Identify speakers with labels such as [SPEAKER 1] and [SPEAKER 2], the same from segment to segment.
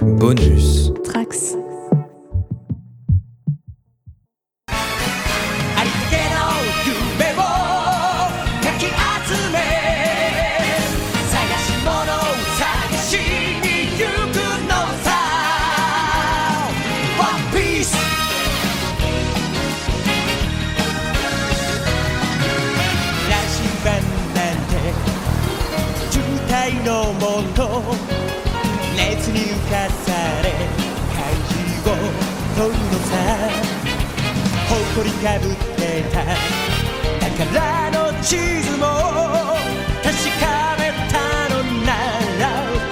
[SPEAKER 1] Bonus.
[SPEAKER 2] Trax.
[SPEAKER 3] 「ありつけの夢をかき集め」「探し物を探しに行くのさ」「ワンピース」「羅針盤なんて渋滞のもの」「熱に浮かされ漢字を取るのさ」誇りかぶってた宝の地図も確かめたのなら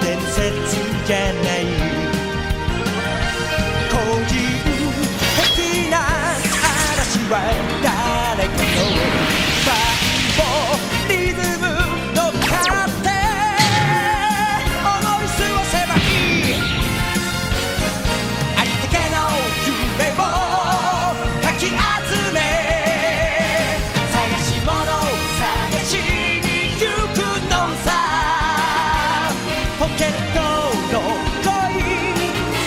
[SPEAKER 3] 伝説じゃない個人的な嵐は誰かのバイオリズムの勝手思い過ごせばいいありったけの夢をかき集め探し物を探しに行くのさポケットの恋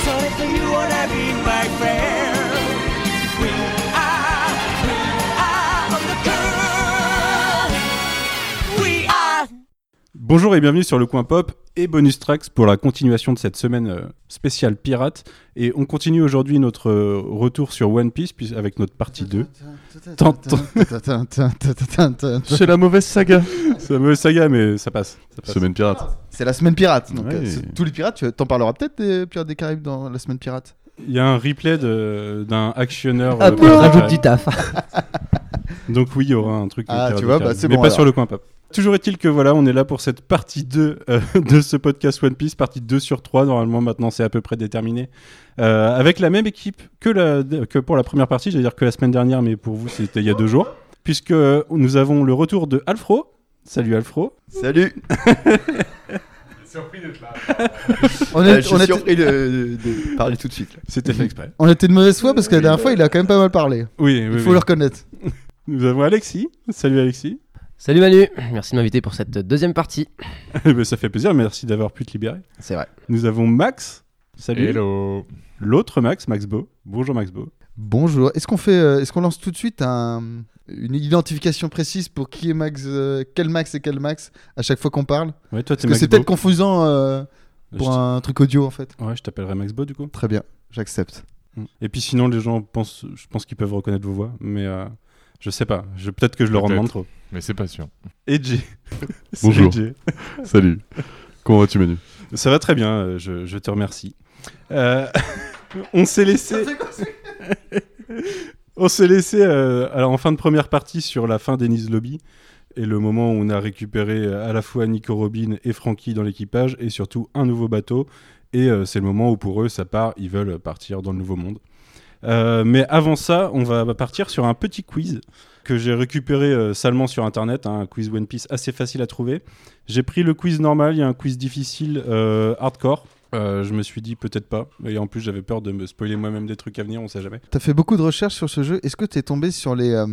[SPEAKER 3] それと You wanna be my friend We are, we are on the curve We are
[SPEAKER 4] Bonjour et bienvenue sur le coin pop et bonus tracks pour la continuation de cette semaine euh, spéciale pirate. Et on continue aujourd'hui notre euh, retour sur One Piece puis avec notre partie 2.
[SPEAKER 5] C'est la mauvaise saga.
[SPEAKER 4] C'est la mauvaise saga, mais ça passe. ça passe.
[SPEAKER 5] Semaine pirate.
[SPEAKER 6] C'est la semaine pirate. Donc,
[SPEAKER 5] Ouais.
[SPEAKER 6] euh, c'est- tous les pirates, tu t'en parleras peut-être des pirates des Caraïbes dans la semaine pirate.
[SPEAKER 4] Il y a un replay de- d'un actionneur. euh,
[SPEAKER 7] Ah,
[SPEAKER 4] pirate.
[SPEAKER 7] rajoute du taf.
[SPEAKER 4] Donc oui, il y aura un truc. de
[SPEAKER 6] Ah,
[SPEAKER 4] Pirates
[SPEAKER 6] tu
[SPEAKER 4] des
[SPEAKER 6] vois,
[SPEAKER 4] Caraïbes,
[SPEAKER 6] bah, c'est
[SPEAKER 4] mais
[SPEAKER 6] bon,
[SPEAKER 4] pas
[SPEAKER 6] alors.
[SPEAKER 4] sur le coin pop. Toujours est-il que voilà, on est là pour cette partie 2 euh, de ce podcast One Piece, partie 2 sur 3, normalement maintenant c'est à peu près déterminé, Euh, avec la même équipe que, la, que pour la première partie, j'allais dire que la semaine dernière, mais pour vous c'était il y a deux jours, puisque euh, nous avons le retour de Alfro. Salut Alfro.
[SPEAKER 6] Salut
[SPEAKER 5] On
[SPEAKER 6] Euh, je suis surpris
[SPEAKER 5] de, parler tout de suite.
[SPEAKER 4] C'était fait exprès.
[SPEAKER 6] On était de mauvaise foi parce que la dernière fois, il a quand même pas mal parlé.
[SPEAKER 4] Oui, oui,
[SPEAKER 6] Il faut
[SPEAKER 4] oui.
[SPEAKER 6] le reconnaître.
[SPEAKER 4] Nous avons Alexis. Salut Alexis.
[SPEAKER 7] Salut Manu, merci de m'inviter pour cette deuxième partie.
[SPEAKER 4] Eh ben, ça fait plaisir, merci d'avoir pu te libérer.
[SPEAKER 7] C'est vrai.
[SPEAKER 4] Nous avons Max. Salut.
[SPEAKER 5] Hello.
[SPEAKER 4] L'autre Max, Max Beau. Bonjour Max Beau.
[SPEAKER 6] Bonjour. Est-ce qu'on fait, euh, est-ce qu'on lance tout de suite un- une identification précise pour qui est Max, euh, quel Max et quel Max à chaque fois qu'on parle
[SPEAKER 4] Ouais, toi
[SPEAKER 6] Parce
[SPEAKER 4] t'es
[SPEAKER 6] que
[SPEAKER 4] Max
[SPEAKER 6] c'est
[SPEAKER 4] Beau.
[SPEAKER 6] peut-être confusant euh, pour
[SPEAKER 4] Je-
[SPEAKER 6] un truc audio en fait.
[SPEAKER 4] Ouais, je t'appellerai Max Beau du coup.
[SPEAKER 6] Très bien, j'accepte.
[SPEAKER 4] Et puis sinon, les gens pensent, je pense qu'ils peuvent reconnaître vos voix, mais euh, je sais pas. Je, peut-être que je leur en
[SPEAKER 8] Peut-être.
[SPEAKER 4] demande trop.
[SPEAKER 8] Mais c'est pas sûr.
[SPEAKER 4] Et Jay. C'est
[SPEAKER 5] Bonjour.
[SPEAKER 4] Jay.
[SPEAKER 5] Salut. Comment vas-tu, Manu
[SPEAKER 4] Ça va très bien, euh, je, je te remercie. Euh, on s'est laissé. on s'est laissé euh, alors, en fin de première partie sur la fin d'Ennis Lobby et le moment où on a récupéré euh, à la fois Nico Robin et Frankie dans l'équipage et surtout un nouveau bateau. Et euh, c'est le moment où pour eux, ça part, ils veulent partir dans le nouveau monde. Euh, mais avant ça, on va partir sur un petit quiz que j'ai récupéré euh, salement sur internet, hein, un quiz One Piece assez facile à trouver. J'ai pris le quiz normal, il y a un quiz difficile, euh, hardcore. Euh, je me suis dit peut-être pas. Et en plus, j'avais peur de me spoiler moi-même des trucs à venir, on sait jamais.
[SPEAKER 6] T'as fait beaucoup de recherches sur ce jeu. Est-ce que t'es tombé sur les euh,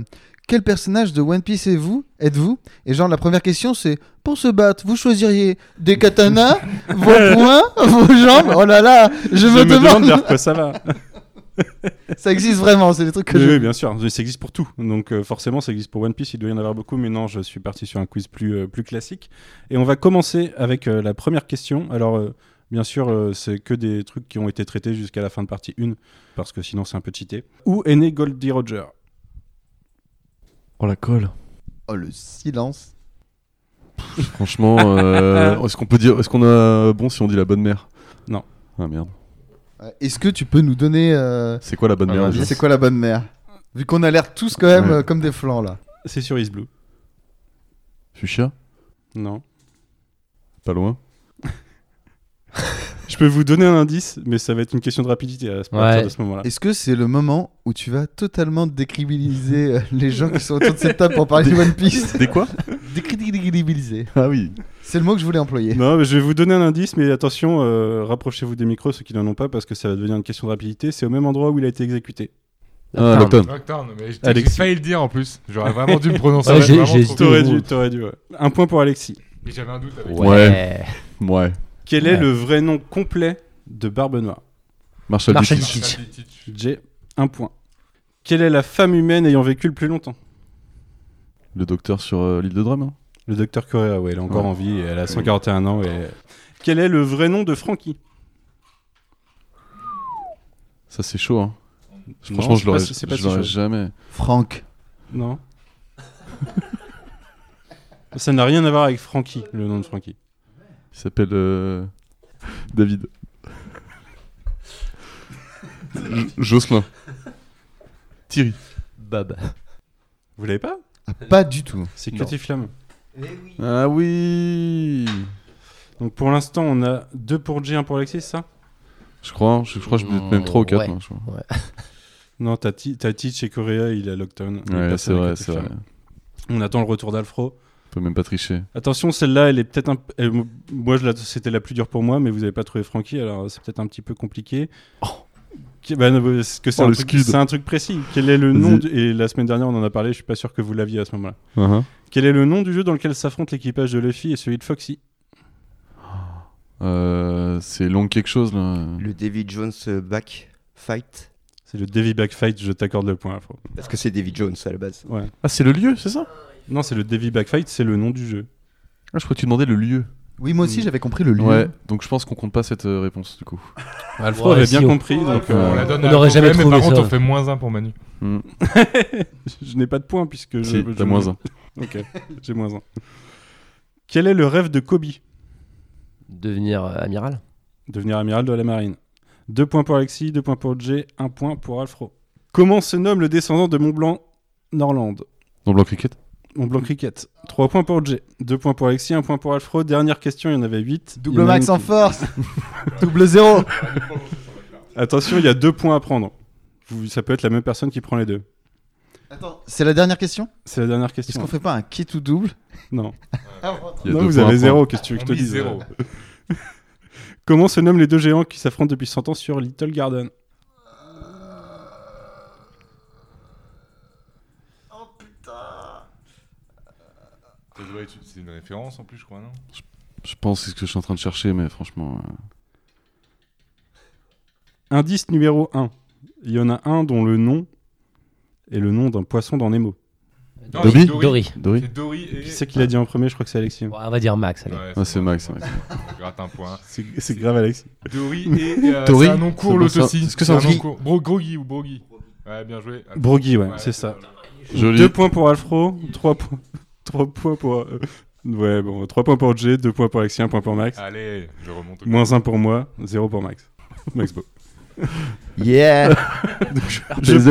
[SPEAKER 6] quel personnage de One Piece et vous êtes-vous Et genre la première question c'est pour se battre, vous choisiriez des katanas, vos poings, vos jambes. Oh là là, je,
[SPEAKER 4] Je,
[SPEAKER 6] me, demande.
[SPEAKER 4] vers quoi ça va.
[SPEAKER 6] Ça existe vraiment, c'est des trucs que
[SPEAKER 4] oui,
[SPEAKER 6] je.
[SPEAKER 4] oui, bien sûr, ça existe pour tout. Donc euh, forcément, ça existe pour One Piece, il doit y en avoir beaucoup, mais non, je suis parti sur un quiz plus, euh, plus classique. Et on va commencer avec euh, la première question. Alors, euh, bien sûr, euh, c'est que des trucs qui ont été traités jusqu'à la fin de partie 1, parce que sinon c'est un peu cheaté. Où est né Goldie Roger
[SPEAKER 5] Oh la colle.
[SPEAKER 6] Oh le silence.
[SPEAKER 5] Franchement, euh, est-ce qu'on peut dire, est-ce qu'on a bon si on dit la bonne mère
[SPEAKER 4] Non.
[SPEAKER 5] Ah merde.
[SPEAKER 6] Euh, Est-ce que tu peux nous donner euh,
[SPEAKER 5] C'est quoi la bonne
[SPEAKER 7] Ah,
[SPEAKER 5] mère
[SPEAKER 7] bah,
[SPEAKER 5] déjà
[SPEAKER 7] yes.
[SPEAKER 6] c'est quoi la bonne mère Vu qu'on a l'air tous quand même
[SPEAKER 5] Ouais.
[SPEAKER 6] euh, comme des flancs là.
[SPEAKER 4] C'est sur Is Blue.
[SPEAKER 5] Fuchsia
[SPEAKER 4] Non.
[SPEAKER 5] Pas loin.
[SPEAKER 4] Je peux vous donner un indice, mais ça va être une question de rapidité à ce- à partir
[SPEAKER 7] Ouais.
[SPEAKER 4] de ce moment-là.
[SPEAKER 6] Est-ce que c'est le moment où tu vas totalement décribiliser euh, les gens qui sont autour de cette table pour parler de One Piece
[SPEAKER 5] Des quoi
[SPEAKER 6] Décribiliser.
[SPEAKER 5] Ah oui.
[SPEAKER 6] C'est le mot que je voulais employer.
[SPEAKER 4] Non, mais je vais vous donner un indice, mais attention, euh, rapprochez-vous des micros, ceux qui n'en ont pas, parce que ça va devenir une question de rapidité. C'est au même endroit où il a été exécuté.
[SPEAKER 5] Ah, Lockdown.
[SPEAKER 8] Lockdown, mais j'ai- j'ai
[SPEAKER 4] Alexis.
[SPEAKER 8] failli le dire en plus. J'aurais vraiment dû le prononcer.
[SPEAKER 7] Ouais,
[SPEAKER 8] j'aurais
[SPEAKER 7] j'ai-
[SPEAKER 8] vraiment
[SPEAKER 7] j'ai
[SPEAKER 8] trop-
[SPEAKER 7] hésité.
[SPEAKER 4] T'aurais dû, t'aurais dû, ouais. Un point pour Alexis.
[SPEAKER 8] Et J'avais un doute. Avec...
[SPEAKER 5] Ouais. Ouais.
[SPEAKER 4] Quel est
[SPEAKER 7] Ouais.
[SPEAKER 4] le vrai nom complet de Barbe Noire.
[SPEAKER 5] Marshall
[SPEAKER 7] Marshall
[SPEAKER 5] Dietrich.
[SPEAKER 7] Dietrich.
[SPEAKER 4] J'ai un point. Quelle est la femme humaine ayant vécu le plus longtemps
[SPEAKER 5] Le docteur sur euh, l'île de Drame. hein.
[SPEAKER 4] Le docteur Correa, ouais, elle est encore
[SPEAKER 5] Ouais.
[SPEAKER 4] en vie et elle a 141 ans. Et... Quel est le vrai nom de Frankie
[SPEAKER 5] Ça, c'est chaud. Hein.
[SPEAKER 4] Non,
[SPEAKER 5] Franchement,
[SPEAKER 4] c'est
[SPEAKER 5] je l'aurais
[SPEAKER 4] pas- c'est pas
[SPEAKER 5] je
[SPEAKER 4] si
[SPEAKER 5] l'aurais
[SPEAKER 4] chaud.
[SPEAKER 5] jamais.
[SPEAKER 9] Franck.
[SPEAKER 4] Non. Ça n'a rien à voir avec Frankie, le nom de Frankie.
[SPEAKER 5] Il s'appelle euh, David. J- Jocelyn. Thierry.
[SPEAKER 7] Bab.
[SPEAKER 4] Vous l'avez pas
[SPEAKER 9] Ah, pas du tout.
[SPEAKER 4] C'est
[SPEAKER 5] Non.
[SPEAKER 4] Cutie Flamme.
[SPEAKER 5] Ah oui
[SPEAKER 4] Donc pour l'instant, on a 2 pour J, 1 pour Alexis, c'est ça
[SPEAKER 5] Je crois, hein. je, je crois que je vais être même 3 ou 4.
[SPEAKER 7] Ouais.
[SPEAKER 5] moi, je crois.
[SPEAKER 4] Non, t'as Ti- t'as Teach et Correa, il est à Lockdown. Il est
[SPEAKER 5] Ouais,
[SPEAKER 4] passé
[SPEAKER 5] c'est
[SPEAKER 4] avec
[SPEAKER 5] vrai,
[SPEAKER 4] Cutie
[SPEAKER 5] c'est vrai.
[SPEAKER 4] Flamme. On attend le retour d'Alfro.
[SPEAKER 5] On peut même pas tricher.
[SPEAKER 4] Attention, celle-là, elle est peut-être un. p- elle- moi, je la- c'était la plus dure pour moi, mais vous avez pas trouvé Francky, alors c'est peut-être un petit peu compliqué. Qui- bah, non, parce que c'est
[SPEAKER 5] Oh,
[SPEAKER 4] un
[SPEAKER 5] le
[SPEAKER 4] truc-
[SPEAKER 5] scud.
[SPEAKER 4] c'est un, truc précis. Quel est le nom
[SPEAKER 5] Vas-y.
[SPEAKER 4] du- Et la semaine dernière, on en a parlé. Je suis pas sûr que vous l'aviez à ce moment-là.
[SPEAKER 5] Uh-huh.
[SPEAKER 4] Quel est le nom du jeu dans lequel s'affrontent l'équipage de Luffy et celui de Foxy
[SPEAKER 5] Euh, c'est long quelque chose là.
[SPEAKER 10] Le David Jones euh, back fight.
[SPEAKER 4] C'est le Davy Back Fight. Je t'accorde le point, Afro.
[SPEAKER 10] Parce que c'est David Jones à la base.
[SPEAKER 5] Ah, c'est le lieu, c'est ça
[SPEAKER 4] Non, c'est le Davy Back Fight. C'est le nom du jeu.
[SPEAKER 5] Ah, je crois que tu demandais le lieu.
[SPEAKER 9] Oui, moi aussi, j'avais compris le lieu.
[SPEAKER 5] Ouais, donc je pense qu'on compte pas cette euh, réponse du coup.
[SPEAKER 4] Alfro avait bien compris, donc
[SPEAKER 5] on
[SPEAKER 4] euh,
[SPEAKER 8] On la donne
[SPEAKER 7] On
[SPEAKER 8] à
[SPEAKER 7] n'aurait jamais
[SPEAKER 8] Coco, mais
[SPEAKER 7] trouvé
[SPEAKER 8] Par contre,
[SPEAKER 7] ça.
[SPEAKER 8] on fait moins 1 pour Manu.
[SPEAKER 4] je n'ai pas de point puisque je.
[SPEAKER 5] Si,
[SPEAKER 4] je-
[SPEAKER 5] t'as moins 1.
[SPEAKER 4] Ok, j'ai moins un. Quel est le rêve de Kobe
[SPEAKER 7] Devenir euh, amiral
[SPEAKER 4] Devenir amiral de la marine. Deux points pour Alexis, deux points pour Jay, un point pour Alfro. Comment se nomme le descendant de Montblanc Norland
[SPEAKER 5] Dans Blanc Cricket
[SPEAKER 4] Montblanc Cricket. Trois points pour Jay, deux points pour Alexis, un point pour Alfro. Dernière question, il y en avait huit. Il y
[SPEAKER 9] Double
[SPEAKER 4] en a
[SPEAKER 9] max
[SPEAKER 4] une
[SPEAKER 9] en
[SPEAKER 4] qui-
[SPEAKER 9] force. Double zéro.
[SPEAKER 4] Attention, il y a deux points à prendre. Vous- ça peut être la même personne qui prend les deux.
[SPEAKER 9] Attends, c'est la dernière question
[SPEAKER 4] C'est la dernière
[SPEAKER 9] Est-ce
[SPEAKER 4] question.
[SPEAKER 9] qu'on fait pas un kit ou double
[SPEAKER 4] Non,
[SPEAKER 9] Ah,
[SPEAKER 5] Il y a
[SPEAKER 4] Non,
[SPEAKER 5] deux
[SPEAKER 4] vous
[SPEAKER 5] points à
[SPEAKER 4] avez
[SPEAKER 5] prendre.
[SPEAKER 4] zéro, qu'est-ce que tu veux que
[SPEAKER 8] On
[SPEAKER 4] je te
[SPEAKER 8] mise
[SPEAKER 4] dise euh.
[SPEAKER 8] zéro.
[SPEAKER 4] Comment se nomment les deux géants qui s'affrontent depuis 100 ans sur Little Garden
[SPEAKER 8] C'est une référence en plus, je crois, non
[SPEAKER 5] Je pense que c'est ce que je suis en train de chercher, mais franchement. euh,
[SPEAKER 4] Indice numéro 1. Il y en a un dont le nom est le nom d'un poisson dans Nemo.
[SPEAKER 8] Non,
[SPEAKER 5] Dobby
[SPEAKER 8] c'est
[SPEAKER 7] Dory.
[SPEAKER 5] Dory
[SPEAKER 8] C'est Dory et.
[SPEAKER 4] Qui c'est qui l'a dit en premier Je crois que c'est Alexis.
[SPEAKER 7] Ouais, on va dire Max, allez.
[SPEAKER 8] Ouais,
[SPEAKER 5] Ah, c'est Max, c'est Max.
[SPEAKER 8] On gratte un point.
[SPEAKER 4] C'est c'est grave, Alexis.
[SPEAKER 8] Dory et. euh,
[SPEAKER 5] Dory
[SPEAKER 8] C'est un nom court,
[SPEAKER 5] C'est
[SPEAKER 8] l'autre
[SPEAKER 5] bon, ça-
[SPEAKER 8] aussi.
[SPEAKER 5] est-ce que c'est un
[SPEAKER 8] nom
[SPEAKER 5] Dory
[SPEAKER 8] court Bro- Groggy ou Brogy Ouais, bien joué. Ah,
[SPEAKER 4] Broggy, ouais,
[SPEAKER 8] ouais,
[SPEAKER 4] c'est ça.
[SPEAKER 5] Joli.
[SPEAKER 4] Deux points pour Alfro, trois points, trois points pour. euh, ouais, bon, trois points pour Jay, deux points pour Alexis, un point pour Max.
[SPEAKER 8] Allez, je remonte. au-
[SPEAKER 4] Moins un pour moi, zéro pour Max. Max Beau.
[SPEAKER 10] Yeah
[SPEAKER 5] PZ.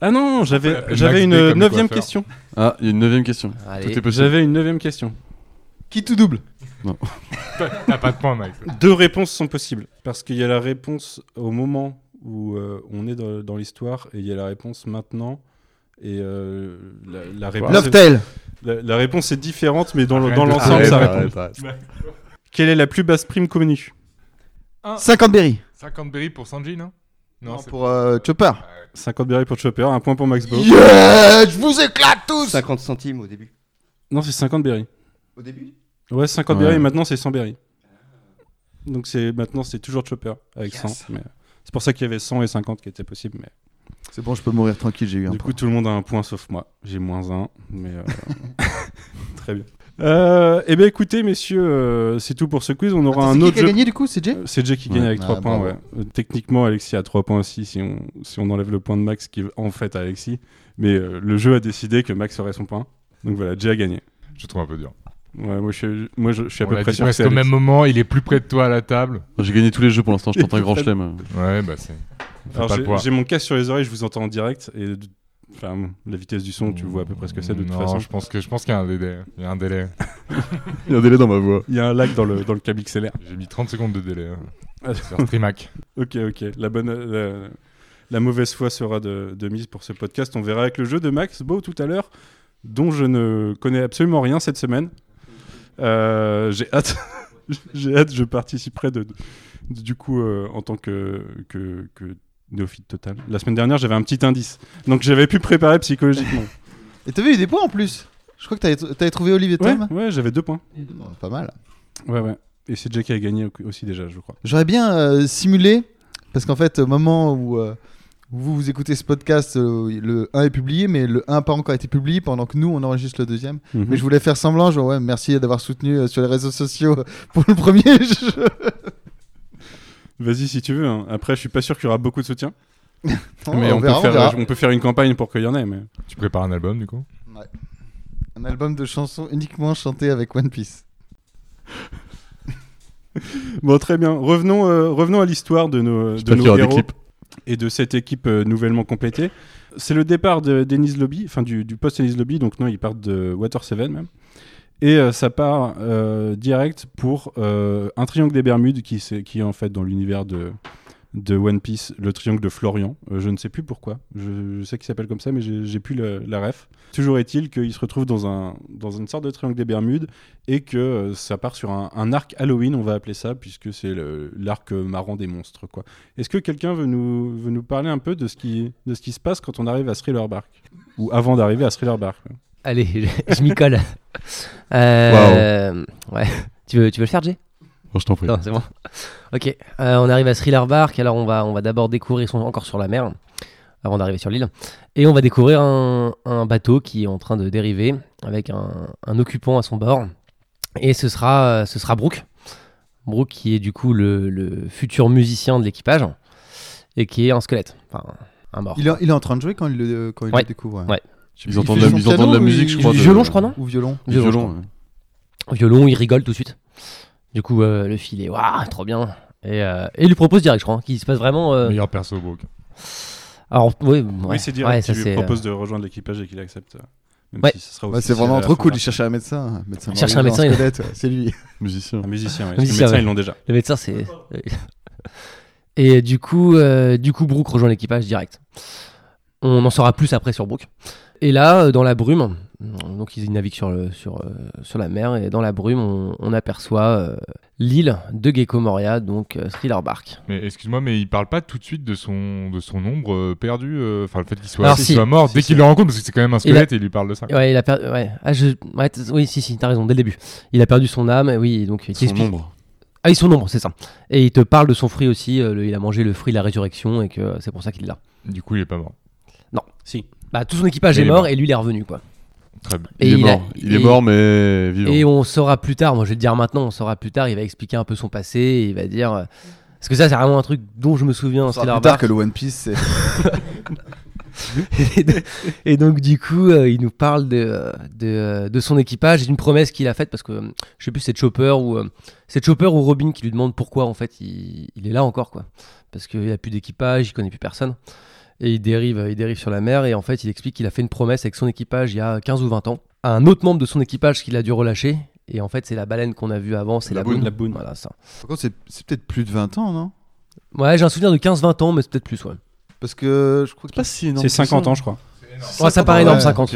[SPEAKER 4] Ah non,
[SPEAKER 8] On peut
[SPEAKER 4] j'avais
[SPEAKER 8] l'appeler
[SPEAKER 4] j'avais
[SPEAKER 8] Max
[SPEAKER 4] une
[SPEAKER 8] B comme
[SPEAKER 4] euh,
[SPEAKER 8] le
[SPEAKER 4] neuvième
[SPEAKER 8] coiffeur.
[SPEAKER 4] question.
[SPEAKER 5] Ah, il y a une neuvième question.
[SPEAKER 7] Allez.
[SPEAKER 5] Tout est possible.
[SPEAKER 4] J'avais une neuvième question.
[SPEAKER 9] Kit ou double
[SPEAKER 8] T'as pas de point, Max.
[SPEAKER 4] Deux réponses sont possibles. Parce qu'il y a la réponse au moment où euh, on est dans, dans l'histoire et il y a la réponse maintenant. Et euh, la, la
[SPEAKER 9] Bah,
[SPEAKER 4] réponse,
[SPEAKER 9] Loftel.
[SPEAKER 4] la, la réponse est différente, mais dans le-
[SPEAKER 8] Arrête
[SPEAKER 4] dans
[SPEAKER 8] de
[SPEAKER 4] l'ensemble,
[SPEAKER 8] t'arrêter,
[SPEAKER 4] ça
[SPEAKER 8] arrête.
[SPEAKER 4] répond. Quelle est la plus basse prime connue
[SPEAKER 9] 50 berry.
[SPEAKER 8] 50 berry pour Sanji, non
[SPEAKER 9] Non,
[SPEAKER 8] c'est
[SPEAKER 9] pour euh, Chopper.
[SPEAKER 4] 50 berries pour Chopper, un point pour Max Beau.
[SPEAKER 9] Yeah Je vous éclate tous
[SPEAKER 10] 50 centimes au début.
[SPEAKER 4] Non, c'est 50 berries.
[SPEAKER 10] Au début Ah.
[SPEAKER 4] Ouais, 50
[SPEAKER 5] Ouais.
[SPEAKER 4] berries, maintenant c'est 100 berries. Donc c'est maintenant c'est toujours Chopper avec 100. mais C'est pour ça qu'il y avait 100 et 50 qui étaient possibles. Mais
[SPEAKER 9] C'est bon, je peux mourir tranquille, j'ai eu un
[SPEAKER 4] Du
[SPEAKER 9] point.
[SPEAKER 4] coup, tout le monde a un point sauf moi. J'ai moins un, mais euh, très bien. Euh, eh bien, écoutez, messieurs, euh, c'est tout pour ce quiz. On
[SPEAKER 9] Attends,
[SPEAKER 4] aura un
[SPEAKER 9] c'est
[SPEAKER 4] autre
[SPEAKER 9] qui qui
[SPEAKER 4] jeu.
[SPEAKER 9] a gagné du coup, c'est Jay
[SPEAKER 4] Euh, C'est Jay qui gagne
[SPEAKER 5] Ouais.
[SPEAKER 4] avec
[SPEAKER 9] Ah,
[SPEAKER 4] 3 points.
[SPEAKER 9] bravo.
[SPEAKER 4] ouais. Euh, Techniquement, Alexis a 3 points aussi si on, si on enlève le point de Max qui est en fait à Alexis. Mais euh, le jeu a décidé que Max aurait son point. Donc voilà, Jay a gagné.
[SPEAKER 8] Je trouve un peu dur.
[SPEAKER 4] Ouais, moi, je, suis- moi, je, je suis à
[SPEAKER 8] On
[SPEAKER 4] peu
[SPEAKER 8] l'a
[SPEAKER 4] près
[SPEAKER 8] dit
[SPEAKER 4] sûr que
[SPEAKER 8] presque
[SPEAKER 4] c'est
[SPEAKER 8] au même
[SPEAKER 4] Alexis.
[SPEAKER 8] moment, il est plus près de toi à la table.
[SPEAKER 5] J'ai gagné tous les jeux pour l'instant, je tente un grand chelem.
[SPEAKER 8] Ouais, bah c'est.
[SPEAKER 4] Alors,
[SPEAKER 8] pas le
[SPEAKER 4] j'ai-
[SPEAKER 8] poids.
[SPEAKER 4] J'ai mon casque sur les oreilles, je vous entends en direct. Et de- enfin, la vitesse du son, tu vois à peu près ce que c'est de toute
[SPEAKER 8] Mmh. Non,
[SPEAKER 4] façon.
[SPEAKER 8] Je pense que- je pense qu'il y a un délai. Il y a un délai.
[SPEAKER 5] Il y a un délai dans ma voix.
[SPEAKER 4] Il y a un lag dans le, dans le câble XLR.
[SPEAKER 8] J'ai mis 30 secondes de délai. hein.
[SPEAKER 4] Ah.
[SPEAKER 8] Sur Streamac.
[SPEAKER 4] Ok, ok. La, bonne, la, la mauvaise foi sera de, de mise pour ce podcast. On verra avec le jeu de Max Beau tout à l'heure, dont je ne connais absolument rien cette semaine. Euh, J'ai hâte. J'ai hâte, je participerai de, de- du coup euh, en tant que, que, que néophyte total. La semaine dernière, j'avais un petit indice. Donc j'avais pu préparer psychologiquement.
[SPEAKER 9] Et t'avais eu des points en plus Je crois que t'avais, t'avais trouvé Olivier
[SPEAKER 4] Ouais,
[SPEAKER 9] Tom
[SPEAKER 4] ouais j'avais deux points.
[SPEAKER 9] Pas mal.
[SPEAKER 4] Ouais, ouais. Et c'est Jack qui a gagné au- aussi déjà, je crois.
[SPEAKER 9] J'aurais bien euh, simulé, parce qu'en fait, au moment où, euh, où vous, vous écoutez ce podcast, euh, le 1 est publié, mais le 1 n'a pas encore été publié pendant que nous, on enregistre le
[SPEAKER 5] Mhm.
[SPEAKER 9] deuxième. Mais je voulais faire semblant, genre, ouais, merci d'avoir soutenu euh, sur les réseaux sociaux pour le premier jeu.
[SPEAKER 4] Vas-y si tu veux. hein. Après, je suis pas sûr qu'il y aura beaucoup de soutien.
[SPEAKER 8] Mais
[SPEAKER 4] on,
[SPEAKER 8] on
[SPEAKER 9] verra,
[SPEAKER 4] peut faire,
[SPEAKER 9] verra.
[SPEAKER 4] on peut faire une campagne pour qu'il y en ait. Mais...
[SPEAKER 8] Tu prépares un album du coup
[SPEAKER 9] Un album de chansons uniquement chantées avec One Piece.
[SPEAKER 4] Bon, très bien. Revenons, euh, revenons à l'histoire de nos, de
[SPEAKER 5] J'espère qu'il y
[SPEAKER 4] nos
[SPEAKER 5] aura des
[SPEAKER 4] héros
[SPEAKER 5] clips.
[SPEAKER 4] et de cette équipe euh, nouvellement complétée. C'est le départ de Denise Lobby, enfin du, du poste Denise Lobby, donc non, ils partent de Water Seven même. Et euh, ça part euh, direct pour euh, un triangle des Bermudes qui, s'est- qui est en fait dans l'univers de, de One Piece, le triangle de Florian. Euh, je ne sais plus pourquoi. Je, je sais qu'il s'appelle comme ça, mais j'ai j'ai plus la, la ref. Toujours est-il qu'ils se retrouvent dans, un, dans une sorte de triangle des Bermudes et que euh, ça part sur un, un arc Halloween, on va appeler ça, puisque c'est le- l'arc euh, marrant des monstres. quoi. Est-ce que quelqu'un veut nous, veut nous parler un peu de ce, qui, de ce qui se passe quand on arrive à Thriller Bark Ou avant d'arriver à Thriller Bark quoi.
[SPEAKER 7] Allez, je, je m'y colle. Euh, Ouais. Tu veux, tu veux le faire, Jay
[SPEAKER 5] Oh, je t'en prie.
[SPEAKER 7] Non, c'est bon. Ok, euh, on arrive à Thriller Bark. Alors, on va, on va d'abord découvrir, ils sont encore sur la mer, avant d'arriver sur l'île. Et on va découvrir un, un bateau qui est en train de dériver, avec un, un occupant à son bord. Et ce sera, euh, ce sera Brooke. Brooke qui est du coup le, le futur musicien de l'équipage, et qui est un squelette, enfin un mort.
[SPEAKER 9] Il est, il est en train de jouer quand il le, quand il
[SPEAKER 7] Oh. Ouais.
[SPEAKER 9] le découvre. ouais.
[SPEAKER 7] Ouais.
[SPEAKER 5] Ils
[SPEAKER 9] Il
[SPEAKER 5] entendent
[SPEAKER 9] fait
[SPEAKER 5] la,
[SPEAKER 9] son
[SPEAKER 5] ils entendent
[SPEAKER 9] piano,
[SPEAKER 5] la
[SPEAKER 9] ou
[SPEAKER 5] musique,
[SPEAKER 9] il-
[SPEAKER 5] je
[SPEAKER 7] il
[SPEAKER 5] crois. de-
[SPEAKER 7] joue violon, je crois, non
[SPEAKER 9] Ou violon.
[SPEAKER 5] Du
[SPEAKER 7] Violon, je
[SPEAKER 5] violon, ouais.
[SPEAKER 7] violon, il rigole tout de suite. Du coup, euh, le filet, waouh, trop bien. Et, euh, et il lui propose direct, je crois, hein, qu'il se passe vraiment. euh,
[SPEAKER 8] Meilleur perso Brooke.
[SPEAKER 7] Alors, ouais, ouais,
[SPEAKER 4] Oui, c'est
[SPEAKER 7] ouais,
[SPEAKER 4] direct.
[SPEAKER 7] ça,
[SPEAKER 4] il
[SPEAKER 7] c'est,
[SPEAKER 4] lui
[SPEAKER 7] euh,
[SPEAKER 4] propose de rejoindre l'équipage et qu'il accepte. euh, Même
[SPEAKER 7] Ouais.
[SPEAKER 4] si ce sera
[SPEAKER 9] Bah,
[SPEAKER 4] aussi-
[SPEAKER 9] c'est vraiment
[SPEAKER 4] à la
[SPEAKER 9] trop
[SPEAKER 4] fin
[SPEAKER 9] cool.
[SPEAKER 4] de
[SPEAKER 9] Il cherchait un médecin. un médecin
[SPEAKER 7] Il cherche
[SPEAKER 9] mort,
[SPEAKER 7] un
[SPEAKER 9] il est
[SPEAKER 7] médecin, il-
[SPEAKER 9] squelette, ouais, C'est lui.
[SPEAKER 5] Musicien.
[SPEAKER 4] la- Un musicien, ouais.
[SPEAKER 7] musicien,
[SPEAKER 4] Parce que le médecin,
[SPEAKER 7] ouais.
[SPEAKER 4] ils l'ont déjà.
[SPEAKER 7] Le médecin, c'est. Et du coup, euh, du coup, Brooke rejoint l'équipage direct. On en saura plus après sur Brooke. Et là, euh, dans la brume, donc ils naviguent sur, le, sur, euh, sur la mer, et dans la brume, on, on aperçoit euh, l'île de Gecko Moria, donc euh, Thriller Bark.
[SPEAKER 8] Mais excuse-moi, mais il parle pas tout de suite de son, de son ombre euh, perdu, euh, enfin le fait qu'il soit,
[SPEAKER 7] Alors
[SPEAKER 8] qu'il
[SPEAKER 7] si.
[SPEAKER 8] soit mort
[SPEAKER 7] Si,
[SPEAKER 8] dès
[SPEAKER 7] si.
[SPEAKER 8] qu'il le rencontre, parce que c'est quand même un squelette et il lui parle de ça.
[SPEAKER 7] Ouais, il a perdu. Ouais. Ah, je... ouais, t- oui, si, si, t'as raison, dès le début. Il a perdu son âme, et oui, donc il
[SPEAKER 5] Son
[SPEAKER 7] t'explique-
[SPEAKER 5] nombre.
[SPEAKER 7] Ah, ils sont nombreux, c'est ça. Et il te parle de son fruit aussi, euh, le- il a mangé le fruit de la résurrection, et que euh, c'est pour ça qu'il l'a.
[SPEAKER 8] Du coup, il est pas mort.
[SPEAKER 7] Bah, tout son équipage
[SPEAKER 8] Il
[SPEAKER 7] est
[SPEAKER 8] est
[SPEAKER 7] mort,
[SPEAKER 8] mort.
[SPEAKER 7] et lui, il est revenu, quoi.
[SPEAKER 8] Très bien.
[SPEAKER 7] Et
[SPEAKER 5] il, est
[SPEAKER 7] a-
[SPEAKER 5] mort. il est
[SPEAKER 7] et-
[SPEAKER 5] mort, mais vivant.
[SPEAKER 7] Et on saura plus tard, moi je vais le dire maintenant, on saura plus tard, il va expliquer un peu son passé, et il va dire... euh, Parce que ça c'est vraiment un truc dont je me souviens dans
[SPEAKER 9] On saura
[SPEAKER 7] Thriller
[SPEAKER 9] plus tard
[SPEAKER 7] Bark.
[SPEAKER 9] que le One Piece, c'est
[SPEAKER 7] et, donc- et donc du coup, euh, il nous parle de, euh, de, euh, de son équipage et d'une promesse qu'il a faite, parce que euh, je sais plus, c'est Chopper ou... euh, C'est Chopper ou Robin qui lui demande pourquoi en fait il, il est là encore, quoi. Parce qu'il a plus d'équipage, il connaît plus personne. Et il dérive, euh, il dérive sur la mer et en fait il explique qu'il a fait une promesse avec son équipage il y a 15 ou 20 ans à un autre membre de son équipage qu'il a dû relâcher. Et en fait c'est la baleine qu'on a vue avant, c'est la,
[SPEAKER 4] La boune.
[SPEAKER 7] boune.
[SPEAKER 4] La boune.
[SPEAKER 7] Voilà, ça.
[SPEAKER 9] Par contre, c'est c'est peut-être plus de 20 ans, non
[SPEAKER 7] Ouais, j'ai un souvenir de 15-20 ans, mais c'est peut-être plus, ouais.
[SPEAKER 9] Parce que je crois
[SPEAKER 5] C'est
[SPEAKER 9] qu'il
[SPEAKER 5] pas Ah, si énorme.
[SPEAKER 4] C'est
[SPEAKER 5] que ça.
[SPEAKER 4] 50 ans, je crois.
[SPEAKER 7] Ouais, ça paraît énorme,
[SPEAKER 9] ouais.
[SPEAKER 7] 50.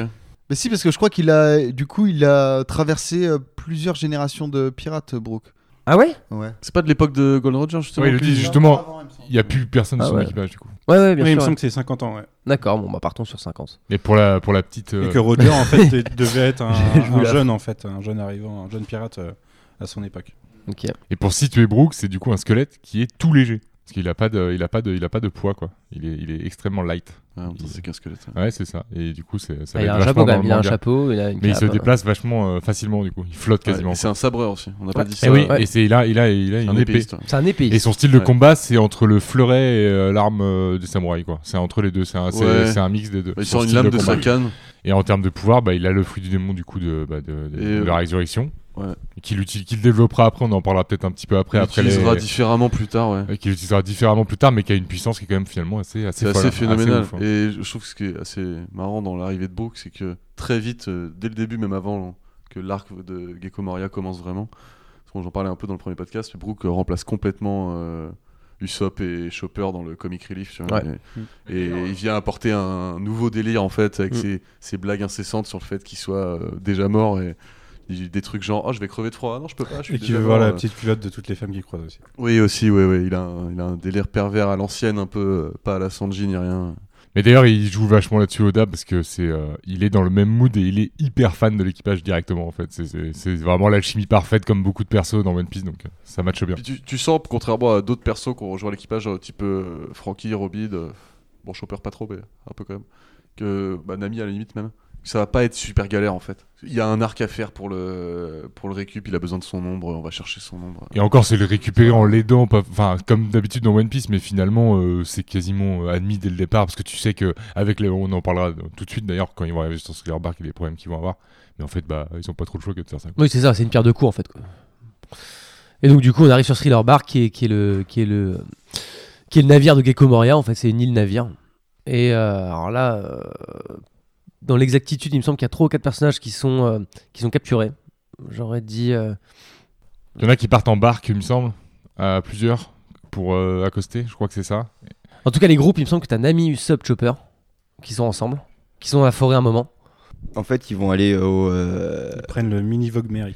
[SPEAKER 9] Mais si, parce que je crois qu'il a, du coup, il a traversé euh, plusieurs générations de pirates, Brooke.
[SPEAKER 7] Ah ouais
[SPEAKER 9] Ouais.
[SPEAKER 5] C'est pas de l'époque de Gold Roger, justement.
[SPEAKER 8] Ouais, il le
[SPEAKER 5] que-
[SPEAKER 8] dit justement, il y a plus personne de
[SPEAKER 7] Ah
[SPEAKER 8] son
[SPEAKER 7] ouais.
[SPEAKER 8] équipage du coup.
[SPEAKER 7] Ouais, ouais, bien
[SPEAKER 4] Oui, il
[SPEAKER 7] sûr.
[SPEAKER 4] me
[SPEAKER 7] ouais.
[SPEAKER 4] semble que c'est 50 ans, ouais.
[SPEAKER 7] D'accord, bon, bah partons sur 50.
[SPEAKER 8] Et pour la, pour la petite. euh,
[SPEAKER 4] Et que Roger, en fait, est- devait être un,
[SPEAKER 7] Je vous
[SPEAKER 4] un
[SPEAKER 7] la-
[SPEAKER 4] jeune, en fait, un jeune arrivant, un jeune pirate euh, à son époque.
[SPEAKER 7] Ok.
[SPEAKER 8] Et pour situer Brooke, c'est du coup un squelette qui est tout léger. Parce qu'il a pas de, il a pas de, il a pas de poids quoi. Il est, il est extrêmement light.
[SPEAKER 5] Ouais, en même temps, Ah, c'est qu'un squelette. hein. ouais.
[SPEAKER 8] Ouais, c'est ça. Et du coup, c'est,
[SPEAKER 7] Ah,
[SPEAKER 8] ça va
[SPEAKER 7] il
[SPEAKER 8] être
[SPEAKER 7] a un
[SPEAKER 8] vachement
[SPEAKER 7] chapeau
[SPEAKER 8] dans
[SPEAKER 7] quand même,
[SPEAKER 8] le
[SPEAKER 7] il a un
[SPEAKER 8] manga.
[SPEAKER 7] chapeau, il a une
[SPEAKER 8] Mais il se
[SPEAKER 7] cape.
[SPEAKER 8] déplace vachement euh, facilement du coup. Il flotte quasiment.
[SPEAKER 5] Ouais, c'est un sabreur aussi. On n'a pas dit ça.
[SPEAKER 8] et eh oui, et c'est, il a, il a, il a
[SPEAKER 5] c'est
[SPEAKER 8] une
[SPEAKER 5] un
[SPEAKER 8] épée.
[SPEAKER 5] épéiste. ouais.
[SPEAKER 7] C'est un épée.
[SPEAKER 8] Et son style de
[SPEAKER 5] Ouais.
[SPEAKER 8] combat, c'est entre le fleuret et euh, l'arme euh, du samouraï, quoi. C'est entre les deux, c'est un, c'est-
[SPEAKER 5] Ouais.
[SPEAKER 8] c'est un mix des deux.
[SPEAKER 5] Bah, Il
[SPEAKER 8] Son
[SPEAKER 5] sort une
[SPEAKER 8] style
[SPEAKER 5] lame de
[SPEAKER 8] combat.
[SPEAKER 5] sa canne.
[SPEAKER 8] Et en termes de pouvoir, bah, il a le fruit du démon, du coup, de, bah, de, de-
[SPEAKER 5] Et,
[SPEAKER 8] de
[SPEAKER 5] euh,
[SPEAKER 8] la résurrection.
[SPEAKER 5] ouais.
[SPEAKER 8] Qu'il uti- qu'il développera après, on en parlera peut-être un petit peu après.
[SPEAKER 5] Il
[SPEAKER 8] après les-
[SPEAKER 5] utilisera différemment plus tard, ouais.
[SPEAKER 8] euh, Qu'il utilisera différemment plus tard, mais qui a une puissance qui est quand même finalement assez, assez
[SPEAKER 5] C'est
[SPEAKER 8] folle,
[SPEAKER 5] assez
[SPEAKER 8] hein,
[SPEAKER 5] phénoménal.
[SPEAKER 8] ouf, hein.
[SPEAKER 5] Et je trouve que ce qui est assez marrant dans l'arrivée de Brooke, c'est que très vite, euh, dès le début, même avant que l'arc de Gecko Moria commence vraiment, parce que j'en parlais un peu dans le premier podcast, Brooke euh, remplace complètement euh, Usopp et Chopper dans le comic relief. tu vois,
[SPEAKER 7] Ouais.
[SPEAKER 5] Et, et il vient apporter un nouveau délire en fait, avec ses, ses blagues incessantes sur le fait qu'il soit euh, déjà mort et il- des trucs genre oh je vais crever de froid Ah non je peux pas je suis
[SPEAKER 4] Et qui
[SPEAKER 5] déjà
[SPEAKER 4] veut voir
[SPEAKER 5] mort,
[SPEAKER 4] la
[SPEAKER 5] euh.
[SPEAKER 4] petite culotte de toutes les femmes qu'il croise aussi.
[SPEAKER 5] Oui, aussi, ouais, ouais. Il, a un, il a un délire pervers à l'ancienne, un peu. euh, Pas à la Sanji ni rien.
[SPEAKER 8] Mais d'ailleurs, il joue vachement là-dessus Oda parce que c'est, euh, il est dans le même mood et il est hyper fan de l'équipage directement en fait. C'est- C'est c'est vraiment l'alchimie parfaite comme beaucoup de persos dans One Piece, donc euh, ça matche bien.
[SPEAKER 5] Puis tu, tu sens, contrairement à d'autres persos qui ont rejoint l'équipage, euh, type euh, Frankie, Robin, euh, bon, Chopper pas trop, mais un peu quand même, que bah, Nami à la limite même, que ça va pas être super galère en fait. Il y a un arc à faire pour le, pour le récup, il a besoin de son ombre, on va chercher son ombre.
[SPEAKER 8] Et encore, c'est le récupérer en l'aidant, pas- enfin comme d'habitude dans One Piece, mais finalement euh, c'est quasiment euh, admis dès le départ parce que tu sais que avec les, on en parlera tout de suite d'ailleurs quand ils vont arriver sur Thriller Bark et les problèmes qu'ils vont avoir. Mais en fait, bah ils ont pas trop le choix que de faire ça. quoi.
[SPEAKER 7] Oui, c'est ça, c'est une pierre de coups en fait. quoi. Et donc du coup, on arrive sur Thriller Bar qui est, qui est le qui est le qui est le navire de Gecko Moria. En fait, c'est une île navire. Et euh, alors là, euh, dans l'exactitude, il me semble qu'il y a trois ou quatre personnages qui sont euh, qui sont capturés. J'aurais dit. euh,
[SPEAKER 8] Il y en a qui partent en barque, il me semble, à plusieurs pour euh, accoster. Je crois que c'est ça.
[SPEAKER 7] En tout cas, les groupes, il me semble que t'as Nami, Usopp, Chopper, qui sont ensemble, qui sont dans la forêt un moment.
[SPEAKER 10] En fait, ils vont aller au. euh,
[SPEAKER 4] Ils prennent le mini Vogue Mary.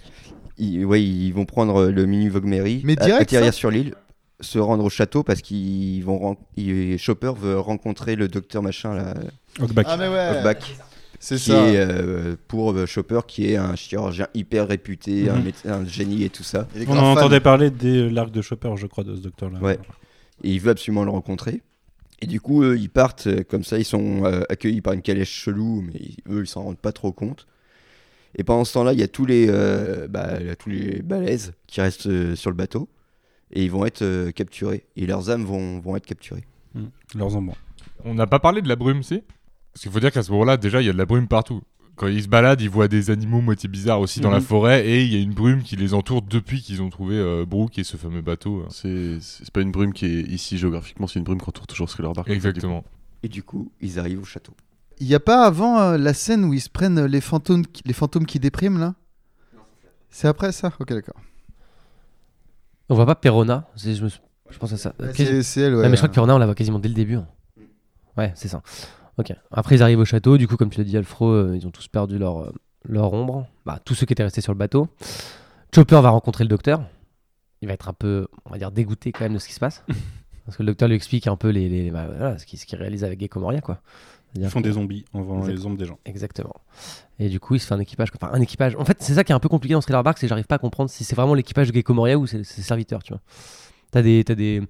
[SPEAKER 10] ils, ouais, ils vont prendre le mini Vogmery,
[SPEAKER 9] Mais direct, ça
[SPEAKER 10] atterrir sur l'île, se rendre au château parce qu'ils vont. ren- ils- Chopper veut rencontrer le docteur machin là,
[SPEAKER 4] Hogback.
[SPEAKER 9] Ah, mais ouais.
[SPEAKER 10] Hogback,
[SPEAKER 9] C'est
[SPEAKER 10] qui
[SPEAKER 9] ça.
[SPEAKER 10] est euh, pour euh, Chopper, qui est un chirurgien hyper réputé, un,
[SPEAKER 4] Mhm.
[SPEAKER 10] méde- un génie et tout ça.
[SPEAKER 9] Il est
[SPEAKER 4] On
[SPEAKER 9] grave
[SPEAKER 4] en
[SPEAKER 9] fan.
[SPEAKER 4] entendait parler dès euh, l'arc de Chopper, je crois, de ce docteur-là.
[SPEAKER 10] Ouais. Et il veut absolument le rencontrer. Et du coup, eux, ils partent euh, comme ça, ils sont euh, accueillis par une calèche chelou, mais ils- eux, ils s'en rendent pas trop compte. Et pendant ce temps-là, il y a tous les, euh, bah, il y a tous les balaises qui restent euh, sur le bateau, et ils vont être euh, capturés. Et leurs âmes vont, vont être capturées.
[SPEAKER 4] Leurs embans.
[SPEAKER 8] On n'a pas parlé de la brume, si Parce qu'il faut dire qu'à ce moment-là, déjà, il y a de la brume partout. Quand ils se baladent, ils voient des animaux moitié bizarres aussi dans la
[SPEAKER 4] Mhm.
[SPEAKER 8] forêt et il y a une brume qui les entoure depuis qu'ils ont trouvé euh, Brooke et ce fameux bateau. euh.
[SPEAKER 5] C'est c'est pas une brume qui est ici géographiquement, c'est une brume qu'on tourne toujours Thriller Bark.
[SPEAKER 8] Exactement.
[SPEAKER 10] Et du coup, ils arrivent au château.
[SPEAKER 9] Il n'y a pas avant euh, la scène où ils se prennent euh, les fantômes, qui- les fantômes qui dépriment là C'est après ça Ok, d'accord.
[SPEAKER 7] On voit pas Perona. c'est- Je, me sou- je pense à ça.
[SPEAKER 6] Bah,
[SPEAKER 9] Ouais,
[SPEAKER 7] Quasi-
[SPEAKER 9] C'est c'est elle, ouais.
[SPEAKER 7] Ouais, mais je
[SPEAKER 6] euh.
[SPEAKER 7] crois que Perona, on la voit quasiment dès le début. hein. Ouais, c'est ça. Ok. Après, ils arrivent au château. Du coup, comme tu l'as dit, Alfro, euh, ils ont tous perdu leur, euh, leur ombre. Bah, tous ceux qui étaient restés sur le bateau. Chopper va rencontrer le docteur. Il va être un peu, on va dire, dégoûté quand même de ce qui se passe. Parce que le docteur lui explique un peu les, les- bah, voilà, ce qu'il ce qu'il réalise avec Gecko Moria, quoi.
[SPEAKER 4] Ils
[SPEAKER 7] C'est-à-dire
[SPEAKER 4] font
[SPEAKER 7] que-
[SPEAKER 4] des zombies en vendant les
[SPEAKER 7] Exactement.
[SPEAKER 4] ombres des gens.
[SPEAKER 7] Exactement. Et du coup, il se fait un équipage. Enfin, un équipage. En fait, c'est ça qui est un peu compliqué dans Thriller Bark, c'est que j'arrive pas à comprendre si c'est vraiment l'équipage de Gecko Moria ou c'est c'est ses serviteurs, tu vois. T'as des, t'as des,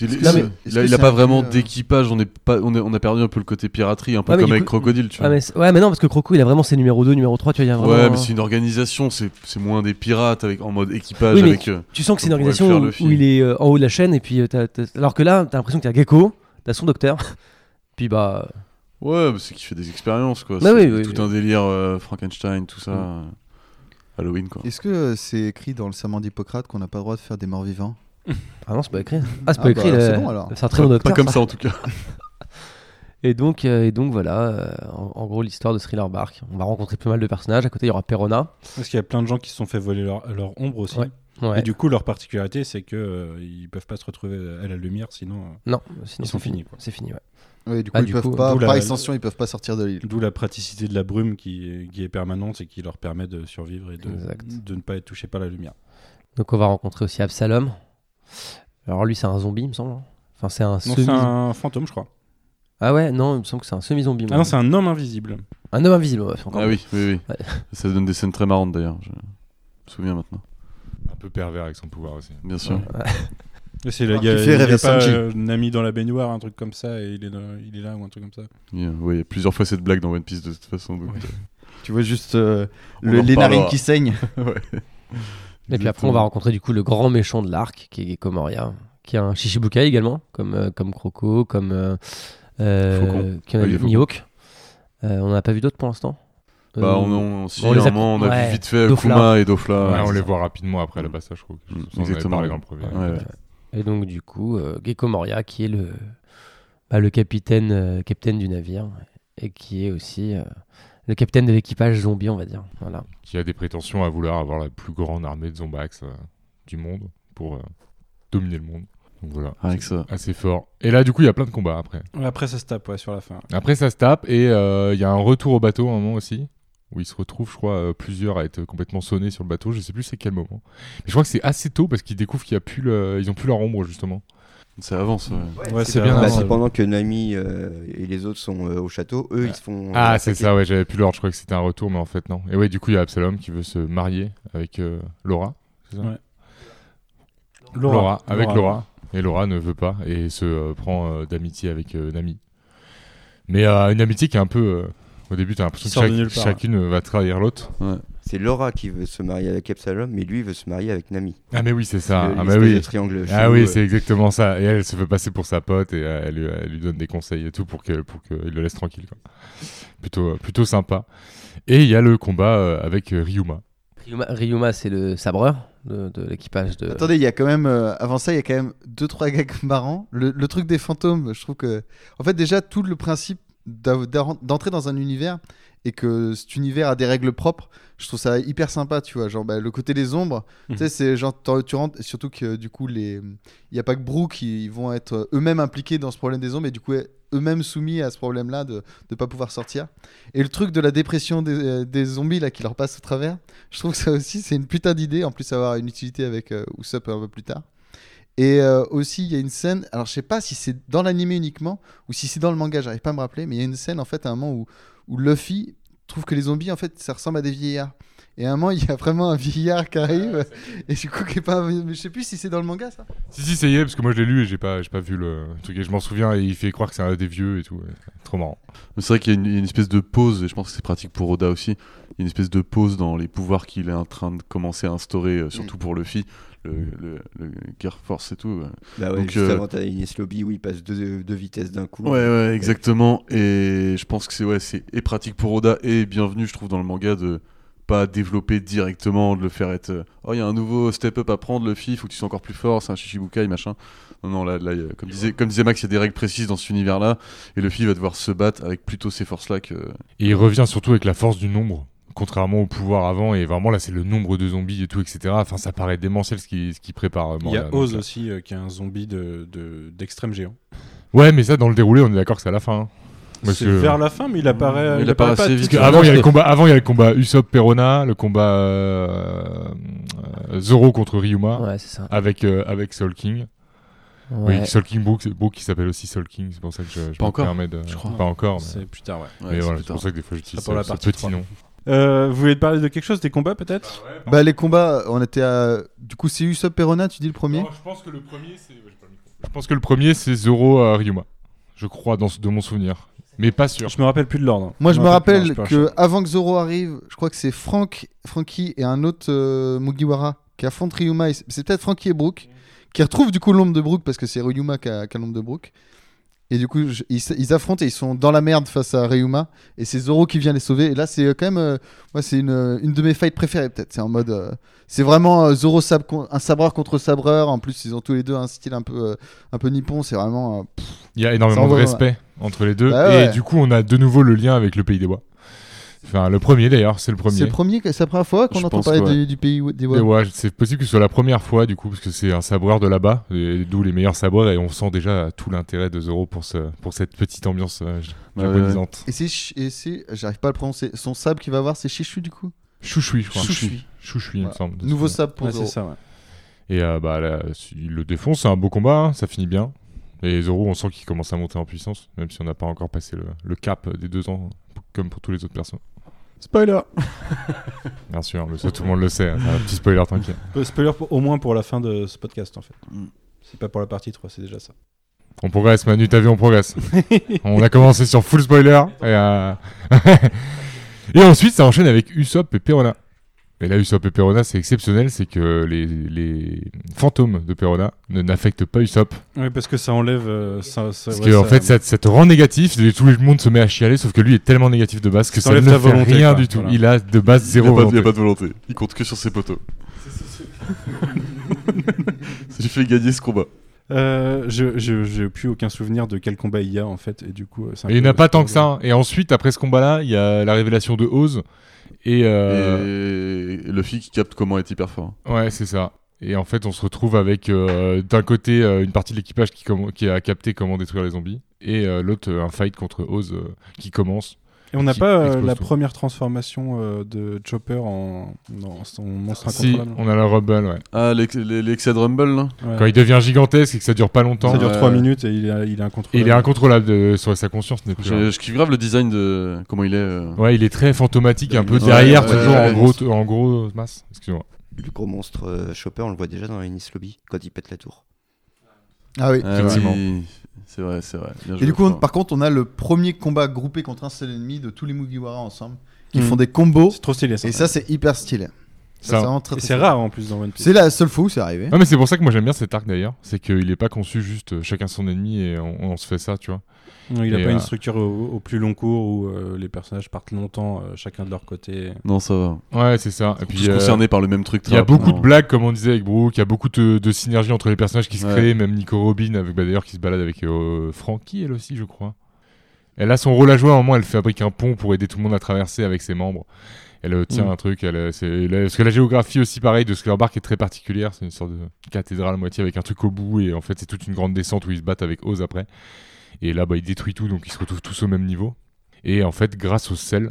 [SPEAKER 5] Il,
[SPEAKER 7] Non, mais-
[SPEAKER 5] il a,
[SPEAKER 9] est-ce
[SPEAKER 5] il
[SPEAKER 9] que
[SPEAKER 5] a
[SPEAKER 9] c'est
[SPEAKER 5] pas
[SPEAKER 9] un
[SPEAKER 5] vraiment
[SPEAKER 9] peu, euh,
[SPEAKER 5] d'équipage, on, est pas- on, est- on a perdu un peu le côté piraterie, un peu
[SPEAKER 7] Ouais, mais
[SPEAKER 5] comme
[SPEAKER 7] du
[SPEAKER 5] avec
[SPEAKER 7] coup-
[SPEAKER 5] Crocodile, tu
[SPEAKER 7] Ah
[SPEAKER 5] vois.
[SPEAKER 7] mais, c'est- ouais, mais non, parce que Croco, il a vraiment ses numéros 2, numéro 3, tu vois, il y a vraiment...
[SPEAKER 5] Ouais, mais c'est une organisation, c'est c'est moins des pirates avec, en mode équipage.
[SPEAKER 7] Oui, mais-
[SPEAKER 5] avec, euh,
[SPEAKER 7] Tu sens que c'est une
[SPEAKER 5] On pourrait
[SPEAKER 7] organisation
[SPEAKER 5] faire le
[SPEAKER 7] où,
[SPEAKER 5] film.
[SPEAKER 7] où il est euh, en haut de la chaîne, et puis... euh, t'as- t'as- Alors que là, t'as l'impression que t'as Gecko, t'as son docteur, puis bah...
[SPEAKER 5] Ouais, mais c'est qu'il fait des expériences, quoi.
[SPEAKER 7] Bah
[SPEAKER 5] c'est
[SPEAKER 7] oui, oui,
[SPEAKER 5] tout
[SPEAKER 7] oui. Mm.
[SPEAKER 5] un délire euh, Frankenstein, tout ça. euh, Halloween, quoi.
[SPEAKER 9] Est-ce que euh, c'est écrit dans le serment d'Hippocrate qu'on n'a pas le droit de faire des morts vivants
[SPEAKER 7] Ah non, c'est pas écrit. Ah, c'est
[SPEAKER 9] Ah
[SPEAKER 7] pas écrit,
[SPEAKER 9] bah,
[SPEAKER 7] là.
[SPEAKER 9] c'est bon, alors.
[SPEAKER 7] C'est un très bon
[SPEAKER 5] Pas
[SPEAKER 7] docteur.
[SPEAKER 5] comme ça, en tout cas.
[SPEAKER 7] Et donc, euh, et donc voilà, euh, en, en gros, l'histoire de Thriller Bark. On va rencontrer pas mal de personnages, à côté, il y aura Perona.
[SPEAKER 4] Parce qu'il y a plein de gens qui se sont fait voler leur, leur ombre aussi.
[SPEAKER 7] Ouais. Ouais.
[SPEAKER 4] Et du coup, leur particularité, c'est que euh, ils peuvent pas se retrouver à la lumière, sinon. euh,
[SPEAKER 7] Non, sinon
[SPEAKER 4] Ils sont
[SPEAKER 7] c'est fini.
[SPEAKER 4] finis, quoi.
[SPEAKER 7] C'est fini, ouais.
[SPEAKER 9] Oui, du coup,
[SPEAKER 7] Ah,
[SPEAKER 9] ils
[SPEAKER 7] du
[SPEAKER 9] peuvent
[SPEAKER 7] coup,
[SPEAKER 9] pas,
[SPEAKER 4] d'où la-
[SPEAKER 9] par extension, ils peuvent pas sortir de l'île.
[SPEAKER 4] D'où la praticité de la brume qui est, qui est permanente et qui leur permet de survivre et de,
[SPEAKER 7] Exact.
[SPEAKER 4] de ne pas être touchés par la lumière.
[SPEAKER 7] Donc on va rencontrer aussi Absalom. Alors lui, c'est un zombie, il me semble. hein. Enfin, c'est un
[SPEAKER 4] Non,
[SPEAKER 7] semi...
[SPEAKER 4] c'est un fantôme, je crois.
[SPEAKER 7] Ah ouais, non, il me semble que c'est un semi-zombie.
[SPEAKER 4] Ah
[SPEAKER 7] moi.
[SPEAKER 4] non, c'est un homme invisible.
[SPEAKER 7] un homme invisible, ouais, c'est encore
[SPEAKER 5] Ah
[SPEAKER 7] mieux.
[SPEAKER 5] oui, oui, oui.
[SPEAKER 7] Ouais.
[SPEAKER 5] Ça donne des scènes très marrantes, d'ailleurs. Je me souviens maintenant.
[SPEAKER 8] Un peu pervers avec son pouvoir aussi.
[SPEAKER 5] Bien sûr.
[SPEAKER 4] Et C'est le
[SPEAKER 9] Alors
[SPEAKER 4] gars
[SPEAKER 9] qu'il
[SPEAKER 4] il
[SPEAKER 9] fait
[SPEAKER 4] y a
[SPEAKER 9] rêver
[SPEAKER 4] pas
[SPEAKER 9] Sanji.
[SPEAKER 4] euh, un ami dans la baignoire, un truc comme ça, et il est, dans- il est là ou un truc comme ça.
[SPEAKER 5] Il y a- ouais, il y a plusieurs fois cette blague dans One Piece, de toute façon. donc,
[SPEAKER 9] Tu vois juste euh,
[SPEAKER 5] On
[SPEAKER 9] le- les
[SPEAKER 5] en
[SPEAKER 9] narines
[SPEAKER 5] reparlera.
[SPEAKER 9] qui saignent.
[SPEAKER 5] ouais.
[SPEAKER 7] Et puis après, on va rencontrer du coup le grand méchant de l'arc, qui est Gecko Moria, qui est un Shishibukai également, comme, euh, comme Croco, comme euh, euh,
[SPEAKER 5] Faucon.
[SPEAKER 7] qui en a
[SPEAKER 5] Oui,
[SPEAKER 7] vu
[SPEAKER 5] Faucon.
[SPEAKER 7] Mihawk. Euh, on n'a pas vu d'autres pour l'instant.
[SPEAKER 5] Bah,
[SPEAKER 7] Euh,
[SPEAKER 5] on, on, si,
[SPEAKER 7] on les
[SPEAKER 5] un
[SPEAKER 7] a-
[SPEAKER 5] moment, on a
[SPEAKER 7] ouais,
[SPEAKER 5] vu vite fait
[SPEAKER 7] Dofla.
[SPEAKER 5] Kuma et Dofla.
[SPEAKER 8] Ouais,
[SPEAKER 5] ouais,
[SPEAKER 8] on les
[SPEAKER 5] c'est
[SPEAKER 8] voit rapidement après le passage, je crois.
[SPEAKER 5] Mm,
[SPEAKER 8] On en avait
[SPEAKER 5] exactement.
[SPEAKER 8] parlé dans le premier.
[SPEAKER 5] ça. Ouais, ouais.
[SPEAKER 7] Et donc du coup, euh, Gecko Moria, qui est le, bah, le capitaine, euh, capitaine du navire, et qui est aussi euh, le capitaine de l'équipage zombie, on va dire. Voilà.
[SPEAKER 8] Qui a des prétentions à vouloir avoir la plus grande armée de Zombax euh, du monde pour euh, dominer le monde. Donc voilà.
[SPEAKER 5] Avec ça.
[SPEAKER 8] Assez fort. Et là, du coup, il y a plein de combats après.
[SPEAKER 4] Ouais, Après, ça se tape ouais, sur la fin.
[SPEAKER 8] Après, ça se tape et euh, il y a un retour au bateau à un moment aussi, où ils se retrouvent, je crois, euh, plusieurs à être complètement sonnés sur le bateau. Je sais plus c'est quel moment. Mais je crois que c'est assez tôt parce qu'ils découvrent qu'il y a plus le- ils ont plus leur ombre justement.
[SPEAKER 5] C'est avant ça. ouais.
[SPEAKER 4] Ouais,
[SPEAKER 8] c'est bien
[SPEAKER 4] avant,
[SPEAKER 10] Bah,
[SPEAKER 8] Ah, ouais.
[SPEAKER 10] c'est
[SPEAKER 4] ouais.
[SPEAKER 10] pendant que Nami euh, et les autres sont euh, au château, eux ils se font.
[SPEAKER 8] Ah,
[SPEAKER 10] euh,
[SPEAKER 8] c'est
[SPEAKER 10] attaquer.
[SPEAKER 8] ça, ouais, j'avais plus l'ordre, je croyais que c'était un retour, mais en fait, non. Et ouais, du coup, il y a Absalom qui veut se marier avec euh, Laura. c'est ça
[SPEAKER 4] Ouais.
[SPEAKER 8] Laura. Avec Laura. Et Laura ne veut pas et se euh, prend euh, d'amitié avec euh, Nami. Mais euh, une amitié qui est un peu. euh, au début, t'as l'impression que
[SPEAKER 4] Sort de
[SPEAKER 8] chaque-
[SPEAKER 4] nulle part.
[SPEAKER 8] chacune euh, va trahir l'autre.
[SPEAKER 10] C'est Laura qui veut se marier avec Absalom, mais lui il veut se marier avec Nami.
[SPEAKER 8] Ah, mais oui, c'est ça.
[SPEAKER 10] Le-
[SPEAKER 8] ah, mais
[SPEAKER 10] l'espèce de
[SPEAKER 8] oui.
[SPEAKER 10] triangle
[SPEAKER 8] Ah
[SPEAKER 10] chelou,
[SPEAKER 8] oui,
[SPEAKER 10] euh,
[SPEAKER 8] c'est exactement ça. Et elle se fait passer pour sa pote et euh, elle, lui- elle lui donne des conseils et tout pour que pour qu'il le laisse tranquille. quoi. Plutôt, euh, plutôt sympa. Et il y a le combat euh, avec euh, Ryuma.
[SPEAKER 7] Ryuma, Ryuma, c'est le sabreur de, de l'équipage de.
[SPEAKER 6] Attendez, il y a quand même euh, avant ça, il y a quand même deux trois gags marrants. Le, le truc des fantômes, je trouve que en fait déjà tout le principe d'av- d'ar- d'entrer dans un univers et que cet univers a des règles propres, je trouve ça hyper sympa, tu vois. Genre bah, le côté des ombres, tu sais, c'est genre t'en- tu rentres surtout que du coup les il y a pas que Brooke qui vont être eux-mêmes impliqués dans ce problème des ombres et du coup eux-mêmes soumis à ce problème-là de ne pas pouvoir sortir. Et le truc de la dépression des, euh, des zombies là qui leur passe au travers, je trouve que ça aussi, c'est une putain d'idée. En plus, ça va avoir une utilité avec euh, Usopp un peu plus tard. Et euh, aussi, il y a une scène. Alors, je sais pas si c'est dans l'animé uniquement ou si c'est dans le manga, j'arrive pas à me rappeler. Mais il y a une scène, en fait, à un moment où, où Luffy trouve que les zombies, en fait, ça ressemble à des vieillards. Et à un moment, il y a vraiment un vieillard qui arrive. Et du coup, qui est pas. un- mais Je sais plus si c'est dans le manga, ça.
[SPEAKER 8] Si si, ça y est, parce que moi je l'ai lu et j'ai pas j'ai pas vu le truc et je m'en souviens et il fait croire que c'est un des vieux et tout. ouais. Trop marrant.
[SPEAKER 5] Mais c'est vrai qu'il y a une, il y a une espèce de pause, et je pense que c'est pratique pour Oda aussi. Il y a une espèce de pause dans les pouvoirs qu'il est en train de commencer à instaurer, euh, surtout pour Luffy, le, le, le Gear Force et tout. euh.
[SPEAKER 10] Bah ouais,
[SPEAKER 5] Donc,
[SPEAKER 10] juste
[SPEAKER 5] euh,
[SPEAKER 10] avant, t'as Ines Lobby où il passe deux, deux vitesses d'un coup.
[SPEAKER 5] Ouais, ouais, exactement. Et je pense que c'est ouais, c'est et pratique pour Oda et bienvenu, je trouve, dans le manga de pas développer directement, de le faire être. euh, oh, il y a un nouveau step-up à prendre, Luffy, il faut que tu sois encore plus fort, c'est un Shichibukai, machin. Non, non, là, là, il y a- comme, disait, comme disait Max, il y a des règles précises dans cet univers-là, et Luffy va devoir se battre avec plutôt ces forces-là que.
[SPEAKER 8] Et il revient surtout avec la force du nombre, contrairement au pouvoir avant. Et vraiment là, c'est le nombre de zombies et tout, etc. Enfin, ça paraît démentiel ce qui ce qui prépare. euh,
[SPEAKER 4] Il y
[SPEAKER 8] Moria,
[SPEAKER 4] a
[SPEAKER 8] donc,
[SPEAKER 4] Oz
[SPEAKER 8] euh.
[SPEAKER 4] aussi euh, qui est un zombie de- de- d'extrême géant.
[SPEAKER 8] Ouais, mais ça dans le déroulé, on est d'accord que c'est à la fin. hein. Parce
[SPEAKER 4] C'est
[SPEAKER 8] que-
[SPEAKER 4] vers la fin, mais il apparaît,
[SPEAKER 5] Il apparaît assez
[SPEAKER 4] pas tout de
[SPEAKER 5] vite.
[SPEAKER 8] Parce
[SPEAKER 4] suite.
[SPEAKER 8] qu'avant, il y a le
[SPEAKER 7] que-
[SPEAKER 8] combat, avant, il y a le combat Usopp Perona, le combat euh, euh, Zoro contre Ryuma,
[SPEAKER 7] Ouais, c'est ça.
[SPEAKER 8] avec, euh, avec Soul King.
[SPEAKER 7] Ouais.
[SPEAKER 8] Oui, Soul King Book, c'est- Book qui s'appelle aussi Soul King, c'est pour ça que je, je
[SPEAKER 5] Pas
[SPEAKER 8] me
[SPEAKER 5] encore,
[SPEAKER 8] permets de.
[SPEAKER 5] je crois.
[SPEAKER 8] Pas encore, mais,
[SPEAKER 4] C'est plus tard, ouais.
[SPEAKER 5] Ouais,
[SPEAKER 8] mais
[SPEAKER 5] c'est
[SPEAKER 8] voilà,
[SPEAKER 5] plus
[SPEAKER 8] c'est pour
[SPEAKER 5] tard.
[SPEAKER 8] ça que des fois j'utilise
[SPEAKER 4] Ça pour la
[SPEAKER 8] ce- ce
[SPEAKER 4] partie
[SPEAKER 8] petit
[SPEAKER 4] 3.
[SPEAKER 8] nom.
[SPEAKER 4] Euh, vous voulez parler de quelque chose, des combats peut-être
[SPEAKER 6] Bah, les combats, on était à. Du coup, c'est Usopp Perona, tu dis le premier
[SPEAKER 8] je pense que le premier, c'est. Je pense que le premier, c'est Zoro à Ryuma. Je crois, dans, ce- de mon souvenir. Mais pas sûr.
[SPEAKER 4] Je me rappelle plus de l'ordre.
[SPEAKER 6] Moi, je me
[SPEAKER 4] rappelle plus
[SPEAKER 6] rappelle
[SPEAKER 4] de l'ordre, je peux
[SPEAKER 6] que avant que Zoro arrive, je crois que c'est Frank, Frankie et un autre euh, Mugiwara qui affrontent Ryuma. et C'est c'est peut-être Frankie et Brooke qui retrouvent du coup l'ombre de Brooke parce que c'est Ryuma qui a, qui a l'ombre de Brooke. Et du coup, je- ils, s- ils affrontent et ils sont dans la merde face à Ryuma. Et c'est Zoro qui vient les sauver. Et là, c'est euh, quand même. euh, moi, c'est une, euh, une de mes fights préférées, peut-être. C'est en mode. euh, c'est vraiment euh, Zoro sab- con- un sabreur contre sabreur. En plus, ils ont tous les deux un style un peu, euh, un peu nippon. C'est vraiment. euh, pff,
[SPEAKER 8] Il y a
[SPEAKER 6] Ça,
[SPEAKER 8] énormément
[SPEAKER 6] on
[SPEAKER 8] de
[SPEAKER 6] va-
[SPEAKER 8] respect entre les deux.
[SPEAKER 6] Bah
[SPEAKER 8] et
[SPEAKER 6] ouais.
[SPEAKER 8] du coup, on a de nouveau le lien avec le Pays des Bois. Enfin, le premier d'ailleurs, c'est le premier.
[SPEAKER 6] c'est le premier. que- C'est la première fois qu'on
[SPEAKER 5] Je
[SPEAKER 6] entend
[SPEAKER 5] pense,
[SPEAKER 6] parler
[SPEAKER 5] ouais.
[SPEAKER 6] du, du pays des
[SPEAKER 8] Et
[SPEAKER 6] Wa-
[SPEAKER 8] ouais, c'est possible que ce soit la première fois du coup, parce que c'est un sabreur de là-bas, et d'où les meilleurs sabreurs, et on sent déjà tout l'intérêt de Zoro pour, ce, pour cette petite ambiance euh, j-
[SPEAKER 5] Ouais,
[SPEAKER 8] japonisante.
[SPEAKER 6] Et c'est, ch- et c'est, j'arrive pas à le prononcer, son sable qu'il va avoir, c'est Chichu du coup
[SPEAKER 8] Chouchoui, je crois.
[SPEAKER 6] Chouchoui.
[SPEAKER 8] Chouchoui, il me
[SPEAKER 6] Voilà.
[SPEAKER 8] semble. de
[SPEAKER 6] Nouveau
[SPEAKER 8] souvenir.
[SPEAKER 6] sable pour
[SPEAKER 4] Ouais, c'est
[SPEAKER 6] Zoro.
[SPEAKER 4] ça, ouais.
[SPEAKER 8] Et euh, bah, là, il le défonce, c'est un beau combat, hein, ça finit bien. Et Zoro, on sent qu'il commence à monter en puissance, même si on n'a pas encore passé le, le cap des deux ans, p- comme pour tous les autres persos.
[SPEAKER 5] Spoiler
[SPEAKER 8] Bien sûr, le- ça, tout le monde le sait, hein, c'est un petit spoiler, t'inquiète.
[SPEAKER 4] Peu- Spoiler pour- au moins pour la fin de ce podcast en fait.
[SPEAKER 5] Mm.
[SPEAKER 4] C'est pas pour la partie 3, c'est déjà ça.
[SPEAKER 8] On progresse, Manu, t'as vu, on progresse. on a commencé sur full spoiler. Et, euh, et ensuite, ça enchaîne avec Usopp et Perona. Et là, Usopp et Perona, c'est exceptionnel, c'est que les, les fantômes de Perona ne n'affectent pas Usopp.
[SPEAKER 4] Oui, parce que ça enlève. euh, ça, ça-
[SPEAKER 8] Parce
[SPEAKER 4] ouais,
[SPEAKER 8] que, en fait, ça, ça te rend négatif, et tout le monde se met à chialer, sauf que lui est tellement négatif de base que
[SPEAKER 4] Ça
[SPEAKER 8] ça ne
[SPEAKER 4] enlève ta
[SPEAKER 8] fait
[SPEAKER 4] volonté,
[SPEAKER 8] rien
[SPEAKER 4] quoi,
[SPEAKER 8] du tout.
[SPEAKER 4] voilà.
[SPEAKER 8] Il a de base
[SPEAKER 5] Il n'y
[SPEAKER 8] zéro
[SPEAKER 5] a, pas de- y
[SPEAKER 8] volonté.
[SPEAKER 5] a pas de volonté. Il compte que sur ses poteaux. Ça lui fait gagner ce combat.
[SPEAKER 4] Euh, je, je- j'ai plus aucun souvenir de quel combat il y a en fait, et du coup. euh, c'est un
[SPEAKER 8] Et il
[SPEAKER 4] peu-
[SPEAKER 8] n'a pas tant que ça. hein. Et ensuite, après ce combat-là, il y a la révélation de Oz. Et, euh,
[SPEAKER 5] Et Luffy qui capte comment être hyper fort.
[SPEAKER 8] Ouais, c'est ça. Et en fait, on se retrouve avec euh, d'un côté euh, une partie de l'équipage qui, comm- qui a capté comment détruire les zombies, et euh, l'autre euh, un fight contre Oz euh, qui commence.
[SPEAKER 4] Et on n'a
[SPEAKER 8] Qui
[SPEAKER 4] pas euh,
[SPEAKER 8] explose
[SPEAKER 4] la
[SPEAKER 8] tout.
[SPEAKER 4] première transformation euh, de Chopper en dans son monstre
[SPEAKER 8] Si,
[SPEAKER 4] incontrôlable.
[SPEAKER 8] on a la Rebel, ouais.
[SPEAKER 5] Ah, l'ex- l'e- l'excès de Rumble, là
[SPEAKER 4] Ouais.
[SPEAKER 8] Quand il devient gigantesque et que ça dure pas longtemps,
[SPEAKER 4] Ça dure
[SPEAKER 5] Ouais.
[SPEAKER 4] 3 minutes et il est, il est
[SPEAKER 8] et
[SPEAKER 4] incontrôlable.
[SPEAKER 8] il est incontrôlable de- sur sa conscience. n'est plus
[SPEAKER 5] Je, je kiffe grave le design de. Comment il est euh,
[SPEAKER 8] Ouais, il est très fantomatique, un peu
[SPEAKER 5] Ouais,
[SPEAKER 8] derrière,
[SPEAKER 5] ouais,
[SPEAKER 8] toujours
[SPEAKER 5] ouais,
[SPEAKER 8] en
[SPEAKER 5] ouais.
[SPEAKER 8] gros, en gros masse. Excuse-moi.
[SPEAKER 10] Le gros monstre euh, Chopper, on le voit déjà dans la Nice Lobby quand il pète la tour.
[SPEAKER 6] Ah oui.
[SPEAKER 5] ah,
[SPEAKER 8] effectivement.
[SPEAKER 5] oui, C'est vrai, c'est vrai. Bien
[SPEAKER 6] Et
[SPEAKER 5] joué,
[SPEAKER 6] du coup, on-
[SPEAKER 5] Florent.
[SPEAKER 6] par contre, on a le premier combat groupé contre un seul ennemi de tous les Mugiwara ensemble, qui
[SPEAKER 4] Mhm.
[SPEAKER 6] font des combos.
[SPEAKER 4] C'est trop stylé ça.
[SPEAKER 6] Et ça, c'est hyper stylé. Ça, c'est
[SPEAKER 8] Ça.
[SPEAKER 6] vraiment très,
[SPEAKER 4] Et
[SPEAKER 6] très
[SPEAKER 4] c'est
[SPEAKER 6] stylé.
[SPEAKER 4] rare en plus dans One Piece.
[SPEAKER 6] C'est la seule fois où c'est arrivé.
[SPEAKER 8] Non, mais c'est pour ça que moi j'aime bien cet arc d'ailleurs. C'est qu'il est pas conçu juste euh, chacun son ennemi et on, on se fait ça, tu vois.
[SPEAKER 4] Non, il n'a
[SPEAKER 8] Et,
[SPEAKER 4] pas
[SPEAKER 8] euh,
[SPEAKER 4] une structure au, au plus long cours où euh, les personnages partent longtemps euh, chacun de leur côté.
[SPEAKER 5] Non, ça va.
[SPEAKER 8] Ouais, c'est ça. Et
[SPEAKER 5] Tous
[SPEAKER 8] puis, euh,
[SPEAKER 5] concernés par le même truc.
[SPEAKER 8] il y a
[SPEAKER 5] très
[SPEAKER 8] beaucoup de
[SPEAKER 5] rapidement.
[SPEAKER 8] blagues, comme on disait avec Brooke. Il y a beaucoup de, de synergies entre les personnages qui se
[SPEAKER 5] Ouais.
[SPEAKER 8] créent. Même Nico Robin, avec, bah, d'ailleurs, qui se balade avec euh, Frankie, elle aussi, je crois. Elle a son rôle à jouer. À un moment, elle fabrique un pont pour aider tout le monde à traverser avec ses membres. Elle euh, tient
[SPEAKER 4] Mm.
[SPEAKER 8] un truc. Elle, euh, c'est- la- parce que la géographie aussi, pareil, de Skullerbark est très particulière. C'est une sorte de cathédrale à moitié avec un truc au bout. Et en fait, c'est toute une grande descente où ils se battent avec Oz après. Et là, bah, ils détruisent tout, donc ils se retrouvent tous au même niveau. Et en fait, grâce au sel,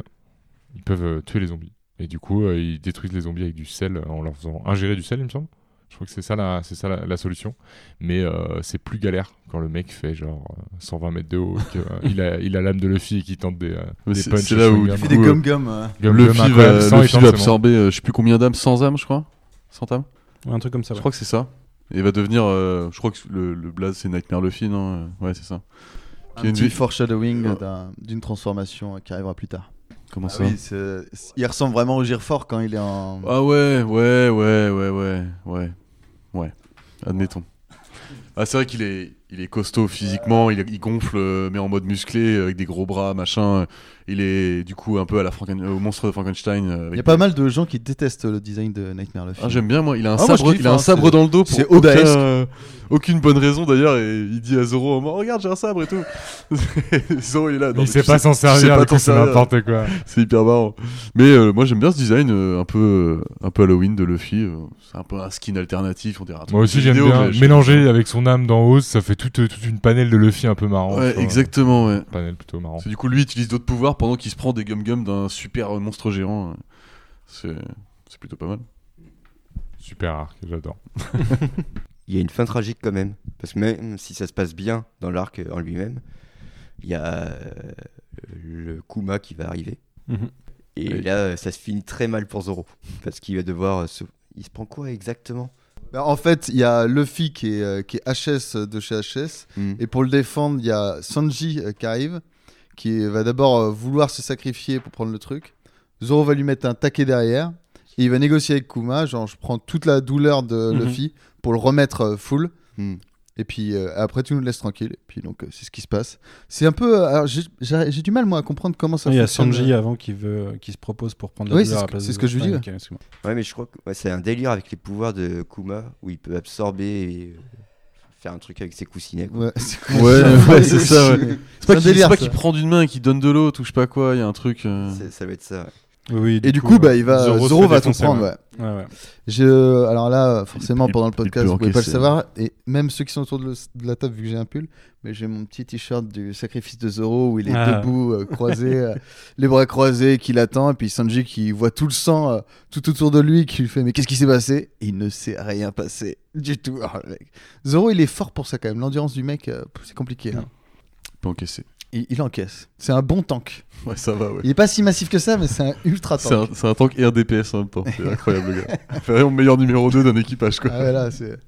[SPEAKER 8] ils peuvent euh, tuer les zombies. Et du coup, euh, ils détruisent les zombies avec du sel euh, en leur faisant ingérer du sel, il me semble. Je crois que c'est ça la, c'est ça la, la solution. Mais euh, c'est plus galère quand le mec fait genre euh, 120 mètres de haut, que, euh, il a il a l'âme de Luffy et qu'il tente des, euh,
[SPEAKER 5] Mais
[SPEAKER 8] des
[SPEAKER 5] c'est-
[SPEAKER 8] punches.
[SPEAKER 5] c'est là où,
[SPEAKER 8] chewing-gum.
[SPEAKER 5] du
[SPEAKER 6] Il fait
[SPEAKER 5] coup,
[SPEAKER 6] des
[SPEAKER 5] euh,
[SPEAKER 6] gum-gum. euh.
[SPEAKER 8] Gum-gum
[SPEAKER 5] Luffy va,
[SPEAKER 8] incroyable, sans
[SPEAKER 5] Luffy
[SPEAKER 8] étendre,
[SPEAKER 5] va
[SPEAKER 8] c'est bon.
[SPEAKER 5] absorber, euh, je sais plus combien d'âmes, sans âme, je crois. Sans âme
[SPEAKER 4] Ouais, un truc comme ça.
[SPEAKER 5] Je
[SPEAKER 4] ouais.
[SPEAKER 5] crois que c'est ça. Et il va devenir. euh, je crois que le, le blaze, c'est Nightmare Luffy, non euh, Ouais, c'est ça.
[SPEAKER 6] Un
[SPEAKER 5] Qui a une
[SPEAKER 6] petit
[SPEAKER 5] vie-
[SPEAKER 6] foreshadowing
[SPEAKER 5] Ouais.
[SPEAKER 6] d'un- d'une transformation qui arrivera plus tard.
[SPEAKER 5] Comment
[SPEAKER 6] Ah
[SPEAKER 5] ça
[SPEAKER 6] oui, c'est- c'est- il ressemble vraiment au Girfort quand il est en.
[SPEAKER 5] Ah ouais, ouais, ouais, ouais, ouais, ouais, ouais. Admettons. Ah c'est vrai qu'il est, il est costaud physiquement, il, il gonfle, euh, mais en mode musclé, avec des gros bras, machin. Il est du coup un peu à la Franken- au monstre de Frankenstein. euh,
[SPEAKER 6] Il
[SPEAKER 5] avec
[SPEAKER 6] y a pas
[SPEAKER 5] des-
[SPEAKER 6] mal de gens qui détestent le design de Nightmare Luffy.
[SPEAKER 5] Ah j'aime bien moi, il a un
[SPEAKER 6] Ah, moi, je
[SPEAKER 5] sabre,
[SPEAKER 6] kiffe,
[SPEAKER 5] il a
[SPEAKER 6] hein,
[SPEAKER 5] un sabre
[SPEAKER 6] c'est-
[SPEAKER 5] dans le dos
[SPEAKER 6] c'est
[SPEAKER 5] pour aucune,
[SPEAKER 6] Odaesque.
[SPEAKER 5] euh, aucune bonne raison d'ailleurs et il dit à Zoro en mode, regarde j'ai un sabre et tout. Zoro il est là. Non, mais
[SPEAKER 8] Il sait
[SPEAKER 5] tu
[SPEAKER 8] pas
[SPEAKER 5] sais-
[SPEAKER 8] s'en
[SPEAKER 5] tu sais
[SPEAKER 8] servir,
[SPEAKER 5] pas
[SPEAKER 8] du coup,
[SPEAKER 5] t'en
[SPEAKER 8] c'est
[SPEAKER 5] servir.
[SPEAKER 8] n'importe quoi.
[SPEAKER 5] C'est hyper marrant. Mais euh, moi j'aime bien ce design euh, un peu euh, un peu Halloween de Luffy. euh, c'est un peu un skin alternatif, on dirait. un truc
[SPEAKER 8] Moi aussi
[SPEAKER 5] de
[SPEAKER 8] j'aime
[SPEAKER 5] vidéo,
[SPEAKER 8] bien
[SPEAKER 5] mais je-
[SPEAKER 8] mélanger avec son âme dans Oz, ça fait toute, toute une panel de Luffy un peu marrant. tu
[SPEAKER 5] Ouais,
[SPEAKER 8] vois.
[SPEAKER 5] exactement. Ouais.
[SPEAKER 8] Panel plutôt marrant.
[SPEAKER 5] Parce que du coup lui utilise d'autres pouvoirs pendant qu'il se prend des gum gum d'un super euh, monstre géant. euh. C'est c'est plutôt pas mal.
[SPEAKER 8] Super arc, j'adore.
[SPEAKER 10] Il y a une fin tragique quand même, parce que même si ça se passe bien dans l'arc euh, en lui-même, il y a euh, le Kuma qui va arriver.
[SPEAKER 4] Mhm.
[SPEAKER 10] Et
[SPEAKER 5] Oui.
[SPEAKER 10] là, euh, ça se finit très mal pour Zoro, parce qu'il va devoir... euh, se... Il se prend quoi exactement
[SPEAKER 6] Bah, en fait, il y a Luffy qui est, euh, qui est HS de chez HS.
[SPEAKER 10] Hmm.
[SPEAKER 5] Mhm.
[SPEAKER 6] Et pour le défendre, il y a Sanji euh, qui arrive, qui va d'abord euh, vouloir se sacrifier pour prendre le truc. Zoro va lui mettre un taquet derrière. Et il va négocier avec Kuma, genre je prends toute la douleur de
[SPEAKER 4] Mhm.
[SPEAKER 6] Luffy pour le remettre euh, full.
[SPEAKER 10] Hmm.
[SPEAKER 6] Et puis euh, après, tu nous laisses tranquille. Et puis donc, euh, c'est ce qui se passe. C'est un peu. euh, alors, j'ai- J'ai j'ai du mal, moi, à comprendre comment ça
[SPEAKER 4] Il y a
[SPEAKER 6] fonctionne. euh,
[SPEAKER 4] Sanji avant qui, veut, euh, qui se propose pour prendre la
[SPEAKER 6] Oui,
[SPEAKER 4] douleur
[SPEAKER 6] c'est ce
[SPEAKER 4] à la
[SPEAKER 6] que-
[SPEAKER 4] place
[SPEAKER 6] c'est
[SPEAKER 4] de-
[SPEAKER 6] ce que je
[SPEAKER 4] Ah,
[SPEAKER 6] dis, ouais.
[SPEAKER 4] ok, excuse-moi.
[SPEAKER 10] Ouais, mais je crois que ouais, c'est un délire avec les pouvoirs de Kuma où il peut absorber et euh, faire un truc avec ses
[SPEAKER 4] hein.
[SPEAKER 10] coussinets. quoi.
[SPEAKER 6] Ouais, c'est
[SPEAKER 5] Ouais, ouais, c'est ça, ouais. C'est
[SPEAKER 6] un
[SPEAKER 5] pas qu'il
[SPEAKER 6] délire,
[SPEAKER 5] c'est pas
[SPEAKER 6] ça.
[SPEAKER 5] qu'il prend d'une main et qu'il donne de l'autre ou je sais pas quoi. Il y a un truc. euh,
[SPEAKER 10] C'est- Ça va être ça. ouais.
[SPEAKER 4] Oui, oui,
[SPEAKER 6] Et du coup, bah,
[SPEAKER 4] ouais.
[SPEAKER 6] il va,
[SPEAKER 4] Zoro
[SPEAKER 6] Zoro,
[SPEAKER 4] se fait
[SPEAKER 6] va
[SPEAKER 4] défoncer,
[SPEAKER 6] comprendre.
[SPEAKER 4] ouais.
[SPEAKER 6] ouais.
[SPEAKER 4] Ouais, ouais.
[SPEAKER 6] Je, alors là, forcément,
[SPEAKER 5] il-
[SPEAKER 6] pendant le
[SPEAKER 5] il
[SPEAKER 6] podcast,
[SPEAKER 5] peut
[SPEAKER 6] vous pouvez pas le
[SPEAKER 5] encaisser.
[SPEAKER 6] savoir, et même ceux qui sont autour de, le- de la table, vu que j'ai un pull, mais j'ai mon petit t-shirt du sacrifice de Zoro où il est
[SPEAKER 4] Ah.
[SPEAKER 6] debout, euh, croisé, euh, les bras croisés, qui l'attend, et puis Sanji qui voit tout le sang euh, tout autour de lui, qui lui fait Mais qu'est-ce qui s'est passé Et il ne s'est rien passé du tout. Ah, le mec. Zoro, il est fort pour ça quand même. L'endurance du mec, euh, c'est compliqué. hein.
[SPEAKER 5] Pas encaissé.
[SPEAKER 6] Il, il encaisse. C'est un bon tank.
[SPEAKER 5] Ouais, ça va. Ouais.
[SPEAKER 6] Il est pas si massif que ça, mais c'est un ultra tank.
[SPEAKER 5] C'est un, c'est un tank et un DPS en même temps. C'est incroyable, le gars. C'est vraiment le meilleur numéro 2 d'un équipage, quoi.
[SPEAKER 6] Ah ouais, là, c'est.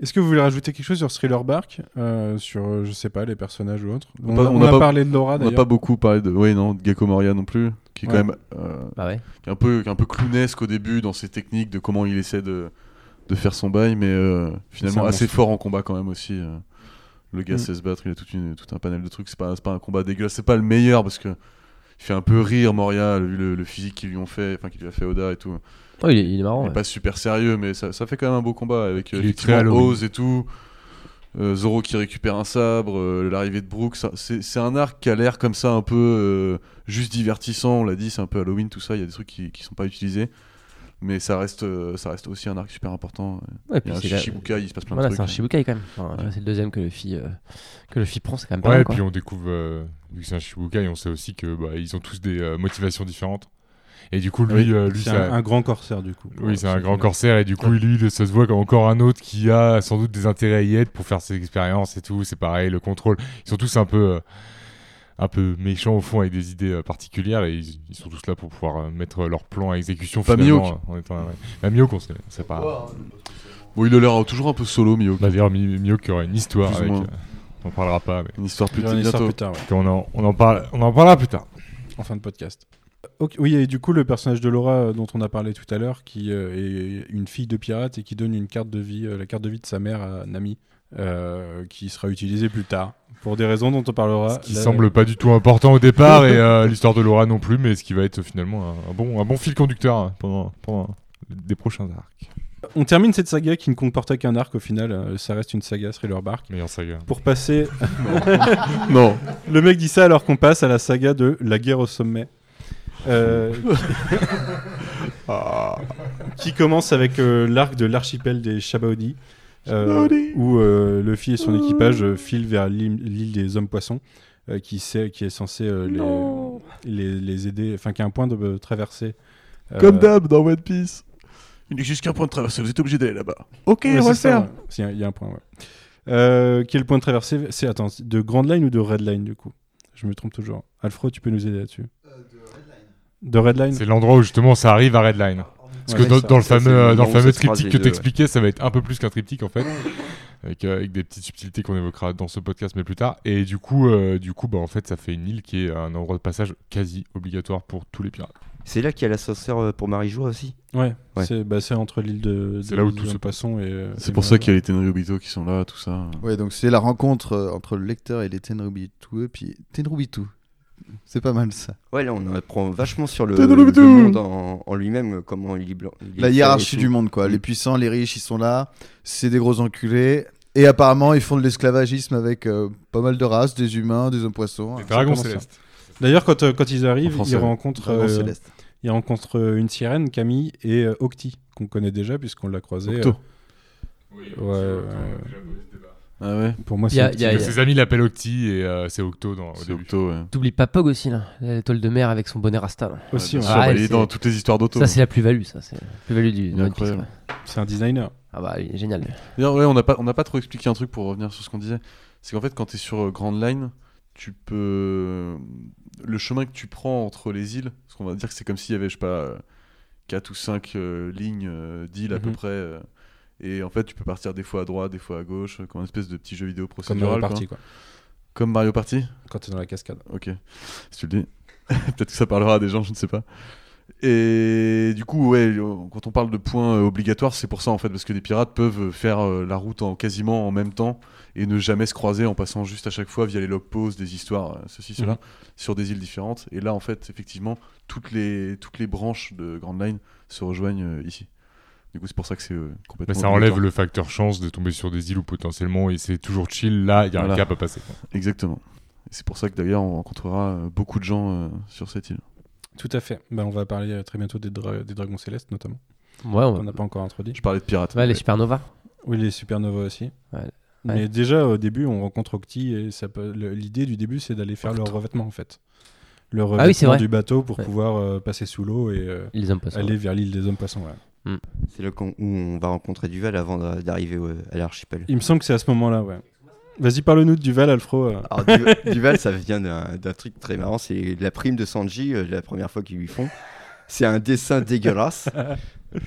[SPEAKER 4] Est-ce que vous voulez rajouter quelque chose sur Thriller Bark euh, Sur, euh, je sais pas, les personnages ou autres On,
[SPEAKER 5] pas-
[SPEAKER 4] a-
[SPEAKER 5] on
[SPEAKER 4] on
[SPEAKER 5] a
[SPEAKER 4] a
[SPEAKER 5] pas-
[SPEAKER 4] parlé de Laura
[SPEAKER 5] On n'a
[SPEAKER 4] d'ailleurs.
[SPEAKER 5] pas beaucoup parlé de. Oui, non, de Gecko Moria non plus. Qui est
[SPEAKER 4] Ouais.
[SPEAKER 5] quand même. euh,
[SPEAKER 7] Bah ouais.
[SPEAKER 5] qui est un peu, qui est un peu clownesque au début dans ses techniques, de comment il essaie de, de faire son bail, mais euh,
[SPEAKER 4] C'est
[SPEAKER 5] finalement
[SPEAKER 4] un
[SPEAKER 5] assez
[SPEAKER 4] monstre.
[SPEAKER 5] fort en combat quand même aussi. euh. Le gars
[SPEAKER 4] Mm.
[SPEAKER 5] sait se battre, il a tout, une, tout un panel de trucs, c'est pas, c'est pas un combat dégueulasse, c'est pas le meilleur parce que il fait un peu rire Moria, vu le, le physique qu'ils lui ont fait, enfin qu'il lui a fait Oda et tout.
[SPEAKER 7] Oh, il est, il est
[SPEAKER 5] Il
[SPEAKER 7] marrant.
[SPEAKER 5] est
[SPEAKER 7] ouais.
[SPEAKER 5] pas super sérieux, mais ça, ça fait quand même un beau combat avec euh,
[SPEAKER 8] Il est très
[SPEAKER 5] effectivement
[SPEAKER 8] Halloween.
[SPEAKER 5] Oz et tout. euh, Zoro qui récupère un sabre, euh, l'arrivée de Brook, ça- c'est c'est un arc qui a l'air comme ça un peu euh, juste divertissant, on l'a dit, c'est un peu Halloween tout ça, il y a des trucs qui, qui sont pas utilisés. mais ça reste, euh, ça reste aussi un arc super important.
[SPEAKER 7] Ouais,
[SPEAKER 5] Il y
[SPEAKER 7] puis
[SPEAKER 5] a un
[SPEAKER 7] c'est la-
[SPEAKER 5] Shichibukai, il se passe plein
[SPEAKER 7] Voilà,
[SPEAKER 5] de
[SPEAKER 7] c'est un
[SPEAKER 5] trucs.
[SPEAKER 7] Shibukai quand même. Enfin, tu vois, C'est le deuxième que le fille, euh, que le fille prend, c'est quand même pas
[SPEAKER 8] Ouais,
[SPEAKER 7] mal.
[SPEAKER 8] et
[SPEAKER 7] quoi.
[SPEAKER 8] puis on découvre, euh, vu que c'est un Shibukai, on sait aussi que bah, ils ont tous des euh, motivations différentes. Et du coup, lui,
[SPEAKER 4] Oui,
[SPEAKER 8] euh, lui
[SPEAKER 4] c'est
[SPEAKER 8] ça-
[SPEAKER 4] un, un grand corsaire du coup.
[SPEAKER 8] Oui, c'est un
[SPEAKER 4] Voilà,
[SPEAKER 8] grand corsaire et du coup, lui, le- ça se voit qu'encore un autre qui a sans doute des intérêts à y être pour faire ses expériences et tout. C'est pareil, le contrôle. Ils sont tous un peu, euh, un peu méchants au fond avec des idées euh, particulières et ils, ils sont tous là pour pouvoir euh, mettre leur plan à exécution.
[SPEAKER 5] Pas
[SPEAKER 8] finalement,
[SPEAKER 5] Mihawk.
[SPEAKER 8] euh, en étant, ouais. Bah, Mihawk, on sait, on sait pas.
[SPEAKER 5] Bon, il a l'air toujours un peu solo, Mio.
[SPEAKER 8] Bah, D'ailleurs, Mi- Mihawk il y aura une histoire.
[SPEAKER 5] Plus ou
[SPEAKER 8] Avec,
[SPEAKER 5] moins.
[SPEAKER 8] euh, on en parlera pas, mais
[SPEAKER 5] Une histoire
[SPEAKER 4] Il
[SPEAKER 5] plus
[SPEAKER 4] y aura
[SPEAKER 5] tard
[SPEAKER 4] une histoire
[SPEAKER 5] bientôt.
[SPEAKER 4] plus tard, ouais,
[SPEAKER 8] qu'on en, on en parle, on en parlera plus tard.
[SPEAKER 4] en fin de podcast. Ok, Oui, et du coup, le personnage de Laura euh, dont on a parlé tout à l'heure, qui euh, est une fille de pirate et qui donne une carte de vie, euh, la carte de vie de sa mère à Nami, euh, qui sera utilisée plus tard, pour des raisons dont on parlera.
[SPEAKER 8] Ce qui
[SPEAKER 4] la-
[SPEAKER 8] semble pas du tout important au départ et euh, l'histoire de Laura non plus, mais ce qui va être euh, finalement un, un bon, un bon fil conducteur hein, pendant, pendant des prochains arcs.
[SPEAKER 4] On termine cette saga qui ne comportait qu'un arc au final, euh, ça reste une saga Thriller Bark.
[SPEAKER 8] Meilleure saga.
[SPEAKER 4] Pour passer
[SPEAKER 5] Non,
[SPEAKER 7] Euh,
[SPEAKER 4] Le mec dit ça alors qu'on passe à la saga de la guerre au sommet. Euh, qui commence avec euh, l'arc de l'archipel des Shabaudi, euh, où euh, Luffy et son équipage euh, filent vers l'île l'île des hommes-poissons, euh, qui, sait- qui est censé euh, les- les, les aider, enfin qui a un point de euh, traversée. euh,
[SPEAKER 5] comme d'hab dans One Piece. Il n'existe qu'un point de traversée, vous êtes obligé d'aller là-bas. Ok,
[SPEAKER 4] Ouais,
[SPEAKER 5] on va le
[SPEAKER 4] c'est ça,
[SPEAKER 5] faire.
[SPEAKER 4] ouais. C'est un- Il y, a un point, ouais. Euh, quel point de traversée C'est attends, c'est de Grand Line ou de Red Line du coup Je me trompe toujours. Alfro, tu peux nous aider là-dessus Euh, De Red Line.
[SPEAKER 8] C'est l'endroit où justement ça arrive à Redline. Parce que
[SPEAKER 4] Ouais,
[SPEAKER 8] dans,
[SPEAKER 4] c'est
[SPEAKER 8] dans le
[SPEAKER 10] ça,
[SPEAKER 8] fameux,
[SPEAKER 10] c'est
[SPEAKER 8] euh,
[SPEAKER 10] le
[SPEAKER 8] dans le
[SPEAKER 10] moment où
[SPEAKER 8] fameux
[SPEAKER 10] ça se croise
[SPEAKER 8] triptyque
[SPEAKER 10] les
[SPEAKER 8] que
[SPEAKER 10] deux,
[SPEAKER 8] t'expliquais, ça va être un peu plus qu'un triptyque en fait. Avec, euh, avec des petites subtilités qu'on évoquera dans ce podcast mais plus tard et du coup euh, du coup bah en fait ça fait une île qui est un endroit de passage quasi obligatoire pour tous les pirates
[SPEAKER 10] C'est là qu'il y a la sorcière euh, pour Marie-Jo aussi.
[SPEAKER 4] Ouais,
[SPEAKER 10] Ouais.
[SPEAKER 4] c'est bah, c'est entre l'île de.
[SPEAKER 8] C'est
[SPEAKER 4] de-
[SPEAKER 8] là où
[SPEAKER 4] de
[SPEAKER 8] tout se passe.
[SPEAKER 4] Poisson et. euh, et
[SPEAKER 5] C'est pour ça
[SPEAKER 4] Marie-Jo.
[SPEAKER 5] qu'il y a les Tenryubito qui sont là, tout ça.
[SPEAKER 9] Ouais, donc c'est la rencontre euh, entre le lecteur et les Tenrubitu. Et puis Tenrubitu. C'est pas mal ça.
[SPEAKER 10] Ouais, là on apprend vachement sur le,
[SPEAKER 5] Tadadabadou.
[SPEAKER 10] le monde en, en lui-même, euh, comment il est blanc. il est
[SPEAKER 9] La
[SPEAKER 10] fait
[SPEAKER 9] hiérarchie
[SPEAKER 10] et
[SPEAKER 9] du
[SPEAKER 10] tout. Mm.
[SPEAKER 9] monde, quoi. Les puissants, les riches, ils sont là. C'est des gros enculés. Et apparemment, ils font de l'esclavagisme avec euh, pas mal de races, des humains, des hommes-poissons.
[SPEAKER 8] les
[SPEAKER 9] Ça
[SPEAKER 8] dragons
[SPEAKER 9] commence
[SPEAKER 8] célestes
[SPEAKER 4] D'ailleurs, quand, euh, quand ils
[SPEAKER 5] En
[SPEAKER 4] arrivent,
[SPEAKER 5] français,
[SPEAKER 4] ils
[SPEAKER 5] ouais.
[SPEAKER 9] là.
[SPEAKER 4] rencontrent,
[SPEAKER 9] Dragons
[SPEAKER 4] euh,
[SPEAKER 9] célestes.
[SPEAKER 4] ils rencontrent euh, une sirène, Camille, et euh, Octi, qu'on connaît déjà puisqu'on l'a euh, croisé.
[SPEAKER 5] Octo.
[SPEAKER 4] ouais, ouais.
[SPEAKER 5] Ah ouais
[SPEAKER 4] Pour moi,
[SPEAKER 7] Il y a-
[SPEAKER 4] c'est.
[SPEAKER 7] il y a-
[SPEAKER 4] Octi.
[SPEAKER 8] Que euh, ses amis l'appellent Octi et euh, c'est Octo dans, au
[SPEAKER 5] C'est
[SPEAKER 8] début
[SPEAKER 5] Octo, ouais.
[SPEAKER 7] T'oublies pas Pog aussi, là, l'étoile de mer avec son bonnet rasta. là.
[SPEAKER 4] Aussi, hein.
[SPEAKER 5] Ouais,
[SPEAKER 4] ouais.
[SPEAKER 5] bien sûr, bah,
[SPEAKER 7] Ouais,
[SPEAKER 5] il est
[SPEAKER 7] c'est-
[SPEAKER 5] dans toutes les histoires d'Octo.
[SPEAKER 7] Ça, c'est la plus-value, ça. C'est la plus-value du.
[SPEAKER 5] est
[SPEAKER 7] One Piece,
[SPEAKER 5] incroyable.
[SPEAKER 7] ouais.
[SPEAKER 4] c'est un designer.
[SPEAKER 7] Ah bah, il est génial. lui.
[SPEAKER 5] D'ailleurs, ouais, on n'a pas, on n'a pas trop expliqué un truc pour revenir sur ce qu'on disait. C'est qu'en fait, quand tu es sur euh, Grand Line, tu peux. Le chemin que tu prends entre les îles, parce qu'on va dire que c'est comme s'il y avait, je sais pas, euh, quatre ou cinq euh, lignes euh, d'îles à peu
[SPEAKER 4] Mhm.
[SPEAKER 5] près. euh, et en fait, tu peux partir des fois à droite, des fois à gauche, euh, comme une espèce de petit jeu vidéo
[SPEAKER 4] Comme dans
[SPEAKER 5] procédural.
[SPEAKER 4] la
[SPEAKER 5] quoi.
[SPEAKER 4] partie, quoi.
[SPEAKER 5] Comme Mario Party
[SPEAKER 4] Quand t'es dans la cascade.
[SPEAKER 5] Ok, si tu le dis. Peut-être que ça parlera à des gens, je ne sais pas. Et du coup, ouais, on- quand on parle de points euh, obligatoires, c'est pour ça en fait, parce que les pirates peuvent faire euh, la route en quasiment en même temps et ne jamais se croiser en passant juste à chaque fois via les log posts, des histoires, euh, ceci, cela,
[SPEAKER 4] Mhm.
[SPEAKER 5] sur des îles différentes. Et là, en fait, effectivement, toutes les, toutes les branches de Grand Line se rejoignent euh, ici. Du coup, c'est pour ça que c'est euh, complètement.
[SPEAKER 8] Bah, ça enlève
[SPEAKER 5] obligatoire.
[SPEAKER 8] le facteur chance de tomber sur des îles où potentiellement et c'est toujours chill là il y a
[SPEAKER 5] Voilà.
[SPEAKER 8] un cap à passer quoi.
[SPEAKER 5] Exactement. Et C'est pour ça que d'ailleurs, on rencontrera euh, beaucoup de gens euh, sur cette île.
[SPEAKER 4] Tout à fait. Bah, on va parler euh, très bientôt des, dra- des dragons célestes, notamment.
[SPEAKER 7] Ouais, on
[SPEAKER 4] On n'a pas encore introduit.
[SPEAKER 5] Je parlais de pirates.
[SPEAKER 7] Ouais, les supernovas.
[SPEAKER 4] Oui, les supernovas aussi.
[SPEAKER 7] Ouais.
[SPEAKER 4] Mais déjà, au début, on rencontre Octi et ça peut- le- l'idée du début, c'est d'aller faire leur revêtement en fait. Le revêtement
[SPEAKER 7] Oh, Ah oui, c'est vrai.
[SPEAKER 4] du bateau pour
[SPEAKER 7] Ouais.
[SPEAKER 4] pouvoir euh, passer sous l'eau et euh,
[SPEAKER 7] Ils les hommes poissons.
[SPEAKER 4] aller vers l'île des hommes poissons. ouais.
[SPEAKER 10] C'est là qu'on- où on va rencontrer Duval avant d'a- d'arriver au- à l'archipel.
[SPEAKER 4] Il me semble que c'est à ce moment-là, ouais. Vas-y, parle-nous de Duval, Alfro. euh.
[SPEAKER 10] Alors, Du- Duval, ça vient d'un d'un truc très marrant, c'est la prime de Sanji, euh, la première fois qu'ils lui font. C'est un dessin dégueulasse.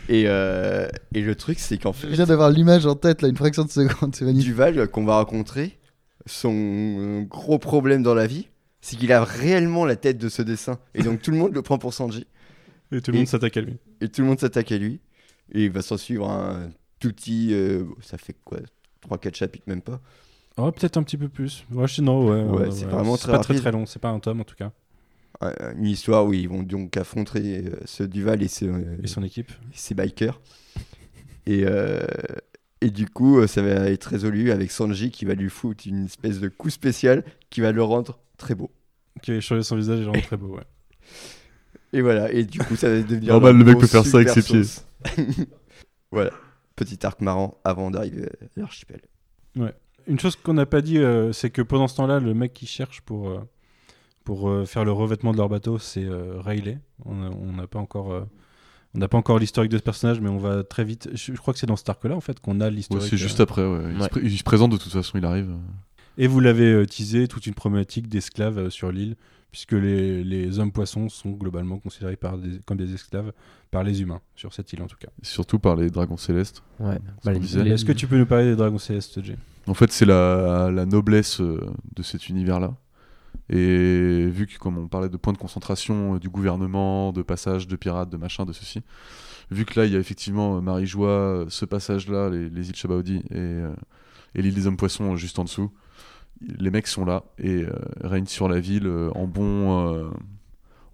[SPEAKER 10] Et, euh, et le truc, c'est qu'en
[SPEAKER 9] Je
[SPEAKER 10] fait,
[SPEAKER 9] viens d'avoir l'image en tête, là, une fraction de seconde. C'est magnifique.
[SPEAKER 10] Duval, euh, qu'on va rencontrer, son euh, gros problème dans la vie, c'est qu'il a réellement la tête de ce dessin. Et donc, tout le monde le prend pour Sanji.
[SPEAKER 4] Et tout le
[SPEAKER 10] Et-
[SPEAKER 4] monde s'attaque à lui.
[SPEAKER 10] Et tout le monde s'attaque à lui. Et il va s'en suivre un tout petit. euh, ça fait quoi 3-4 chapitres, même pas.
[SPEAKER 4] Oh, peut-être un petit peu plus. Ouais, je- non, ouais.
[SPEAKER 10] Ouais, c'est vraiment très
[SPEAKER 4] pas très
[SPEAKER 10] rapide.
[SPEAKER 4] très long, c'est pas un tome en tout cas.
[SPEAKER 10] Un- Euh, Une histoire où ils vont donc affronter euh, ce Duval et ce, euh,
[SPEAKER 4] Et son équipe.
[SPEAKER 10] ses bikers. Et, euh, et du coup, euh, ça va être résolu avec Sanji qui va lui foutre une espèce de coup spécial qui va le rendre très beau.
[SPEAKER 4] Qui a changé son visage et le rend très beau, ouais.
[SPEAKER 10] Et voilà, et du coup, ça va devenir.
[SPEAKER 5] Normal,
[SPEAKER 10] leur
[SPEAKER 5] le mec
[SPEAKER 10] gros
[SPEAKER 5] peut faire ça avec
[SPEAKER 10] super
[SPEAKER 5] ses pieds.
[SPEAKER 10] sauce. voilà, petit arc marrant avant d'arriver à l'archipel.
[SPEAKER 4] Une chose qu'on n'a pas dit, euh, c'est que pendant ce temps-là, le mec qui cherche pour, euh, pour euh, faire le revêtement de leur bateau, c'est euh, Riley. On a- on n'a pas encore. euh, on n'a pas encore l'historique de ce personnage, mais on va très vite. Je, je crois que c'est dans cet arc-là, en fait, qu'on a
[SPEAKER 5] Ouais,
[SPEAKER 4] l'historique.
[SPEAKER 5] c'est juste
[SPEAKER 4] euh.
[SPEAKER 5] après, ouais. Il,
[SPEAKER 7] Ouais.
[SPEAKER 5] Se pré- il se présente de toute façon, il arrive.
[SPEAKER 4] Et vous l'avez euh, teasé, toute une problématique d'esclaves euh, sur l'île, puisque les, les hommes-poissons sont globalement considérés par des- comme des esclaves par les humains, sur cette île en tout cas.
[SPEAKER 5] Surtout par les dragons célestes.
[SPEAKER 7] Ouais.
[SPEAKER 5] Bah, les- les-
[SPEAKER 4] Est-ce que tu peux nous parler des dragons célestes, Jay
[SPEAKER 5] En fait, c'est la, la noblesse euh, de cet univers-là. Et vu que, comme on parlait de points de concentration euh, du gouvernement, de passage de pirates, de machin, de ceci, vu que là, il y a effectivement euh, Marie-Joie, euh, ce passage-là, les, les îles Chabaudi et, euh, et l'île des Hommes-Poissons euh, juste en dessous, les mecs sont là et euh, règnent sur la ville euh, en bon, euh,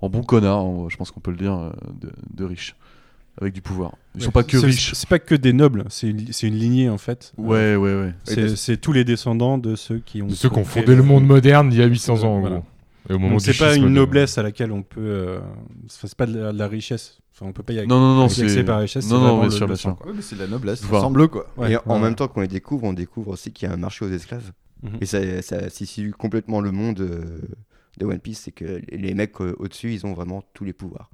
[SPEAKER 5] en bon connard, en- je pense qu'on peut le dire, euh, de, de riches, avec du pouvoir. Ils sont pas que
[SPEAKER 4] C'est-
[SPEAKER 5] riches.
[SPEAKER 4] C'est pas que des nobles, c'est une, c'est une lignée en fait.
[SPEAKER 5] Ouais, ouais, ouais.
[SPEAKER 4] C'est c'est tous les descendants de ceux qui ont.
[SPEAKER 8] De ceux qui ont
[SPEAKER 4] créé
[SPEAKER 8] fondé le monde moderne il y a 800 ans, en
[SPEAKER 4] euh, Voilà.
[SPEAKER 8] gros. Et au moment
[SPEAKER 4] Donc
[SPEAKER 8] du
[SPEAKER 4] c'est pas
[SPEAKER 8] schisme
[SPEAKER 4] une
[SPEAKER 8] de-
[SPEAKER 4] noblesse à laquelle on peut. euh, enfin, C'est pas de la, de la richesse. Enfin, on peut pas y
[SPEAKER 5] Non, non, non,
[SPEAKER 4] c'est
[SPEAKER 5] c'est.
[SPEAKER 4] par la richesse. c'est
[SPEAKER 5] Non, non,
[SPEAKER 4] vraiment
[SPEAKER 5] bien
[SPEAKER 4] le-
[SPEAKER 5] sûr,
[SPEAKER 4] le
[SPEAKER 5] bien
[SPEAKER 4] sang,
[SPEAKER 5] sûr.
[SPEAKER 4] quoi.
[SPEAKER 6] Oui, mais c'est de la noblesse,
[SPEAKER 5] Voir.
[SPEAKER 6] semble quoi.
[SPEAKER 4] Ouais,
[SPEAKER 10] et en
[SPEAKER 4] ouais.
[SPEAKER 10] même temps qu'on les découvre, on découvre aussi qu'il y a un marché aux esclaves.
[SPEAKER 4] Mhm.
[SPEAKER 10] Et ça, ça situe complètement le monde euh, de One Piece. C'est que les- les mecs euh, au-dessus, ils ont vraiment tous les pouvoirs.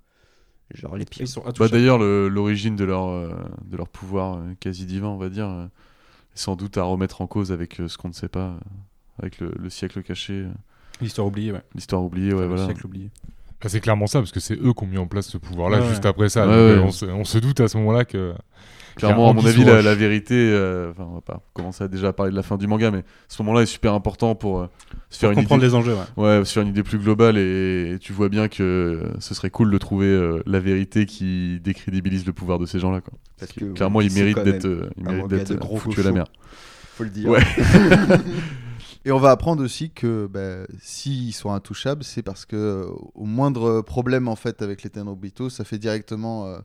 [SPEAKER 10] Genre les pires.
[SPEAKER 4] Ils sont
[SPEAKER 5] Bah,
[SPEAKER 4] intouchables.
[SPEAKER 5] D'ailleurs, le- l'origine de, leur euh, de leur pouvoir euh, quasi divin, on va dire, euh, est sans doute à remettre en cause avec euh, ce qu'on ne sait pas, euh, avec le, le siècle caché, euh,
[SPEAKER 4] L'histoire oubliée, ouais.
[SPEAKER 5] l'histoire oubliée, ouais,
[SPEAKER 4] Le
[SPEAKER 5] voilà.
[SPEAKER 4] siècle oublié.
[SPEAKER 8] Bah, c'est clairement ça, parce que c'est eux qui ont mis en place ce pouvoir-là
[SPEAKER 4] Ouais,
[SPEAKER 8] juste
[SPEAKER 4] ouais.
[SPEAKER 8] après ça.
[SPEAKER 5] Ouais,
[SPEAKER 8] donc, euh,
[SPEAKER 5] ouais.
[SPEAKER 8] on, se, on se doute à ce moment-là que.
[SPEAKER 5] Clairement, à mon
[SPEAKER 8] Ambis
[SPEAKER 5] avis, la,
[SPEAKER 8] Roche.
[SPEAKER 5] la vérité, euh, enfin, on va pas commencer à déjà parler de la fin du manga, mais ce moment-là est super important pour euh, se
[SPEAKER 4] Pour
[SPEAKER 5] faire une idée
[SPEAKER 4] comprendre les enjeux, ouais.
[SPEAKER 5] Ouais, sur une idée plus globale, et, et tu vois bien que ce serait cool de trouver euh, la vérité qui décrédibilise le pouvoir de ces gens-là. quoi. Parce
[SPEAKER 10] Parce que
[SPEAKER 5] que, clairement, ils
[SPEAKER 10] c'est
[SPEAKER 5] méritent
[SPEAKER 10] quand même
[SPEAKER 5] d'être euh, ils
[SPEAKER 10] un
[SPEAKER 5] méritent
[SPEAKER 10] manga
[SPEAKER 5] d'être,
[SPEAKER 10] de
[SPEAKER 5] euh,
[SPEAKER 10] gros
[SPEAKER 5] foutus à la
[SPEAKER 10] fauchons.
[SPEAKER 5] mer.
[SPEAKER 10] Faut le dire.
[SPEAKER 5] Ouais.
[SPEAKER 6] Et on va apprendre aussi que bah, s'ils sont intouchables, c'est parce que euh, au moindre problème en fait avec les Tenobito, ça fait directement. euh,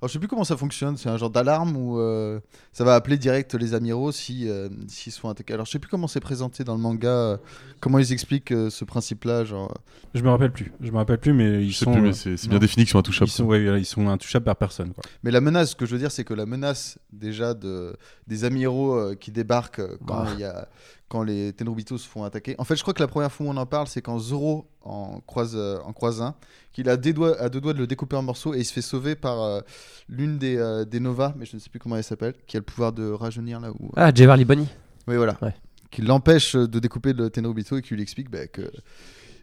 [SPEAKER 6] Alors je sais plus comment ça fonctionne. C'est un genre d'alarme où euh, ça va appeler direct les amiraux si euh, s'ils sont attaqués. Alors je sais plus comment c'est présenté dans le manga. euh, comment ils expliquent euh, ce principe-là, genre.
[SPEAKER 4] Je me rappelle plus. Je me rappelle plus, mais ils
[SPEAKER 5] Je sais
[SPEAKER 4] sont.
[SPEAKER 5] plus,
[SPEAKER 4] euh,
[SPEAKER 5] mais c'est c'est
[SPEAKER 6] non.
[SPEAKER 5] bien défini qu'ils sont intouchables.
[SPEAKER 4] Ils sont, ouais, voilà, ils sont intouchables par personne. Quoi.
[SPEAKER 6] Mais la menace, ce que je veux dire, c'est que la menace déjà de, des amiraux euh, qui débarquent euh, quand,
[SPEAKER 5] Bah.
[SPEAKER 6] il y a, quand les Tenrubito se font attaquer. En fait, je crois que la première fois où on en parle, c'est quand Zoro en croise, euh, en croise un, qu'il a des doigts, à deux doigts de le découper en morceaux et il se fait sauver par euh, l'une des, euh, des Nova, mais je ne sais plus comment elle s'appelle, qui a le pouvoir de rajeunir là où. euh,
[SPEAKER 7] Ah, Jevarly Bonny.
[SPEAKER 6] Oui, voilà.
[SPEAKER 7] Ouais.
[SPEAKER 6] Qui l'empêche de découper le Tenrubito et qui lui explique bah, que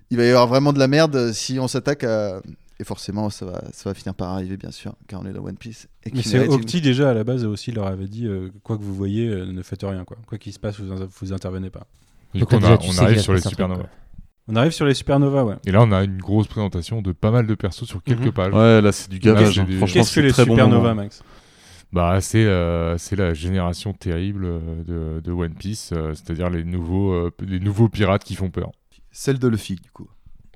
[SPEAKER 6] il va y avoir vraiment de la merde si on s'attaque à. Et forcément, ça va, ça va finir par arriver, bien sûr, car on est dans One Piece. Et
[SPEAKER 4] Mais
[SPEAKER 6] qu'il
[SPEAKER 4] c'est
[SPEAKER 6] mérite une-
[SPEAKER 4] Octi déjà à la base aussi leur avait dit euh, quoi que vous voyez, euh, ne faites rien quoi. Quoi qu'il se passe, vous, in- vous intervenez pas.
[SPEAKER 8] Du
[SPEAKER 7] Donc,
[SPEAKER 8] coup, on,
[SPEAKER 7] t'as déjà-
[SPEAKER 8] a-
[SPEAKER 7] tu
[SPEAKER 8] on
[SPEAKER 7] sais qu'il
[SPEAKER 8] arrive
[SPEAKER 7] va
[SPEAKER 8] sur
[SPEAKER 7] se
[SPEAKER 8] les
[SPEAKER 7] passer un truc,
[SPEAKER 8] supernovas.
[SPEAKER 7] quoi.
[SPEAKER 4] On arrive sur les supernovas, ouais.
[SPEAKER 8] Et là, on a une grosse présentation de pas mal de persos sur quelques
[SPEAKER 4] Mhm.
[SPEAKER 8] pages.
[SPEAKER 5] Ouais, là c'est du gavage.
[SPEAKER 8] Qu'est-ce-
[SPEAKER 5] hein.
[SPEAKER 8] qu'est-ce
[SPEAKER 5] Franchement,
[SPEAKER 4] Qu'est-ce
[SPEAKER 5] c'est
[SPEAKER 4] que les
[SPEAKER 5] très bon
[SPEAKER 4] supernovas,
[SPEAKER 5] moment.
[SPEAKER 4] Max
[SPEAKER 8] Bah, c'est euh, c'est la génération terrible euh, de, de One Piece, euh, c'est-à-dire les nouveaux euh, les nouveaux pirates qui font peur.
[SPEAKER 6] Celle de Luffy, du coup.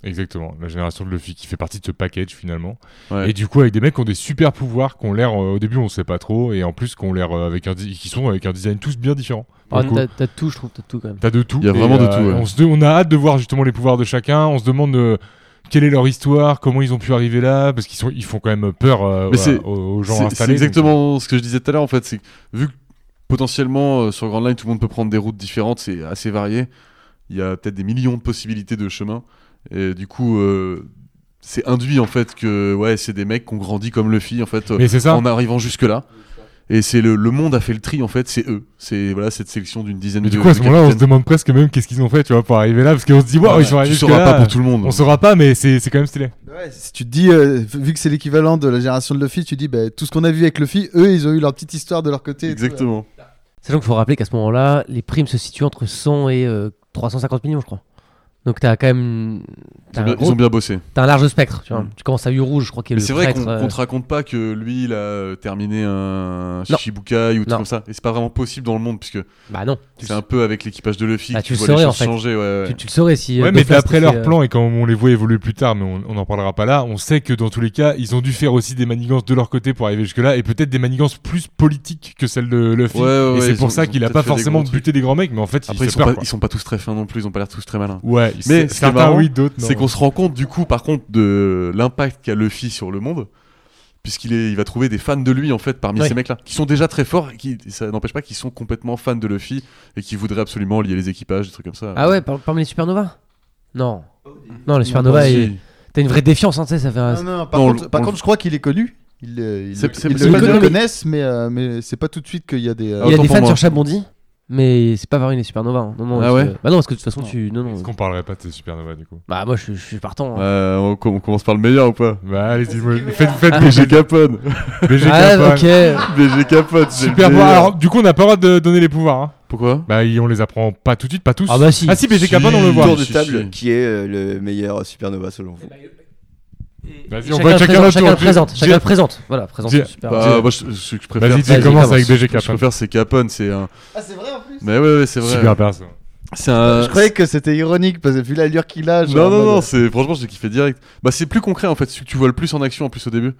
[SPEAKER 8] Exactement, la génération de Luffy qui fait partie de ce package finalement.
[SPEAKER 5] Ouais.
[SPEAKER 8] Et du coup, avec des mecs qui ont des super pouvoirs, qui ont l'air euh, au début on sait pas trop, et en plus qui ont l'air euh, avec un di- qui sont avec un design tous bien différent.
[SPEAKER 7] Ah,
[SPEAKER 8] Du coup,
[SPEAKER 7] t'as- T'as tout, je trouve, t'as tout quand même.
[SPEAKER 8] T'as de tout.
[SPEAKER 5] Il y a
[SPEAKER 8] Et, euh,
[SPEAKER 5] vraiment de tout, ouais.
[SPEAKER 8] On, se de- on a hâte de voir justement les pouvoirs de chacun. On se demande euh, quelle est leur histoire, comment ils ont pu arriver là, parce qu'ils sont, ils font quand même peur euh,
[SPEAKER 5] Mais
[SPEAKER 8] voilà,
[SPEAKER 5] c'est-
[SPEAKER 8] aux, aux gens
[SPEAKER 5] C'est-
[SPEAKER 8] installés.
[SPEAKER 5] C'est
[SPEAKER 8] donc, euh,
[SPEAKER 5] exactement ce que je disais tout à l'heure en fait, c'est que vu que potentiellement euh, sur Grand Line tout le monde peut prendre des routes différentes, c'est assez varié. Il y a peut-être des millions de possibilités de chemins. Et du coup, euh, c'est induit en fait que ouais, c'est des mecs qui ont grandi comme Luffy en fait,
[SPEAKER 8] euh,
[SPEAKER 5] euh,
[SPEAKER 8] Mais c'est ça.
[SPEAKER 5] en arrivant jusque là. Et c'est le, le monde a fait le tri en fait, c'est eux. C'est voilà cette sélection d'une dizaine
[SPEAKER 8] Mais
[SPEAKER 5] de.
[SPEAKER 8] du coup, à ce
[SPEAKER 5] de
[SPEAKER 8] moment-là, on se
[SPEAKER 5] capitaines.
[SPEAKER 8] demande presque même qu'est-ce qu'ils ont fait, tu vois, pour arriver là, parce qu'on se dit, waouh, ils sont arrivés
[SPEAKER 5] tu
[SPEAKER 8] jusque
[SPEAKER 5] sauras pas
[SPEAKER 8] là.
[SPEAKER 5] pour tout le monde.
[SPEAKER 8] On saura pas, mais c'est c'est quand même stylé.
[SPEAKER 6] si tu te dis, euh, vu que c'est l'équivalent de la génération de Luffy, tu dis, bah, tout ce qu'on a vu avec Luffy, eux, ils ont eu leur petite histoire de leur côté. et tout,
[SPEAKER 5] Exactement.
[SPEAKER 7] Sachant qu'il faut rappeler qu'à ce moment-là, les primes se situent entre 100 et euh, 350 millions, je crois. Donc t'as quand même t'as
[SPEAKER 5] Ils ont
[SPEAKER 7] un,
[SPEAKER 5] bien-
[SPEAKER 7] gros-
[SPEAKER 5] ils ont bien bossé.
[SPEAKER 7] t'as un large spectre. Tu, vois.
[SPEAKER 5] Mm.
[SPEAKER 7] tu commences à Yu Rouge, je crois qu'il est
[SPEAKER 5] Mais
[SPEAKER 7] le
[SPEAKER 5] c'est vrai
[SPEAKER 7] prêtre.
[SPEAKER 5] qu'on
[SPEAKER 7] euh,
[SPEAKER 5] qu'on te raconte pas que lui il a euh, terminé un Shichibukai ou tout
[SPEAKER 7] Non.
[SPEAKER 5] comme ça et c'est pas vraiment possible dans le monde puisque
[SPEAKER 7] Bah non, tu,
[SPEAKER 5] c'est un peu avec l'équipage de Luffy
[SPEAKER 7] Bah,
[SPEAKER 5] que
[SPEAKER 7] tu le
[SPEAKER 5] vois les
[SPEAKER 7] saurais, en
[SPEAKER 5] choses
[SPEAKER 7] fait.
[SPEAKER 5] changer ouais, ouais.
[SPEAKER 7] tu- tu le saurais si. euh,
[SPEAKER 8] Ouais, mais
[SPEAKER 7] Doflash
[SPEAKER 8] d'après
[SPEAKER 7] te
[SPEAKER 8] leur
[SPEAKER 7] fait, euh,
[SPEAKER 8] plan, et quand on les voit évoluer plus tard, mais on on en parlera pas là, on sait que dans tous les cas, ils ont dû faire aussi des manigances de leur côté pour arriver jusque-là, et peut-être des manigances plus politiques que celles de Luffy.
[SPEAKER 5] Ouais, ouais,
[SPEAKER 8] et
[SPEAKER 5] ouais,
[SPEAKER 8] c'est
[SPEAKER 5] ils
[SPEAKER 8] pour
[SPEAKER 5] ont-
[SPEAKER 8] ça
[SPEAKER 5] ils ont
[SPEAKER 8] qu'il a
[SPEAKER 5] peut-être
[SPEAKER 8] pas
[SPEAKER 5] fait des
[SPEAKER 8] forcément
[SPEAKER 5] gros trucs.
[SPEAKER 8] buté des grands mecs, mais en fait,
[SPEAKER 5] Après
[SPEAKER 8] il
[SPEAKER 5] ils
[SPEAKER 8] fait
[SPEAKER 5] sont,
[SPEAKER 8] peur,
[SPEAKER 5] pas,
[SPEAKER 8] quoi.
[SPEAKER 5] ils sont pas tous très fins non plus, ils ont pas l'air tous très malins.
[SPEAKER 8] Ouais, Ouais,
[SPEAKER 5] Mais
[SPEAKER 8] mais
[SPEAKER 5] ce qui est
[SPEAKER 8] certains
[SPEAKER 5] marrant,
[SPEAKER 8] oui, d'autres non.
[SPEAKER 5] C'est qu'on se rend compte du coup par contre de l'impact qu'a Luffy sur le monde puisqu'il est- il va trouver des fans de lui en fait parmi
[SPEAKER 7] Ouais.
[SPEAKER 5] ces mecs là qui sont déjà très forts et qui ça n'empêche pas qu'ils sont complètement fans de Luffy et qui voudraient absolument lier les équipages des trucs comme ça.
[SPEAKER 7] Ah ouais, par- parmi les supernovas Non. Non, les
[SPEAKER 5] Si.
[SPEAKER 7] supernovas, il- t'as une vraie défiance, hein, tu sais, ça fait un-
[SPEAKER 6] Ah, Non, non, par,
[SPEAKER 5] Ah, Non,
[SPEAKER 6] contre,
[SPEAKER 5] on
[SPEAKER 6] par
[SPEAKER 5] le-
[SPEAKER 6] contre, je crois qu'il est connu. Il, euh, il-
[SPEAKER 5] C'est- c'est-
[SPEAKER 6] ils
[SPEAKER 5] c'est
[SPEAKER 6] le
[SPEAKER 7] pas
[SPEAKER 6] ils le
[SPEAKER 7] connu.
[SPEAKER 6] connaissent, mais, euh, mais c'est pas tout de suite qu'il y a des. euh,
[SPEAKER 7] Il y
[SPEAKER 5] Ah,
[SPEAKER 7] a
[SPEAKER 5] autant
[SPEAKER 7] des
[SPEAKER 5] pour
[SPEAKER 7] fans
[SPEAKER 5] moi.
[SPEAKER 7] sur Chabondi, mais c'est pas parmi les supernovas. hein. Non, non,
[SPEAKER 5] Ah
[SPEAKER 7] parce
[SPEAKER 5] ouais
[SPEAKER 7] que- Bah non, parce que de toute façon,
[SPEAKER 6] Non.
[SPEAKER 7] tu. Non, non.
[SPEAKER 8] Est-ce qu'on parlerait pas de ces supernovas du coup
[SPEAKER 7] Bah moi, je, je suis partant. hein.
[SPEAKER 5] Euh, on, com- on commence par le meilleur ou pas
[SPEAKER 8] Bah allez-y, moi- faites, faites
[SPEAKER 5] BG Capone
[SPEAKER 8] BG
[SPEAKER 7] Ah,
[SPEAKER 8] Capone.
[SPEAKER 7] ok.
[SPEAKER 5] BG Capone c'est
[SPEAKER 8] Super
[SPEAKER 5] le
[SPEAKER 8] pouvoir.
[SPEAKER 5] meilleur.
[SPEAKER 8] Alors, du coup, on n'a pas le droit de donner les pouvoirs. hein.
[SPEAKER 5] Pourquoi
[SPEAKER 8] Bah, ils- on les apprend pas tout de suite, pas tous.
[SPEAKER 7] Ah bah si.
[SPEAKER 8] Ah si, BG
[SPEAKER 5] Si.
[SPEAKER 8] Capone, on le voit.
[SPEAKER 10] Tour de
[SPEAKER 5] si,
[SPEAKER 10] table,
[SPEAKER 5] si.
[SPEAKER 10] qui est euh, le meilleur supernova selon vous
[SPEAKER 8] Vas-y, on
[SPEAKER 7] Chacun,
[SPEAKER 8] voit
[SPEAKER 7] le
[SPEAKER 8] chacun
[SPEAKER 7] présente,
[SPEAKER 8] notre
[SPEAKER 7] chacun
[SPEAKER 8] tour.
[SPEAKER 7] le présente.
[SPEAKER 8] Dis-
[SPEAKER 7] Chacun le présente. Voilà, présente.
[SPEAKER 8] Dis-
[SPEAKER 7] le super-
[SPEAKER 5] Bah, moi, je, ce que je préfère.
[SPEAKER 8] Vas-y,
[SPEAKER 5] c'est-
[SPEAKER 8] tu
[SPEAKER 7] Vas-y,
[SPEAKER 8] commences
[SPEAKER 7] commence.
[SPEAKER 8] avec BG
[SPEAKER 5] Ce que je
[SPEAKER 8] Capone.
[SPEAKER 5] préfère, c'est Capone, c'est un.
[SPEAKER 6] Ah, c'est vrai en plus
[SPEAKER 5] Mais ouais, ouais, c'est vrai.
[SPEAKER 8] Super perso.
[SPEAKER 5] C'est un.
[SPEAKER 6] Je croyais que c'était ironique parce que vu l'allure qu'il a. genre,
[SPEAKER 5] Non, non,
[SPEAKER 6] en
[SPEAKER 5] non,
[SPEAKER 6] mode-
[SPEAKER 5] c'est franchement, j'ai kiffé direct. Bah, c'est plus concret en fait, celui que tu vois le plus en action en plus au début.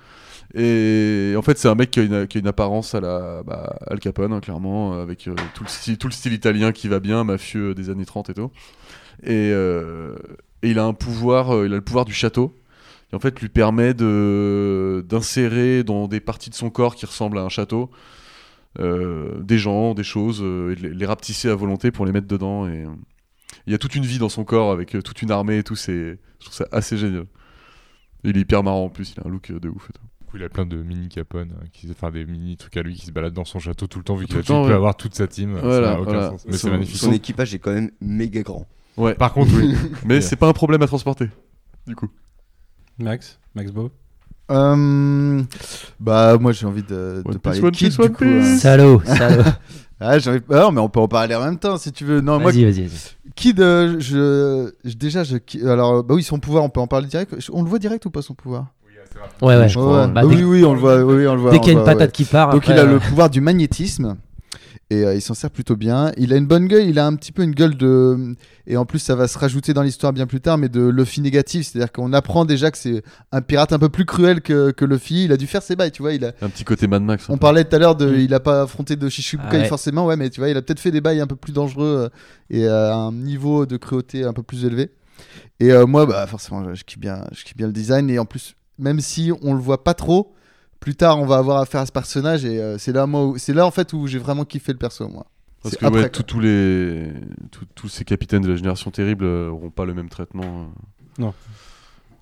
[SPEAKER 5] Et en fait, c'est un mec qui a une, qui a une apparence à la bah, Al Capone, hein, clairement, avec euh, tout, le style, tout le style italien qui va bien, mafieux euh, des années 30 et tout. Et, euh, et il a un pouvoir, euh, il a le pouvoir du château. Et en fait, lui permet de d'insérer dans des parties de son corps qui ressemblent à un château euh, des gens, des choses, euh, et de les, les rapetisser à volonté pour les mettre dedans. Et, euh, il y a toute une vie dans son corps avec euh, toute une armée et tout. C'est, je trouve ça assez génial. Il est hyper marrant en plus. Il a un look euh, de ouf. et tout.
[SPEAKER 8] Du coup, il a plein de mini Capone, hein, qui, enfin des mini trucs à lui qui se baladent dans son château tout le temps, vu qu'il
[SPEAKER 5] Tout
[SPEAKER 8] a-
[SPEAKER 5] le temps,
[SPEAKER 8] il
[SPEAKER 5] ouais.
[SPEAKER 8] peut avoir toute sa team. ça
[SPEAKER 5] Voilà,
[SPEAKER 8] n'a aucun
[SPEAKER 5] voilà.
[SPEAKER 8] sens. Mais
[SPEAKER 5] Son-
[SPEAKER 8] c'est magnifique.
[SPEAKER 5] sont-
[SPEAKER 10] Son équipage est quand même méga grand.
[SPEAKER 8] Par contre, oui.
[SPEAKER 5] Mais
[SPEAKER 8] Ouais.
[SPEAKER 5] c'est pas un problème à transporter. Du coup.
[SPEAKER 4] Max Max Beau
[SPEAKER 6] Euh, Bah, moi j'ai envie de, de
[SPEAKER 5] One
[SPEAKER 6] parler
[SPEAKER 5] Piece,
[SPEAKER 6] de
[SPEAKER 5] One
[SPEAKER 6] Kid
[SPEAKER 5] Piece,
[SPEAKER 6] du
[SPEAKER 5] One
[SPEAKER 6] coup. euh.
[SPEAKER 5] Piece.
[SPEAKER 7] Salaud, salaud.
[SPEAKER 6] Ah, j'ai envie- ah, non, mais on peut en parler en même temps si tu veux. Non, moi,
[SPEAKER 7] Vas-y, vas-y. vas-y.
[SPEAKER 6] Kid, euh, je, je- déjà, je, ki- alors, bah oui, son pouvoir, on peut en parler direct. Je- On le voit direct ou pas son pouvoir
[SPEAKER 7] Ouais, ouais.
[SPEAKER 6] Je crois,
[SPEAKER 7] Bah,
[SPEAKER 6] ouais.
[SPEAKER 7] dès
[SPEAKER 6] oui, oui, on le voit. oui, oui, on le voit
[SPEAKER 7] Dès
[SPEAKER 6] on
[SPEAKER 7] qu'il y a
[SPEAKER 6] le
[SPEAKER 7] une
[SPEAKER 6] voit, ouais.
[SPEAKER 7] patate qui part.
[SPEAKER 6] Donc
[SPEAKER 7] après,
[SPEAKER 6] il a
[SPEAKER 7] euh,
[SPEAKER 6] le pouvoir du magnétisme et euh, il s'en sert plutôt bien. Il a une bonne gueule, il a un petit peu une gueule de et en plus ça va se rajouter dans l'histoire bien plus tard, mais de Luffy négatif, c'est-à-dire qu'on apprend déjà que c'est un pirate un peu plus cruel que, que Luffy. Il a dû faire ses bails, tu vois. Il a...
[SPEAKER 5] Un petit côté Mad Max. hein. un
[SPEAKER 6] On
[SPEAKER 5] peu.
[SPEAKER 6] parlait tout à l'heure de,
[SPEAKER 9] Mm.
[SPEAKER 6] il a pas affronté de Shishibukai
[SPEAKER 7] Ah ouais.
[SPEAKER 6] forcément, ouais, mais tu vois, il a peut-être fait des bails un peu plus dangereux euh, et à un niveau de cruauté un peu plus élevé. Et euh, moi, bah forcément, je, je kiffe bien, je kiffe bien le design et en plus, même si on le voit pas trop, plus tard, on va avoir affaire à ce personnage et euh, c'est là, moi, où- c'est là en fait où j'ai vraiment kiffé le perso, moi.
[SPEAKER 5] Parce
[SPEAKER 6] c'est
[SPEAKER 5] que
[SPEAKER 6] après,
[SPEAKER 5] ouais, tout- tous les, tout- tous ces capitaines de la génération terrible euh, auront pas le même traitement. euh.
[SPEAKER 4] Non.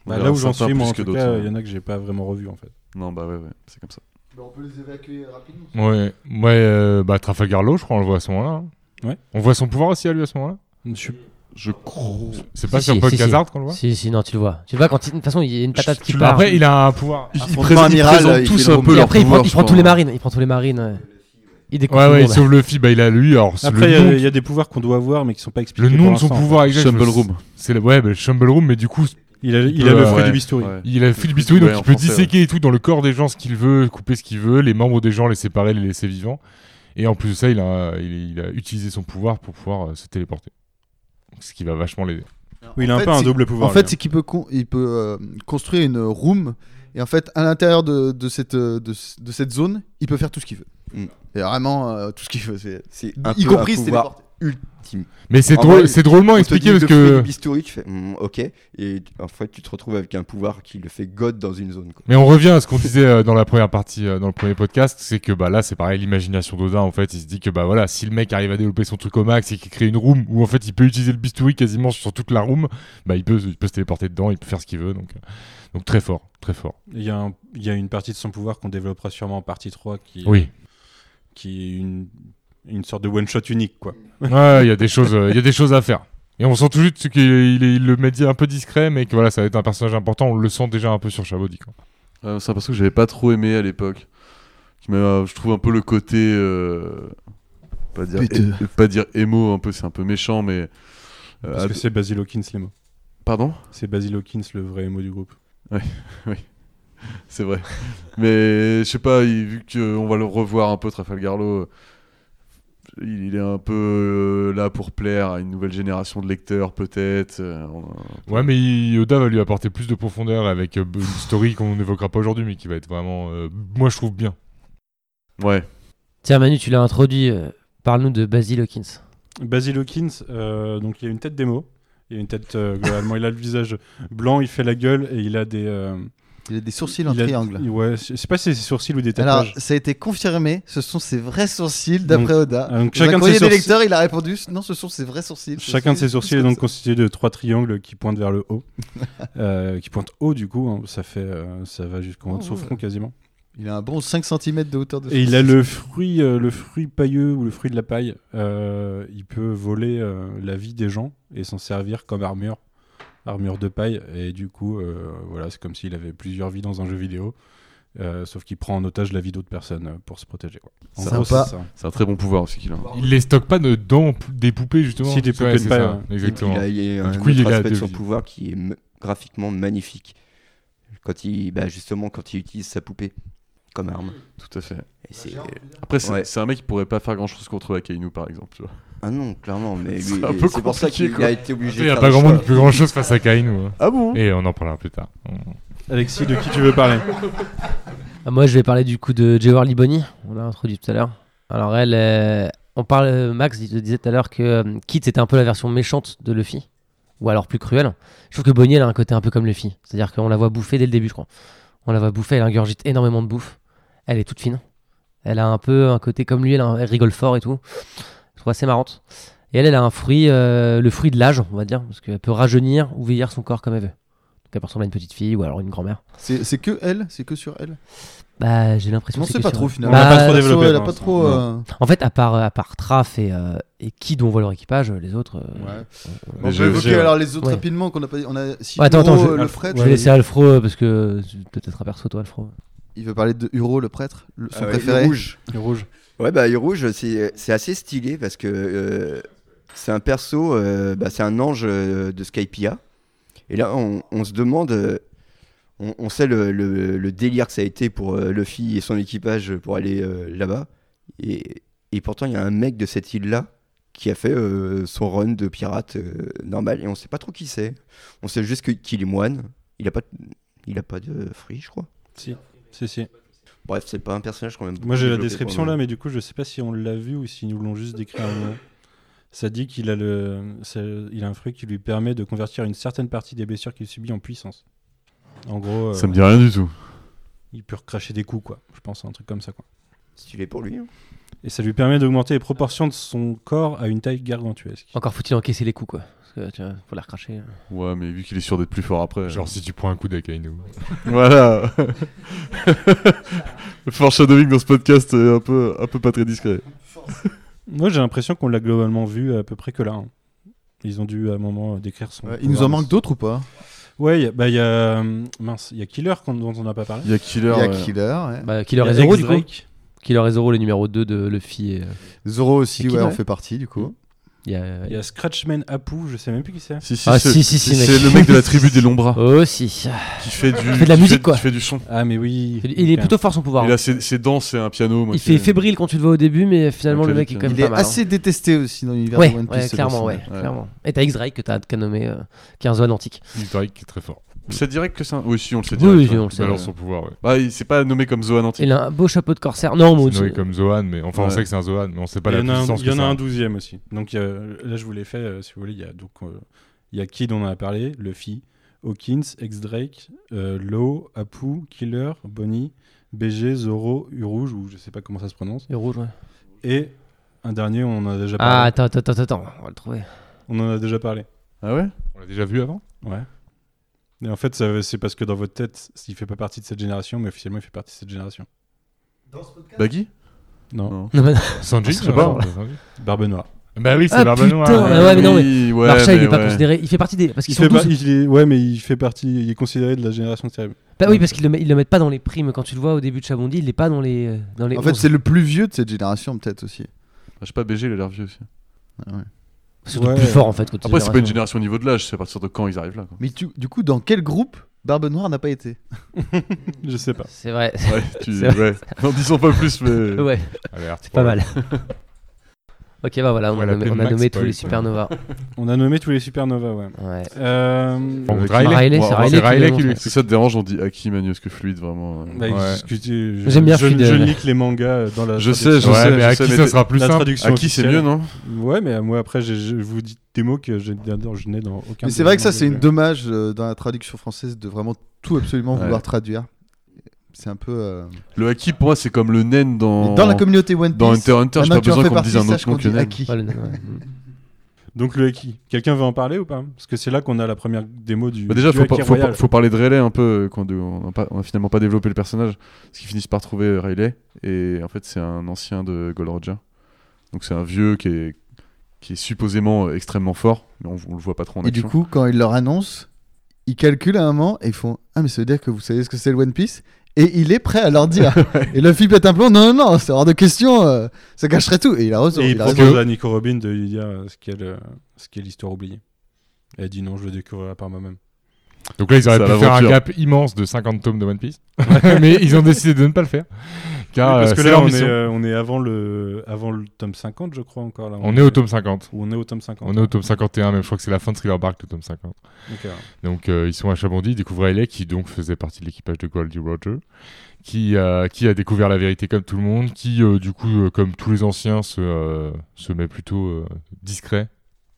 [SPEAKER 5] On
[SPEAKER 4] Bah,
[SPEAKER 5] verra
[SPEAKER 4] Là où j'en
[SPEAKER 5] certains
[SPEAKER 4] suis, moi,
[SPEAKER 5] plus
[SPEAKER 4] en
[SPEAKER 5] que
[SPEAKER 4] tout
[SPEAKER 5] d'autres,
[SPEAKER 4] cas,
[SPEAKER 5] hein.
[SPEAKER 4] il y en a que j'ai pas vraiment revu en fait.
[SPEAKER 5] Non, bah ouais, ouais, c'est comme ça.
[SPEAKER 6] on peut les évacuer rapidement.
[SPEAKER 8] ouais, ouais, euh, bah Trafalgar Law, je crois, on le voit à ce moment-là. hein.
[SPEAKER 4] Ouais.
[SPEAKER 8] On voit son pouvoir aussi à lui à ce moment-là.
[SPEAKER 4] Je suis-
[SPEAKER 5] Je crois.
[SPEAKER 8] C'est pas
[SPEAKER 7] Si,
[SPEAKER 8] sur
[SPEAKER 7] si,
[SPEAKER 8] Paul
[SPEAKER 7] si, si.
[SPEAKER 8] Hazard qu'on le voit.
[SPEAKER 7] Si, si, non, tu le vois. Tu le vois quand il- de toute façon, il y a une patate qui
[SPEAKER 8] Tu-
[SPEAKER 7] part.
[SPEAKER 8] Après, il a un pouvoir.
[SPEAKER 5] Ils, ils
[SPEAKER 6] Affrontement
[SPEAKER 5] présentent- ils
[SPEAKER 6] amiral,
[SPEAKER 5] présentent
[SPEAKER 6] il
[SPEAKER 5] tous
[SPEAKER 6] fait le
[SPEAKER 5] un peu
[SPEAKER 7] Et
[SPEAKER 5] leur
[SPEAKER 7] après, il prend,
[SPEAKER 5] pouvoir.
[SPEAKER 7] il
[SPEAKER 5] je
[SPEAKER 7] prend tous
[SPEAKER 5] crois.
[SPEAKER 7] les marines. Il prend tous les marines. ouais. Il découvre
[SPEAKER 8] Ouais,
[SPEAKER 7] tout le
[SPEAKER 8] ouais, il
[SPEAKER 7] monde.
[SPEAKER 8] sauve Luffy, bah il a lui. Alors, c'est
[SPEAKER 4] Après, euh, il y
[SPEAKER 8] le
[SPEAKER 4] a-
[SPEAKER 8] nom,
[SPEAKER 4] il y, a des pouvoirs qu'on doit avoir mais qui sont pas
[SPEAKER 8] le
[SPEAKER 4] expliqués.
[SPEAKER 8] nom
[SPEAKER 4] pour
[SPEAKER 8] de son
[SPEAKER 4] l'instant.
[SPEAKER 8] pouvoir exact. je me-
[SPEAKER 5] Shumble Room.
[SPEAKER 8] C'est le- ouais, bah, le Shumble Room, mais du coup,
[SPEAKER 4] Il a, il a le
[SPEAKER 8] Ouais,
[SPEAKER 4] fruit
[SPEAKER 5] Ouais,
[SPEAKER 4] du bistouri.
[SPEAKER 5] ouais.
[SPEAKER 8] Il a fait
[SPEAKER 5] Ouais,
[SPEAKER 8] le bistouri, donc
[SPEAKER 5] en
[SPEAKER 8] il peut
[SPEAKER 5] français,
[SPEAKER 8] disséquer et tout dans le corps des gens ce qu'il veut, couper ce qu'il veut, les membres des gens, les séparer, les laisser vivants. Et en plus de ça, il a, il, il a utilisé son pouvoir pour pouvoir euh, se téléporter. Ce qui va vachement l'aider.
[SPEAKER 4] Oui, il a
[SPEAKER 6] En
[SPEAKER 4] un
[SPEAKER 6] fait,
[SPEAKER 4] peu un
[SPEAKER 6] c'est-
[SPEAKER 4] double pouvoir.
[SPEAKER 6] en fait,
[SPEAKER 4] lui, hein.
[SPEAKER 6] c'est qu'il peut, con- il peut euh, construire une room et en fait, à l'intérieur de, de cette, euh, de, ce- de cette zone, il peut faire tout ce qu'il veut.
[SPEAKER 10] Mm.
[SPEAKER 6] Et vraiment, euh, tout ce qu'il veut. c'est-
[SPEAKER 10] C'est un
[SPEAKER 6] y
[SPEAKER 10] peu un
[SPEAKER 6] compris se
[SPEAKER 10] pouvoir
[SPEAKER 6] téléporter.
[SPEAKER 10] ultime.
[SPEAKER 8] Mais c'est
[SPEAKER 10] En
[SPEAKER 8] drôle,
[SPEAKER 10] vrai,
[SPEAKER 8] c'est drôlement
[SPEAKER 10] Ah On te dit
[SPEAKER 8] expliqué parce
[SPEAKER 10] le fruit
[SPEAKER 8] que.
[SPEAKER 10] du bistouri, tu fais hmm, ok, et en fait tu te retrouves avec un pouvoir qui le fait god dans une zone. quoi.
[SPEAKER 8] Mais on revient à ce qu'on disait euh, dans la première partie, euh, dans le premier podcast, c'est que bah là c'est pareil, l'imagination d'Odin en fait, il se dit que bah voilà, si le mec arrive à développer son truc au max et qu'il crée une room où en fait il peut utiliser le bistouri quasiment sur toute la room, bah il peut, il peut se téléporter dedans, il peut faire ce qu'il veut, donc, euh, donc très fort, très fort.
[SPEAKER 4] Il y, a un- il y a une partie de son pouvoir qu'on développera sûrement en partie 3 qui,
[SPEAKER 8] Oui.
[SPEAKER 4] qui est une, une sorte de one-shot unique. quoi.
[SPEAKER 8] Ouais, il y a des choses, euh, il y a des choses à faire. Et on sent tout juste qu'il est- il est- il le média un peu discret, mais que voilà, ça va être un personnage important. On le sent déjà un peu sur Chabody. Quoi.
[SPEAKER 5] Euh, c'est un perso que j'avais pas trop aimé à l'époque. Qui m'a- je trouve un peu le côté. euh, pas, dire,
[SPEAKER 6] Péteux.
[SPEAKER 5] é- pas dire émo, un peu, c'est un peu méchant, mais. euh,
[SPEAKER 4] Parce
[SPEAKER 5] ad-
[SPEAKER 4] que c'est Basil Hawkins, les mots.
[SPEAKER 5] Pardon
[SPEAKER 4] C'est Basil Hawkins, le vrai mot du groupe.
[SPEAKER 5] C'est vrai. mais je sais pas, il- vu qu'on va le revoir un peu, Trafalgar Law, il, il est un peu euh, là pour plaire à une nouvelle génération de lecteurs, peut-être. euh, on-
[SPEAKER 8] Ouais, mais il- Yoda va lui apporter plus de profondeur avec euh, une story qu'on n'évoquera pas aujourd'hui, mais qui va être vraiment, euh, moi je trouve bien.
[SPEAKER 5] Ouais.
[SPEAKER 7] Tiens, Manu, tu l'as introduit. euh, Parle-nous de Basil Hawkins.
[SPEAKER 4] Basil Hawkins, euh, donc il y a une tête démo. Il a une tête euh, globalement, il a le visage blanc, il fait la gueule et il a des. euh,
[SPEAKER 9] Il a des sourcils en
[SPEAKER 4] il a-
[SPEAKER 9] triangle.
[SPEAKER 4] Ouais, je sais pas si c'est des sourcils ou des
[SPEAKER 9] Alors,
[SPEAKER 4] tatouages.
[SPEAKER 9] ça a été confirmé, ce sont ses vrais sourcils d'après Oda.
[SPEAKER 4] euh, donc
[SPEAKER 9] Dans un
[SPEAKER 4] chacun de
[SPEAKER 9] courrier
[SPEAKER 4] ses
[SPEAKER 9] des
[SPEAKER 4] sourcils-
[SPEAKER 9] lecteurs, il a répondu non, ce sont ses vrais sourcils. Ce
[SPEAKER 4] Chacun de
[SPEAKER 9] sont-
[SPEAKER 4] ses sourcils est donc constitué de trois triangles qui pointent vers le haut, Euh, qui pointent haut du coup, hein, ça fait, euh, ça va jusqu'en haut de son front quasiment.
[SPEAKER 9] Il a un bon 5 cm de hauteur Oh. de
[SPEAKER 4] Et il
[SPEAKER 9] sourcil.
[SPEAKER 4] a le fruit, euh, le fruit pailleux ou le fruit de la paille. Euh, il peut voler euh, la vie des gens et s'en servir comme armure, armure de paille. Et du coup, euh, voilà, c'est comme s'il avait plusieurs vies dans un jeu vidéo. Euh, sauf qu'il prend en otage la vie d'autres personnes euh, pour se protéger. quoi. En
[SPEAKER 9] Sympa.
[SPEAKER 4] gros, c'est ça.
[SPEAKER 5] C'est un très bon pouvoir aussi qu'il a.
[SPEAKER 8] Il les stocke pas dedans pou- des poupées justement.
[SPEAKER 4] Si, des poupées
[SPEAKER 8] Ouais,
[SPEAKER 4] de
[SPEAKER 8] c'est
[SPEAKER 4] paille,
[SPEAKER 8] ça,
[SPEAKER 4] ouais.
[SPEAKER 8] Exactement.
[SPEAKER 10] Il a, il y a un
[SPEAKER 8] Du coup, il
[SPEAKER 10] autre
[SPEAKER 8] est là,
[SPEAKER 10] aspect de son
[SPEAKER 8] devine.
[SPEAKER 10] pouvoir qui est m- graphiquement magnifique. Quand il, bah, justement, quand il utilise sa poupée comme arme.
[SPEAKER 5] Tout à fait.
[SPEAKER 10] Et c'est-
[SPEAKER 5] Après, c'est
[SPEAKER 10] Ouais.
[SPEAKER 5] c'est un mec qui pourrait pas faire grand chose contre Akainu par exemple. Tu vois.
[SPEAKER 10] Ah non, clairement, mais lui,
[SPEAKER 5] C'est
[SPEAKER 10] il-
[SPEAKER 5] un peu
[SPEAKER 10] c'est pour ça
[SPEAKER 5] compliqué,
[SPEAKER 10] qu'il
[SPEAKER 5] quoi.
[SPEAKER 10] a été obligé.
[SPEAKER 8] Il n'y
[SPEAKER 10] de
[SPEAKER 8] a
[SPEAKER 10] faire
[SPEAKER 8] pas
[SPEAKER 10] le
[SPEAKER 8] grand monde
[SPEAKER 10] choix.
[SPEAKER 8] qui peut grand chose face à Kainu. hein.
[SPEAKER 5] Ah bon
[SPEAKER 8] Et on en parlera plus tard. On-
[SPEAKER 4] Alexis, de qui tu veux parler
[SPEAKER 7] Ah, moi, je vais parler du coup de Jewar Liboni, on l'a introduit tout à l'heure. Alors, elle, euh, on parle, euh, Max il te disait tout à l'heure que euh, Kit était un peu la version méchante de Luffy, ou alors plus cruelle. Je trouve que Bonnie, elle a un côté un peu comme Luffy, c'est-à-dire qu'on la voit bouffer dès le début, je crois. On la voit bouffer, elle ingurgite énormément de bouffe. Elle est toute fine. Elle a un peu un côté comme lui, elle, a un- elle rigole fort et tout. Je trouve assez marrante. Et elle, elle a un fruit, euh, le fruit de l'âge, on va dire, parce qu'elle peut rajeunir ou vieillir son corps comme elle veut. Donc elle peut ressembler à une petite fille ou alors une grand-mère.
[SPEAKER 9] C'est c'est que elle, c'est que sur elle.
[SPEAKER 7] Bah, j'ai l'impression
[SPEAKER 9] Non,
[SPEAKER 7] que
[SPEAKER 9] c'est pas
[SPEAKER 7] sur-
[SPEAKER 9] trop
[SPEAKER 4] On
[SPEAKER 9] finalement.
[SPEAKER 4] l'a
[SPEAKER 7] Bah,
[SPEAKER 4] pas trop hein.
[SPEAKER 9] Perso,
[SPEAKER 4] développé.
[SPEAKER 9] elle a
[SPEAKER 4] pour
[SPEAKER 9] pas
[SPEAKER 4] l'instant.
[SPEAKER 9] trop. euh,
[SPEAKER 7] En fait, à part, à part Traf et, euh, et Kid, on voit leur équipage, les autres. euh,
[SPEAKER 9] Ouais.
[SPEAKER 8] Mais
[SPEAKER 9] On
[SPEAKER 8] j'ai-
[SPEAKER 9] peut évoquer
[SPEAKER 8] j'ai-
[SPEAKER 9] alors les autres
[SPEAKER 7] Ouais.
[SPEAKER 9] rapidement qu'on a pas dit. On a si
[SPEAKER 7] Ouais, attends, attends,
[SPEAKER 9] Huro,
[SPEAKER 7] je-
[SPEAKER 9] le prêtre.
[SPEAKER 7] Je vais laisser Alfro euh, parce que tu- peut-être aperçois toi Alfro.
[SPEAKER 9] Il veut parler de Huro, le prêtre, le- son
[SPEAKER 10] Ah ouais,
[SPEAKER 9] préféré.
[SPEAKER 10] le rouge.
[SPEAKER 4] Le rouge.
[SPEAKER 10] Ouais, bah, Rouge, c'est c'est assez stylé parce que euh, c'est un perso, euh, bah, c'est un ange euh, de Skypiea. Et là, on, on se demande, euh, on, on sait le, le- le délire que ça a été pour euh, Luffy et son équipage pour aller euh, là-bas. Et, et pourtant, il y a un mec de cette île-là qui a fait euh, son run de pirate euh, normal. Et on sait pas trop qui c'est. On sait juste que- qu'il est moine. Il a pas, de- il a pas de fruits, je crois.
[SPEAKER 4] Si, si, si.
[SPEAKER 10] Bref, c'est pas un personnage quand même.
[SPEAKER 4] Moi j'ai la
[SPEAKER 10] développé pour
[SPEAKER 4] description
[SPEAKER 10] le
[SPEAKER 4] là,
[SPEAKER 10] moment.
[SPEAKER 4] mais du coup je sais pas si on l'a vu ou si nous l'ont juste décrit. à un moment. Ça dit qu'il a le, ça- il a un fruit qui lui permet de convertir une certaine partie des blessures qu'il subit en puissance. En gros, euh,
[SPEAKER 5] Ça me dit rien du tout.
[SPEAKER 4] il peut recracher des coups quoi. Je pense à un truc comme ça quoi.
[SPEAKER 10] Stylé pour lui. hein.
[SPEAKER 4] Et ça lui permet d'augmenter les proportions de son corps à une taille gargantuesque.
[SPEAKER 7] Encore faut-il encaisser les coups quoi. Parce que tu vois, faut la recracher. hein.
[SPEAKER 5] Ouais, mais vu qu'il est sûr d'être plus fort après. hein.
[SPEAKER 8] Genre si tu prends un coup d'Akainu.
[SPEAKER 5] Voilà. Le foreshadowing dans ce podcast est un peu, un peu pas très discret.
[SPEAKER 4] Moi j'ai l'impression qu'on l'a globalement vu à peu près que là. hein. Ils ont dû à un moment euh, décrire son.
[SPEAKER 9] Ouais, Il nous en
[SPEAKER 4] pouvoir.
[SPEAKER 9] manque d'autres ou pas
[SPEAKER 4] Ouais, il y a- bah il y a euh, mince, il y a Killer qu'on- dont on n'a pas parlé.
[SPEAKER 5] Il y a Killer.
[SPEAKER 9] Il y a
[SPEAKER 5] ouais.
[SPEAKER 9] Killer, ouais.
[SPEAKER 7] Bah, Killer
[SPEAKER 4] Il y
[SPEAKER 7] et
[SPEAKER 4] a
[SPEAKER 7] Zoro du coup.
[SPEAKER 4] X-Drake.
[SPEAKER 7] Killer et Zoro, les numéros 2 de Luffy. et, euh,
[SPEAKER 9] Zoro aussi,
[SPEAKER 7] Et Kid,
[SPEAKER 9] ouais, on
[SPEAKER 7] ouais.
[SPEAKER 9] fait partie du coup.
[SPEAKER 7] Il y a.
[SPEAKER 4] Il y a Scratchman Apu, je sais même plus qui c'est.
[SPEAKER 5] Si, si,
[SPEAKER 7] Ah,
[SPEAKER 5] c'est-
[SPEAKER 7] si, si, si, mec.
[SPEAKER 5] c'est le mec de la tribu des Lombras
[SPEAKER 7] Oh si.
[SPEAKER 5] qui fait du,
[SPEAKER 7] fait de la
[SPEAKER 5] qui
[SPEAKER 7] musique,
[SPEAKER 5] fait,
[SPEAKER 7] quoi.
[SPEAKER 5] qui fait du son.
[SPEAKER 4] Ah mais oui.
[SPEAKER 7] Il est
[SPEAKER 4] Ok.
[SPEAKER 7] plutôt fort son pouvoir.
[SPEAKER 5] Il
[SPEAKER 7] hein.
[SPEAKER 5] a ses, ses dents, c'est un piano. moi,
[SPEAKER 7] Il
[SPEAKER 5] qui-
[SPEAKER 7] fait fébrile quand tu le vois au début, mais finalement
[SPEAKER 5] Un
[SPEAKER 7] le mec est
[SPEAKER 5] clavier,
[SPEAKER 7] quand même
[SPEAKER 9] Il
[SPEAKER 7] pas
[SPEAKER 9] est
[SPEAKER 7] mal. hein.
[SPEAKER 9] assez détesté aussi dans l'univers
[SPEAKER 7] Ouais,
[SPEAKER 9] de One Piece.
[SPEAKER 7] ouais,
[SPEAKER 9] ce
[SPEAKER 7] clairement, ouais,
[SPEAKER 9] personnage.
[SPEAKER 6] hein.
[SPEAKER 5] Ouais.
[SPEAKER 7] clairement. Et t'as X-Drake que t'as nommé, euh, qui est un zone antique.
[SPEAKER 8] Drake qui est très fort.
[SPEAKER 5] C'est direct que ça. Oui, si, on le sait
[SPEAKER 7] Oui,
[SPEAKER 5] direct.
[SPEAKER 7] oui,
[SPEAKER 5] ouais.
[SPEAKER 7] on le sait.
[SPEAKER 5] Bah,
[SPEAKER 8] Alors
[SPEAKER 5] alors,
[SPEAKER 8] son pouvoir, ouais.
[SPEAKER 5] Bah, il- c'est pas nommé comme Zoan antique.
[SPEAKER 7] Il a un beau chapeau de corsaire. Non, moi
[SPEAKER 8] C'est
[SPEAKER 7] aussi.
[SPEAKER 8] nommé comme Zohan, mais enfin on
[SPEAKER 5] Ouais.
[SPEAKER 8] sait que c'est un Zohan, mais on sait pas
[SPEAKER 4] il y
[SPEAKER 8] la
[SPEAKER 4] en a un-
[SPEAKER 8] puissance.
[SPEAKER 4] il y
[SPEAKER 8] que
[SPEAKER 4] en
[SPEAKER 8] ça
[SPEAKER 4] a
[SPEAKER 8] a.
[SPEAKER 4] un douzième aussi. Donc il y a- là, je vous l'ai fait, euh, si vous voulez. Il y a donc euh, il y a Kid, on en a parlé, Luffy, Hawkins, Ex-Drake, euh, Law, Apu, Killer, Bonnie, BG, Zoro, Urouge, ou je sais pas comment ça se prononce.
[SPEAKER 7] Et rouge, ouais.
[SPEAKER 4] Et un dernier, on en a déjà
[SPEAKER 7] Ah,
[SPEAKER 4] parlé.
[SPEAKER 7] attends, attends, attends, attends, on va le trouver.
[SPEAKER 4] On en a déjà parlé.
[SPEAKER 5] Ah ouais
[SPEAKER 8] On l'a déjà vu avant
[SPEAKER 4] Ouais. Et en fait, ça- c'est parce que dans votre tête, il fait pas partie de cette génération, mais officiellement, il fait partie de cette génération.
[SPEAKER 5] Baggy
[SPEAKER 4] Non,
[SPEAKER 7] Non, mais-
[SPEAKER 8] Sanji,
[SPEAKER 5] Je sais pas.
[SPEAKER 8] euh, Sanji.
[SPEAKER 4] Barbe Noire.
[SPEAKER 8] Bah oui, c'est
[SPEAKER 7] Ah,
[SPEAKER 8] Barbe Noire.
[SPEAKER 7] putain,
[SPEAKER 8] ouais.
[SPEAKER 7] ouais, mais non, mais-
[SPEAKER 5] Oui, ouais,
[SPEAKER 7] Marcha, il
[SPEAKER 5] mais
[SPEAKER 7] est pas
[SPEAKER 5] ouais.
[SPEAKER 7] considéré. Il fait partie des. Parce qu'ils
[SPEAKER 4] Il
[SPEAKER 7] sont
[SPEAKER 4] fait
[SPEAKER 7] tous.
[SPEAKER 4] pas- il est- ouais, mais il fait partie. Il est considéré de la génération de Cérébrale.
[SPEAKER 7] Bah oui, parce qu'ils le, met- ils le mettent pas dans les primes. Quand tu le vois au début de Chabondi, il est pas dans les. euh, Dans les
[SPEAKER 9] En fait,
[SPEAKER 7] 11.
[SPEAKER 9] c'est le plus vieux de cette génération, peut-être aussi.
[SPEAKER 5] Bah,
[SPEAKER 9] Ah
[SPEAKER 5] Je sais pas, BG, il a l'air vieux aussi.
[SPEAKER 9] Ouais, ouais.
[SPEAKER 7] C'est surtout
[SPEAKER 4] Ouais.
[SPEAKER 7] plus fort en fait. quand tu
[SPEAKER 5] Après,
[SPEAKER 7] les
[SPEAKER 5] c'est pas une
[SPEAKER 7] rajoutes.
[SPEAKER 5] génération au niveau de l'âge, c'est à partir de quand ils arrivent là. quoi.
[SPEAKER 9] Mais tu- du coup, dans quel groupe Barbe Noire n'a pas été
[SPEAKER 4] Je sais pas.
[SPEAKER 7] C'est vrai.
[SPEAKER 5] Ouais, tu...
[SPEAKER 7] C'est
[SPEAKER 5] Euh, ouais. N'en disons pas plus, mais.
[SPEAKER 7] ouais,
[SPEAKER 8] Alerte.
[SPEAKER 7] c'est pas mal. Ok, bah voilà, on
[SPEAKER 8] Voilà,
[SPEAKER 7] a nommé,
[SPEAKER 8] plein
[SPEAKER 7] on
[SPEAKER 8] de
[SPEAKER 7] a
[SPEAKER 8] max,
[SPEAKER 7] nommé tous
[SPEAKER 8] ouais.
[SPEAKER 7] les supernovas.
[SPEAKER 4] On a nommé tous les supernovas, ouais.
[SPEAKER 7] Ouais.
[SPEAKER 4] Euh,
[SPEAKER 8] Bon,
[SPEAKER 4] avec-
[SPEAKER 8] Riley.
[SPEAKER 7] Riley,
[SPEAKER 5] Ouais,
[SPEAKER 7] c'est
[SPEAKER 5] c'est
[SPEAKER 7] Riley,
[SPEAKER 8] Riley
[SPEAKER 7] qui
[SPEAKER 8] qui
[SPEAKER 7] le
[SPEAKER 8] lui-
[SPEAKER 7] lance.
[SPEAKER 5] Si ça te dérange, on dit Aki Manius que fluide, vraiment. euh.
[SPEAKER 4] Bah,
[SPEAKER 8] Ouais.
[SPEAKER 4] excusez, je-
[SPEAKER 7] J'aime bien
[SPEAKER 4] je,
[SPEAKER 7] fluide,
[SPEAKER 4] je
[SPEAKER 7] ouais.
[SPEAKER 4] nique les mangas dans la.
[SPEAKER 5] Je
[SPEAKER 4] traduction.
[SPEAKER 5] sais, je
[SPEAKER 8] ouais,
[SPEAKER 5] sais,
[SPEAKER 8] mais à qui
[SPEAKER 5] mais
[SPEAKER 8] ça
[SPEAKER 5] t'es-
[SPEAKER 8] sera plus
[SPEAKER 4] La
[SPEAKER 8] simple
[SPEAKER 4] traduction.
[SPEAKER 5] Aki, c'est
[SPEAKER 4] officielle.
[SPEAKER 5] mieux, non
[SPEAKER 4] Ouais, mais moi après, j'ai- je vous dis des mots que je, je n'ai dans aucun.
[SPEAKER 9] Mais
[SPEAKER 4] des
[SPEAKER 9] c'est vrai que ça,
[SPEAKER 4] mangas
[SPEAKER 9] c'est une
[SPEAKER 4] que-
[SPEAKER 9] dommage euh, dans la traduction française de vraiment tout absolument
[SPEAKER 5] Ouais.
[SPEAKER 9] vouloir traduire. C'est un peu. euh,
[SPEAKER 5] Le Aki, pour moi, c'est comme le naine dans.
[SPEAKER 9] Dans la communauté One Piece.
[SPEAKER 5] Dans Hunter x Hunter,
[SPEAKER 9] un
[SPEAKER 5] j'ai pas
[SPEAKER 9] homme qui en
[SPEAKER 5] besoin
[SPEAKER 9] fait
[SPEAKER 5] qu'on me dise
[SPEAKER 9] partie
[SPEAKER 5] un
[SPEAKER 9] sache
[SPEAKER 5] autre nom
[SPEAKER 9] qu'on
[SPEAKER 5] que
[SPEAKER 9] dit
[SPEAKER 5] naine.
[SPEAKER 9] Aki.
[SPEAKER 7] Ouais, le- ouais. Mm.
[SPEAKER 4] Donc le Heki. Quelqu'un veut en parler ou pas Parce que c'est là qu'on a la première démo du.
[SPEAKER 5] Bah déjà,
[SPEAKER 4] du
[SPEAKER 5] faut,
[SPEAKER 4] Haki
[SPEAKER 5] par- faut,
[SPEAKER 4] Royal.
[SPEAKER 5] par- faut parler de Riley un peu, euh, qu'on de- on n'a pas- on a finalement pas développé le personnage, parce qu'ils finissent par trouver euh, Riley, et en fait c'est un ancien de Gold Roger. Donc c'est un vieux qui est, qui est supposément euh, extrêmement fort, mais on, on le voit pas trop en
[SPEAKER 9] Et
[SPEAKER 5] action.
[SPEAKER 9] du coup, quand ils leur annoncent, ils calculent à un moment et ils font Ah, mais ça veut dire que vous savez ce que c'est le One Piece Et il est prêt à leur dire. Et le film pète un plomb Non, non, non, c'est hors de question, euh, ça cacherait tout. Et il a raison.
[SPEAKER 4] Et il
[SPEAKER 9] il a
[SPEAKER 4] propose
[SPEAKER 9] raison.
[SPEAKER 4] à Nico Robin de lui dire euh, ce qu'est le- ce qu'est l'histoire oubliée. Elle dit non, je le découvrirai par moi-même.
[SPEAKER 8] Donc là, ils
[SPEAKER 5] C'est
[SPEAKER 8] auraient pu faire un
[SPEAKER 5] l'aventure.
[SPEAKER 8] gap immense de 50 tomes de One Piece. mais ils ont décidé de ne pas le faire. Car
[SPEAKER 4] Oui, parce
[SPEAKER 8] euh,
[SPEAKER 4] que
[SPEAKER 8] c'est
[SPEAKER 4] là,
[SPEAKER 8] leur
[SPEAKER 4] on est,
[SPEAKER 8] mission.
[SPEAKER 4] euh, on est avant le, avant le tome 50, je crois encore. Là,
[SPEAKER 8] On est au tome 50.
[SPEAKER 4] Ou on est au tome 50.
[SPEAKER 8] On est au tome 51, même je crois que c'est la fin de Thriller Bark, le tome 50.
[SPEAKER 4] Donc, euh,
[SPEAKER 8] Donc euh, ils sont à Chabondi, ils découvrent Riley qui donc faisait partie de l'équipage de Goldie Roger, qui, euh, qui a découvert la vérité comme tout le monde, qui euh, du coup euh, comme tous les anciens se, euh, se met plutôt euh, discret,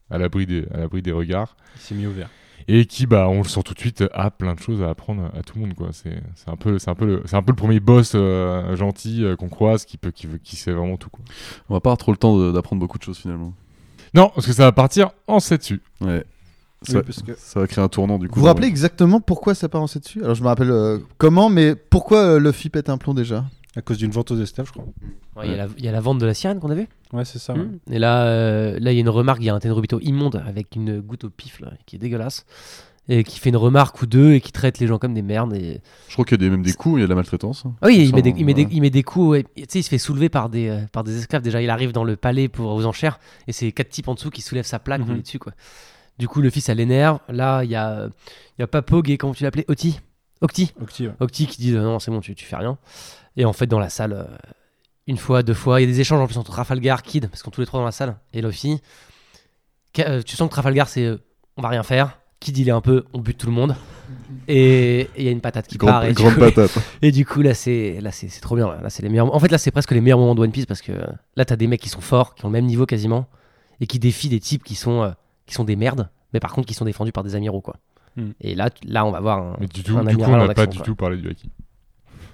[SPEAKER 8] à l'abri des, à l'abri des regards,
[SPEAKER 4] il s'est mis au vert.
[SPEAKER 8] et qui bah on le sent tout de suite a plein de choses à apprendre à tout le monde quoi. C'est, c'est un peu c'est un peu le c'est un peu le premier boss euh, gentil euh, qu'on croise qui peut qui, veut- qui sait vraiment tout quoi.
[SPEAKER 5] On va pas avoir trop le temps de- d'apprendre beaucoup de choses finalement.
[SPEAKER 8] Non parce que ça va partir en 7 dessus.
[SPEAKER 5] Ouais.
[SPEAKER 4] Oui,
[SPEAKER 5] Ça,
[SPEAKER 4] parce que-
[SPEAKER 5] ça va créer un tournant du coup.
[SPEAKER 9] Vous vous rappelez exactement pourquoi ça part en dessus Alors je me rappelle euh, comment, mais pourquoi euh, Luffy pète un plomb déjà
[SPEAKER 4] à cause d'une vente aux esclaves, je crois.
[SPEAKER 7] Ouais, Il y a la- il y a la vente de la sirène qu'on a vu.
[SPEAKER 4] Ouais, c'est ça. Ah ouais.
[SPEAKER 7] Mm. Et là, euh, là, il y a une remarque, il y a un Tenrobito immonde avec une goutte au pif là, qui est dégueulasse et qui fait une remarque ou deux et qui traite les gens comme des merdes. Et...
[SPEAKER 5] Je crois qu'il y a des- même des coups, il y a de la maltraitance. hein.
[SPEAKER 7] Ah oui,
[SPEAKER 5] Il
[SPEAKER 7] il met, des,
[SPEAKER 5] semble,
[SPEAKER 7] il, met des,
[SPEAKER 5] ouais.
[SPEAKER 7] il met des coups. ouais. Et Tu sais, il se fait soulever par des, euh, par des esclaves. Déjà, il arrive dans le palais pour, aux enchères et c'est quatre types en dessous qui soulèvent sa plaque
[SPEAKER 4] Mhm.
[SPEAKER 7] on est dessus quoi. Du coup, le fils, ça l'énerve. Là, il y a, euh, il y a Papog et comment tu l'appelais Octi Octi
[SPEAKER 4] Octi, ouais.
[SPEAKER 7] Octi qui dit euh, non, c'est bon, tu, tu fais rien. Et en fait, dans la salle, euh, une fois, deux fois, il y a des échanges en plus entre Trafalgar, Kid, parce qu'on est tous les trois dans la salle, et Luffy. Ca- euh, tu sens que Trafalgar, c'est euh, on va rien faire. Kid, il est un peu on bute tout le monde. Et et il y a une patate qui part.
[SPEAKER 5] Grande,
[SPEAKER 7] Et, du
[SPEAKER 5] grande
[SPEAKER 7] coup-
[SPEAKER 5] patate.
[SPEAKER 7] et du coup, là, c'est là, c'est c'est trop bien. Là, Là, c'est les meilleurs. En fait, là, c'est presque les meilleurs moments de One Piece parce que euh, là, t'as des mecs qui sont forts, qui ont le même niveau quasiment, et qui défient des types qui sont euh, qui sont des merdes, mais par contre, qui sont défendus par des amiraux, quoi.
[SPEAKER 4] Hmm.
[SPEAKER 7] Et là, tu- là, on va voir. hein. un-
[SPEAKER 8] Mais du, tout,
[SPEAKER 7] un
[SPEAKER 8] du coup
[SPEAKER 7] amiral
[SPEAKER 8] on
[SPEAKER 7] en
[SPEAKER 8] n'a pas
[SPEAKER 7] action,
[SPEAKER 8] du
[SPEAKER 7] quoi.
[SPEAKER 8] tout parlé du haki.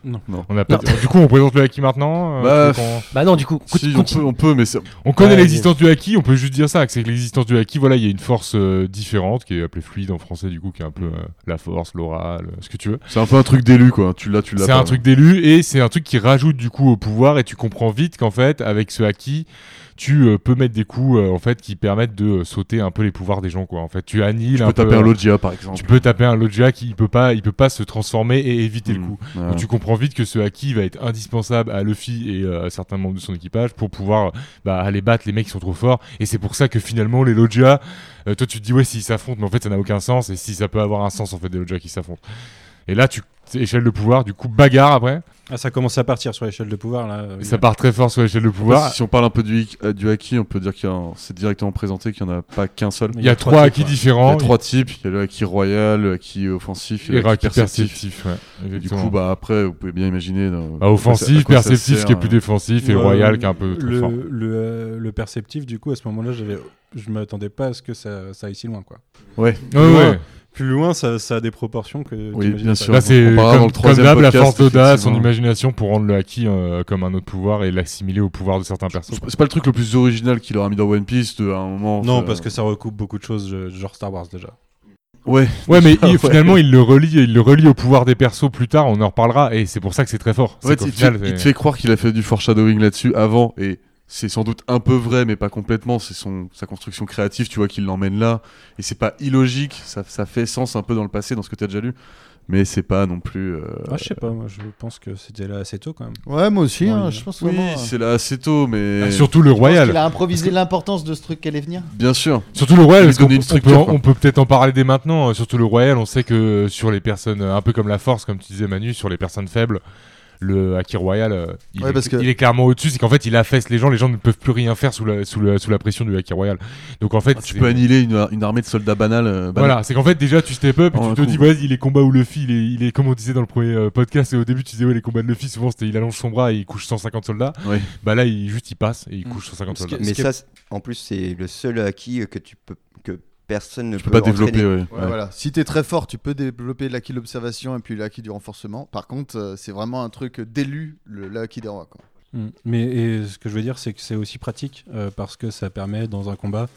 [SPEAKER 4] Non.
[SPEAKER 8] On n'a pas. Du coup on présente le haki maintenant. euh,
[SPEAKER 5] Bah,
[SPEAKER 8] tu veux qu'on-
[SPEAKER 7] Bah non, du coup,
[SPEAKER 5] Si, on
[SPEAKER 7] continue.
[SPEAKER 5] peut, on peut, mais c'est-
[SPEAKER 8] On connaît
[SPEAKER 7] Ouais,
[SPEAKER 8] l'existence du haki, on peut juste dire ça, que c'est que l'existence du haki, voilà, il y a une force euh, différente qui est appelée fluide en français, du coup, qui est un peu euh, la force, l'aura, le- ce que tu veux.
[SPEAKER 5] c'est un peu un truc d'élu quoi. Tu l'as, tu l'as.
[SPEAKER 8] C'est
[SPEAKER 5] pas.
[SPEAKER 8] un truc d'élu et c'est un truc qui rajoute du coup au pouvoir et tu comprends vite qu'en fait, avec ce haki, tu euh, peux mettre des coups euh, en fait qui permettent de euh, sauter un peu les pouvoirs des gens, quoi. En fait, tu annihiles
[SPEAKER 5] Tu
[SPEAKER 8] un
[SPEAKER 5] peux
[SPEAKER 8] peu. euh,
[SPEAKER 5] taper un Logia par exemple.
[SPEAKER 8] tu peux taper un Logia qui il peut pas, il peut pas se transformer et éviter le coup.
[SPEAKER 5] Mmh. Ouais.
[SPEAKER 8] Donc tu comprends vite que ce haki va être indispensable à Luffy et euh, à certains membres de son équipage pour pouvoir euh, bah, aller battre les mecs qui sont trop forts. Et c'est pour ça que finalement les Logia, euh, toi tu te dis ouais s'ils s'affrontent, mais en fait ça n'a aucun sens. Et si ça peut avoir un sens en fait des Logia qui s'affrontent. Et là tu c'est échelle de pouvoir, du coup bagarre après.
[SPEAKER 4] Ah, ça commence à partir sur l'échelle de pouvoir, là. euh,
[SPEAKER 8] Et ça part très fort sur l'échelle de pouvoir.
[SPEAKER 5] Si on parle un peu du, hic- euh, du haki, on peut dire qu'il y a un- c'est directement présenté qu'il n'y en a pas qu'un seul.
[SPEAKER 4] Mais
[SPEAKER 8] Il y a trois
[SPEAKER 4] types,
[SPEAKER 8] hakis
[SPEAKER 4] ouais.
[SPEAKER 5] Il y
[SPEAKER 8] différents.
[SPEAKER 5] a trois types, il y a le haki royal, le haki offensif et
[SPEAKER 8] Et
[SPEAKER 5] le haki
[SPEAKER 8] haki
[SPEAKER 5] perceptif.
[SPEAKER 8] perceptif. ouais,
[SPEAKER 5] Et du
[SPEAKER 8] exactement.
[SPEAKER 5] coup, bah, après, vous pouvez bien imaginer. dans-
[SPEAKER 8] Bah,
[SPEAKER 5] à
[SPEAKER 8] offensif,
[SPEAKER 5] quoi ça
[SPEAKER 8] perceptif, ce qui est
[SPEAKER 5] sert,
[SPEAKER 8] plus
[SPEAKER 5] euh.
[SPEAKER 8] défensif, et
[SPEAKER 4] Ouais,
[SPEAKER 8] royal qui est un peu trop
[SPEAKER 4] le,
[SPEAKER 8] fort.
[SPEAKER 4] Le, euh, le perceptif, du coup, à ce moment-là, j'avais. Je m'attendais pas à ce que ça, ça aille si loin, quoi.
[SPEAKER 5] Ouais,
[SPEAKER 8] Ouais,
[SPEAKER 4] loin.
[SPEAKER 8] ouais.
[SPEAKER 4] Plus loin, ça, ça a des proportions que.
[SPEAKER 5] oui,
[SPEAKER 4] t'imagines
[SPEAKER 5] bien
[SPEAKER 4] pas.
[SPEAKER 5] sûr.
[SPEAKER 8] Là, c'est
[SPEAKER 5] On
[SPEAKER 8] comme,
[SPEAKER 5] parlera dans le
[SPEAKER 8] comme
[SPEAKER 5] troisième
[SPEAKER 8] d'hab, la
[SPEAKER 5] podcast,
[SPEAKER 8] force d'audace, son
[SPEAKER 5] effectivement.
[SPEAKER 8] imagination pour rendre le haki euh, comme un autre pouvoir et l'assimiler au pouvoir de certains persos.
[SPEAKER 5] C'est pas le truc le plus original qu'il aura mis dans One Piece de à un moment. euh,
[SPEAKER 4] Non,
[SPEAKER 5] ça-
[SPEAKER 4] parce que ça recoupe beaucoup de choses, je- genre Star Wars déjà.
[SPEAKER 5] Ouais,
[SPEAKER 8] Ouais, mais
[SPEAKER 5] Ah
[SPEAKER 8] il-
[SPEAKER 5] ouais.
[SPEAKER 8] finalement, il le relie, il le relie au pouvoir des persos plus tard. On en reparlera et c'est pour ça que c'est très fort.
[SPEAKER 5] En
[SPEAKER 8] C'est
[SPEAKER 5] fait,
[SPEAKER 8] qu'au
[SPEAKER 5] il,
[SPEAKER 8] final,
[SPEAKER 5] te,
[SPEAKER 8] c'est-
[SPEAKER 5] il te fait croire qu'il a fait du foreshadowing là-dessus avant et. C'est sans doute un peu vrai, mais pas complètement. C'est son sa construction créative, tu vois, qui l'emmène là. Et c'est pas illogique. Ça, ça fait sens un peu dans le passé, dans ce que t'as déjà lu. Mais c'est pas non plus. euh,
[SPEAKER 4] Ah, je sais pas, moi, je pense que c'était là assez tôt quand même.
[SPEAKER 9] Ouais, moi aussi,
[SPEAKER 4] Ouais,
[SPEAKER 9] hein,
[SPEAKER 4] il-
[SPEAKER 9] je pense
[SPEAKER 5] Oui,
[SPEAKER 9] vraiment. euh,
[SPEAKER 5] c'est là assez tôt, mais
[SPEAKER 8] Ah, surtout le
[SPEAKER 9] je pense
[SPEAKER 8] royal.
[SPEAKER 9] qu'il a improvisé l'importance de ce truc qu'elle allait venir.
[SPEAKER 5] bien sûr.
[SPEAKER 8] Surtout le royal,
[SPEAKER 5] Il
[SPEAKER 8] parce
[SPEAKER 5] lui donne
[SPEAKER 8] qu'on-
[SPEAKER 5] une
[SPEAKER 8] on
[SPEAKER 5] structure,
[SPEAKER 8] peut-
[SPEAKER 5] quoi.
[SPEAKER 8] on peut peut-être en parler dès maintenant. Euh, Surtout le royal, on sait que euh, sur les personnes, euh, un peu comme la force, comme tu disais Manu, sur les personnes faibles, le Haki Royal, euh, il,
[SPEAKER 9] Ouais,
[SPEAKER 8] est,
[SPEAKER 9] parce que-
[SPEAKER 8] il est clairement au-dessus. C'est qu'en fait, il affaisse les gens. Les gens ne peuvent plus rien faire sous la, sous la, sous la pression du Haki Royal. Donc en fait,
[SPEAKER 5] Ah, tu
[SPEAKER 8] c'est-
[SPEAKER 5] peux annihiler une, une armée de soldats banals. euh,
[SPEAKER 7] Bah,
[SPEAKER 5] banals.
[SPEAKER 8] Voilà, c'est qu'en fait déjà tu step up et
[SPEAKER 5] En un
[SPEAKER 8] tu te
[SPEAKER 5] coup.
[SPEAKER 8] dis vas-y les combats où Luffy il est, il est comme on disait dans le premier euh, podcast et au début tu disais ouais les combats de Luffy souvent c'était il allonge son bras et il couche 150 soldats
[SPEAKER 5] Ouais.
[SPEAKER 8] bah là il juste il passe et il
[SPEAKER 6] Mm.
[SPEAKER 8] couche 150
[SPEAKER 6] Parce que-
[SPEAKER 8] soldats.
[SPEAKER 10] Mais
[SPEAKER 6] Ce qui
[SPEAKER 10] ça, c'est- en plus, c'est le seul acquis euh, que tu peux que personne ne
[SPEAKER 5] Tu peux pas développer.
[SPEAKER 10] entraîner.
[SPEAKER 5] ouais.
[SPEAKER 9] Ouais,
[SPEAKER 5] Ouais.
[SPEAKER 9] Voilà. Si t'es très fort, tu peux développer l'acquis de l'observation et puis l'acquis du renforcement. Par contre, euh, c'est vraiment un truc d'élu, le- l'acquis des rois. Quoi.
[SPEAKER 4] Mm. Mais et ce que je veux dire, c'est que c'est aussi pratique euh, parce que ça permet dans un combat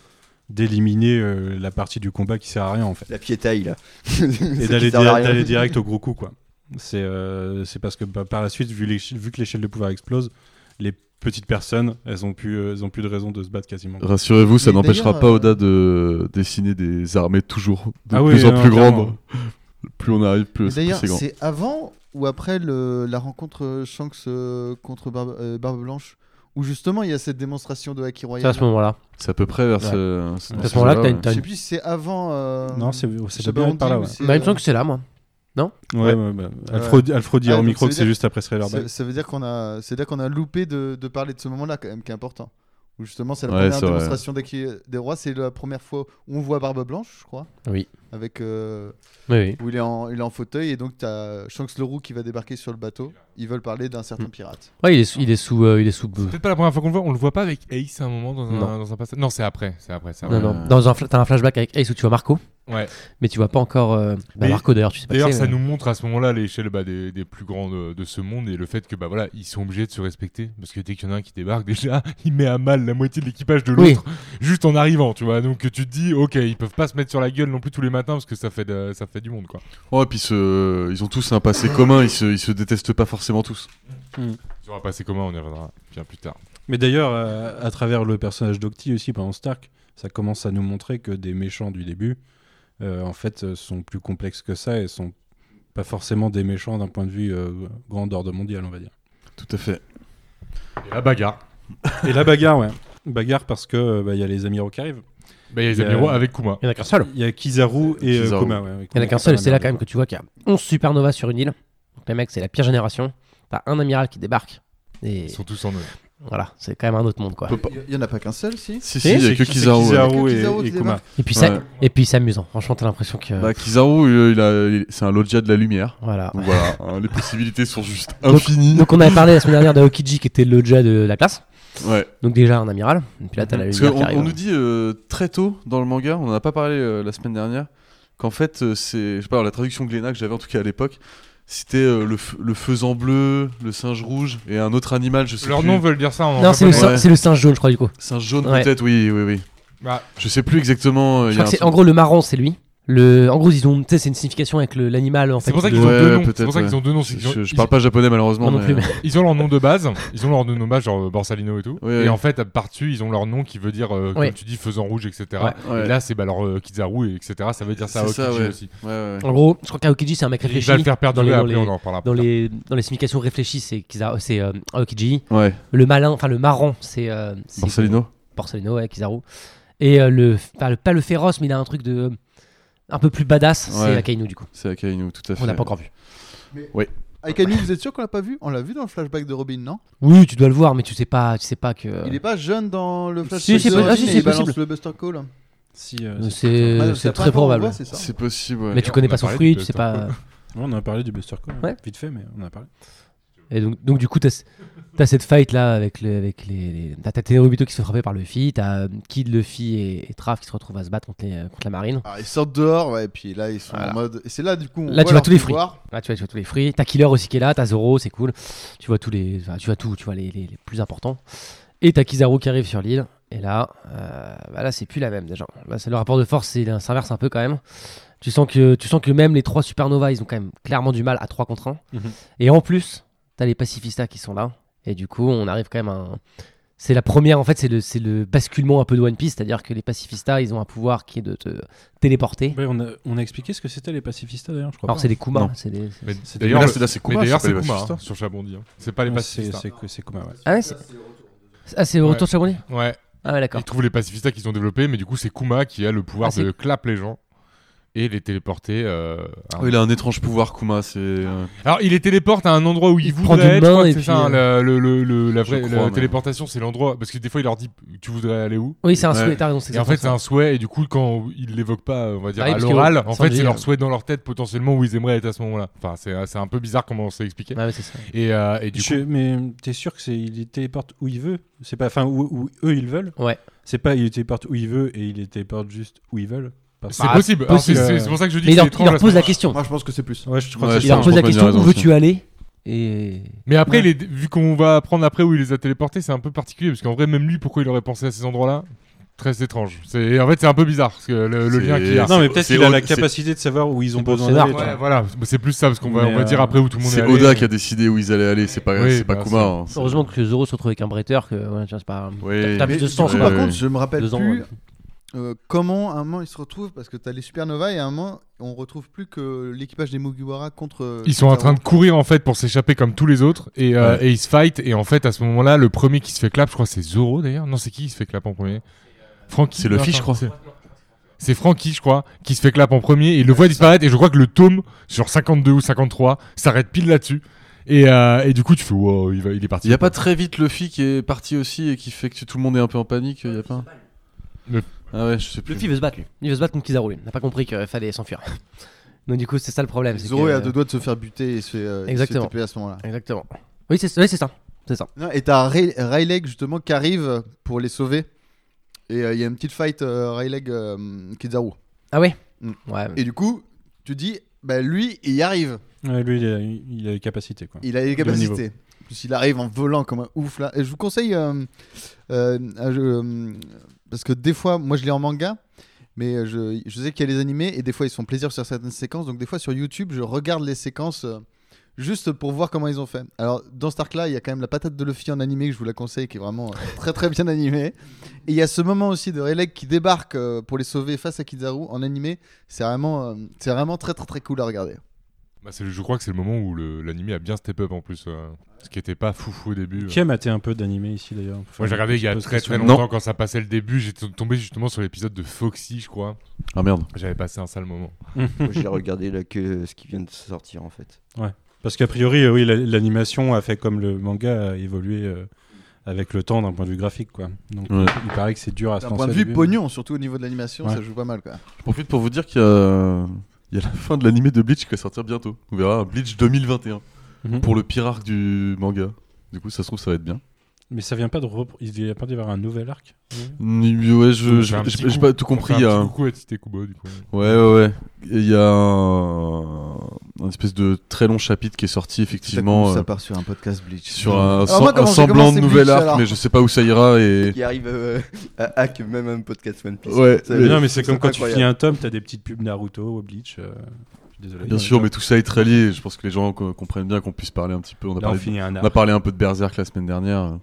[SPEAKER 4] d'éliminer euh, la partie du combat qui sert à rien en fait.
[SPEAKER 10] La piétaille là.
[SPEAKER 4] Et d'aller di- d'aller direct au gros coup quoi. C'est euh, c'est parce que bah, par la suite, vu, l'éche- vu que l'échelle de pouvoir explose, les petites personnes, elles ont plus, euh, elles ont plus de raison de se battre quasiment.
[SPEAKER 5] Rassurez-vous, ça
[SPEAKER 9] Mais
[SPEAKER 5] n'empêchera
[SPEAKER 9] d'ailleurs,
[SPEAKER 5] pas
[SPEAKER 9] euh,
[SPEAKER 5] Oda de dessiner des armées toujours de
[SPEAKER 4] Ah oui,
[SPEAKER 5] plus en
[SPEAKER 4] non,
[SPEAKER 5] plus
[SPEAKER 4] clairement.
[SPEAKER 5] grandes. Plus on arrive, plus
[SPEAKER 9] Mais
[SPEAKER 5] plus
[SPEAKER 9] D'ailleurs,
[SPEAKER 5] c'est grand.
[SPEAKER 9] c'est avant ou après le- la rencontre euh, Shanks euh, contre Barbe, euh, Barbe Blanche où justement il y a cette démonstration de Haki
[SPEAKER 7] C'est à
[SPEAKER 9] Royal.
[SPEAKER 7] ce moment-là.
[SPEAKER 5] C'est à peu près vers
[SPEAKER 4] Ouais.
[SPEAKER 5] ce.
[SPEAKER 7] À ce moment-là, que t'as une-
[SPEAKER 9] Je
[SPEAKER 7] t'as
[SPEAKER 9] sais
[SPEAKER 7] une.
[SPEAKER 9] plus si c'est avant. euh,
[SPEAKER 4] Non, c'est
[SPEAKER 9] je
[SPEAKER 4] c'est
[SPEAKER 9] sais
[SPEAKER 4] bien
[SPEAKER 9] pas, on
[SPEAKER 4] par là.
[SPEAKER 9] dit,
[SPEAKER 4] Ouais.
[SPEAKER 9] mais c'est,
[SPEAKER 7] Bah, il me
[SPEAKER 9] euh,
[SPEAKER 7] semble que c'est là, moi.
[SPEAKER 4] Ouais, ouais, bah, Alfred, Alfred dit
[SPEAKER 9] Ouais,
[SPEAKER 4] au
[SPEAKER 9] donc ça
[SPEAKER 4] micro
[SPEAKER 9] veut
[SPEAKER 4] que c'est
[SPEAKER 9] dire-
[SPEAKER 4] juste après Sailor
[SPEAKER 9] Ça,
[SPEAKER 4] Ball.
[SPEAKER 9] ça veut dire qu'on a, c'est dire qu'on a loupé de, de parler de ce moment-là quand même qui est important. Où justement c'est la
[SPEAKER 5] Ouais,
[SPEAKER 9] première
[SPEAKER 5] c'est vrai.
[SPEAKER 9] démonstration des, qui- des rois, c'est la première fois où on voit Barbe Blanche, je crois.
[SPEAKER 7] Oui.
[SPEAKER 9] Avec euh,
[SPEAKER 7] Oui, oui.
[SPEAKER 9] où il est en, il est en fauteuil et donc t'as Shanks le Roux qui va débarquer sur le bateau. Ils veulent parler d'un certain
[SPEAKER 5] Hmm.
[SPEAKER 7] Mm.
[SPEAKER 9] pirate.
[SPEAKER 7] Ouais, il est, sous- il est sous. euh, il est sous
[SPEAKER 8] C'est peut-être pas la première fois qu'on le voit, on le voit pas avec Ace à un moment dans un,
[SPEAKER 7] Non.
[SPEAKER 8] dans un passage. Non, c'est après, c'est après, c'est
[SPEAKER 7] non,
[SPEAKER 8] après.
[SPEAKER 7] non. Dans un, fla- t'as un flashback avec Ace où tu vois Marco.
[SPEAKER 8] Ouais.
[SPEAKER 7] Mais tu vois pas encore. euh, bah,
[SPEAKER 8] Mais-
[SPEAKER 7] Marco d'ailleurs, tu sais pas. hein.
[SPEAKER 8] D'ailleurs,
[SPEAKER 7] qui c'est,
[SPEAKER 8] ça
[SPEAKER 7] mais-
[SPEAKER 8] nous montre à ce moment-là l'échelle bah, des, des plus grands de, de ce monde et le fait que bah voilà, ils sont obligés de se respecter parce que dès qu'il y en a un qui débarque déjà, il met à mal la moitié de l'équipage de
[SPEAKER 7] Oui.
[SPEAKER 8] l'autre juste en arrivant, tu vois. Donc tu te dis, ok, ils peuvent pas se mettre sur la gueule non plus tous les matins parce que ça fait de- ça fait du monde quoi.
[SPEAKER 5] Oh, et puis ce- ils ont tous un passé commun, ils se, ils se détestent pas forcément tous.
[SPEAKER 8] Sur un passé commun, on y reviendra bien plus tard.
[SPEAKER 4] Mais d'ailleurs, euh, à travers le personnage d'Octi aussi, pendant Stark, ça commence à nous montrer que des méchants du début, euh, en fait, euh, sont plus complexes que ça et sont pas forcément des méchants d'un point de vue euh, grand ordre mondial, on va dire.
[SPEAKER 5] Tout à fait.
[SPEAKER 8] Et la bagarre.
[SPEAKER 4] Et la bagarre, ouais. Bagarre parce que euh, bah, il y a les amiraux qui arrivent.
[SPEAKER 8] Bah, il y a les
[SPEAKER 4] Il y
[SPEAKER 5] Euh,
[SPEAKER 4] a-
[SPEAKER 8] amiraux avec Kuma.
[SPEAKER 7] Il y en a qu'un seul.
[SPEAKER 4] Il y a Kizaru et euh,
[SPEAKER 5] Kizaru.
[SPEAKER 4] Koma. ouais, ouais,
[SPEAKER 7] Il y en
[SPEAKER 4] Koma
[SPEAKER 7] a qu'un
[SPEAKER 4] qui
[SPEAKER 7] seul, et
[SPEAKER 4] part
[SPEAKER 7] c'est là
[SPEAKER 4] la
[SPEAKER 7] quand même
[SPEAKER 4] merde,
[SPEAKER 7] que tu vois qu'il y a 11 supernovas sur une île. Donc les mecs, c'est la pire génération. T'as un amiral qui débarque. Et
[SPEAKER 8] Ils sont tous en eux.
[SPEAKER 7] voilà, c'est quand même un autre monde, quoi.
[SPEAKER 5] Peu- pas-
[SPEAKER 9] Il y en a pas qu'un seul, si.
[SPEAKER 5] Si, si,
[SPEAKER 7] Et
[SPEAKER 5] il y a
[SPEAKER 4] c'est
[SPEAKER 5] que
[SPEAKER 4] qui- c'est
[SPEAKER 5] Kizaru. ouais.
[SPEAKER 4] Kizaru
[SPEAKER 9] ouais.
[SPEAKER 4] et-
[SPEAKER 9] Il y a que Kizaru
[SPEAKER 4] et,
[SPEAKER 9] qui
[SPEAKER 4] Koma.
[SPEAKER 7] Et puis, ça,
[SPEAKER 5] Ouais.
[SPEAKER 7] et puis c'est amusant. Franchement, t'as l'impression que.
[SPEAKER 5] Bah, Kizaru, euh, il a- il- c'est un loggia de la lumière.
[SPEAKER 7] Voilà.
[SPEAKER 5] Donc voilà, hein, les possibilités sont juste
[SPEAKER 7] Donc-
[SPEAKER 5] infinies.
[SPEAKER 7] Donc, on avait parlé la semaine dernière de Okiji qui était le déjà de la classe.
[SPEAKER 5] Ouais.
[SPEAKER 7] Donc, déjà un amiral. Et puis là, t'as la
[SPEAKER 5] Parce
[SPEAKER 7] lumière
[SPEAKER 5] qu'on-
[SPEAKER 7] qui arrive.
[SPEAKER 5] on nous dit euh, très tôt dans le manga, on en a pas parlé euh, la semaine dernière, qu'en fait, euh, c'est. Je sais pas, la traduction Glénat que j'avais en tout cas à l'époque, c'était euh, le, f- le faisan bleu, le singe rouge et un autre animal, je sais
[SPEAKER 8] Leurs
[SPEAKER 5] plus.
[SPEAKER 8] noms veulent dire ça hein, en
[SPEAKER 7] Non, c'est le,
[SPEAKER 8] japonais.
[SPEAKER 7] sing-
[SPEAKER 5] Ouais.
[SPEAKER 7] c'est le singe jaune, je crois, du coup.
[SPEAKER 5] Singe jaune
[SPEAKER 7] Ouais.
[SPEAKER 5] peut-être, oui, oui, oui.
[SPEAKER 8] Bah,
[SPEAKER 5] Je sais plus exactement. euh,
[SPEAKER 7] Je
[SPEAKER 5] il y
[SPEAKER 7] crois
[SPEAKER 5] a
[SPEAKER 7] que
[SPEAKER 5] un
[SPEAKER 7] c'est,
[SPEAKER 5] truc-
[SPEAKER 7] en gros, le marron, c'est lui. Le, en gros, ils ont, tu sais, c'est une signification avec le- l'animal, en fait.
[SPEAKER 8] C'est pour ça
[SPEAKER 7] de-
[SPEAKER 8] qu'ils ont
[SPEAKER 5] Ouais,
[SPEAKER 8] deux noms.
[SPEAKER 5] peut-être,
[SPEAKER 8] C'est pour ça qu'ils
[SPEAKER 5] ouais.
[SPEAKER 8] ont deux noms. c'est
[SPEAKER 5] Je,
[SPEAKER 8] qu'ils ont-
[SPEAKER 5] je- je
[SPEAKER 8] ils-
[SPEAKER 5] parle pas japonais malheureusement.
[SPEAKER 7] Moi non
[SPEAKER 5] mais-
[SPEAKER 7] plus, mais-
[SPEAKER 8] Ils ont leur nom de base, ils ont leur nom de base, genre euh, Borsalino et tout.
[SPEAKER 5] Oui,
[SPEAKER 8] et
[SPEAKER 5] oui.
[SPEAKER 8] en fait, à- par-dessus, ils ont leur nom qui veut dire, euh,
[SPEAKER 7] Ouais.
[SPEAKER 8] comme tu dis, faisan rouge, etc.
[SPEAKER 5] Ouais.
[SPEAKER 8] Et là, c'est bah, leur euh, Kizaru, etc. Ça veut dire ça à
[SPEAKER 5] C'est ça,
[SPEAKER 8] Okiji
[SPEAKER 5] ouais.
[SPEAKER 8] aussi.
[SPEAKER 5] Ouais, ouais, ouais.
[SPEAKER 7] En gros, je crois qu'Aokiji, c'est un mec
[SPEAKER 8] Il
[SPEAKER 7] réfléchi.
[SPEAKER 8] va le faire perdre
[SPEAKER 7] dans les- dans
[SPEAKER 8] après,
[SPEAKER 7] les-
[SPEAKER 8] on en reparlera.
[SPEAKER 7] Dans
[SPEAKER 8] plus tard.
[SPEAKER 7] les, dans les significations réfléchies, c'est, Kiza- c'est euh, Aokiji.
[SPEAKER 5] Ouais.
[SPEAKER 7] Le malin, enfin le marron, c'est. euh, c'est-
[SPEAKER 5] Borsalino.
[SPEAKER 7] Borsalino, ouais, Kizaru. Et euh, le, enfin, le- Pas le féroce, mais il a un truc de. Un peu plus badass,
[SPEAKER 5] Ouais.
[SPEAKER 7] c'est Akainu du coup.
[SPEAKER 5] C'est Akainu, tout à fait.
[SPEAKER 7] On n'a pas encore vu.
[SPEAKER 9] Aikanu, Ah, vous êtes sûr qu'on l'a pas vu On l'a vu dans le flashback de Robin, non
[SPEAKER 7] Oui, tu dois le voir, mais tu sais pas, tu sais pas que.
[SPEAKER 5] Euh.
[SPEAKER 9] Il est pas jeune dans le flashback.
[SPEAKER 7] Si, c'est
[SPEAKER 9] de
[SPEAKER 7] possible.
[SPEAKER 9] Robin,
[SPEAKER 7] Ah, si,
[SPEAKER 9] et
[SPEAKER 7] c'est
[SPEAKER 9] il balance
[SPEAKER 7] possible.
[SPEAKER 9] le Buster Call.
[SPEAKER 4] Si, euh,
[SPEAKER 7] Euh,
[SPEAKER 4] c'est-
[SPEAKER 7] C'est
[SPEAKER 9] Ouais, donc
[SPEAKER 7] c'est
[SPEAKER 9] la
[SPEAKER 7] très
[SPEAKER 9] première fois qu'on le
[SPEAKER 7] probable.
[SPEAKER 9] voit, c'est ça
[SPEAKER 5] C'est possible. ouais.
[SPEAKER 7] Mais tu
[SPEAKER 8] on
[SPEAKER 7] connais
[SPEAKER 8] a
[SPEAKER 7] pas son
[SPEAKER 8] parlé
[SPEAKER 7] fruit,
[SPEAKER 8] de
[SPEAKER 7] tu sais
[SPEAKER 8] Buster
[SPEAKER 7] pas.
[SPEAKER 4] Ouais, on a parlé du Buster Call,
[SPEAKER 7] Ouais.
[SPEAKER 4] vite fait, mais on en a parlé.
[SPEAKER 7] Et donc, donc du coup, t'as, t'as cette fight là avec, le, avec les. les- T'as, t'as Tenryubito qui se fait frapper par Luffy, t'as euh, Kid, Luffy et, et Trav qui se retrouvent à se battre contre, les- contre la marine.
[SPEAKER 9] Ah, ils sortent dehors, ouais, et puis là ils sont
[SPEAKER 7] Voilà.
[SPEAKER 9] en mode. Et c'est là du coup. On
[SPEAKER 7] Là, tu
[SPEAKER 9] voit
[SPEAKER 7] vois
[SPEAKER 9] leur
[SPEAKER 7] tous les
[SPEAKER 9] pouvoir.
[SPEAKER 7] Là, tu vois, tu vois tous les fruits. T'as Killer aussi qui est là, t'as Zoro, c'est cool. Tu vois tous les, enfin, tu vois tout, tu vois les, les- les plus importants. Et t'as Kizaru qui arrive sur l'île. Et là, euh, bah là, c'est plus la même déjà. Là, c'est le rapport de force, c'est il s'inverse un peu quand même. Tu sens que, tu sens que même les trois supernovas, ils ont quand même clairement du mal à 3 contre 1.
[SPEAKER 4] Mhm.
[SPEAKER 7] Et en plus, t'as les pacifistas qui sont là. Et du coup, on arrive quand même à. un- C'est la première, en fait, c'est le, c'est le basculement un peu de One Piece, c'est-à-dire que les pacifistas, ils ont un pouvoir qui est de te téléporter.
[SPEAKER 4] Ouais, on, a, on a expliqué ce que c'était les pacifistas d'ailleurs, je crois.
[SPEAKER 7] Alors,
[SPEAKER 4] pas.
[SPEAKER 7] c'est des Kuma.
[SPEAKER 5] Non.
[SPEAKER 7] c'est des- c'est-
[SPEAKER 8] Mais
[SPEAKER 4] c'est-
[SPEAKER 8] d'ailleurs,
[SPEAKER 5] Mais là,
[SPEAKER 8] le-
[SPEAKER 5] c'est- là, c'est
[SPEAKER 8] mais
[SPEAKER 5] Kuma,
[SPEAKER 8] d'ailleurs,
[SPEAKER 5] c'est pas les
[SPEAKER 8] c'est Kuma
[SPEAKER 5] pacifistes.
[SPEAKER 8] hein, sur Chabondi. hein. C'est pas les
[SPEAKER 4] Ouais, c'est-
[SPEAKER 8] pacifistes.
[SPEAKER 4] c'est- c'est Kuma, ouais.
[SPEAKER 7] Ah ouais, c'est. Ah, c'est au
[SPEAKER 8] Ouais.
[SPEAKER 7] retour de Chamonix
[SPEAKER 8] Ouais.
[SPEAKER 7] Ah ouais, d'accord.
[SPEAKER 8] Ils trouvent les pacifistes qu'ils ont développés, mais du coup, c'est Kuma qui a le pouvoir
[SPEAKER 7] Ah, c'est-
[SPEAKER 8] de clap les gens. et les téléporter. euh, à un-
[SPEAKER 5] Oh, Il a un étrange pouvoir, Kuma. C'est euh,
[SPEAKER 8] Alors, il les téléporte à un endroit où il,
[SPEAKER 7] Il prend
[SPEAKER 8] voudrait
[SPEAKER 7] d'une
[SPEAKER 8] être. je crois
[SPEAKER 7] main
[SPEAKER 8] que
[SPEAKER 7] et
[SPEAKER 8] c'est
[SPEAKER 7] puis, euh,
[SPEAKER 8] ça, hein, la, le- le- le- la
[SPEAKER 5] Je
[SPEAKER 8] vraie-
[SPEAKER 5] crois,
[SPEAKER 8] la
[SPEAKER 5] mais-
[SPEAKER 8] téléportation, c'est l'endroit. Parce que des fois, il leur dit Tu voudrais aller où
[SPEAKER 7] Oui, c'est un
[SPEAKER 5] Ouais.
[SPEAKER 7] souhait, t'as raison. c'est
[SPEAKER 8] Et en fait, c'est
[SPEAKER 7] exactement
[SPEAKER 8] un souhait, et du coup, quand ils l'évoquent pas, on va dire
[SPEAKER 7] Ah oui,
[SPEAKER 8] à
[SPEAKER 7] parce que,
[SPEAKER 8] l'oral,
[SPEAKER 7] euh,
[SPEAKER 8] en
[SPEAKER 7] sans
[SPEAKER 8] fait,
[SPEAKER 7] dire,
[SPEAKER 8] c'est
[SPEAKER 7] euh,
[SPEAKER 8] leur souhait dans leur tête potentiellement où ils aimeraient être à ce moment-là. Enfin, c'est euh, c'est un peu bizarre comment on s'est expliqué.
[SPEAKER 7] ça. Bah Ouais, ouais, c'est ça.
[SPEAKER 8] Et, euh, et du
[SPEAKER 4] Je-
[SPEAKER 8] coup,
[SPEAKER 4] mais hum, t'es sûr que c'est il les téléporte où il veut C'est pas enfin où, où eux ils veulent.
[SPEAKER 7] Ouais.
[SPEAKER 4] C'est pas il les téléporte où il veut et il les téléporte juste où ils veulent. Parce-
[SPEAKER 8] c'est
[SPEAKER 7] Bah,
[SPEAKER 8] possible. Alors, c'est-
[SPEAKER 4] possible.
[SPEAKER 8] C'est c'est pour ça que je dis
[SPEAKER 7] Mais il
[SPEAKER 8] que
[SPEAKER 7] leur,
[SPEAKER 8] c'est
[SPEAKER 7] il
[SPEAKER 8] étrange.
[SPEAKER 7] leur
[SPEAKER 8] à ce
[SPEAKER 7] pose la
[SPEAKER 8] moment-là.
[SPEAKER 7] question.
[SPEAKER 11] Moi, je pense que c'est plus.
[SPEAKER 4] Ouais, je crois
[SPEAKER 5] Ouais,
[SPEAKER 4] que
[SPEAKER 5] je
[SPEAKER 4] c'est
[SPEAKER 7] Il leur
[SPEAKER 5] pense
[SPEAKER 7] pose la
[SPEAKER 5] qu'on a
[SPEAKER 7] question
[SPEAKER 5] raison,
[SPEAKER 7] où
[SPEAKER 5] ça.
[SPEAKER 7] veux-tu aller Et
[SPEAKER 8] Mais après,
[SPEAKER 7] Ouais.
[SPEAKER 8] les- vu qu'on va apprendre après où il les a téléportés, c'est un peu particulier parce qu'en vrai, même lui, pourquoi il aurait pensé à ces endroits-là Très étrange. C'est en fait, c'est un peu bizarre parce que le, le
[SPEAKER 5] C'est-
[SPEAKER 8] lien qu'il y a.
[SPEAKER 4] Non, mais
[SPEAKER 5] C'est-
[SPEAKER 4] peut-être
[SPEAKER 5] c'est
[SPEAKER 4] qu'il a
[SPEAKER 5] au-
[SPEAKER 4] la
[SPEAKER 5] c'est-
[SPEAKER 4] capacité de savoir où ils ont
[SPEAKER 7] C'est pour
[SPEAKER 4] besoin
[SPEAKER 7] César,
[SPEAKER 4] d'aller.
[SPEAKER 7] ouais,
[SPEAKER 4] toi.
[SPEAKER 8] Voilà, c'est plus ça parce qu'on va,
[SPEAKER 4] Mais,
[SPEAKER 8] on va dire
[SPEAKER 4] euh,
[SPEAKER 8] après où tout le monde est.
[SPEAKER 5] c'est
[SPEAKER 8] allé.
[SPEAKER 5] Oda qui a décidé où ils allaient aller. C'est pas,
[SPEAKER 8] Oui,
[SPEAKER 5] c'est pas
[SPEAKER 8] bah,
[SPEAKER 5] Kuma.
[SPEAKER 8] c'est-
[SPEAKER 5] hein, c'est-
[SPEAKER 7] heureusement que Zoro se retrouve avec un bretteur que ouais, tiens, c'est pas
[SPEAKER 5] Oui.
[SPEAKER 7] T'as
[SPEAKER 5] Mais-
[SPEAKER 7] plus de
[SPEAKER 5] ouais,
[SPEAKER 7] sens,
[SPEAKER 5] ouais,
[SPEAKER 7] quoi.
[SPEAKER 6] Par contre, je me rappelle
[SPEAKER 7] Deux ans,
[SPEAKER 6] plus
[SPEAKER 7] ouais.
[SPEAKER 6] euh, comment à un moment ils se retrouvent parce que t'as les supernovas et à un moment on retrouve plus que l'équipage des Mugiwara contre. euh,
[SPEAKER 8] Ils sont en train de courir en fait pour s'échapper comme tous les autres et, euh, et ils se fight et en fait à ce moment-là le premier qui se fait clap je crois c'est Zoro d'ailleurs non c'est qui qui se fait clap en premier Frankie
[SPEAKER 5] C'est le
[SPEAKER 8] Non,
[SPEAKER 5] fish, je
[SPEAKER 8] attends,
[SPEAKER 5] crois.
[SPEAKER 8] c'est- c'est Frankie je crois qui se fait clap en premier et il le voit disparaître et je crois que le tome sur 52 ou 53 s'arrête pile là-dessus et, euh, et du coup tu fais wow il, va, il est parti
[SPEAKER 5] Il y a pas très vite Luffy qui est parti aussi et qui fait que tout le monde est un peu en panique. Il y a pas.
[SPEAKER 8] Le-
[SPEAKER 5] Ah ouais, je sais plus.
[SPEAKER 7] Luffy veut se battre lui. Il veut se battre contre Kizaru. lui. Il n'a pas compris qu'il fallait s'enfuir. Donc du coup, c'est ça le problème. c'est
[SPEAKER 6] Zoro
[SPEAKER 7] que- euh,
[SPEAKER 6] est à deux doigts de se faire buter et se fait, euh, il se fait
[SPEAKER 7] Exactement.
[SPEAKER 6] taper à ce moment-là.
[SPEAKER 7] Exactement. Oui, c'est ouais, c'est ça. C'est ça.
[SPEAKER 6] Non, et t'as Ray- Rayleigh justement qui arrive pour les sauver. Et euh, il y a une petite fight euh, Rayleigh euh, Kizaru.
[SPEAKER 7] Ah ouais.
[SPEAKER 6] Mm.
[SPEAKER 7] Ouais.
[SPEAKER 6] Et du coup, tu dis, bah lui, il y arrive.
[SPEAKER 4] Ouais, lui il a, il a les capacités quoi.
[SPEAKER 6] Il a les capacités. En plus, il arrive en volant comme un ouf là. Et je vous conseille euh, euh, un jeu, euh, parce que des fois, moi je l'ai en manga, mais euh, je, je sais qu'il y a les animés et des fois ils sont plaisir sur certaines séquences. Donc des fois sur YouTube, je regarde les séquences euh, juste pour voir comment ils ont fait. Alors dans Stark là, il y a quand même la patate de Luffy en animé que je vous la conseille, qui est vraiment euh, très très bien animée. Et il y a ce moment aussi de Rayleigh qui débarque euh, pour les sauver face à Kizaru en animé. C'est vraiment, euh, c'est vraiment très très très cool à regarder.
[SPEAKER 8] Bah, c'est le- je crois que c'est le moment où le- l'animé a bien step up en plus euh, ce qui était pas foufou au début euh.
[SPEAKER 4] Qui a maté un peu d'animé ici d'ailleurs
[SPEAKER 8] moi j'ai regardé il y a
[SPEAKER 4] Je sais pas
[SPEAKER 8] très
[SPEAKER 4] si
[SPEAKER 8] très
[SPEAKER 4] tu-
[SPEAKER 8] longtemps quand ça passait le début j'étais tombé justement sur l'épisode de Foxy je crois
[SPEAKER 5] Ah merde.
[SPEAKER 8] j'avais passé un sale moment
[SPEAKER 10] Moi, j'ai regardé là que ce qui vient de sortir en fait.
[SPEAKER 4] Parce qu'a priori, euh, oui, la- l'animation a fait comme le manga a évolué euh, avec le temps d'un point de vue graphique, quoi. Donc
[SPEAKER 5] Ouais.
[SPEAKER 4] il paraît que c'est dur à se
[SPEAKER 6] D'un
[SPEAKER 4] lancer.
[SPEAKER 6] point de
[SPEAKER 4] au
[SPEAKER 6] vue
[SPEAKER 4] début.
[SPEAKER 6] pognon, surtout au niveau de l'animation,
[SPEAKER 4] Ouais.
[SPEAKER 6] ça joue pas mal quoi.
[SPEAKER 5] Je profite pour vous dire qu'il y a... il y a la fin de l'animé de Bleach qui va sortir bientôt. On verra Bleach 2021
[SPEAKER 4] Mhm.
[SPEAKER 5] pour le pire arc du manga. Du coup, ça se trouve, ça va être bien.
[SPEAKER 4] Mais ça vient pas de repr- il devait pas d'y avoir un nouvel arc.
[SPEAKER 5] Mm, Ouais, je
[SPEAKER 8] On
[SPEAKER 5] j'ai
[SPEAKER 8] fait un petit
[SPEAKER 5] j'ai
[SPEAKER 8] coup.
[SPEAKER 5] pas tout
[SPEAKER 8] On
[SPEAKER 5] compris. euh.
[SPEAKER 8] fait
[SPEAKER 5] il y a
[SPEAKER 8] un
[SPEAKER 5] un-
[SPEAKER 8] petit coucou à Tite Kubo, du coup.
[SPEAKER 5] Ouais, ouais, ouais. Et Il y a un... un espèce de très long chapitre qui est sorti effectivement euh,
[SPEAKER 6] ça part sur un podcast Bleach.
[SPEAKER 5] sur un,
[SPEAKER 6] Alors moi,
[SPEAKER 5] sem-
[SPEAKER 6] comment
[SPEAKER 5] un
[SPEAKER 6] j'ai
[SPEAKER 5] semblant
[SPEAKER 6] commencé
[SPEAKER 5] de nouvel
[SPEAKER 6] Bleach,
[SPEAKER 5] arc,
[SPEAKER 6] alors
[SPEAKER 5] mais je sais pas où ça ira. Et
[SPEAKER 10] Qui arrive euh, à hack même un podcast One Piece.
[SPEAKER 5] Ouais,
[SPEAKER 10] Ça,
[SPEAKER 6] Euh,
[SPEAKER 5] mais-
[SPEAKER 4] non, mais c'est comme quand tu
[SPEAKER 10] incroyable.
[SPEAKER 4] finis un tome, t'as des petites pubs Naruto, ou Bleach. euh, je suis Désolé.
[SPEAKER 5] bien sûr, mais tout ça est très lié. Je pense que les gens co- comprennent bien qu'on puisse parler un petit peu. On
[SPEAKER 4] Là,
[SPEAKER 5] a,
[SPEAKER 4] on
[SPEAKER 5] parlé, de-
[SPEAKER 4] finit un
[SPEAKER 5] on a
[SPEAKER 4] arc.
[SPEAKER 5] parlé un peu de Berserk la semaine dernière.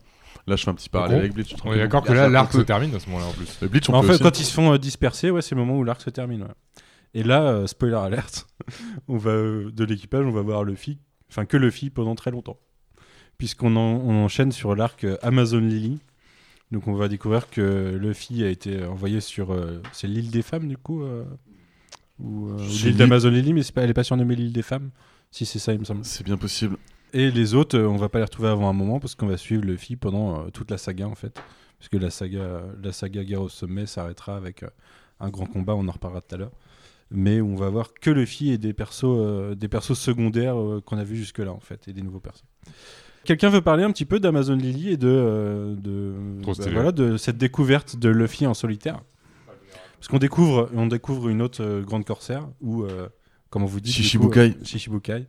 [SPEAKER 5] Là, je fais un petit parallèle
[SPEAKER 8] gros,
[SPEAKER 5] avec Bleach.
[SPEAKER 8] Ah On est d'accord que là, l'arc se termine à ce moment-là en plus.
[SPEAKER 5] Mais Bleach, on
[SPEAKER 4] En
[SPEAKER 5] peut
[SPEAKER 4] fait,
[SPEAKER 5] aussi-
[SPEAKER 4] quand ils se font euh, disperser, ouais, c'est le moment où l'arc se termine. ouais. Et là, euh, spoiler alerte, on va euh, de l'équipage, on va voir Luffy, enfin que Luffy pendant très longtemps, puisqu'on en- on enchaîne sur l'arc euh, Amazon Lily. Donc on va découvrir que Luffy a été envoyé sur, euh, c'est l'île des femmes du coup, euh, ou euh, ou
[SPEAKER 5] C'est
[SPEAKER 4] l'île
[SPEAKER 5] l'île-
[SPEAKER 4] d'Amazon Lily, mais c'est pas, elle est pas surnommée l'île des femmes, si c'est ça, il me semble.
[SPEAKER 5] C'est bien possible.
[SPEAKER 4] Et les autres, euh, on va pas les retrouver avant un moment parce qu'on va suivre Luffy pendant euh, toute la saga en fait. Parce que la saga, euh, la saga Guerre au Sommet s'arrêtera avec euh, un grand combat, on en reparlera tout à l'heure. Mais on va voir que Luffy et des persos, euh, des persos secondaires euh, qu'on a vus jusque-là en fait, et des nouveaux persos. Quelqu'un veut parler un petit peu d'Amazon Lily et de, euh, de,
[SPEAKER 8] Trop stylé.
[SPEAKER 4] voilà, de cette découverte de Luffy en solitaire Parce qu'on découvre, on découvre une autre euh, grande corsaire, ou euh, comment vous dites du coup,
[SPEAKER 5] Shishibukai.
[SPEAKER 4] euh, Shishibukai.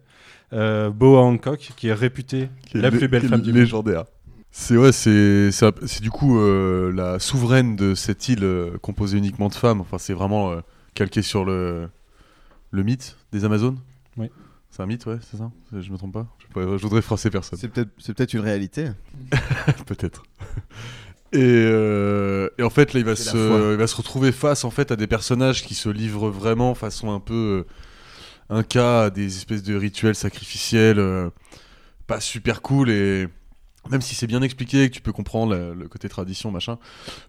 [SPEAKER 4] Euh, Boa Hancock, qui est réputée
[SPEAKER 5] Qui est
[SPEAKER 4] la
[SPEAKER 5] lé-
[SPEAKER 4] plus belle
[SPEAKER 5] qui est
[SPEAKER 4] femme du monde.
[SPEAKER 5] légendaire. C'est ouais, c'est c'est un- c'est du coup euh, la souveraine de cette île euh, composée uniquement de femmes. Enfin, c'est vraiment euh, calqué sur le le mythe des Amazones.
[SPEAKER 4] Oui.
[SPEAKER 5] C'est un mythe, ouais, c'est ça. C'est- Je me trompe pas. Je, sais pas, je voudrais froisser personne.
[SPEAKER 6] C'est peut-être c'est peut-être une réalité.
[SPEAKER 5] Peut-être. Et, euh, et en fait, là, il va,
[SPEAKER 6] C'est la
[SPEAKER 5] se, il va se retrouver face en fait à des personnages qui se livrent vraiment façon un peu euh, un cas à des espèces de rituels sacrificiels euh, pas super cool et même si c'est bien expliqué et que tu peux comprendre la- le côté tradition, machin,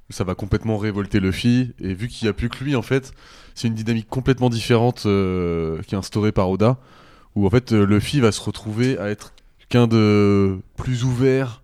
[SPEAKER 5] ça va complètement révolter Luffy. Et vu qu'il n'y a plus que lui, en fait, c'est une dynamique complètement différente euh, qui est instaurée par Oda, où en fait euh, Luffy va se retrouver à être quelqu'un de plus ouvert,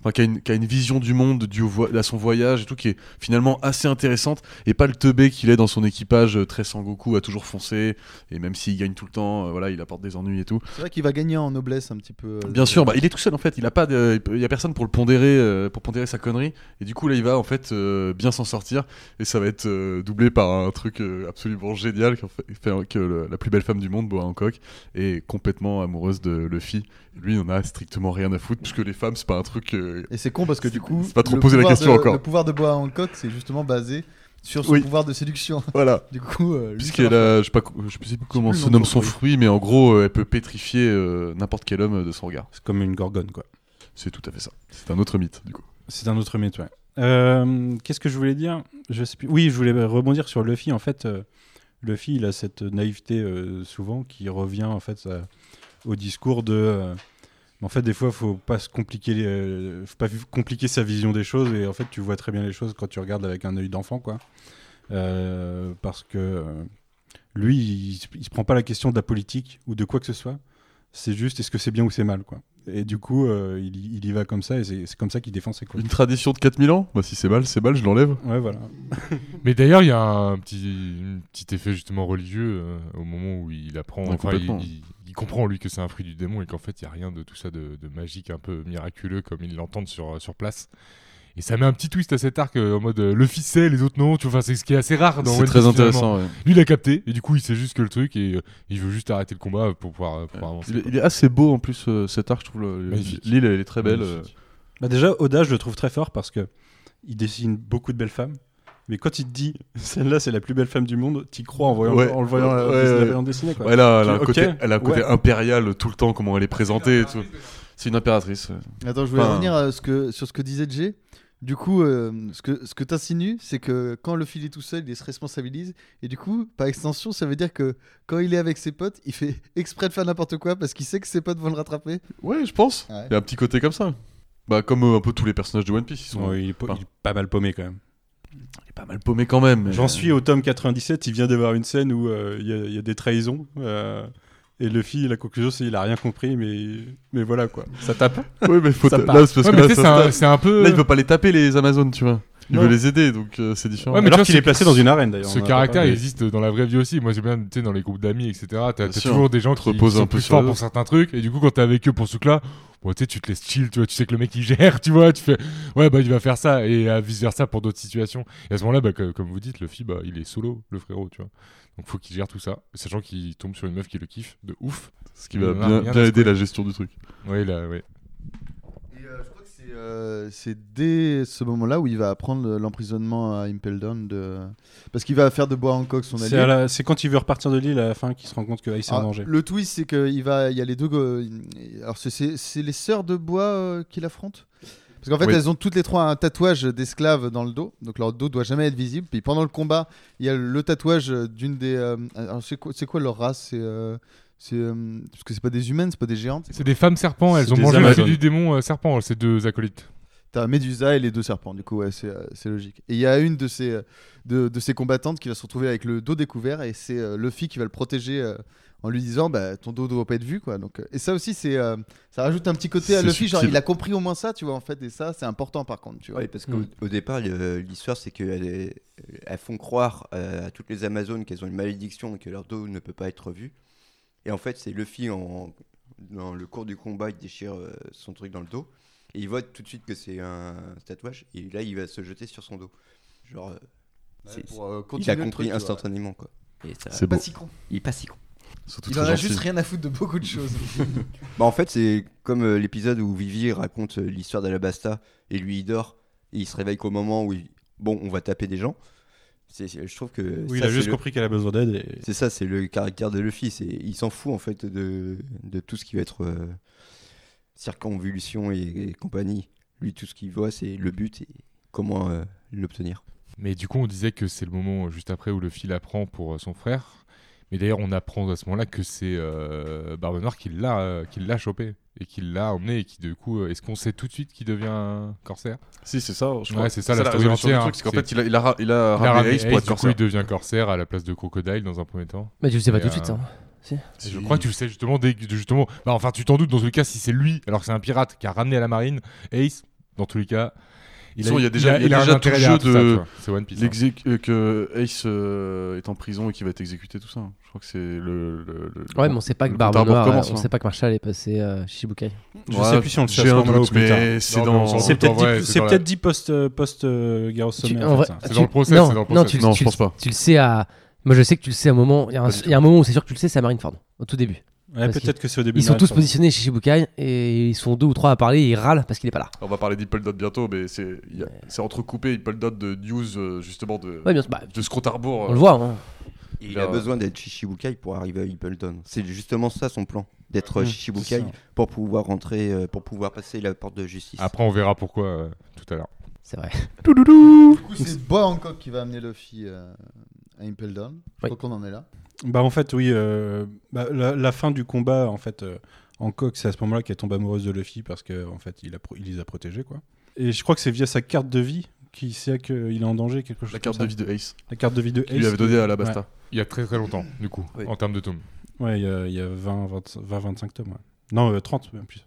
[SPEAKER 5] enfin, qui, a une, qui a une vision du monde, du vo- à son voyage et tout, qui est finalement assez intéressante, et pas le teubé qu'il est dans son équipage euh, très Sangoku, à toujours foncer, et même s'il gagne tout le temps, euh, voilà, il apporte des ennuis et tout.
[SPEAKER 6] C'est vrai qu'il va gagner en noblesse un petit peu. euh,
[SPEAKER 5] Bien
[SPEAKER 6] le-
[SPEAKER 5] sûr, bah, il est tout seul en fait. Il a pas, de- il y a personne pour le pondérer, euh, pour pondérer sa connerie. Et du coup là, il va en fait euh, bien s'en sortir. Et ça va être euh, doublé par un truc euh, absolument génial qui en fait, fait que le- la plus belle femme du monde, Boa Hancock, est complètement amoureuse de Luffy. Lui, il en a strictement rien à foutre puisque les femmes, c'est pas un truc. euh,
[SPEAKER 6] Et c'est con parce que du coup.
[SPEAKER 5] C'est pas trop
[SPEAKER 6] le
[SPEAKER 5] poser la
[SPEAKER 6] pouvoir
[SPEAKER 5] question
[SPEAKER 6] de-
[SPEAKER 5] encore.
[SPEAKER 6] Le pouvoir de Boa Hancock, c'est justement basé sur son
[SPEAKER 5] Oui.
[SPEAKER 6] pouvoir de séduction.
[SPEAKER 5] voilà.
[SPEAKER 6] Du coup. euh, lui, ça
[SPEAKER 5] Puisqu'elle
[SPEAKER 6] va.
[SPEAKER 5] a, je sais pas, co- je sais plus comment
[SPEAKER 6] plus
[SPEAKER 5] se
[SPEAKER 6] le nom
[SPEAKER 5] nomme
[SPEAKER 6] de
[SPEAKER 5] son
[SPEAKER 6] son
[SPEAKER 5] fruit, mais en gros, euh, elle peut pétrifier euh, n'importe quel homme euh, de son regard.
[SPEAKER 4] C'est comme une gorgone, quoi.
[SPEAKER 5] C'est tout à fait ça. C'est un autre mythe du coup.
[SPEAKER 4] C'est un autre mythe, ouais. Euh, Qu'est-ce que je voulais dire je sais plus. Oui, je voulais rebondir sur Luffy. En fait, euh, Luffy, il a cette naïveté euh, souvent qui revient en fait à- au discours de. euh, en fait, des fois, faut pas se compliquer, euh, faut pas compliquer sa vision des choses. Et en fait, tu vois très bien les choses quand tu regardes avec un œil d'enfant, quoi. Euh, parce que euh, lui, il, se- il se prend pas la question de la politique ou de quoi que ce soit. C'est juste, est-ce que c'est bien ou c'est mal, quoi. Et du coup, euh, il, y- il y va comme ça, et c'est c'est comme ça qu'il défend ses couilles.
[SPEAKER 5] Une tradition de 4000 ans Bah si c'est mal, c'est mal, je l'enlève.
[SPEAKER 4] Ouais, voilà.
[SPEAKER 8] Mais d'ailleurs, il y a un petit, un petit effet justement religieux euh, au moment où il apprend,
[SPEAKER 5] Ouais,
[SPEAKER 8] enfin, il,
[SPEAKER 5] complètement.
[SPEAKER 8] il- il comprend lui que c'est un fruit du démon et qu'en fait, il n'y a rien de tout ça de, de magique, un peu miraculeux comme ils l'entendent sur, euh, sur place. Et ça met un petit twist à cet arc euh, en mode euh, le fils sait, les autres non, tu vois, enfin, c'est ce qui est assez rare dans
[SPEAKER 5] C'est
[SPEAKER 8] One
[SPEAKER 5] très
[SPEAKER 8] Piece, finalement.
[SPEAKER 5] intéressant. ouais.
[SPEAKER 8] Lui, il a capté et du coup, il sait juste que le truc et euh, il veut juste arrêter le combat pour pouvoir, euh, pour pouvoir avancer.
[SPEAKER 5] Il, est-
[SPEAKER 8] quoi.
[SPEAKER 5] il est assez beau en plus euh, cet arc, je trouve. le-
[SPEAKER 8] Magnifique.
[SPEAKER 5] L'île, elle est très belle. euh.
[SPEAKER 8] Magnifique.
[SPEAKER 4] Bah déjà, Oda, je le trouve très fort parce que il dessine beaucoup de belles femmes. Mais quand il te dit celle-là, c'est la plus belle femme du monde, t'y crois en, voyant,
[SPEAKER 5] Ouais.
[SPEAKER 4] en le voyant la-
[SPEAKER 5] Ouais,
[SPEAKER 4] la- la
[SPEAKER 5] ouais.
[SPEAKER 4] en dessiner. Quoi.
[SPEAKER 5] Ouais, elle a, elle a
[SPEAKER 4] Tu-
[SPEAKER 5] un
[SPEAKER 4] ok,
[SPEAKER 5] côté, elle a un côté
[SPEAKER 4] ouais.
[SPEAKER 5] impérial euh, tout le temps, comment elle est présentée et tout. C'est une impératrice. ouais.
[SPEAKER 6] Attends, je voulais
[SPEAKER 5] Enfin-
[SPEAKER 6] revenir euh, ce que, sur ce que disait Jay. Du coup, euh, ce que, ce que t'insinues, c'est que quand le fil est tout seul, il se responsabilise. Et du coup, par extension, ça veut dire que quand il est avec ses potes, il fait exprès de faire n'importe quoi parce qu'il sait que ses potes vont le rattraper.
[SPEAKER 5] Ouais, je pense.
[SPEAKER 6] Ouais.
[SPEAKER 5] Il y a un petit côté comme ça. Bah, comme euh, un peu tous les personnages de One Piece, ils sont
[SPEAKER 4] Ouais, il, est po-
[SPEAKER 5] Enfin.
[SPEAKER 4] il est pas mal paumé quand même.
[SPEAKER 5] il est pas mal paumés quand même. mais- euh,
[SPEAKER 4] J'en suis au tome 97, il vient d'avoir une scène où euh, il y a- il y, a des trahisons. euh, et Luffy, la conclusion, c'est qu'il a rien compris, mais, mais voilà quoi. Ça tape.
[SPEAKER 5] Oui, mais faut.
[SPEAKER 4] Ça part.
[SPEAKER 5] Là, c'est parce
[SPEAKER 8] Ouais,
[SPEAKER 5] que
[SPEAKER 8] mais
[SPEAKER 5] là,
[SPEAKER 8] tu sais, c'est
[SPEAKER 5] ça
[SPEAKER 8] un-
[SPEAKER 5] se
[SPEAKER 8] c'est un, peu.
[SPEAKER 5] tape. Là, il veut pas les taper, les Amazones, tu vois. Il
[SPEAKER 8] Euh. Non.
[SPEAKER 5] veut les aider, donc euh, c'est différent.
[SPEAKER 8] Ouais, mais tu
[SPEAKER 4] Alors
[SPEAKER 8] vois,
[SPEAKER 4] qu'il
[SPEAKER 8] ce-
[SPEAKER 4] est placé dans une arène d'ailleurs.
[SPEAKER 8] Ce
[SPEAKER 4] on en a
[SPEAKER 8] caractère
[SPEAKER 4] pas parlé.
[SPEAKER 8] existe dans la vraie vie aussi. Moi, j'ai bien, tu sais, dans les groupes d'amis, etc. T'as t'as
[SPEAKER 5] sûr.
[SPEAKER 8] toujours des gens qui
[SPEAKER 5] reposes
[SPEAKER 8] qui sont
[SPEAKER 5] un peu
[SPEAKER 8] plus
[SPEAKER 5] sur
[SPEAKER 8] forts
[SPEAKER 5] eux.
[SPEAKER 8] pour certains trucs. Et du coup, quand t'es avec eux pour ce truc-là, bon, tu sais, tu te laisses chill, tu vois. Tu sais que le mec il gère, tu vois. Tu fais, ouais, bah il va faire ça et à vice versa pour d'autres situations. Et à ce moment-là, bah, que- comme vous dites, le fille, bah, il est solo, le frérot, tu vois. Donc faut qu'il gère tout ça, sachant qu'il tombe sur une meuf qui le kiffe de ouf.
[SPEAKER 5] Ce qui va
[SPEAKER 8] Il en a
[SPEAKER 5] bien,
[SPEAKER 8] rien à
[SPEAKER 5] bien aider
[SPEAKER 8] secouer.
[SPEAKER 5] la gestion du truc.
[SPEAKER 8] Ouais, là, ouais.
[SPEAKER 6] Et euh, je crois que c'est euh, c'est dès ce moment-là où il va apprendre euh, l'emprisonnement à Impel Down. De... Parce qu'il va faire de Bois Hancock son
[SPEAKER 4] C'est
[SPEAKER 6] allié.
[SPEAKER 4] à la- c'est quand il veut repartir de l'île à la fin qu'il se rend compte que Ace est
[SPEAKER 6] Ah,
[SPEAKER 4] en danger.
[SPEAKER 6] le twist, c'est qu'il va, il y a les deux. go- Alors c'est- c'est c'est les sœurs de bois euh, qui l'affrontent. Parce qu'en fait,
[SPEAKER 5] Oui.
[SPEAKER 6] elles ont toutes les trois un tatouage d'esclave dans le dos, donc leur dos doit jamais être visible. Puis pendant le combat, il y a le tatouage d'une des. euh, alors c'est quoi, c'est quoi leur race C'est euh, c'est, euh, parce que c'est pas des humaines, c'est pas des géantes.
[SPEAKER 8] C'est des femmes serpents.
[SPEAKER 4] C'est
[SPEAKER 8] Elles ont
[SPEAKER 4] des
[SPEAKER 8] mangé le fruit
[SPEAKER 4] Amazones.
[SPEAKER 8] du démon euh, serpent. Ces deux acolytes.
[SPEAKER 6] T'as Médusa et les deux serpents, du coup, ouais, c'est euh, c'est logique. Et il y a une de ces, euh, de, de ces combattantes qui va se retrouver avec le dos découvert et c'est euh, Luffy qui va le protéger euh, en lui disant bah, ton dos doit pas être vu. Quoi. Donc, euh, et ça aussi, c'est euh, ça rajoute un petit côté à
[SPEAKER 5] C'est
[SPEAKER 6] Luffy, genre
[SPEAKER 5] subtil.
[SPEAKER 6] il a compris au moins ça, tu vois, en fait, et ça, c'est important par contre. Tu vois.
[SPEAKER 10] Ouais, mm. parce qu'au au départ, le- l'histoire, c'est qu'elles elles font croire euh, à toutes les Amazones qu'elles ont une malédiction et que leur dos ne peut pas être vu. Et en fait, c'est Luffy, en, dans le cours du combat, il déchire euh, son truc dans le dos. Et il voit tout de suite que c'est un tatouage. Et là, il va se jeter sur son dos. Genre, euh, c'est-
[SPEAKER 6] Pour, euh,
[SPEAKER 10] il a
[SPEAKER 6] continuer le
[SPEAKER 10] compris
[SPEAKER 6] truc, tu vois.
[SPEAKER 10] instantanément, quoi. Et ça-
[SPEAKER 5] C'est
[SPEAKER 6] Pas
[SPEAKER 5] beau.
[SPEAKER 6] si con.
[SPEAKER 10] il est pas si con.
[SPEAKER 5] Surtout
[SPEAKER 6] Il
[SPEAKER 5] très
[SPEAKER 6] en a
[SPEAKER 5] gentil.
[SPEAKER 6] juste rien à foutre de beaucoup de choses.
[SPEAKER 10] Bah, en fait, c'est comme euh, l'épisode où Vivi raconte euh, l'histoire d'Alabasta et lui il dort et il se réveille qu'au moment où il... bon, on va taper des gens. C'est, c'est- je trouve que
[SPEAKER 4] Oui, il
[SPEAKER 10] ça,
[SPEAKER 4] a
[SPEAKER 10] c'est
[SPEAKER 4] juste
[SPEAKER 10] le-
[SPEAKER 4] compris qu'elle a besoin d'aide. et-
[SPEAKER 10] C'est ça, c'est le caractère de Luffy. C'est, il s'en fout en fait de, de tout ce qui va être euh, circonvolution et, et compagnie. Lui, tout ce qu'il voit, c'est le but et comment euh, l'obtenir.
[SPEAKER 8] Mais du coup, on disait que c'est le moment euh, juste après où le fil apprend pour euh, son frère. Mais d'ailleurs, on apprend à ce moment-là que c'est euh, Barbe Noire qui l'a euh, qui l'a chopé et qui l'a emmené et qui du coup, euh, est-ce qu'on sait tout de suite qu'il devient un corsaire
[SPEAKER 5] Si, c'est ça. Je
[SPEAKER 8] Ouais,
[SPEAKER 5] crois.
[SPEAKER 8] c'est ça, la story
[SPEAKER 5] résolution du
[SPEAKER 8] entière,
[SPEAKER 5] truc, C'est qu'en
[SPEAKER 8] hein.
[SPEAKER 5] fait, il a, il a, ra- il a
[SPEAKER 8] Il a
[SPEAKER 5] ramené
[SPEAKER 8] ramené
[SPEAKER 5] Ace pour
[SPEAKER 8] Ace,
[SPEAKER 5] être
[SPEAKER 8] du coup,
[SPEAKER 5] corsaire.
[SPEAKER 8] il devient corsaire à la place de Crocodile dans un premier temps.
[SPEAKER 7] Mais tu le sais pas
[SPEAKER 8] Et,
[SPEAKER 7] tout de suite, hein.
[SPEAKER 8] euh,
[SPEAKER 7] ça.
[SPEAKER 5] Si,
[SPEAKER 8] Je crois que tu le sais justement, dès que- justement. Bah, enfin, tu t'en doutes dans tous les cas si c'est lui, alors que c'est un pirate qui a ramené à la marine Ace. Dans tous les cas,
[SPEAKER 5] De toute façon, il y a déjà, il y a
[SPEAKER 8] un
[SPEAKER 5] déjà tout le
[SPEAKER 8] intérêt
[SPEAKER 5] jeu
[SPEAKER 8] derrière ça, tu
[SPEAKER 5] de
[SPEAKER 8] vois. C'est One Piece. hein.
[SPEAKER 5] l'exé- euh, que Ace euh, est en prison et qu'il va être exécuté, tout ça. Je crois que c'est le, le, le-
[SPEAKER 7] Ouais, mais on sait pas que
[SPEAKER 5] Le
[SPEAKER 7] Barbe
[SPEAKER 5] compte à rebours
[SPEAKER 7] Noire,
[SPEAKER 5] commence,
[SPEAKER 7] euh, on
[SPEAKER 5] hein.
[SPEAKER 7] sait pas que Marshall est passé euh, Shichibukai.
[SPEAKER 4] Je
[SPEAKER 5] Ouais,
[SPEAKER 4] sais plus si on le sait à
[SPEAKER 5] J'ai
[SPEAKER 4] ce
[SPEAKER 5] un
[SPEAKER 4] moment-là
[SPEAKER 5] doute,
[SPEAKER 4] ou plus tard.
[SPEAKER 5] mais c'est
[SPEAKER 8] Non, mais
[SPEAKER 5] dans.
[SPEAKER 8] on s'en
[SPEAKER 4] C'est
[SPEAKER 8] doute,
[SPEAKER 4] peut-être
[SPEAKER 8] en vrai,
[SPEAKER 4] dit,
[SPEAKER 8] c'est
[SPEAKER 4] c'est
[SPEAKER 8] dans la-
[SPEAKER 4] peut-être dit post, euh, post euh, Garros Summer,
[SPEAKER 7] Tu-
[SPEAKER 4] en
[SPEAKER 7] en
[SPEAKER 4] fait,
[SPEAKER 7] vrai-
[SPEAKER 4] ça.
[SPEAKER 8] C'est
[SPEAKER 7] tu-
[SPEAKER 8] dans le process,
[SPEAKER 7] Non,
[SPEAKER 8] c'est dans le
[SPEAKER 7] non,
[SPEAKER 8] process.
[SPEAKER 7] tu,
[SPEAKER 5] Non,
[SPEAKER 7] tu-
[SPEAKER 5] je pense pas.
[SPEAKER 7] Tu le sais à. Moi, je sais que tu le sais à un moment. Il y a un,
[SPEAKER 5] Pas du
[SPEAKER 7] il y a un moment où c'est sûr que tu le sais, c'est à Marineford, au tout début.
[SPEAKER 4] Ouais,
[SPEAKER 7] parce
[SPEAKER 4] peut-être que c'est au début.
[SPEAKER 7] Ils
[SPEAKER 4] de
[SPEAKER 7] sont
[SPEAKER 4] la
[SPEAKER 7] tous
[SPEAKER 4] réforme.
[SPEAKER 7] positionnés chez Shichibukai et ils sont deux ou trois à parler et ils râlent parce qu'il est pas là.
[SPEAKER 5] On va parler d'Hipple Dot bientôt, mais c'est il y a- c'est entrecoupé Hipple Dot de news, euh, justement, de,
[SPEAKER 7] Ouais, bien sûr, bah,
[SPEAKER 5] de Scott Harbour.
[SPEAKER 7] on le voit. hein.
[SPEAKER 10] Et
[SPEAKER 5] Il
[SPEAKER 10] il a
[SPEAKER 5] a-
[SPEAKER 10] besoin d'être Shishibukai pour arriver à Hippleton. C'est justement ça son plan, d'être euh,
[SPEAKER 4] Mmh, c'est
[SPEAKER 10] Shishibukai
[SPEAKER 4] ça.
[SPEAKER 10] pour pouvoir rentrer, euh, pour pouvoir passer la porte de justice.
[SPEAKER 8] Après, on verra pourquoi euh, tout à l'heure.
[SPEAKER 7] C'est vrai.
[SPEAKER 9] Du coup, c'est Bob Hancock qui va amener Luffy euh, à Impel Down. Je crois
[SPEAKER 7] Oui.
[SPEAKER 9] qu'on en est là.
[SPEAKER 4] Bah en fait oui, euh, bah, la, la fin du combat en fait euh, en coq c'est à ce moment-là qu'elle tombe amoureuse de Luffy parce que en fait il, a pro- il les a protégés quoi. Et je crois que c'est via sa carte de vie qu'il sait qu'il est en danger quelque chose.
[SPEAKER 5] La carte
[SPEAKER 4] comme
[SPEAKER 5] de
[SPEAKER 4] ça.
[SPEAKER 5] vie de Ace,
[SPEAKER 4] La carte de vie de
[SPEAKER 5] qu'il lui
[SPEAKER 4] Ace.
[SPEAKER 5] avait donné à la Basta.
[SPEAKER 8] Il y a très très longtemps, du coup,
[SPEAKER 10] Oui.
[SPEAKER 8] en termes de tomes.
[SPEAKER 4] Ouais, il y a, il y a 20, 20, 20, 25 tomes. ouais. Non, euh, 30 même plus.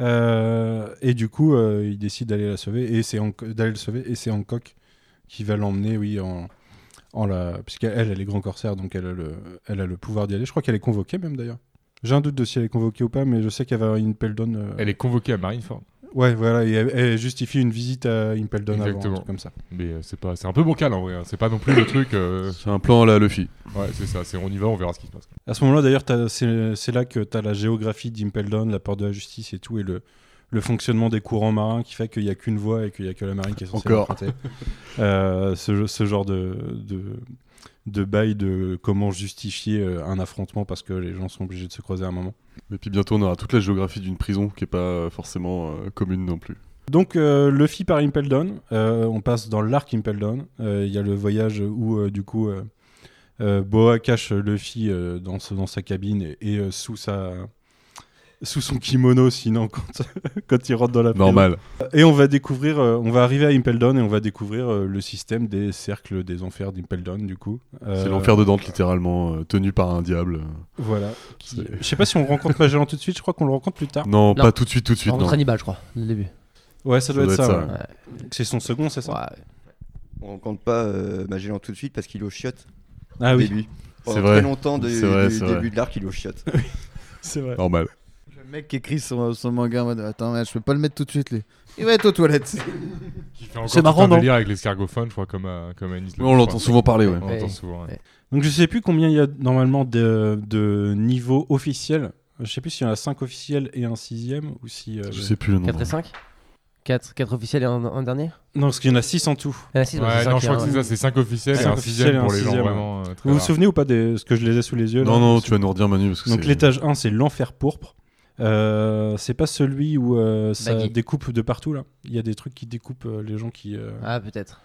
[SPEAKER 4] Euh, et du coup, euh, il décide d'aller la sauver et c'est Hanco- d'aller le sauver et c'est Hancock qui va l'emmener, oui, en, en la, puisqu'elle elle, elle est grand corsaire, donc elle a le, elle a le pouvoir d'y aller. Je crois qu'elle est convoquée même d'ailleurs. J'ai un doute de si elle est convoquée ou pas, mais je sais qu'elle va à Impel Down. euh,
[SPEAKER 8] Elle est convoquée à Marineford,
[SPEAKER 4] Ouais, voilà, et elle, elle justifie une visite à Impel Down avant, un
[SPEAKER 8] Exactement.
[SPEAKER 4] truc comme ça.
[SPEAKER 8] mais euh, c'est pas, c'est un peu bancal en vrai. hein. C'est pas non plus le truc. euh,
[SPEAKER 5] C'est un plan à la Luffy.
[SPEAKER 8] Ouais, c'est ça. C'est on y va, on verra ce qui se passe.
[SPEAKER 4] À ce moment-là, d'ailleurs, t'as- c'est c'est là que tu as la géographie d'Impel Down, la porte de la justice et tout, et le, le fonctionnement des courants marins qui fait qu'il n'y a qu'une voie et qu'il n'y a que la marine qui est censée
[SPEAKER 5] Encore.
[SPEAKER 4] l'emprunter. Euh, ce, ce genre de, de, de bail de comment justifier euh, un affrontement parce que les gens sont obligés de se croiser à un moment.
[SPEAKER 5] Et puis bientôt, on aura toute la géographie d'une prison qui est pas forcément euh, commune non plus.
[SPEAKER 4] Donc, euh, Luffy par Impel Down, euh, on passe dans l'arc Impel Down. Euh, Il y a le voyage où, euh, du coup, euh, euh, Boa cache Luffy euh, dans, ce- dans sa cabine et, et, euh, sous, sa, sous son kimono, sinon, quand, quand il rentre dans la prison.
[SPEAKER 5] Normal.
[SPEAKER 4] Et on va découvrir, euh, on va arriver à Impel Down et on va découvrir euh, le système des cercles des enfers d'Impel Down, du coup. Euh,
[SPEAKER 5] C'est l'enfer de Dante, littéralement, euh, tenu par un diable.
[SPEAKER 4] Voilà. Qui-
[SPEAKER 5] C'est-
[SPEAKER 4] Je sais pas si on rencontre Magellan tout de suite, je crois qu'on le rencontre plus tard.
[SPEAKER 5] Non, pas tout de suite, tout de suite.
[SPEAKER 7] Rencontre
[SPEAKER 5] Non.
[SPEAKER 7] Hannibal, je crois, dès le début.
[SPEAKER 4] Ouais, ça doit être ça. ouais.
[SPEAKER 7] ouais.
[SPEAKER 4] C'est son second, c'est ça
[SPEAKER 7] Ouais.
[SPEAKER 10] On rencontre pas euh, Magellan tout de suite parce qu'il est au chiotte
[SPEAKER 4] Ah
[SPEAKER 10] au
[SPEAKER 4] oui,
[SPEAKER 10] début. Pendant
[SPEAKER 5] vrai.
[SPEAKER 10] très longtemps de-
[SPEAKER 5] C'est vrai,
[SPEAKER 10] du
[SPEAKER 5] c'est vrai.
[SPEAKER 10] début de l'arc, il est au chiotte.
[SPEAKER 4] c'est vrai.
[SPEAKER 5] Normal.
[SPEAKER 9] Le mec qui écrit son, son manga en mode Attends, mais je peux pas le mettre tout de suite. Lui. Il va être aux toilettes.
[SPEAKER 8] Qui fait encore
[SPEAKER 5] C'est
[SPEAKER 8] tout
[SPEAKER 5] marrant,
[SPEAKER 8] un
[SPEAKER 5] non
[SPEAKER 8] délire avec les scargophones, je crois, comme à, comme à Nice.
[SPEAKER 5] Mais on l'entend souvent parler, ouais.
[SPEAKER 8] On
[SPEAKER 7] Ouais.
[SPEAKER 8] l'entend souvent. ouais.
[SPEAKER 7] Ouais.
[SPEAKER 4] Donc je sais plus combien il y a normalement de, de niveaux officiels. Je sais plus s'il y en a 5 officiels et un sixième ou si. euh,
[SPEAKER 5] Je sais plus le nom.
[SPEAKER 7] 4 et 5 4, 4 officiels et un, un dernier
[SPEAKER 4] Non, parce qu'il y en a 6 en tout.
[SPEAKER 7] Il y en a six, donc
[SPEAKER 8] Ouais,
[SPEAKER 7] c'est cinq
[SPEAKER 8] non,
[SPEAKER 7] et
[SPEAKER 8] je crois
[SPEAKER 7] un,
[SPEAKER 8] que c'est
[SPEAKER 7] ouais.
[SPEAKER 8] ça. C'est 5 officiels et
[SPEAKER 4] Cinq
[SPEAKER 8] un
[SPEAKER 4] officiels et
[SPEAKER 8] sixième
[SPEAKER 4] un
[SPEAKER 8] pour les gens
[SPEAKER 4] sixième,
[SPEAKER 8] vraiment. euh, très
[SPEAKER 4] Vous vous
[SPEAKER 8] rares.
[SPEAKER 4] souvenez ou pas des ce que je les ai sous les yeux là
[SPEAKER 5] Ah. Non, non, tu vas nous redire Manu parce que
[SPEAKER 4] Donc
[SPEAKER 5] c'est-
[SPEAKER 4] l'étage 1 c'est l'enfer pourpre. Euh, c'est pas celui où euh, ça
[SPEAKER 7] Baggy.
[SPEAKER 4] découpe de partout là. Il y a des trucs qui découpent euh, les gens qui. euh,
[SPEAKER 7] Ah, peut-être.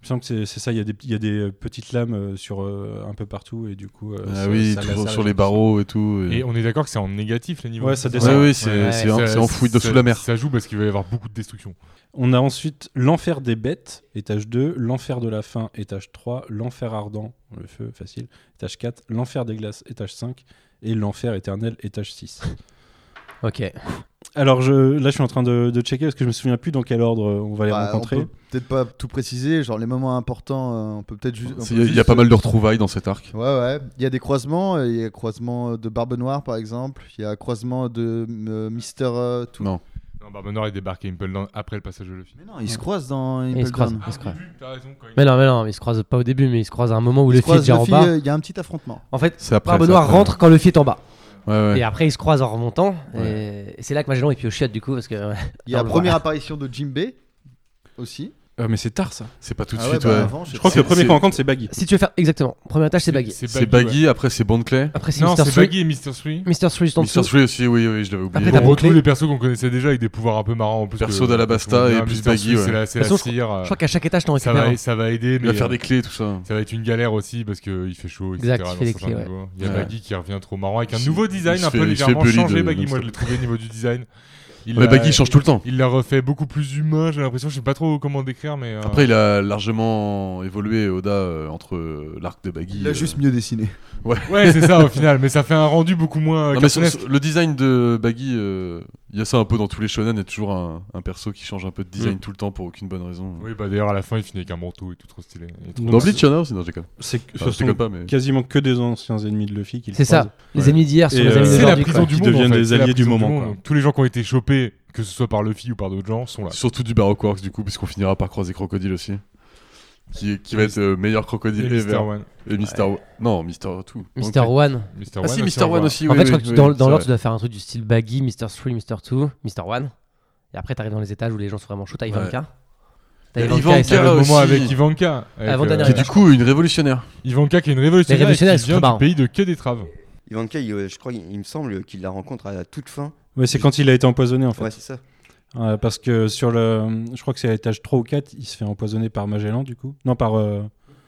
[SPEAKER 4] Il me semble que c'est- c'est ça. Il y, a des- il y a des euh, petites lames euh, sur euh, un peu partout et du coup. euh,
[SPEAKER 5] Ah
[SPEAKER 4] ça-
[SPEAKER 5] oui,
[SPEAKER 4] ça
[SPEAKER 5] toujours
[SPEAKER 4] lacère
[SPEAKER 5] sur
[SPEAKER 4] gens.
[SPEAKER 5] les barreaux et tout. et-
[SPEAKER 8] Et on est d'accord que c'est en négatif les niveaux.
[SPEAKER 4] Ouais, ça
[SPEAKER 8] c'est
[SPEAKER 4] descend.
[SPEAKER 5] Ouais, oui, c'est
[SPEAKER 7] Ouais.
[SPEAKER 5] c'est en- c'est enfoui dessous
[SPEAKER 8] ça-
[SPEAKER 5] la mer.
[SPEAKER 8] Ça joue parce qu'il va y avoir beaucoup de destruction.
[SPEAKER 4] On a ensuite l'enfer des bêtes, étage 2, l'enfer de la faim, étage 3, l'enfer ardent, le feu, facile, étage 4, l'enfer des glaces, étage 5, et l'enfer éternel, étage 6.
[SPEAKER 7] Ok.
[SPEAKER 4] Alors je, là, je suis en train de, de checker parce que je me souviens plus dans quel ordre euh, on va les
[SPEAKER 9] Bah, on
[SPEAKER 4] rencontrer.
[SPEAKER 9] peut peut-être pas tout préciser. Genre, les moments importants, euh, on peut peut-être ju- on peut juste.
[SPEAKER 5] C'est- Il y a- il y a pas mal de retrouvailles dans cet arc.
[SPEAKER 9] Ouais, ouais. Il y a des croisements. euh, Il y a croisement de Barbe Noire, par exemple. Il y a croisement de euh, Mister. euh, tout.
[SPEAKER 5] Non.
[SPEAKER 8] Non, Barbe Noire est débarqué Impel Down après le passage de Luffy.
[SPEAKER 9] Mais non, ils se croisent dans
[SPEAKER 7] Et ils
[SPEAKER 9] Impel
[SPEAKER 7] se croisent.
[SPEAKER 9] Down.
[SPEAKER 7] ils se croisent.
[SPEAKER 8] T'as raison, quand il-
[SPEAKER 7] Mais non, mais non, mais ils se croisent pas au début, mais ils se croisent à un moment où
[SPEAKER 9] Ils
[SPEAKER 7] le
[SPEAKER 9] se
[SPEAKER 7] fils
[SPEAKER 9] croisent,
[SPEAKER 7] est déjà en
[SPEAKER 9] Luffy,
[SPEAKER 7] bas.
[SPEAKER 9] euh, Il y a un petit affrontement.
[SPEAKER 7] En fait,
[SPEAKER 5] C'est après.
[SPEAKER 7] Barbe
[SPEAKER 5] c'est
[SPEAKER 7] Noire
[SPEAKER 5] après.
[SPEAKER 7] rentre quand le fil est en bas.
[SPEAKER 5] Ouais, ouais.
[SPEAKER 7] Et après, ils se croisent en remontant. Et... et c'est là que Magellan est pioché du coup, parce que.
[SPEAKER 9] Il y a
[SPEAKER 7] On
[SPEAKER 9] la
[SPEAKER 7] le
[SPEAKER 9] première
[SPEAKER 7] voit.
[SPEAKER 9] apparition de Jimbe aussi.
[SPEAKER 4] Ah, mais c'est tard ça. Euh,
[SPEAKER 5] C'est pas tout de
[SPEAKER 9] Ah ouais,
[SPEAKER 5] suite,
[SPEAKER 9] bah,
[SPEAKER 5] ouais.
[SPEAKER 9] avant,
[SPEAKER 4] Je crois que le premier
[SPEAKER 5] c'est-
[SPEAKER 4] qu'on rencontre c'est Baggy.
[SPEAKER 7] Si tu veux faire exactement, première tâche c'est bagué.
[SPEAKER 5] C'est Baggy, après c'est Bondclay.
[SPEAKER 7] Après c'est
[SPEAKER 8] Non,
[SPEAKER 7] Mister
[SPEAKER 8] c'est
[SPEAKER 7] Three.
[SPEAKER 8] Baggy et Mr. Three.
[SPEAKER 7] Mister Three juste en
[SPEAKER 5] Mr.
[SPEAKER 7] dessous.
[SPEAKER 5] Three aussi, oui, oui, je l'avais
[SPEAKER 7] Après, t'as
[SPEAKER 5] oublié.
[SPEAKER 8] On
[SPEAKER 7] Bondclay.
[SPEAKER 8] retrouve les persos qu'on connaissait déjà avec des pouvoirs un peu marrants en plus.
[SPEAKER 5] Perso
[SPEAKER 8] que-
[SPEAKER 5] d'Alabasta
[SPEAKER 8] qu'on-
[SPEAKER 5] et
[SPEAKER 8] Mr.
[SPEAKER 5] plus
[SPEAKER 8] Three,
[SPEAKER 5] Baggy,
[SPEAKER 8] C'est
[SPEAKER 5] ouais.
[SPEAKER 8] la, c'est
[SPEAKER 7] De
[SPEAKER 8] la
[SPEAKER 7] toute façon,
[SPEAKER 8] cire. euh,
[SPEAKER 7] Je crois qu'à chaque étage t'en
[SPEAKER 8] ça
[SPEAKER 7] récupères.
[SPEAKER 8] va,
[SPEAKER 7] un.
[SPEAKER 8] ça va aider,
[SPEAKER 5] Il
[SPEAKER 8] mais
[SPEAKER 5] va faire
[SPEAKER 8] euh,
[SPEAKER 5] des clés, tout ça.
[SPEAKER 8] ça va être une galère aussi parce que il fait chaud. etc.,
[SPEAKER 7] Exact, il
[SPEAKER 8] dans
[SPEAKER 7] fait les
[SPEAKER 8] certains
[SPEAKER 7] clés, ouais.
[SPEAKER 8] niveaux. Il y a
[SPEAKER 5] Ouais.
[SPEAKER 8] Baggy qui revient trop marrant avec un
[SPEAKER 5] Il
[SPEAKER 8] nouveau
[SPEAKER 5] se- il
[SPEAKER 8] design
[SPEAKER 5] se
[SPEAKER 8] un
[SPEAKER 5] fait-
[SPEAKER 8] peu
[SPEAKER 5] il se fait
[SPEAKER 8] légèrement
[SPEAKER 5] bully
[SPEAKER 8] changé.
[SPEAKER 5] de-
[SPEAKER 8] Baggy,
[SPEAKER 5] de-
[SPEAKER 8] moi je l'ai trouvé au niveau du design. Il
[SPEAKER 5] Mais
[SPEAKER 8] l'a-
[SPEAKER 4] Bah,
[SPEAKER 5] Baggy change tout le temps.
[SPEAKER 8] Il l'a refait beaucoup plus humain, j'ai l'impression. Je sais pas trop comment décrire, mais.
[SPEAKER 4] Ah.
[SPEAKER 8] euh,
[SPEAKER 5] Après, il a largement évolué, Oda, euh, entre euh, l'arc de Baggy.
[SPEAKER 9] Il a
[SPEAKER 5] euh,
[SPEAKER 9] juste mieux dessiné.
[SPEAKER 8] Ouais, c'est ça au final, mais ça fait un rendu beaucoup moins. euh,
[SPEAKER 5] Non, mais sur-
[SPEAKER 8] cartoonesque.
[SPEAKER 5] sur le design de Baggy, euh, il y a ça un peu dans tous les shonen, il y a toujours un, un perso qui change un peu de design
[SPEAKER 4] Mm.
[SPEAKER 5] tout le temps pour aucune bonne raison.
[SPEAKER 8] Oui, bah d'ailleurs à la fin il finit avec un manteau et tout trop stylé. Il est trop-
[SPEAKER 4] Donc,
[SPEAKER 5] Dans Bleach, il y en a aussi, non, je déconne.
[SPEAKER 4] C'est
[SPEAKER 5] Enfin,
[SPEAKER 4] ce
[SPEAKER 5] je
[SPEAKER 4] sont
[SPEAKER 5] déconne pas, mais.
[SPEAKER 4] quasiment que des anciens ennemis de Luffy qui le
[SPEAKER 7] C'est ça.
[SPEAKER 4] croisent.
[SPEAKER 7] Les
[SPEAKER 5] Ouais.
[SPEAKER 7] ennemis d'hier sont
[SPEAKER 4] Et,
[SPEAKER 7] les
[SPEAKER 4] euh,
[SPEAKER 7] amis
[SPEAKER 8] C'est la
[SPEAKER 7] d'aujourd'hui.
[SPEAKER 8] prison
[SPEAKER 7] quoi.
[SPEAKER 8] du
[SPEAKER 4] Qui
[SPEAKER 8] monde. en
[SPEAKER 4] deviennent
[SPEAKER 8] fait,
[SPEAKER 4] des
[SPEAKER 8] c'est la
[SPEAKER 4] alliés du
[SPEAKER 8] prison
[SPEAKER 4] moment,
[SPEAKER 8] monde.
[SPEAKER 4] quoi.
[SPEAKER 8] Donc, tous les gens qui ont été chopés, que ce soit par Luffy ou par d'autres gens, sont là.
[SPEAKER 5] Surtout du Baroque Works, du coup, puisqu'on finira par croiser Crocodile aussi. Qui, qui va être euh, meilleur crocodile
[SPEAKER 8] Et
[SPEAKER 5] ever.
[SPEAKER 8] Mr. One.
[SPEAKER 5] Et Mister One. Non, Mister Two.
[SPEAKER 7] Mister
[SPEAKER 5] Ok.
[SPEAKER 7] One.
[SPEAKER 8] Mr.
[SPEAKER 5] Ah si, Mister
[SPEAKER 8] on
[SPEAKER 5] One
[SPEAKER 8] va-
[SPEAKER 5] aussi,
[SPEAKER 7] En
[SPEAKER 5] oui.
[SPEAKER 7] fait, je
[SPEAKER 5] oui,
[SPEAKER 7] crois que tu-
[SPEAKER 5] oui,
[SPEAKER 7] dans,
[SPEAKER 5] c'est
[SPEAKER 7] dans l'ordre,
[SPEAKER 5] vrai.
[SPEAKER 7] tu dois faire un truc du style Baggy, Mister 3, Mister 2, Mister 1. Et après, t'arrives dans les étages où les gens sont vraiment chauds. T'as Ivanka. T'as
[SPEAKER 5] Et
[SPEAKER 8] Il y a
[SPEAKER 5] Ivanka
[SPEAKER 8] le moment
[SPEAKER 5] aussi.
[SPEAKER 8] avec Ivanka. avec, euh,
[SPEAKER 7] Avant-dernière
[SPEAKER 5] Qui est du coup une révolutionnaire.
[SPEAKER 8] Ivanka qui est une
[SPEAKER 7] Les
[SPEAKER 8] révolutionnaire et
[SPEAKER 7] révolutionnaires,
[SPEAKER 8] qui
[SPEAKER 7] ils sont très
[SPEAKER 8] vient
[SPEAKER 7] marrants.
[SPEAKER 8] du pays de que d'étraves.
[SPEAKER 10] Ivanka, il, euh, je crois, il, il me semble qu'il la rencontre à la toute fin.
[SPEAKER 4] Ouais, c'est quand il a été empoisonné en fait.
[SPEAKER 10] Ouais, c'est ça.
[SPEAKER 4] Ouais, parce que sur le. Je crois que c'est à l'étage 3 ou 4, il se fait empoisonner par Magellan du coup. Non, par. euh,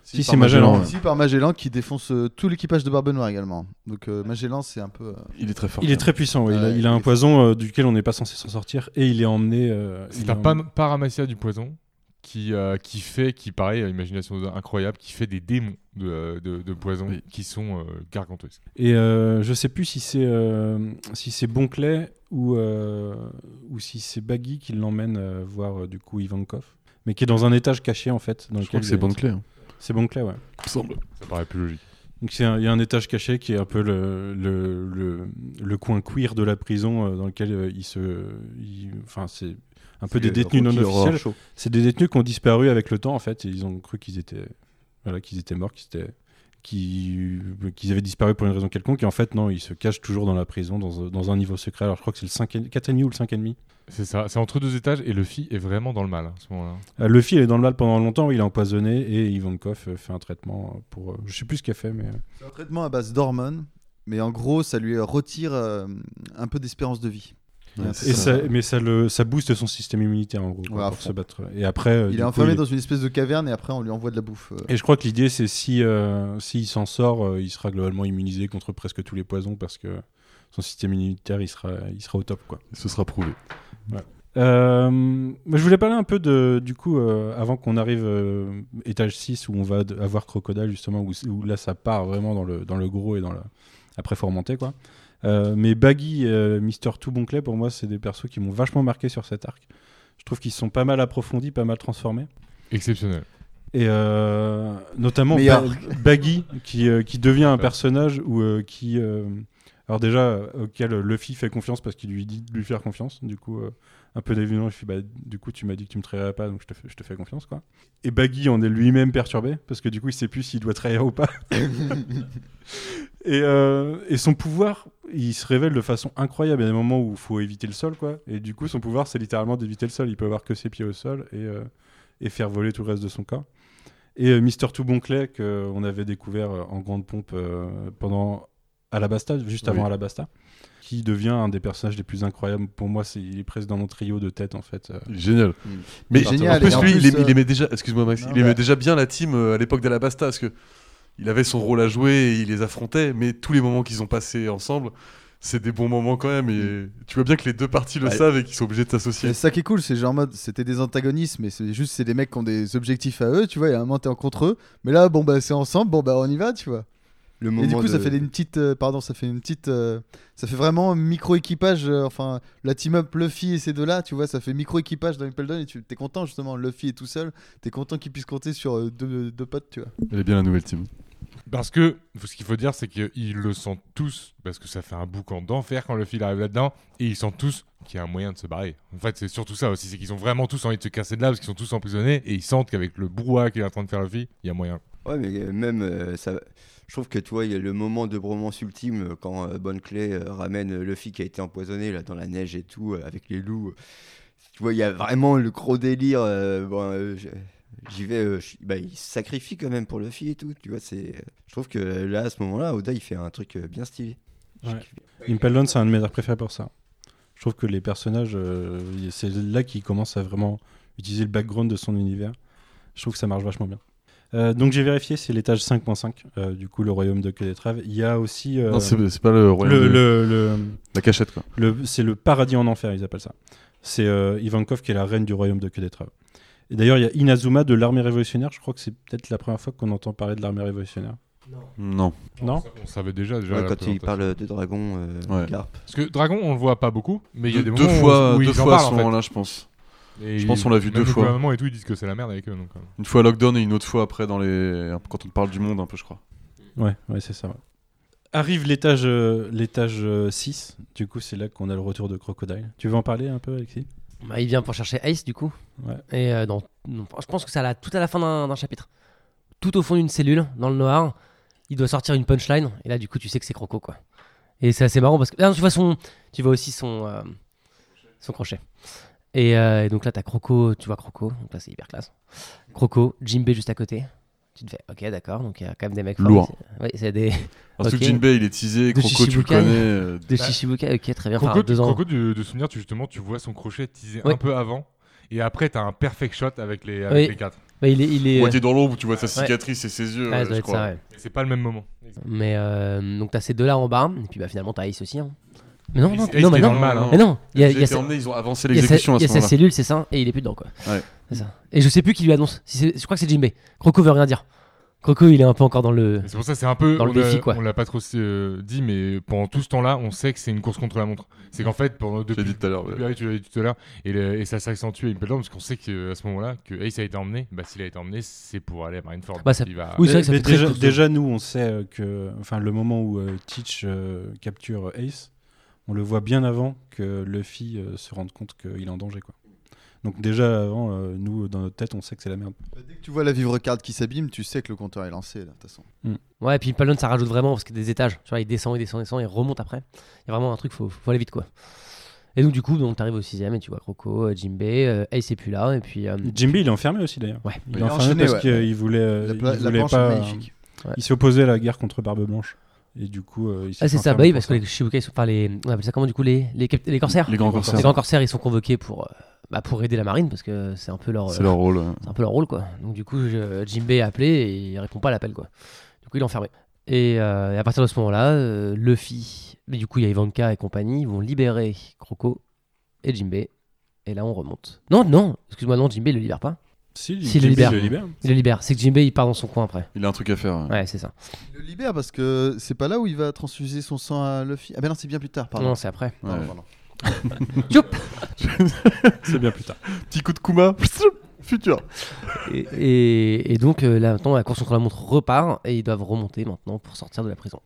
[SPEAKER 4] Si, c'est Magellan,
[SPEAKER 5] ouais.
[SPEAKER 9] Ici par Magellan qui défonce euh, tout l'équipage de Barbe Noire également. Donc euh, Magellan c'est un peu. euh,
[SPEAKER 5] Il est très fort.
[SPEAKER 4] Il est très puissant, ouais. il, a,
[SPEAKER 9] Ouais,
[SPEAKER 4] il a un
[SPEAKER 9] il est-
[SPEAKER 4] poison euh, duquel on n'est pas censé s'en sortir et il est emmené. euh, il
[SPEAKER 8] C'est
[SPEAKER 4] est
[SPEAKER 8] un
[SPEAKER 4] emmené-
[SPEAKER 8] pam- paramacia du poison qui, euh, qui fait, qui pareil, à imagination incroyable, qui fait des démons de, euh, de, de poison
[SPEAKER 5] Oui.
[SPEAKER 8] qui sont euh, gargantuesques.
[SPEAKER 4] Et euh, je sais plus si c'est euh, si c'est Bonclay ou euh, ou si c'est Baggy qui l'emmène euh, voir euh, du coup Ivankov, mais qui est dans un étage caché en fait. Dans
[SPEAKER 5] Je crois
[SPEAKER 4] lequel
[SPEAKER 5] que
[SPEAKER 4] il
[SPEAKER 5] c'est
[SPEAKER 4] est-
[SPEAKER 5] Bond Clay. hein,
[SPEAKER 4] C'est Bonclay, ouais.
[SPEAKER 5] il me semble.
[SPEAKER 8] Ça paraît plus logique.
[SPEAKER 4] Donc c'est un- il y a un étage caché qui est un peu le le, le, le coin queer de la prison euh, dans lequel euh, il se, il- enfin c'est un peu des détenus non officiels. C'est des détenus qui ont disparu avec le temps, en fait. Et ils ont cru qu'ils étaient, voilà, qu'ils étaient morts, qu'ils étaient- qu'ils qu'ils avaient disparu pour une raison quelconque. Et en fait, non, ils se cachent toujours dans la prison, dans, un- dans un niveau secret. Alors, je crois que c'est le 5 4,5 ou le 5,5.
[SPEAKER 8] C'est ça, c'est entre deux étages et Luffy est vraiment dans le mal hein, à ce moment-là.
[SPEAKER 4] Euh, Luffy, il est dans le mal pendant longtemps. Il est empoisonné et Ivankov euh, fait un traitement pour. euh, je sais plus ce qu'il a fait, mais. euh,
[SPEAKER 9] C'est un traitement à base d'hormones, mais en gros ça lui retire euh, un peu d'espérance de vie.
[SPEAKER 5] Ouais,
[SPEAKER 9] Et
[SPEAKER 4] et
[SPEAKER 5] c'est
[SPEAKER 4] ça, mais ça, le, ça booste son système immunitaire, en gros, quoi,
[SPEAKER 9] Ouais, à
[SPEAKER 4] pour
[SPEAKER 9] fond.
[SPEAKER 4] se battre. Et après. euh,
[SPEAKER 9] Il
[SPEAKER 4] du
[SPEAKER 9] est
[SPEAKER 4] coup,
[SPEAKER 9] enfermé
[SPEAKER 4] il-
[SPEAKER 9] dans une espèce de caverne et après on lui envoie de la bouffe. euh.
[SPEAKER 4] Et je crois que l'idée, c'est si euh, s'il s'en sort, euh, il sera globalement immunisé contre presque tous les poisons parce que son système immunitaire, il sera, il sera au top, quoi.
[SPEAKER 5] Ce sera prouvé.
[SPEAKER 4] Euh, mais je voulais parler un peu de, du coup, euh, avant qu'on arrive euh, étage 6 où on va d- avoir Crocodile, justement, où, où là ça part vraiment dans le, dans le gros et dans le. après Formenté, quoi. Euh, mais Baggy, euh, Mister Tout Bonclay, pour moi, c'est des persos qui m'ont vachement marqué sur cet arc. Je trouve qu'ils sont pas mal approfondis, pas mal transformés.
[SPEAKER 8] Exceptionnel.
[SPEAKER 4] Et euh, notamment
[SPEAKER 9] Meilleur.
[SPEAKER 4] Ba- Baggy, qui, euh, qui devient un personnage ou euh, qui. euh, alors, déjà, euh, auquel Luffy fait confiance parce qu'il lui dit de lui faire confiance. Du coup, euh, un peu déviant, je suis bah, du coup, tu m'as dit que tu me trahirais pas, donc je te, fais- je te fais confiance, quoi. Et Baggy en est lui-même perturbé parce que du coup, il sait plus s'il doit trahir ou pas. et, euh, et son pouvoir, il se révèle de façon incroyable. Il y a des moments où il faut éviter le sol, quoi. Et du coup, son pouvoir, c'est littéralement d'éviter le sol. Il peut avoir que ses pieds au sol et, euh, et faire voler tout le reste de son corps. Et euh, Mister Tout Bonclay, qu'on avait découvert euh, en grande pompe euh, pendant Alabasta, juste avant
[SPEAKER 8] Oui.
[SPEAKER 4] Alabasta, qui devient un des personnages les plus incroyables. Pour moi, c'est, il est presque dans mon trio de tête, en fait. euh.
[SPEAKER 5] Il est génial.
[SPEAKER 9] Mm.
[SPEAKER 5] Mais
[SPEAKER 9] Génial,
[SPEAKER 5] en plus,
[SPEAKER 9] et en
[SPEAKER 5] lui,
[SPEAKER 9] plus,
[SPEAKER 5] il, aimait,
[SPEAKER 9] euh,
[SPEAKER 5] il aimait déjà, excuse-moi Max,
[SPEAKER 9] Non,
[SPEAKER 5] il aimait
[SPEAKER 9] bah-
[SPEAKER 5] déjà bien la team euh, à l'époque d'Alabasta parce que il avait son rôle à jouer et il les affrontait, mais tous les moments qu'ils ont passés ensemble, c'est des bons moments quand même. Et
[SPEAKER 9] Mm.
[SPEAKER 5] tu vois bien que les deux parties le
[SPEAKER 10] Ouais.
[SPEAKER 5] savent et qu'ils sont obligés de s'associer.
[SPEAKER 9] C'est ça qui est cool, c'est genre en mode c'était des antagonistes, mais c'est juste c'est des mecs qui ont des objectifs à eux, tu vois. Il y a un moment t'es en contre eux, mais là bon bah c'est ensemble, bon bah on y va, tu vois.
[SPEAKER 10] Le
[SPEAKER 9] Et du coup
[SPEAKER 10] de-
[SPEAKER 9] ça fait une petite, euh, pardon, ça fait une petite, euh, ça fait vraiment micro équipage.
[SPEAKER 6] euh,
[SPEAKER 9] enfin la team up Luffy et ces deux là, tu vois, ça fait micro équipage dans Impel Down et tu t'es content justement. Luffy est tout seul, t'es content qu'il puisse compter sur euh, deux, deux potes, tu vois.
[SPEAKER 5] Elle est bien la nouvelle team.
[SPEAKER 8] Parce que faut- ce qu'il faut dire, c'est qu'ils le sentent tous, parce que ça fait un boucan d'enfer quand Luffy arrive là-dedans, et ils sentent tous qu'il y a un moyen de se barrer. En fait, c'est surtout ça aussi, c'est qu'ils ont vraiment tous envie de se casser de là, parce qu'ils sont tous emprisonnés, et ils sentent qu'avec le brouhaha qu'il est en train de faire Luffy, il y a moyen.
[SPEAKER 10] Ouais, mais euh, même euh, ça. Je trouve que tu vois, il y a le moment de bromance ultime euh, quand euh, Bonne Clé euh, ramène euh, Luffy qui a été empoisonné là, dans la neige et tout, euh, avec les loups. Tu vois, il y a vraiment le gros délire. euh, bon, euh, je- J'y vais, euh, je- bah, il se sacrifie quand même pour Luffy et tout. Tu vois, c'est. Je trouve que là, à ce moment-là, Oda, il fait un truc euh, bien stylé.
[SPEAKER 4] Impel Down, c'est un de mes arcs préférés pour ça. Je trouve que les personnages, euh, y- c'est là qu'il commence à vraiment utiliser le background de son univers. Je trouve que ça marche vachement bien. Euh, donc j'ai vérifié, c'est l'étage 5.5, euh, du coup le royaume de Que des Traves. Il y a aussi euh,
[SPEAKER 5] Non, c'est c'est pas le royaume.
[SPEAKER 4] le,
[SPEAKER 5] de-
[SPEAKER 4] le- le-
[SPEAKER 5] La cachette, quoi.
[SPEAKER 4] le- c'est le paradis en enfer, ils appellent ça. C'est euh, Ivankov qui est la reine du royaume de Que des Traves. Et d'ailleurs, il y a Inazuma de l'armée révolutionnaire. Je crois que c'est peut-être la première fois qu'on entend parler de l'armée révolutionnaire.
[SPEAKER 5] Non.
[SPEAKER 4] Non
[SPEAKER 8] On savait déjà, déjà
[SPEAKER 10] Ouais,
[SPEAKER 8] la
[SPEAKER 10] quand il
[SPEAKER 8] présentation.
[SPEAKER 10] parle de dragon, euh,
[SPEAKER 5] Ouais.
[SPEAKER 10] Garp.
[SPEAKER 8] Parce que Dragon, on le voit pas beaucoup, mais il y a des
[SPEAKER 5] deux
[SPEAKER 8] moments où-
[SPEAKER 5] fois,
[SPEAKER 8] où
[SPEAKER 5] deux
[SPEAKER 8] ils en
[SPEAKER 5] fois à
[SPEAKER 8] parlent,
[SPEAKER 5] ce
[SPEAKER 8] en fait.
[SPEAKER 5] moment-là, je pense.
[SPEAKER 8] Et
[SPEAKER 5] je pense qu'on l'a vu
[SPEAKER 8] même
[SPEAKER 5] deux
[SPEAKER 8] le
[SPEAKER 5] fois.
[SPEAKER 8] gouvernement et tout, ils disent que c'est la merde avec eux. Donc, euh.
[SPEAKER 5] Une fois à Lockdown et une autre fois après dans les quand on parle du monde un peu je crois.
[SPEAKER 4] Ouais, ouais c'est ça. ouais. Arrive l'étage euh, l'étage euh, 6. Du coup, c'est là qu'on a le retour de Crocodile. Tu veux en parler un peu, Alexis
[SPEAKER 7] Bah, il vient pour chercher Ace, du coup.
[SPEAKER 4] Ouais.
[SPEAKER 7] Et euh, dans- non, je pense que c'est à la- tout à la fin d'un d'un chapitre. Tout au fond d'une cellule, dans le noir, il doit sortir une punchline. Et là, du coup, tu sais que c'est Croco, quoi. Et c'est assez marrant parce que. Ah non, tu vois son. Tu vois aussi son. euh, son crochet. Et, euh, et donc là, t'as Croco, tu vois Croco. Donc là, c'est hyper classe. Croco, Jimbei juste à côté. Tu te fais, ok, d'accord. Donc il y a quand même des mecs. forts
[SPEAKER 5] Lourd.
[SPEAKER 7] ici. Oui, c'est des.
[SPEAKER 5] Parce
[SPEAKER 7] Ok.
[SPEAKER 5] que Jinbei il est teasé,
[SPEAKER 7] De
[SPEAKER 5] Croco tu le
[SPEAKER 7] Shishibukai.
[SPEAKER 5] connais. euh,
[SPEAKER 7] De
[SPEAKER 8] Bah,
[SPEAKER 7] Shishibukai, ok, très bien. Enfin,
[SPEAKER 8] Croco, tu-
[SPEAKER 7] deux ans.
[SPEAKER 8] Croco, de, de souvenir, tu, justement, tu vois son crochet teaser
[SPEAKER 7] Ouais.
[SPEAKER 8] un peu avant. Et après, t'as un perfect shot avec les, avec
[SPEAKER 7] Oui.
[SPEAKER 8] les quatre.
[SPEAKER 7] Bah, il est. Il est...
[SPEAKER 5] Moitié dans l'ombre où tu vois sa cicatrice et ses yeux.
[SPEAKER 7] Ouais, ça
[SPEAKER 5] euh,
[SPEAKER 7] doit
[SPEAKER 5] je
[SPEAKER 7] être ça,
[SPEAKER 5] crois.
[SPEAKER 7] ouais.
[SPEAKER 8] Mais c'est pas le même moment.
[SPEAKER 7] Mais euh, donc t'as ces deux là en bas, et puis bah finalement t'as Ace aussi. hein. Mais non,
[SPEAKER 8] Ace-
[SPEAKER 7] non,
[SPEAKER 8] Ace
[SPEAKER 7] non, mais
[SPEAKER 8] qui est dans
[SPEAKER 7] non,
[SPEAKER 8] le mal, hein.
[SPEAKER 7] mais non, il y a,
[SPEAKER 5] J'ai
[SPEAKER 7] il y a
[SPEAKER 5] été
[SPEAKER 7] sa-
[SPEAKER 5] emmené, ils ont avancé
[SPEAKER 7] il y a sa,
[SPEAKER 5] l'exécution à
[SPEAKER 7] il y
[SPEAKER 5] ce
[SPEAKER 7] a sa
[SPEAKER 5] moment-là.
[SPEAKER 7] cellule, c'est ça, et il est plus dedans quoi.
[SPEAKER 5] Ouais.
[SPEAKER 7] C'est ça. Et je sais plus qui lui annonce. Si c'est- je crois que c'est Jimbei. Croco veut rien dire. Croco il est un peu encore dans le.
[SPEAKER 8] Et C'est pour ça, c'est un peu.
[SPEAKER 7] Dans le
[SPEAKER 8] on a-
[SPEAKER 7] défi, quoi.
[SPEAKER 8] On l'a pas trop euh, dit, mais pendant tout ce temps-là, on sait que c'est une course contre la montre. C'est qu'en fait, pendant
[SPEAKER 5] J'ai
[SPEAKER 8] depuis,
[SPEAKER 5] dit tout à l'heure. ouais.
[SPEAKER 8] Oui, oui, tu l'as dit tout à l'heure. Et, le- et ça s'accentue à Impel Down parce qu'on sait qu'à ce moment-là, que Ace a été emmené. Bah, s'il a été emmené, c'est pour aller à Marineford.
[SPEAKER 7] Bah, ça-
[SPEAKER 8] Il va-
[SPEAKER 7] Oui, c'est vrai que ça
[SPEAKER 4] Mais
[SPEAKER 7] fait très
[SPEAKER 4] déjà,
[SPEAKER 7] course.
[SPEAKER 4] déjà, nous, on sait euh, que. Enfin, le moment où euh, Teach euh, capture Ace, on le voit bien avant que Luffy euh, se rende compte qu'il est en danger. Quoi. Donc, déjà avant, euh, nous, dans notre tête, on sait que c'est la merde.
[SPEAKER 6] Bah, Dès que tu vois la vivre carte qui s'abîme, tu sais que le compteur est lancé là, de toute façon.
[SPEAKER 7] Ouais, et puis Palon ça rajoute vraiment parce qu'il y a des étages. Tu vois, il descend, il descend, il descend, il remonte après. Il y a vraiment un truc, faut, faut aller vite quoi. Et donc du coup, donc t'arrives au sixième et tu vois Croco, euh, Jimbei, euh, Ace est plus là, et puis. euh,
[SPEAKER 4] Jimby, il est enfermé aussi d'ailleurs.
[SPEAKER 7] Ouais.
[SPEAKER 4] Il
[SPEAKER 6] Il
[SPEAKER 4] est
[SPEAKER 6] est
[SPEAKER 4] enfermé
[SPEAKER 6] enchaîné,
[SPEAKER 4] parce
[SPEAKER 6] ouais.
[SPEAKER 4] qu'il voulait, euh,
[SPEAKER 6] La,
[SPEAKER 4] il
[SPEAKER 6] pla- la
[SPEAKER 4] voulait
[SPEAKER 6] planche
[SPEAKER 4] pas.
[SPEAKER 6] est magnifique.
[SPEAKER 4] Il s'est opposé à la guerre contre Barbe Blanche. Et du coup, euh, il s'est
[SPEAKER 7] Ah, c'est ça,
[SPEAKER 4] enfermé
[SPEAKER 7] bah oui,
[SPEAKER 4] pour
[SPEAKER 7] parce que
[SPEAKER 4] ça.
[SPEAKER 7] les Shibukai sont. Enfin, les. On appelle ça comment du coup Les, les, cap- les corsaires
[SPEAKER 5] Les grands
[SPEAKER 7] Les
[SPEAKER 5] corsaires.
[SPEAKER 7] grands corsaires, ils sont convoqués pour, euh, bah, pour aider la marine parce que c'est un peu leur, euh,
[SPEAKER 5] C'est leur rôle. ouais.
[SPEAKER 7] c'est un peu leur rôle quoi. Donc du coup, je- Jinbei est appelé et il répond pas à l'appel quoi. Du coup, il est enfermé. Et, euh, et à partir de ce moment-là, euh, Luffy, mais du coup, il y a Ivanka et compagnie, ils vont libérer Croco et Jinbei. Et là, on remonte. Non, non, excuse-moi, non, Jinbei il le libère pas.
[SPEAKER 4] Si,
[SPEAKER 7] Si, il
[SPEAKER 4] Jinbei,
[SPEAKER 7] le libère.
[SPEAKER 4] il le libère.
[SPEAKER 7] Il le libère. C'est que Jinbei il part dans son coin après.
[SPEAKER 5] Il a un truc à faire. ouais.
[SPEAKER 7] Ouais, c'est ça.
[SPEAKER 6] Il le libère parce que c'est pas là où il va transfuser son sang à Luffy. Ah ben non, c'est bien plus tard, pardon.
[SPEAKER 7] Non, c'est après.
[SPEAKER 6] Pardon,
[SPEAKER 5] Ouais.
[SPEAKER 6] pardon.
[SPEAKER 4] C'est bien plus tard.
[SPEAKER 5] Petit coup de Kuma. Futur.
[SPEAKER 7] Et, et- et donc euh, là maintenant, la course contre la montre repart et ils doivent remonter maintenant pour sortir de la prison.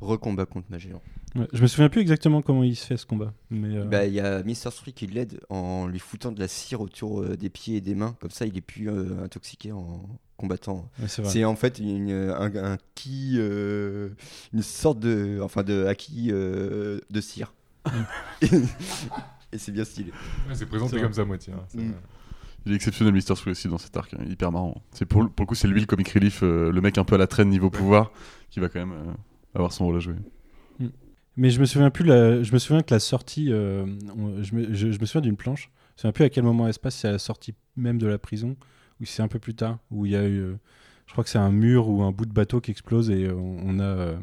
[SPEAKER 10] Recombat contre Magellan.
[SPEAKER 4] Ouais, je me souviens plus exactement comment il se fait ce combat. Mais euh,
[SPEAKER 10] Bah, Il y a Mr. Three qui l'aide en lui foutant de la cire autour euh, des pieds et des mains. Comme ça, il est plus euh, intoxiqué en combattant.
[SPEAKER 4] ouais, c'est vrai.
[SPEAKER 10] C'est en fait une, un, un ki, euh, une sorte de, enfin de haki euh, de cire. et c'est bien stylé.
[SPEAKER 8] Ouais, C'est présenté
[SPEAKER 4] C'est
[SPEAKER 8] comme ça à moitié. hein. C'est-
[SPEAKER 10] Mm.
[SPEAKER 5] Il est exceptionnel Mister Sui aussi dans cet arc. hein. Hyper marrant. C'est pour, le- pour le coup c'est lui le comic relief, euh, le mec un peu à la traîne niveau pouvoir qui va quand même euh, avoir son rôle à jouer.
[SPEAKER 4] Mais je me souviens plus. la- Je me souviens que la sortie. euh, on- Je, me... je- je me souviens d'une planche. Je me souviens plus à quel moment elle se passe. si C'est à la sortie même de la prison ou si c'est un peu plus tard où il y a eu. euh, Je crois que c'est un mur ou un bout de bateau qui explose et euh, on on a euh,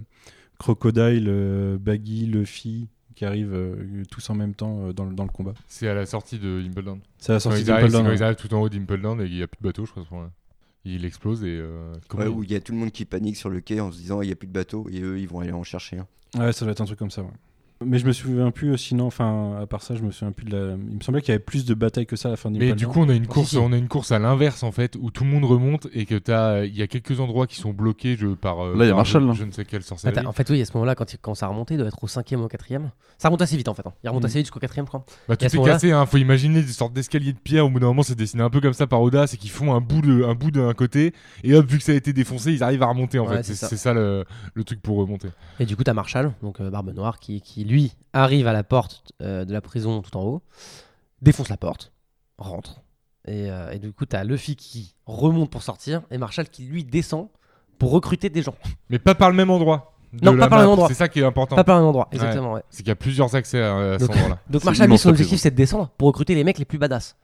[SPEAKER 4] Crocodile, euh, Baggy, Luffy qui arrivent euh, tous en même temps euh, dans, le- dans le combat.
[SPEAKER 8] C'est à la sortie de Impel Down.
[SPEAKER 4] C'est la
[SPEAKER 8] Quand
[SPEAKER 4] sortie
[SPEAKER 8] ils,
[SPEAKER 4] d'Impel
[SPEAKER 8] arrivent, c'est
[SPEAKER 4] Down,
[SPEAKER 8] quand
[SPEAKER 4] ouais.
[SPEAKER 8] ils arrivent tout en haut d'Impel Down et il n'y a plus de bateau, je crois. à ce moment-là. Il explose et. euh, comment
[SPEAKER 10] Ouais,
[SPEAKER 8] il-
[SPEAKER 10] où il y a tout le monde qui panique sur le quai en se disant il n'y a plus de bateau et eux ils vont aller en chercher un.
[SPEAKER 4] Ouais, ça doit être un truc comme ça, ouais. Mais je me souviens plus, euh, sinon, enfin, à part ça, je me souviens plus de la. Il me semblait qu'il y avait plus de batailles que ça à la fin du
[SPEAKER 8] Mais du coup, on a une course,
[SPEAKER 7] si.
[SPEAKER 8] on a une course à l'inverse en fait, où tout le monde remonte et que t'as, il y a quelques endroits qui sont bloqués je, par. euh,
[SPEAKER 5] Là, il y a
[SPEAKER 8] par
[SPEAKER 5] Marshall,
[SPEAKER 8] je,
[SPEAKER 5] là.
[SPEAKER 8] je ne sais quelle sorcellerie.
[SPEAKER 7] Attends, en fait, oui, à ce moment-là, quand il commence à remonter, il doit être au cinquième ou au quatrième. Ça remonte assez vite en fait. hein. Il remonte
[SPEAKER 4] Mm.
[SPEAKER 7] assez vite jusqu'au quatrième, je crois.
[SPEAKER 8] Bah,
[SPEAKER 7] Et
[SPEAKER 8] tout
[SPEAKER 7] à ce
[SPEAKER 8] est
[SPEAKER 7] moment-là-
[SPEAKER 8] cassé, hein. faut imaginer des sortes d'escaliers de pierre. Au bout d'un moment, c'est dessiné un peu comme ça par Oda, c'est qu'ils font un bout de, un bout d'un côté, et hop, vu que ça a été défoncé, ils arrivent à remonter en
[SPEAKER 7] Ouais,
[SPEAKER 8] fait.
[SPEAKER 7] c'est
[SPEAKER 8] C'est
[SPEAKER 7] ça.
[SPEAKER 8] c'est ça, le, le truc pour remonter.
[SPEAKER 7] Et du coup, t'as Marshall, donc euh, Barbe Noire, qui, qui lui arrive à la porte euh, de la prison tout en haut. défonce la porte, rentre. Et, euh, et du coup, t'as Luffy qui remonte pour sortir et Marshall qui lui descend pour recruter des gens.
[SPEAKER 8] Mais pas par le même endroit. de
[SPEAKER 7] Non,
[SPEAKER 8] la
[SPEAKER 7] pas par le
[SPEAKER 8] map.
[SPEAKER 7] même endroit.
[SPEAKER 8] C'est ça qui est important.
[SPEAKER 7] Pas par un endroit, exactement. ouais.
[SPEAKER 8] C'est qu'il y a plusieurs accès à, à cet
[SPEAKER 7] Donc-
[SPEAKER 8] endroit-là.
[SPEAKER 7] Donc
[SPEAKER 5] C'est
[SPEAKER 7] Marshall, lui,
[SPEAKER 5] immense, hein.
[SPEAKER 7] son
[SPEAKER 5] la
[SPEAKER 7] objectif,
[SPEAKER 5] prison.
[SPEAKER 7] c'est de descendre pour recruter les mecs les plus badass.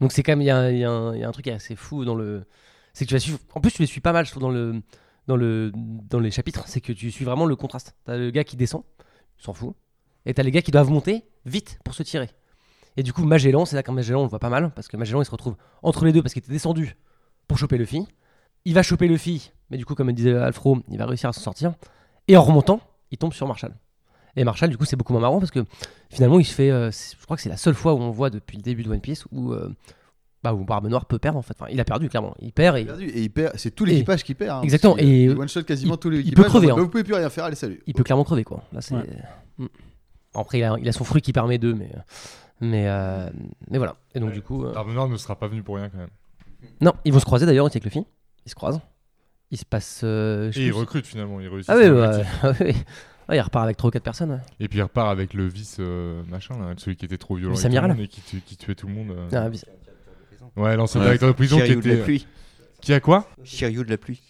[SPEAKER 7] Donc c'est quand même, il y, a un- il y a un il y a un truc qui est assez fou dans le. C'est que tu vas suivre. En plus, tu les suis pas mal, je trouve, dans, le... Dans, le... dans les chapitres. C'est que tu suis vraiment le contraste. T'as le gars qui descend, il s'en fout. Et t'as les gars qui doivent monter vite pour se tirer. Et du coup, Magellan, c'est là qu'un Magellan, on le voit pas mal. Parce que Magellan, il se retrouve entre les deux parce qu'il était descendu pour choper Luffy. Il va choper Luffy, mais du coup, comme le disait Alfro, il va réussir à s'en sortir. Et en remontant, il tombe sur Marshall. Et Marshall, du coup, c'est beaucoup moins marrant parce que finalement, il se fait. euh, c'est- je crois que c'est la seule fois où on voit depuis le début de One Piece où, euh, bah, où Barbe Noire peut perdre en fait. Enfin, il a perdu clairement. Il perd et
[SPEAKER 6] perdu et il perd. C'est tout l'équipage qui perd. hein,
[SPEAKER 7] Exactement,
[SPEAKER 6] parce qu'il,
[SPEAKER 7] et-
[SPEAKER 6] euh, il one shot quasiment
[SPEAKER 7] il-
[SPEAKER 6] tout
[SPEAKER 7] il
[SPEAKER 6] l'équipage.
[SPEAKER 7] peut crever,
[SPEAKER 6] en mode,
[SPEAKER 7] hein.
[SPEAKER 6] Vous pouvez plus rien faire. Allez salut.
[SPEAKER 7] il peut clairement crever quoi. Là, c'est.
[SPEAKER 4] Ouais.
[SPEAKER 7] Mm. Après, il a, il a son fruit qui permet d'eux, mais mais euh, mais voilà. Et donc
[SPEAKER 8] Ouais.
[SPEAKER 7] du coup, euh,
[SPEAKER 8] Barbe Noire ne sera pas venu pour rien quand même.
[SPEAKER 7] non, ils vont se croiser d'ailleurs avec Luffy. Ils se croisent. Il se passe. euh, je sais
[SPEAKER 8] Et il
[SPEAKER 7] plus-
[SPEAKER 8] recrute finalement, il réussit.
[SPEAKER 7] ah
[SPEAKER 8] son
[SPEAKER 7] oui,
[SPEAKER 8] objectif.
[SPEAKER 7] il repart avec trois ou quatre personnes. ouais.
[SPEAKER 8] Et puis il repart avec le vice euh, machin, là, celui qui était trop violent.
[SPEAKER 7] Le
[SPEAKER 8] avec tout
[SPEAKER 7] Samira,
[SPEAKER 8] le monde et qui, tu- qui tuait tout le monde. euh.
[SPEAKER 7] Ah, bis-
[SPEAKER 8] Ouais, l'ancien
[SPEAKER 5] Ouais.
[SPEAKER 8] directeur de prison E. qui
[SPEAKER 10] Shiryu de la
[SPEAKER 8] était. euh,
[SPEAKER 10] pluie.
[SPEAKER 8] Qui a quoi
[SPEAKER 10] Shiryu de la pluie.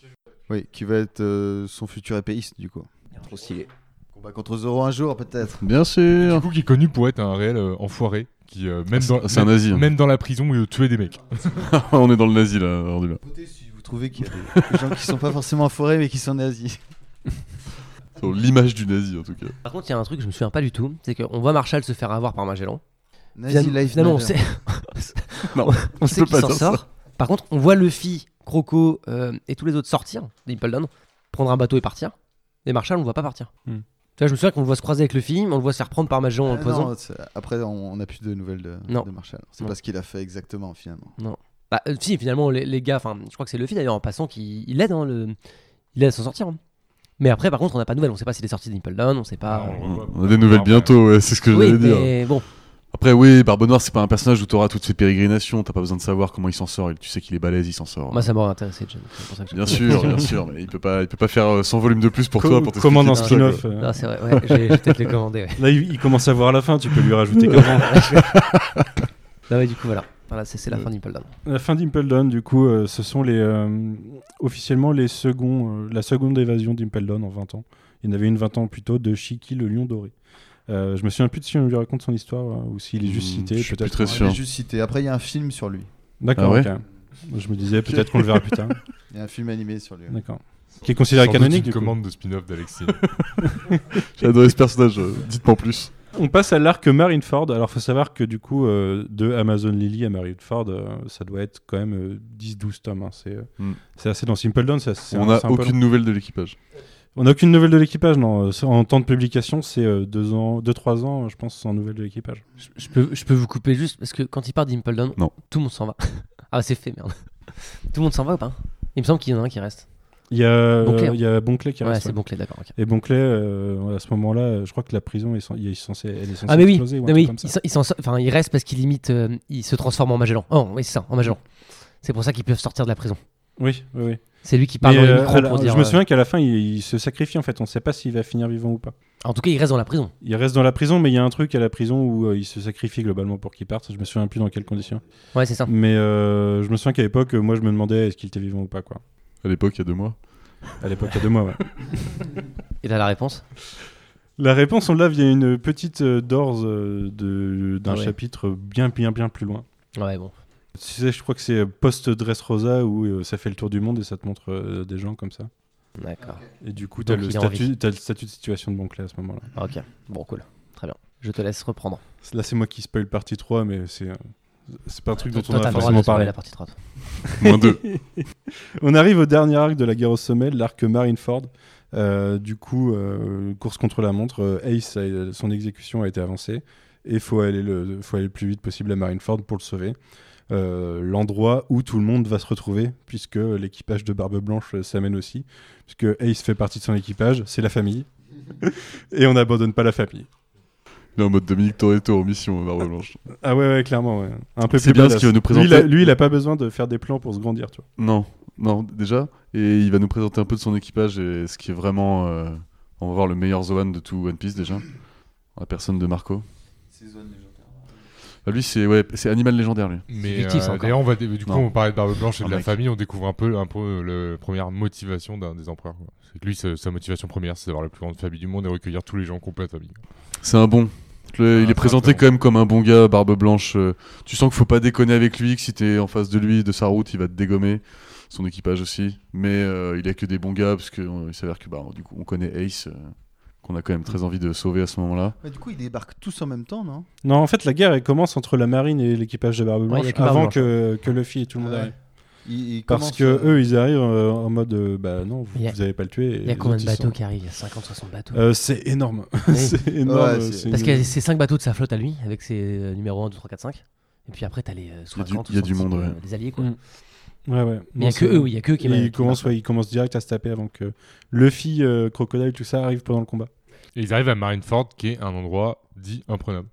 [SPEAKER 6] Oui, qui va être euh, son futur épéiste du coup.
[SPEAKER 10] Trop stylé.
[SPEAKER 6] Combat contre Zoro un jour peut-être.
[SPEAKER 5] Bien
[SPEAKER 8] Du
[SPEAKER 5] sûr.
[SPEAKER 8] coup, qui est connu pour être un réel euh, enfoiré, qui euh, même dans
[SPEAKER 5] C'est un
[SPEAKER 8] même,
[SPEAKER 5] nazi. hein.
[SPEAKER 8] même dans la prison où il tuait des mecs.
[SPEAKER 5] On est dans le nazi là, rendu là.
[SPEAKER 6] Votez si vous trouvez qu'il y a des gens qui sont pas forcément en forêt mais qui sont nazis.
[SPEAKER 5] Sur l'image du nazi en tout cas.
[SPEAKER 7] Par contre, il y a un truc que je me souviens pas du tout, c'est qu'on voit Marshall se faire avoir par Magellan.
[SPEAKER 6] Nazi
[SPEAKER 7] Finalement-
[SPEAKER 6] life
[SPEAKER 7] finalement, on
[SPEAKER 6] matter.
[SPEAKER 7] sait,
[SPEAKER 5] Non,
[SPEAKER 7] on
[SPEAKER 5] tu
[SPEAKER 7] sait
[SPEAKER 5] peux
[SPEAKER 7] qu'il
[SPEAKER 5] pas
[SPEAKER 7] s'en
[SPEAKER 5] dire
[SPEAKER 7] sort. Par contre, on voit Luffy, Croco euh, et tous les autres sortir d'Impledon, prendre un bateau et partir. Et Marshall, on le voit pas partir.
[SPEAKER 4] Hmm.
[SPEAKER 7] Tu vois, je me souviens qu'on le voit se croiser avec Luffy, on le voit se faire prendre par Magellan en
[SPEAKER 6] Ah
[SPEAKER 7] poison.
[SPEAKER 6] non, c'est- après on n'a plus de nouvelles de,
[SPEAKER 7] Non.
[SPEAKER 6] de Marshall. C'est
[SPEAKER 7] Non.
[SPEAKER 6] pas ce qu'il a fait exactement finalement.
[SPEAKER 7] Bah, euh, si, finalement, les, les gars, enfin, je crois que c'est Luffy d'ailleurs en passant qui il aide, hein, le... il aide à s'en sortir. hein. Mais après, par contre, on n'a pas de nouvelles, on sait pas s'il est sorti d'Impledon, on sait pas.
[SPEAKER 8] Non,
[SPEAKER 5] On on a des nouvelles bientôt, ouais, c'est ce Ah, que
[SPEAKER 7] oui,
[SPEAKER 5] j'allais dire.
[SPEAKER 7] mais bon,
[SPEAKER 5] Après, oui, Barbe Noire, c'est pas un personnage où t'auras toutes ses pérégrinations, t'as pas besoin de savoir comment il s'en sort, il- tu sais qu'il est balèze, il s'en sort.
[SPEAKER 7] moi ça m'aurait intéressé. John, c'est pour ça que je-
[SPEAKER 5] Bien sûr, bien sûr, mais il peut pas, il peut pas faire euh, 100 volumes de plus pour toi.
[SPEAKER 4] Co-
[SPEAKER 5] Pour
[SPEAKER 4] commande en
[SPEAKER 5] t'expliquer tout ça,
[SPEAKER 4] spin-off. euh.
[SPEAKER 7] Non, c'est vrai, ouais, j'ai j'ai peut-être le commandé. ouais.
[SPEAKER 4] Là, il, il commence à voir la fin, tu peux lui rajouter 40.
[SPEAKER 7] Non, mais du coup, voilà, Euh, voilà c'est c'est la fin d'Impledon.
[SPEAKER 4] La fin d'Impel Down, du coup, euh, ce sont les, euh, officiellement les seconds, euh, la seconde évasion d'Impel Down en 20 ans. Il y en avait une 20 ans plus tôt de Shiki le lion doré. Euh, je me souviens plus de si on lui raconte son histoire euh, ou s'il est juste
[SPEAKER 5] Hmm,
[SPEAKER 4] cité.
[SPEAKER 5] je suis
[SPEAKER 4] peut-être.
[SPEAKER 5] plus très
[SPEAKER 6] On
[SPEAKER 5] Sûr.
[SPEAKER 6] l'a juste cité. Après il y a un film sur lui.
[SPEAKER 4] D'accord,
[SPEAKER 5] Ah ouais
[SPEAKER 4] ok. Je me disais peut-être qu'on le verra plus tard.
[SPEAKER 6] Il y a un film animé sur lui.
[SPEAKER 4] D'accord. Qui est considéré
[SPEAKER 8] Sans doute
[SPEAKER 4] canonique. Du
[SPEAKER 8] une
[SPEAKER 4] coup.
[SPEAKER 8] commande de spin-off d'Alexis.
[SPEAKER 5] quoi. J'ai adoré ce personnage, euh, dites-moi en plus.
[SPEAKER 4] On passe à l'arc Marineford. Alors, faut savoir que du coup, euh, de Amazon Lily à Marineford, euh, ça doit être quand même euh, 10-12 tomes. hein. C'est euh,
[SPEAKER 5] Hmm.
[SPEAKER 4] c'est assez dans Simple Down. c'est assez-
[SPEAKER 5] On
[SPEAKER 4] c'est un
[SPEAKER 5] a
[SPEAKER 4] peu long.
[SPEAKER 5] aucune nouvelle de l'équipage.
[SPEAKER 4] On n'a aucune nouvelle de l'équipage, non. Euh, En temps de publication, c'est 2-3 ans, deux, trois ans, je pense, sans nouvelle de l'équipage.
[SPEAKER 7] Je, je peux, je peux vous couper juste parce que quand il part d'Impledon,
[SPEAKER 5] Non.
[SPEAKER 7] tout le monde s'en va. ah, c'est fait, merde. Tout le monde s'en va ou pas Il me semble qu'il y en a un qui reste.
[SPEAKER 4] Il y a, euh,
[SPEAKER 7] Bonclay, hein.
[SPEAKER 4] il y a Bonclay qui
[SPEAKER 7] ouais,
[SPEAKER 4] reste.
[SPEAKER 7] c'est
[SPEAKER 4] ouais.
[SPEAKER 7] bon, clé, d'accord. ok.
[SPEAKER 4] Et Bonclay, euh, à ce moment-là, euh, je crois que la prison est, cen- il est censé, elle est censée
[SPEAKER 7] Ah, mais oui,
[SPEAKER 4] exploser. ou un
[SPEAKER 7] non,
[SPEAKER 4] truc
[SPEAKER 7] mais
[SPEAKER 4] comme ça.
[SPEAKER 7] il, s'en- il s'en sort- enfin, il reste parce qu'il limite, euh, il se transforme en Magellan. Oh, oui, c'est ça, en Magellan. C'est pour ça qu'ils peuvent sortir de la prison.
[SPEAKER 4] Oui, oui, oui.
[SPEAKER 7] C'est lui qui parle
[SPEAKER 4] Mais,
[SPEAKER 7] dans les
[SPEAKER 4] euh,
[SPEAKER 7] micros
[SPEAKER 4] alors,
[SPEAKER 7] pour dire.
[SPEAKER 4] je me
[SPEAKER 7] euh,
[SPEAKER 4] souviens qu'à la fin, il, il se sacrifie, en fait. On ne sait pas s'il va finir vivant ou pas.
[SPEAKER 7] En tout cas, il reste dans la prison.
[SPEAKER 4] Il reste dans la prison, mais il y a un truc à la prison où euh, il se sacrifie globalement pour qu'il parte. Je me souviens plus dans quelles conditions.
[SPEAKER 7] Ouais, c'est ça.
[SPEAKER 4] Mais euh, je me souviens qu'à l'époque, euh, moi, je me demandais est-ce qu'il était vivant ou pas, quoi.
[SPEAKER 5] À l'époque, il y a deux mois.
[SPEAKER 4] À l'époque, il y a deux mois, ouais.
[SPEAKER 7] Et là, la réponse.
[SPEAKER 4] La réponse, on l'a via une petite euh, d'Ors euh, de- d'un
[SPEAKER 7] Ah ouais.
[SPEAKER 4] chapitre bien, bien, bien plus loin.
[SPEAKER 7] Ouais, bon.
[SPEAKER 4] Tu sais, je crois que c'est post-Dressrosa où euh, ça fait le tour du monde et ça te montre euh, des gens comme ça.
[SPEAKER 7] D'accord.
[SPEAKER 4] Et du coup, t'as
[SPEAKER 7] Donc,
[SPEAKER 4] le,
[SPEAKER 7] il est en
[SPEAKER 4] statut- t'as le statut de situation de Bonclay à ce moment-là.
[SPEAKER 7] Ok. Bon, cool. Très bien. Je te laisse reprendre.
[SPEAKER 4] Là, c'est moi qui spoil partie 3, mais c'est euh, c'est pas un truc
[SPEAKER 7] Toi,
[SPEAKER 4] dont
[SPEAKER 7] t'as
[SPEAKER 4] on
[SPEAKER 7] le
[SPEAKER 4] a
[SPEAKER 7] droit de
[SPEAKER 4] forcément
[SPEAKER 7] spoiler
[SPEAKER 4] parlé.
[SPEAKER 7] la partie 3. toi.
[SPEAKER 5] Moins deux.
[SPEAKER 4] On arrive au dernier arc de la guerre au sommet, l'arc Marineford. Euh, du coup, euh, course contre la montre, euh, Ace, euh, son exécution a été avancée et faut aller le, faut aller le plus vite possible à Marineford pour le sauver. Euh, L'endroit où tout le monde va se retrouver, puisque l'équipage de Barbe Blanche euh, s'amène aussi, puisque Ace fait partie de son équipage, c'est la famille, et on n'abandonne pas la famille.
[SPEAKER 5] Il est en mode Dominique Toretto en mission, Barbe Blanche.
[SPEAKER 4] Ah ouais, ouais clairement, ouais. un peu
[SPEAKER 5] C'est
[SPEAKER 4] plus
[SPEAKER 5] bien ce
[SPEAKER 4] badass.
[SPEAKER 5] qu'il va nous
[SPEAKER 4] Lui,
[SPEAKER 5] présenter.
[SPEAKER 4] il a- Lui, il a pas besoin de faire des plans pour se grandir, tu vois.
[SPEAKER 5] Non, non, déjà. Et il va nous présenter un peu de son équipage et ce qui est vraiment. euh, on va voir le meilleur Zoan de tout One Piece déjà. La personne de Marco. Bah, lui, c'est ouais, c'est Animal Légendaire, lui.
[SPEAKER 8] Mais
[SPEAKER 7] fictif,
[SPEAKER 8] euh,
[SPEAKER 7] ça, encore.
[SPEAKER 8] d'ailleurs, on va dé- du coup,
[SPEAKER 5] Non.
[SPEAKER 8] on parlait de Barbe Blanche et
[SPEAKER 5] Un
[SPEAKER 8] de la
[SPEAKER 5] mec.
[SPEAKER 8] famille. On découvre un peu, un peu le- la première motivation d'un des empereurs. quoi. C'est que lui, sa, sa motivation première, c'est d'avoir la plus grande famille du monde et recueillir tous les gens qui ont pas de famille.
[SPEAKER 5] C'est un bon. Le-
[SPEAKER 8] Ah,
[SPEAKER 5] il
[SPEAKER 8] c'est
[SPEAKER 5] est
[SPEAKER 8] un
[SPEAKER 5] présenté
[SPEAKER 8] bon.
[SPEAKER 5] quand même comme un bon gars, barbe blanche. euh, tu sens qu'il faut pas déconner avec lui, que si t'es en face de lui, de sa route, il va te dégommer. Son équipage aussi. Mais euh, il a que des bons gars, parce qu'il s'avère que bah, du coup, on connaît Ace, euh, qu'on a quand même très envie de sauver à ce moment-là.
[SPEAKER 6] Mais du coup, ils débarquent tous en même temps, non
[SPEAKER 4] Non, en fait, la guerre elle commence entre la marine et l'équipage de Barbe
[SPEAKER 7] Ouais,
[SPEAKER 4] Blanche
[SPEAKER 7] y a que Barbe
[SPEAKER 4] avant
[SPEAKER 7] Blanche.
[SPEAKER 4] que, que Luffy et tout le monde
[SPEAKER 6] Ouais.
[SPEAKER 4] arrive.
[SPEAKER 6] Ils- ils
[SPEAKER 4] Parce
[SPEAKER 6] commencent,
[SPEAKER 4] que
[SPEAKER 6] euh,
[SPEAKER 4] eux, ils arrivent euh, en mode euh, bah non, vous,
[SPEAKER 7] Il y a-
[SPEAKER 4] vous avez pas le tué.
[SPEAKER 7] Il y a combien de bateaux qui arrivent Il y a 50, 60 bateaux.
[SPEAKER 4] euh, C'est énorme.
[SPEAKER 7] Oui.
[SPEAKER 4] c'est énorme.
[SPEAKER 6] Ouais,
[SPEAKER 4] c'est
[SPEAKER 6] c'est-
[SPEAKER 7] Parce
[SPEAKER 4] une-
[SPEAKER 7] qu'il y a ces 5 bateaux de sa flotte à lui, avec ses euh, numéros 1, 2, 3, 4, 5. Et puis après, t'as les euh,
[SPEAKER 5] y a du-
[SPEAKER 7] 50
[SPEAKER 5] il y a du monde, ouais.
[SPEAKER 7] Les alliés, quoi.
[SPEAKER 4] Mm. Ouais, ouais.
[SPEAKER 7] Mais il y a
[SPEAKER 4] Non,
[SPEAKER 7] que
[SPEAKER 4] c'est-
[SPEAKER 7] eux, oui, il y a que eux qui
[SPEAKER 4] Et
[SPEAKER 7] qui
[SPEAKER 4] ils commencent,
[SPEAKER 7] marchent.
[SPEAKER 4] ouais, ils commencent direct à se taper avant que Luffy, euh, Crocodile, tout ça arrive pendant le combat.
[SPEAKER 8] Et ils arrivent à Marineford, qui est un endroit dit imprenable.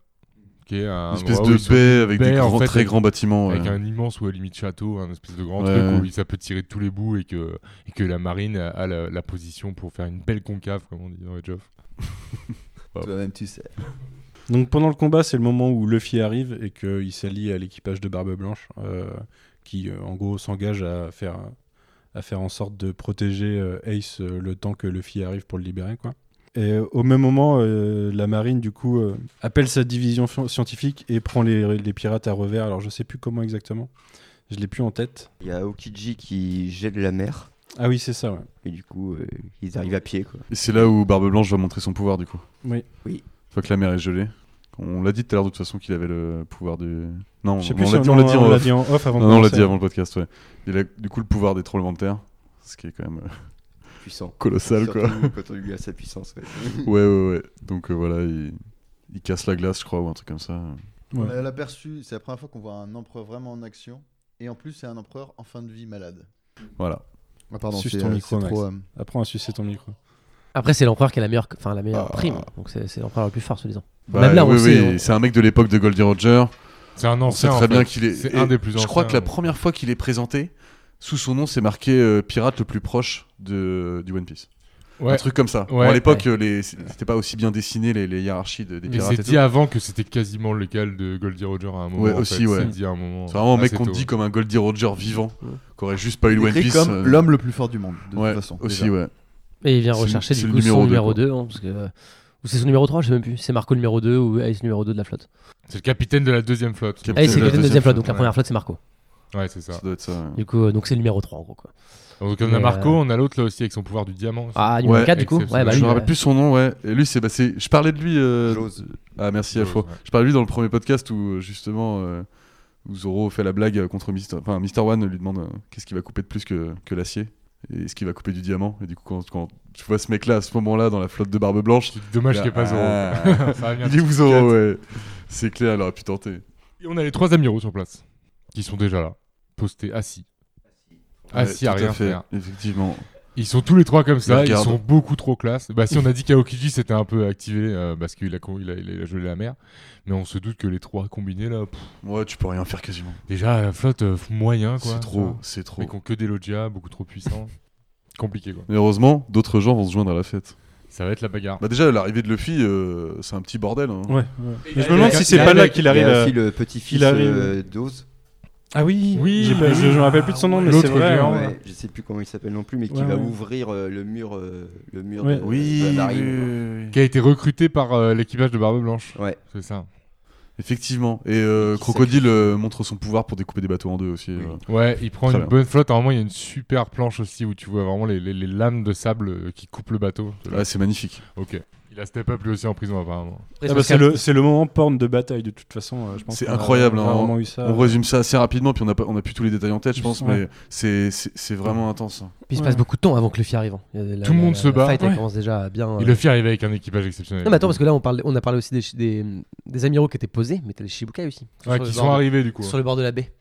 [SPEAKER 8] Qui est un
[SPEAKER 5] Une espèce
[SPEAKER 8] endroit où
[SPEAKER 5] de
[SPEAKER 8] ils sont-
[SPEAKER 5] baie avec des
[SPEAKER 8] baie, en
[SPEAKER 5] grands-
[SPEAKER 8] fait,
[SPEAKER 5] très
[SPEAKER 8] avec-
[SPEAKER 5] grands bâtiments.
[SPEAKER 8] Avec
[SPEAKER 5] ouais.
[SPEAKER 8] un immense ou à limite château, un espèce de grand
[SPEAKER 5] Ouais,
[SPEAKER 8] truc
[SPEAKER 5] ouais.
[SPEAKER 8] où il- ça peut tirer de tous les bouts et que, et que la marine a, a la, la position pour faire une belle concave, comme on dit dans Edge of.
[SPEAKER 6] Toi-même, tu sais.
[SPEAKER 4] Donc pendant le combat, c'est le moment où Luffy arrive et qu'il s'allie à l'équipage de Barbe Blanche, euh, qui euh, en gros s'engage à faire, à faire en sorte de protéger euh, Ace euh, le temps que Luffy arrive pour le libérer. Quoi. Et euh, au même moment, euh, la marine du coup euh, appelle sa division fi- scientifique et prend les, les pirates à revers. Alors je sais plus comment exactement, je l'ai plus en tête.
[SPEAKER 10] Il y a Aokiji qui gèle la mer.
[SPEAKER 4] Ah oui, c'est ça. ouais.
[SPEAKER 10] Et du coup, euh, ils arrivent à pied. Quoi.
[SPEAKER 5] Et c'est là où Barbe Blanche va montrer son pouvoir, du coup.
[SPEAKER 4] Oui.
[SPEAKER 10] Oui.
[SPEAKER 5] Une fois que la mer est gelée. On l'a dit tout à l'heure, de toute façon, qu'il avait le pouvoir de. Non,
[SPEAKER 4] Je sais
[SPEAKER 5] on,
[SPEAKER 4] plus
[SPEAKER 5] on
[SPEAKER 4] si
[SPEAKER 5] l'a dit, on l'a dit en
[SPEAKER 4] on l'a
[SPEAKER 5] off.
[SPEAKER 4] dit en off avant.
[SPEAKER 5] Non,
[SPEAKER 4] de
[SPEAKER 5] non, on l'a
[SPEAKER 4] commencer.
[SPEAKER 5] dit avant le podcast, ouais. Il a du coup le pouvoir des tremblements de terre, ce qui est quand même euh,
[SPEAKER 10] Puissant.
[SPEAKER 5] colossal,
[SPEAKER 10] Surtout
[SPEAKER 5] quoi.
[SPEAKER 10] Quand on lui a sa puissance. ouais.
[SPEAKER 5] Ouais, ouais, ouais. Donc euh, voilà, il... il casse la glace, je crois, ou un truc comme ça.
[SPEAKER 4] Ouais.
[SPEAKER 6] On a l'aperçu, c'est la première fois qu'on voit un empereur vraiment en action. Et en plus, c'est un empereur en fin de vie malade.
[SPEAKER 5] Voilà.
[SPEAKER 6] Ah, pardon,
[SPEAKER 4] Suce
[SPEAKER 6] c'est
[SPEAKER 4] ton
[SPEAKER 6] euh,
[SPEAKER 4] micro,
[SPEAKER 6] c'est trop, euh,
[SPEAKER 4] Apprends à sucer ton micro.
[SPEAKER 7] Après, c'est l'empereur qui a la meilleure, enfin, la meilleure
[SPEAKER 5] Ah.
[SPEAKER 7] prime. Donc, c'est c'est l'empereur le plus fort, soi-disant.
[SPEAKER 5] Bah,
[SPEAKER 7] Même là, on
[SPEAKER 5] oui,
[SPEAKER 7] sait,
[SPEAKER 5] oui,
[SPEAKER 7] on-
[SPEAKER 5] c'est un mec de l'époque de Goldie Roger.
[SPEAKER 8] C'est un
[SPEAKER 5] On sait
[SPEAKER 8] ancien.
[SPEAKER 5] très
[SPEAKER 8] hein. en
[SPEAKER 5] bien
[SPEAKER 8] fait.
[SPEAKER 5] qu'il est.
[SPEAKER 8] C'est
[SPEAKER 5] et
[SPEAKER 8] un des plus anciens.
[SPEAKER 5] Je crois que la
[SPEAKER 8] ouais.
[SPEAKER 5] première fois qu'il est présenté, sous son nom, c'est marqué euh, pirate le plus proche de... du One Piece.
[SPEAKER 8] Ouais.
[SPEAKER 5] Un truc comme ça.
[SPEAKER 8] Ouais.
[SPEAKER 5] Bon, à l'époque, euh, les... c'était pas aussi bien dessiné les, les hiérarchies de- des
[SPEAKER 8] Mais
[SPEAKER 5] pirates.
[SPEAKER 8] c'est
[SPEAKER 5] et
[SPEAKER 8] dit
[SPEAKER 5] tout.
[SPEAKER 8] avant que c'était quasiment le cas de Goldie Roger à un moment.
[SPEAKER 5] Ouais,
[SPEAKER 8] en
[SPEAKER 5] aussi,
[SPEAKER 8] fait.
[SPEAKER 5] ouais.
[SPEAKER 8] C'est dit à un moment.
[SPEAKER 5] C'est vraiment un mec
[SPEAKER 8] assez
[SPEAKER 5] qu'on
[SPEAKER 8] tôt.
[SPEAKER 5] dit comme un Goldie Roger vivant,
[SPEAKER 7] Ouais.
[SPEAKER 5] qui aurait juste pas eu le One
[SPEAKER 6] décrit
[SPEAKER 5] Piece.
[SPEAKER 6] comme
[SPEAKER 5] euh,
[SPEAKER 6] l'homme le plus fort du monde, de
[SPEAKER 5] ouais,
[SPEAKER 6] toute façon.
[SPEAKER 5] Aussi,
[SPEAKER 6] déjà.
[SPEAKER 5] ouais.
[SPEAKER 7] Et il vient
[SPEAKER 5] C'est le-
[SPEAKER 7] rechercher
[SPEAKER 5] c'est
[SPEAKER 7] du
[SPEAKER 5] le
[SPEAKER 7] coup son
[SPEAKER 5] numéro deux,
[SPEAKER 7] numéro
[SPEAKER 5] quoi.
[SPEAKER 7] 2, hein, parce que. Ou c'est son numéro 3, je sais même plus. C'est Marco numéro 2 ou Ace numéro 2 de la flotte.
[SPEAKER 8] C'est le capitaine de la deuxième flotte.
[SPEAKER 5] Capitaine
[SPEAKER 7] Ace
[SPEAKER 5] de
[SPEAKER 7] c'est
[SPEAKER 5] la
[SPEAKER 7] le deuxième,
[SPEAKER 5] deuxième
[SPEAKER 7] flotte, donc la
[SPEAKER 8] flotte,
[SPEAKER 7] première flotte c'est Marco.
[SPEAKER 8] Ouais, c'est ça.
[SPEAKER 5] Ça doit être ça. ouais.
[SPEAKER 7] Du coup, euh, donc c'est le numéro 3 en gros. Quoi.
[SPEAKER 8] Donc on a
[SPEAKER 7] Et,
[SPEAKER 8] Marco,
[SPEAKER 7] euh,
[SPEAKER 8] on a l'autre là aussi avec son pouvoir du diamant. aussi.
[SPEAKER 7] Ah, numéro
[SPEAKER 5] Ouais,
[SPEAKER 7] 4 du coup
[SPEAKER 8] exceptionnel.
[SPEAKER 7] Ouais, bah
[SPEAKER 5] je
[SPEAKER 7] lui.
[SPEAKER 5] me rappelle
[SPEAKER 7] ouais.
[SPEAKER 5] plus son nom, ouais. Et lui, c'est. Bah, c'est- je parlais de lui. euh,
[SPEAKER 10] Jaws.
[SPEAKER 5] Ah, merci,
[SPEAKER 8] Jaws,
[SPEAKER 5] Afro.
[SPEAKER 8] ouais.
[SPEAKER 5] Je parlais de lui dans le premier podcast où, euh, justement, euh, où Zoro fait la blague euh, contre Mister. Enfin, Mister One lui demande euh, qu'est-ce qu'il va couper de plus que, que l'acier et est-ce qu'il va couper du diamant. Et du coup, quand, quand tu vois ce mec-là à ce moment-là dans la flotte de Barbe Blanche.
[SPEAKER 8] Tu te dis, Dommage
[SPEAKER 5] Bah,
[SPEAKER 8] qu'il n'y ait pas Zoro.
[SPEAKER 5] ah.
[SPEAKER 8] Ça va bien.
[SPEAKER 5] Il est où Zoro, ouais. C'est clair, il aurait pu tenter.
[SPEAKER 8] Et on a les trois amiraux sur place qui sont déjà là, postés assis. Assis
[SPEAKER 5] Ouais,
[SPEAKER 8] à
[SPEAKER 5] tout
[SPEAKER 8] rien
[SPEAKER 5] fait,
[SPEAKER 8] faire.
[SPEAKER 5] Effectivement.
[SPEAKER 8] Ils sont tous les trois comme ça, ils
[SPEAKER 5] regardent.
[SPEAKER 8] sont beaucoup trop classe. Bah si on a dit qu'Aokiji c'était un peu activé euh, parce qu'il a, con- il a, il a gelé la mer, mais on se doute que les trois combinés là, pff,
[SPEAKER 5] Ouais, tu peux rien faire quasiment.
[SPEAKER 8] déjà la flotte euh, moyen quoi.
[SPEAKER 5] C'est
[SPEAKER 8] tu
[SPEAKER 5] trop,
[SPEAKER 8] vois.
[SPEAKER 5] c'est trop.
[SPEAKER 8] Mais qui ont que des logias, beaucoup trop puissants. Compliqué quoi.
[SPEAKER 5] Mais heureusement, d'autres gens vont se joindre à la fête.
[SPEAKER 8] Ça va être la bagarre.
[SPEAKER 5] Bah déjà, l'arrivée de Luffy, euh, c'est un petit bordel. hein.
[SPEAKER 4] Ouais, ouais. Mais je me
[SPEAKER 8] il
[SPEAKER 4] demande
[SPEAKER 8] arrive-
[SPEAKER 4] si
[SPEAKER 8] il
[SPEAKER 4] c'est pas
[SPEAKER 8] arrive
[SPEAKER 4] là
[SPEAKER 8] avec-
[SPEAKER 4] qu'il arrive.
[SPEAKER 10] Il y a
[SPEAKER 4] à-
[SPEAKER 10] aussi le petit-fils
[SPEAKER 4] il arrive.
[SPEAKER 10] euh, d'Oz.
[SPEAKER 4] Ah oui,
[SPEAKER 8] Oui,
[SPEAKER 4] J'ai-
[SPEAKER 8] bah
[SPEAKER 4] je,
[SPEAKER 8] oui.
[SPEAKER 4] je me rappelle plus de son nom, mais
[SPEAKER 8] L'autre
[SPEAKER 4] c'est vrai.
[SPEAKER 8] géant,
[SPEAKER 4] hein.
[SPEAKER 8] ouais.
[SPEAKER 10] Je sais plus comment il s'appelle non plus, mais qui
[SPEAKER 4] Ouais,
[SPEAKER 10] va
[SPEAKER 4] ouais.
[SPEAKER 10] ouvrir euh, le mur, euh, le mur
[SPEAKER 4] Ouais.
[SPEAKER 10] de,
[SPEAKER 5] Oui,
[SPEAKER 10] de la
[SPEAKER 5] oui,
[SPEAKER 10] marine.
[SPEAKER 5] oui, oui.
[SPEAKER 8] Qui a été recruté par euh, l'équipage de Barbe Blanche.
[SPEAKER 10] Ouais.
[SPEAKER 8] C'est ça.
[SPEAKER 5] effectivement. Et euh,
[SPEAKER 10] Et qui
[SPEAKER 5] Crocodile euh, montre son pouvoir pour découper des bateaux en deux aussi.
[SPEAKER 10] Oui.
[SPEAKER 5] euh.
[SPEAKER 8] Ouais, il prend
[SPEAKER 5] Très
[SPEAKER 8] une
[SPEAKER 5] bien.
[SPEAKER 8] bonne flotte. Normalement, il y a une super planche aussi où tu vois vraiment les, les- les lames de sable euh, qui coupent le bateau.
[SPEAKER 5] Ouais, c'est magnifique.
[SPEAKER 8] Ok. Il a step up lui aussi en prison apparemment.
[SPEAKER 7] Après,
[SPEAKER 4] Ah bah,
[SPEAKER 7] parce
[SPEAKER 4] c'est
[SPEAKER 7] que-
[SPEAKER 4] le c'est le moment porn de bataille de toute façon. euh, je pense
[SPEAKER 5] C'est
[SPEAKER 4] qu'on a
[SPEAKER 5] incroyable, hein.
[SPEAKER 4] rarement eu
[SPEAKER 10] Euh,
[SPEAKER 4] ça.
[SPEAKER 5] on résume ça assez rapidement, puis on a, pas- on a plus tous les détails en tête, je pense,
[SPEAKER 4] Ouais.
[SPEAKER 5] mais c'est- c'est c'est vraiment intense. hein.
[SPEAKER 7] Puis il se passe
[SPEAKER 4] Ouais.
[SPEAKER 7] beaucoup de temps avant que Luffy arrive. hein. Il y a la-
[SPEAKER 8] Tout le
[SPEAKER 7] la-
[SPEAKER 8] monde
[SPEAKER 7] la-
[SPEAKER 8] se
[SPEAKER 7] la
[SPEAKER 8] bat,
[SPEAKER 7] fight, elle
[SPEAKER 4] ouais.
[SPEAKER 7] commence déjà à bien.
[SPEAKER 8] Il
[SPEAKER 7] euh,
[SPEAKER 8] le fait arriver avec un équipage exceptionnel.
[SPEAKER 7] Non, mais attends, parce que là on, parlait, on a parlé aussi des, chi- des, des amiraux qui étaient posés, mais t'as les Shibukai aussi. sur
[SPEAKER 8] Ouais,
[SPEAKER 7] le
[SPEAKER 8] qui
[SPEAKER 7] bord
[SPEAKER 8] sont
[SPEAKER 7] de-
[SPEAKER 8] arrivés du coup.
[SPEAKER 7] Sur le bord de la baie.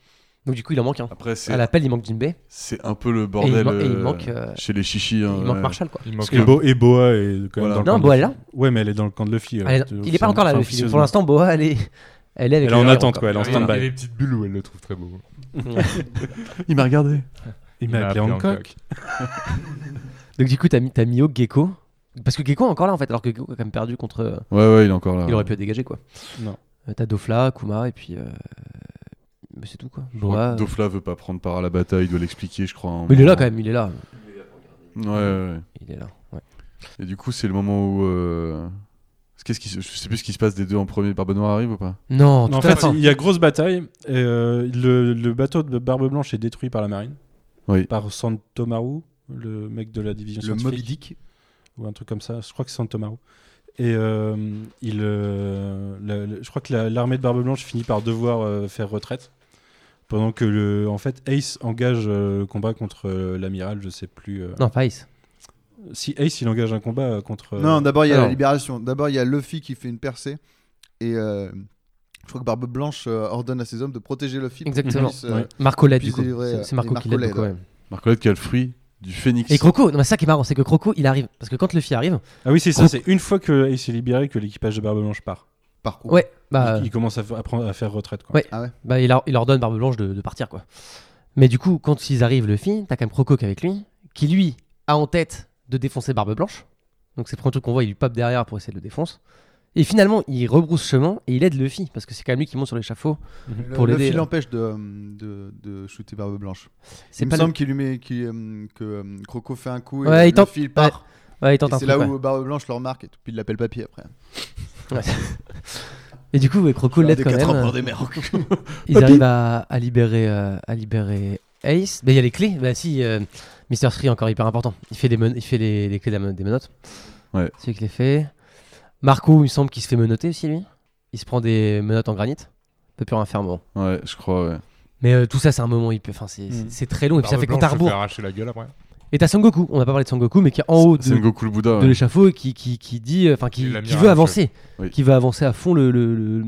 [SPEAKER 7] Donc du coup, il en manque un.
[SPEAKER 5] Après,
[SPEAKER 7] À
[SPEAKER 5] c'est
[SPEAKER 7] l'appel, il manque Jinbei.
[SPEAKER 5] c'est un peu
[SPEAKER 7] Et
[SPEAKER 5] le
[SPEAKER 7] il,
[SPEAKER 5] bordel
[SPEAKER 7] man- et il
[SPEAKER 5] euh,
[SPEAKER 7] manque, euh,
[SPEAKER 5] chez les chichis. hein,
[SPEAKER 7] il manque
[SPEAKER 5] ouais.
[SPEAKER 7] Marshall, quoi.
[SPEAKER 8] Il manque
[SPEAKER 4] Parce que Bo- et Boa est quand même
[SPEAKER 5] Voilà.
[SPEAKER 4] dans le
[SPEAKER 7] Non,
[SPEAKER 4] camp de
[SPEAKER 7] Boa
[SPEAKER 4] Luffy.
[SPEAKER 7] est là.
[SPEAKER 4] Ouais, mais elle est dans le camp de Luffy. euh,
[SPEAKER 7] Elle est- il est pas encore là,
[SPEAKER 4] le
[SPEAKER 7] Luffy. Pour l'instant, Boa, elle est. Elle est avec
[SPEAKER 4] Elle est en
[SPEAKER 7] les
[SPEAKER 4] attente,
[SPEAKER 7] héros,
[SPEAKER 4] quoi. Elle est en
[SPEAKER 8] Il y a- Ah il y a
[SPEAKER 4] stand-by.
[SPEAKER 8] les petites bulles où elle le trouve très beau.
[SPEAKER 5] Il m'a regardé.
[SPEAKER 4] Il m'a appelé
[SPEAKER 8] appelé
[SPEAKER 4] Hancock.
[SPEAKER 7] Donc du coup, t'as mis, t'as mis Mio, Gecko. Parce que Gecko est encore là en fait, alors que Gecko a quand même perdu contre. euh,
[SPEAKER 5] Ouais, ouais, il est encore là.
[SPEAKER 7] Il aurait pu être dégagé quoi.
[SPEAKER 4] Non.
[SPEAKER 7] Euh, T'as Dofla, Kuma, et puis. euh, mais c'est tout, quoi. Boa, euh,
[SPEAKER 5] Dofla veut pas prendre part à la bataille, il doit l'expliquer, je crois. à un
[SPEAKER 7] Mais il est là
[SPEAKER 5] moment.
[SPEAKER 7] quand même, il est là.
[SPEAKER 5] Ouais, ouais, ouais.
[SPEAKER 7] Il est là. ouais.
[SPEAKER 5] Et du coup, c'est le moment où. euh, Qu'est-ce qui se- Je sais plus ce qui se passe des deux en premier. Barbe Noire arrive ou pas
[SPEAKER 7] Non, tout
[SPEAKER 4] en
[SPEAKER 7] à la
[SPEAKER 4] fait,
[SPEAKER 7] fin.
[SPEAKER 4] il y a grosse bataille. Et, euh, le, le bateau de Barbe Blanche est détruit par la marine.
[SPEAKER 5] Oui.
[SPEAKER 4] Par Santomaru, le mec de la division
[SPEAKER 6] Le
[SPEAKER 4] scientifique.
[SPEAKER 6] Moby Dick.
[SPEAKER 4] Ou un truc comme ça. Je crois que c'est Santomaru. Et euh, il, euh, la- la- je crois que la- l'armée de Barbe Blanche finit par devoir euh, faire retraite. Pendant que le, en fait, Ace engage euh, le combat contre euh, l'amiral, je sais plus. euh,
[SPEAKER 7] Non, pas Ace.
[SPEAKER 4] Si Ace il engage un combat euh, contre. euh,
[SPEAKER 6] Non, d'abord il y a
[SPEAKER 7] alors.
[SPEAKER 6] la libération. D'abord il y a Luffy qui fait une percée et euh, je crois que Barbe Blanche euh, ordonne à ses hommes de protéger Luffy. pour qu'il
[SPEAKER 7] Exactement.
[SPEAKER 6] puisse, euh,
[SPEAKER 4] Ouais.
[SPEAKER 7] Marcolette, du
[SPEAKER 6] Puis
[SPEAKER 7] coup.
[SPEAKER 6] délivrer,
[SPEAKER 7] C'est-
[SPEAKER 6] euh,
[SPEAKER 7] C'est Marco
[SPEAKER 6] et
[SPEAKER 7] qui l'aide.
[SPEAKER 6] Marcolette,
[SPEAKER 7] donc, ouais.
[SPEAKER 5] Marcolette qui a le fruit du phénix.
[SPEAKER 7] Et Croco, non, mais ça qui est marrant, c'est que Croco il arrive. Parce que quand Luffy arrive,
[SPEAKER 4] Ah oui, c'est ça. C'est une fois que Ace est libéré que l'équipage de Barbe Blanche part.
[SPEAKER 6] Par contre,
[SPEAKER 7] ouais, bah.
[SPEAKER 4] il, il commence à, f- à prendre- à faire retraite. Quoi.
[SPEAKER 7] Ouais. bah, il, leur- il leur donne Barbe Blanche de, de partir, quoi. Mais du coup, quand ils arrivent, Luffy, t'as quand même Croco qui est avec lui, qui lui a en tête de défoncer Barbe Blanche. Donc c'est le premier truc qu'on voit, il lui pop derrière pour essayer de le défoncer. Et finalement, il rebrousse chemin et il aide Luffy, parce que c'est quand même lui qui monte sur l'échafaud.
[SPEAKER 6] le-
[SPEAKER 7] pour l'aider,
[SPEAKER 6] Luffy
[SPEAKER 7] là.
[SPEAKER 6] l'empêche de, euh, de, de shooter Barbe Blanche.
[SPEAKER 7] C'est
[SPEAKER 6] Il me
[SPEAKER 7] pas le-
[SPEAKER 6] semble qu'il lui met, qu'il, euh, que euh, Croco fait un coup et
[SPEAKER 7] Ouais, il tente-
[SPEAKER 6] Luffy il part.
[SPEAKER 7] Ouais, il
[SPEAKER 6] Et
[SPEAKER 7] tente un
[SPEAKER 6] c'est
[SPEAKER 7] truc,
[SPEAKER 6] là
[SPEAKER 7] ouais.
[SPEAKER 6] où Barbe Blanche le remarque et tout, puis il l'appelle papy après.
[SPEAKER 7] Et du coup, ouais, Croco l'aide
[SPEAKER 6] Des
[SPEAKER 7] quand
[SPEAKER 6] quatre
[SPEAKER 7] même.
[SPEAKER 6] empereurs
[SPEAKER 7] euh,
[SPEAKER 6] des mers.
[SPEAKER 7] Ils arrivent à, à libérer, euh, à libérer Ace. Mais il y a les clés. Bah si, euh, Mister Three encore hyper important. Il fait, des men- il fait les, les clés de la men- des menottes.
[SPEAKER 5] Ouais.
[SPEAKER 7] C'est lui qui les fait. Marco, il me semble qu'il se fait menotter aussi, lui. Il se prend des menottes en granit. Il peut plus rien faire, bon.
[SPEAKER 5] Ouais, je crois, ouais.
[SPEAKER 7] Mais euh, tout ça, c'est un moment, il peut... enfin, c'est c'est-
[SPEAKER 4] Mm.
[SPEAKER 7] c'est très long. Et puis ça fait compte à
[SPEAKER 8] Barbe Blanche se fait
[SPEAKER 7] rebours.
[SPEAKER 8] arracher la gueule après.
[SPEAKER 7] Et t'as Sangoku. On n'a pas parlé de Sangoku, mais qui est en haut
[SPEAKER 5] C'est
[SPEAKER 7] de,
[SPEAKER 5] Goku le Bouddha.
[SPEAKER 7] de
[SPEAKER 5] ouais.
[SPEAKER 7] l'échafaud et qui, qui, qui dit, euh, enfin, qui,
[SPEAKER 8] Et
[SPEAKER 7] qui
[SPEAKER 8] l'amiral,
[SPEAKER 7] veut avancer.
[SPEAKER 5] Oui.
[SPEAKER 7] Qui veut avancer à fond le. le- le-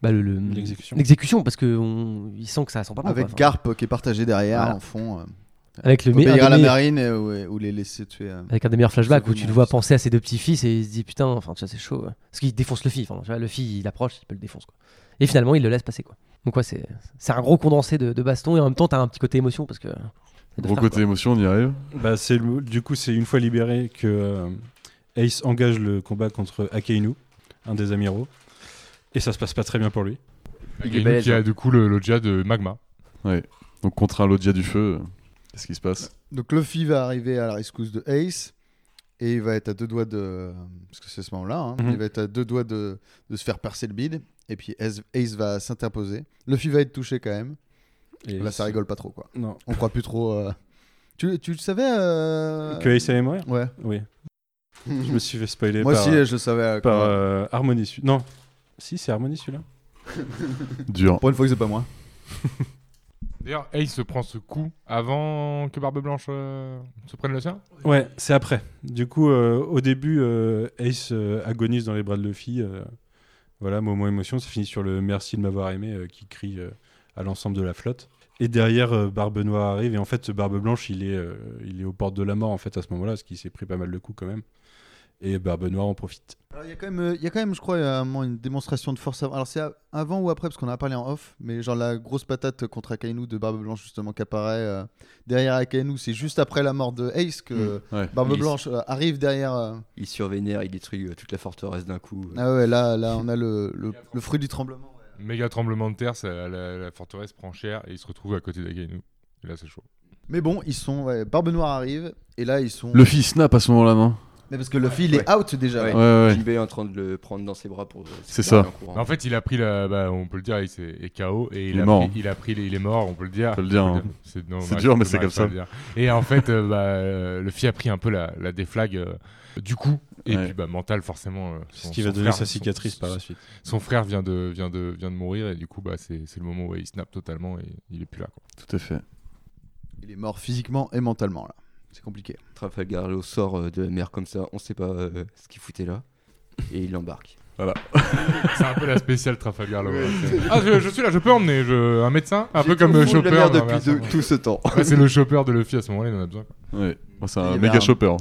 [SPEAKER 7] bah, le- le-
[SPEAKER 4] L'exécution.
[SPEAKER 7] L'exécution, parce qu'il sent que ça sent pas bon.
[SPEAKER 6] Avec
[SPEAKER 7] quoi. Enfin,
[SPEAKER 6] Garp euh, qui est partagé derrière
[SPEAKER 7] Voilà.
[SPEAKER 6] en fond. euh,
[SPEAKER 7] avec le
[SPEAKER 6] faut
[SPEAKER 7] un
[SPEAKER 6] payer
[SPEAKER 7] des
[SPEAKER 6] à la
[SPEAKER 7] meilleurs-
[SPEAKER 6] marine et- ou, ou les laisser tuer. euh.
[SPEAKER 7] avec un des meilleurs flashbacks où
[SPEAKER 6] Absolument.
[SPEAKER 7] tu le vois penser à ses deux petits-fils et il se dit putain, enfin tu vois, c'est chaud. ouais. Parce qu'il défonce le fils, enfin, tu vois, le fils il approche, il peut le défonce quoi. Et finalement il le laisse passer quoi. Donc ouais, c'est c'est un gros condensé de, de baston et en même temps t'as un petit côté émotion parce que. euh, c'est de
[SPEAKER 5] Gros
[SPEAKER 7] faire,
[SPEAKER 5] côté
[SPEAKER 7] quoi.
[SPEAKER 5] émotion, on y arrive.
[SPEAKER 4] Bah, c'est le- du coup, c'est une fois libéré que euh, Ace engage le combat contre Akainu, un des amiraux. Et ça se passe pas très bien pour lui.
[SPEAKER 7] Il est
[SPEAKER 8] Gainu
[SPEAKER 7] balèze,
[SPEAKER 8] qui
[SPEAKER 7] hein.
[SPEAKER 8] a du coup le Loggia de Magma.
[SPEAKER 5] Donc contre un Lodia du feu, euh, qu'est-ce qui se passe
[SPEAKER 6] Donc Luffy va arriver à la rescousse de Ace et il va être à deux doigts de parce que c'est ce moment-là, hein,
[SPEAKER 4] Mhm.
[SPEAKER 6] il va être à deux doigts de, de se faire percer le bide et puis Ace, Ace va s'interposer. Luffy va être touché quand même.
[SPEAKER 4] Et
[SPEAKER 6] Là Bah, ça rigole pas trop quoi.
[SPEAKER 4] Non.
[SPEAKER 6] On croit plus trop. euh, Tu, tu le savais euh,
[SPEAKER 4] Que Ace allait mourir
[SPEAKER 6] Ouais.
[SPEAKER 4] Oui. Je me suis fait spoiler
[SPEAKER 6] Moi
[SPEAKER 4] par,
[SPEAKER 6] aussi je le savais. euh,
[SPEAKER 4] par
[SPEAKER 6] quand même.
[SPEAKER 4] euh, Harmony Sud. Non. Si, c'est Harmony celui-là.
[SPEAKER 5] Dur.
[SPEAKER 6] Pour une fois que c'est pas moi.
[SPEAKER 8] D'ailleurs, Ace se prend ce coup avant que Barbe Blanche euh, se prenne le sien.
[SPEAKER 4] Ouais, c'est après. Du coup, euh, au début, euh, Ace euh, agonise dans les bras de Luffy. euh, voilà, moment émotion. Ça finit sur le merci de m'avoir aimé euh, qui crie euh, à l'ensemble de la flotte. Et derrière, euh, Barbe Noire arrive. Et en fait, ce Barbe Blanche, il est, euh, il est aux portes de la mort en fait à ce moment-là, parce qu'il s'est pris pas mal de coups quand même. Et Barbe Noire en profite.
[SPEAKER 6] Alors, il y a quand même, euh, il y a quand même, je crois, euh, un moment, une démonstration de force. avant- Alors, c'est à- avant ou après, parce qu'on en a parlé en off, mais genre la grosse patate contre Akainu de Barbe Blanche, justement, qui apparaît euh, derrière Akainu. C'est juste après la mort de Mm, Ace que
[SPEAKER 5] Ouais.
[SPEAKER 6] Barbe
[SPEAKER 10] Il-
[SPEAKER 6] Blanche euh, arrive derrière. euh,
[SPEAKER 10] Il survénère, il détruit euh, toute la forteresse d'un coup. euh.
[SPEAKER 6] Ah ouais, là, là, on a le, le, le fruit du tremblement. ouais.
[SPEAKER 8] Méga tremblement de terre, ça- la, la forteresse prend cher et il se retrouve à côté d'Againu. Et Là, c'est chaud.
[SPEAKER 6] Mais bon, ils sont. ouais, Barbe Noire arrive, et là, ils sont.
[SPEAKER 5] Luffy snap à ce moment-là, non
[SPEAKER 6] Mais parce que Luffy, il est
[SPEAKER 10] Ouais.
[SPEAKER 6] out déjà.
[SPEAKER 10] Ouais.
[SPEAKER 5] Ouais, ouais.
[SPEAKER 10] JB est en train de le prendre dans ses bras pour. euh,
[SPEAKER 5] C'est
[SPEAKER 10] s'écarter
[SPEAKER 5] ça.
[SPEAKER 10] en courant.
[SPEAKER 8] En fait, il a pris la. bah, on peut le dire, il s'est- est KO et il,
[SPEAKER 5] Il est
[SPEAKER 8] a
[SPEAKER 5] mort.
[SPEAKER 8] Pris, il a pris. les- Il est mort, on peut le dire.
[SPEAKER 5] On peut le dire, hein.
[SPEAKER 8] C'est non,
[SPEAKER 5] C'est
[SPEAKER 8] on
[SPEAKER 5] dur,
[SPEAKER 8] arrête-
[SPEAKER 5] mais
[SPEAKER 8] on
[SPEAKER 5] c'est
[SPEAKER 8] arrête
[SPEAKER 5] comme
[SPEAKER 8] pas de le dire. Et en fait, euh, bah, euh, le fille a pris un peu la, la déflague euh, du coup. Et
[SPEAKER 5] Ouais.
[SPEAKER 8] puis, bah, mental, forcément. euh,
[SPEAKER 4] Ce
[SPEAKER 8] son-
[SPEAKER 4] qui
[SPEAKER 8] son
[SPEAKER 4] va donner
[SPEAKER 8] frère-
[SPEAKER 4] sa
[SPEAKER 8] son-
[SPEAKER 4] cicatrice par
[SPEAKER 8] son-
[SPEAKER 4] la suite.
[SPEAKER 8] Son frère vient de, vient, de, vient de mourir et du coup, bah, c'est c'est le moment où il snap totalement et il est plus là. quoi.
[SPEAKER 5] Tout à fait.
[SPEAKER 6] Il est mort physiquement et mentalement, là. C'est compliqué.
[SPEAKER 10] Trafalgar Law sort euh, de la mer comme ça, on sait pas euh, ce qu'il foutait là. Et il embarque.
[SPEAKER 8] C'est un peu la spéciale Trafalgar. Law, ouais, c'est- ah, je, je suis là, je peux emmener je- un médecin, un peu comme euh, Chopper.
[SPEAKER 10] mer
[SPEAKER 8] non, mais
[SPEAKER 10] depuis
[SPEAKER 8] attends.
[SPEAKER 10] deux- tout ce temps.
[SPEAKER 8] Ouais, c'est le Chopper de Luffy à ce moment-là, il en a besoin. quoi.
[SPEAKER 5] Ouais. Moi, c'est
[SPEAKER 6] Il y
[SPEAKER 5] un
[SPEAKER 6] avait
[SPEAKER 5] méga
[SPEAKER 6] un-
[SPEAKER 5] chopper. hein.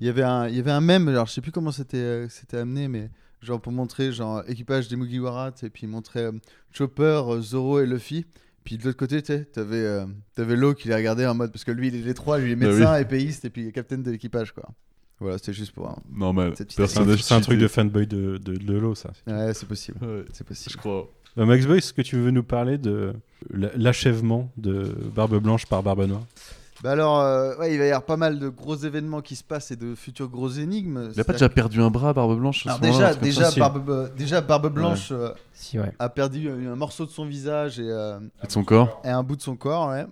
[SPEAKER 6] Il y avait un, il y avait un mème, alors je sais plus comment c'était, euh, c'était amené, mais genre pour montrer genre équipage des Mugiwara, tu sais, et puis montrer euh, Chopper, euh, Zoro et Luffy. Puis de l'autre côté, tu sais, t'avais, euh, t'avais Lo qui les regardait en mode parce que lui il est les trois, lui il est
[SPEAKER 5] Bah
[SPEAKER 6] médecin, épéiste et puis capitaine de l'équipage quoi. Voilà, c'était juste pour. hein. un-
[SPEAKER 5] Normal.
[SPEAKER 6] Cette petite
[SPEAKER 4] C'est un, c'est un truc de fanboy de, de, de l'eau, ça.
[SPEAKER 6] Ouais, c'est possible.
[SPEAKER 5] Ouais,
[SPEAKER 6] C'est possible.
[SPEAKER 5] je crois.
[SPEAKER 4] Euh, Max Boy, est-ce que tu veux nous parler de euh, la- l'achèvement de Barbe Blanche par Barbe Noire
[SPEAKER 6] Bah alors, euh, ouais, il va y avoir pas mal de gros événements qui se passent et de futurs gros énigmes.
[SPEAKER 5] Il a pas déjà perdu un bras, Barbe Blanche
[SPEAKER 6] Alors
[SPEAKER 5] ce
[SPEAKER 6] déjà,
[SPEAKER 5] soir-là, parce que-
[SPEAKER 6] déjà,
[SPEAKER 4] si.
[SPEAKER 6] barbe, euh, déjà, Barbe Blanche euh,
[SPEAKER 7] Si, ouais.
[SPEAKER 6] a perdu euh, un morceau de son visage et, euh,
[SPEAKER 5] Et de son corps.
[SPEAKER 6] et un bout de son corps, ouais.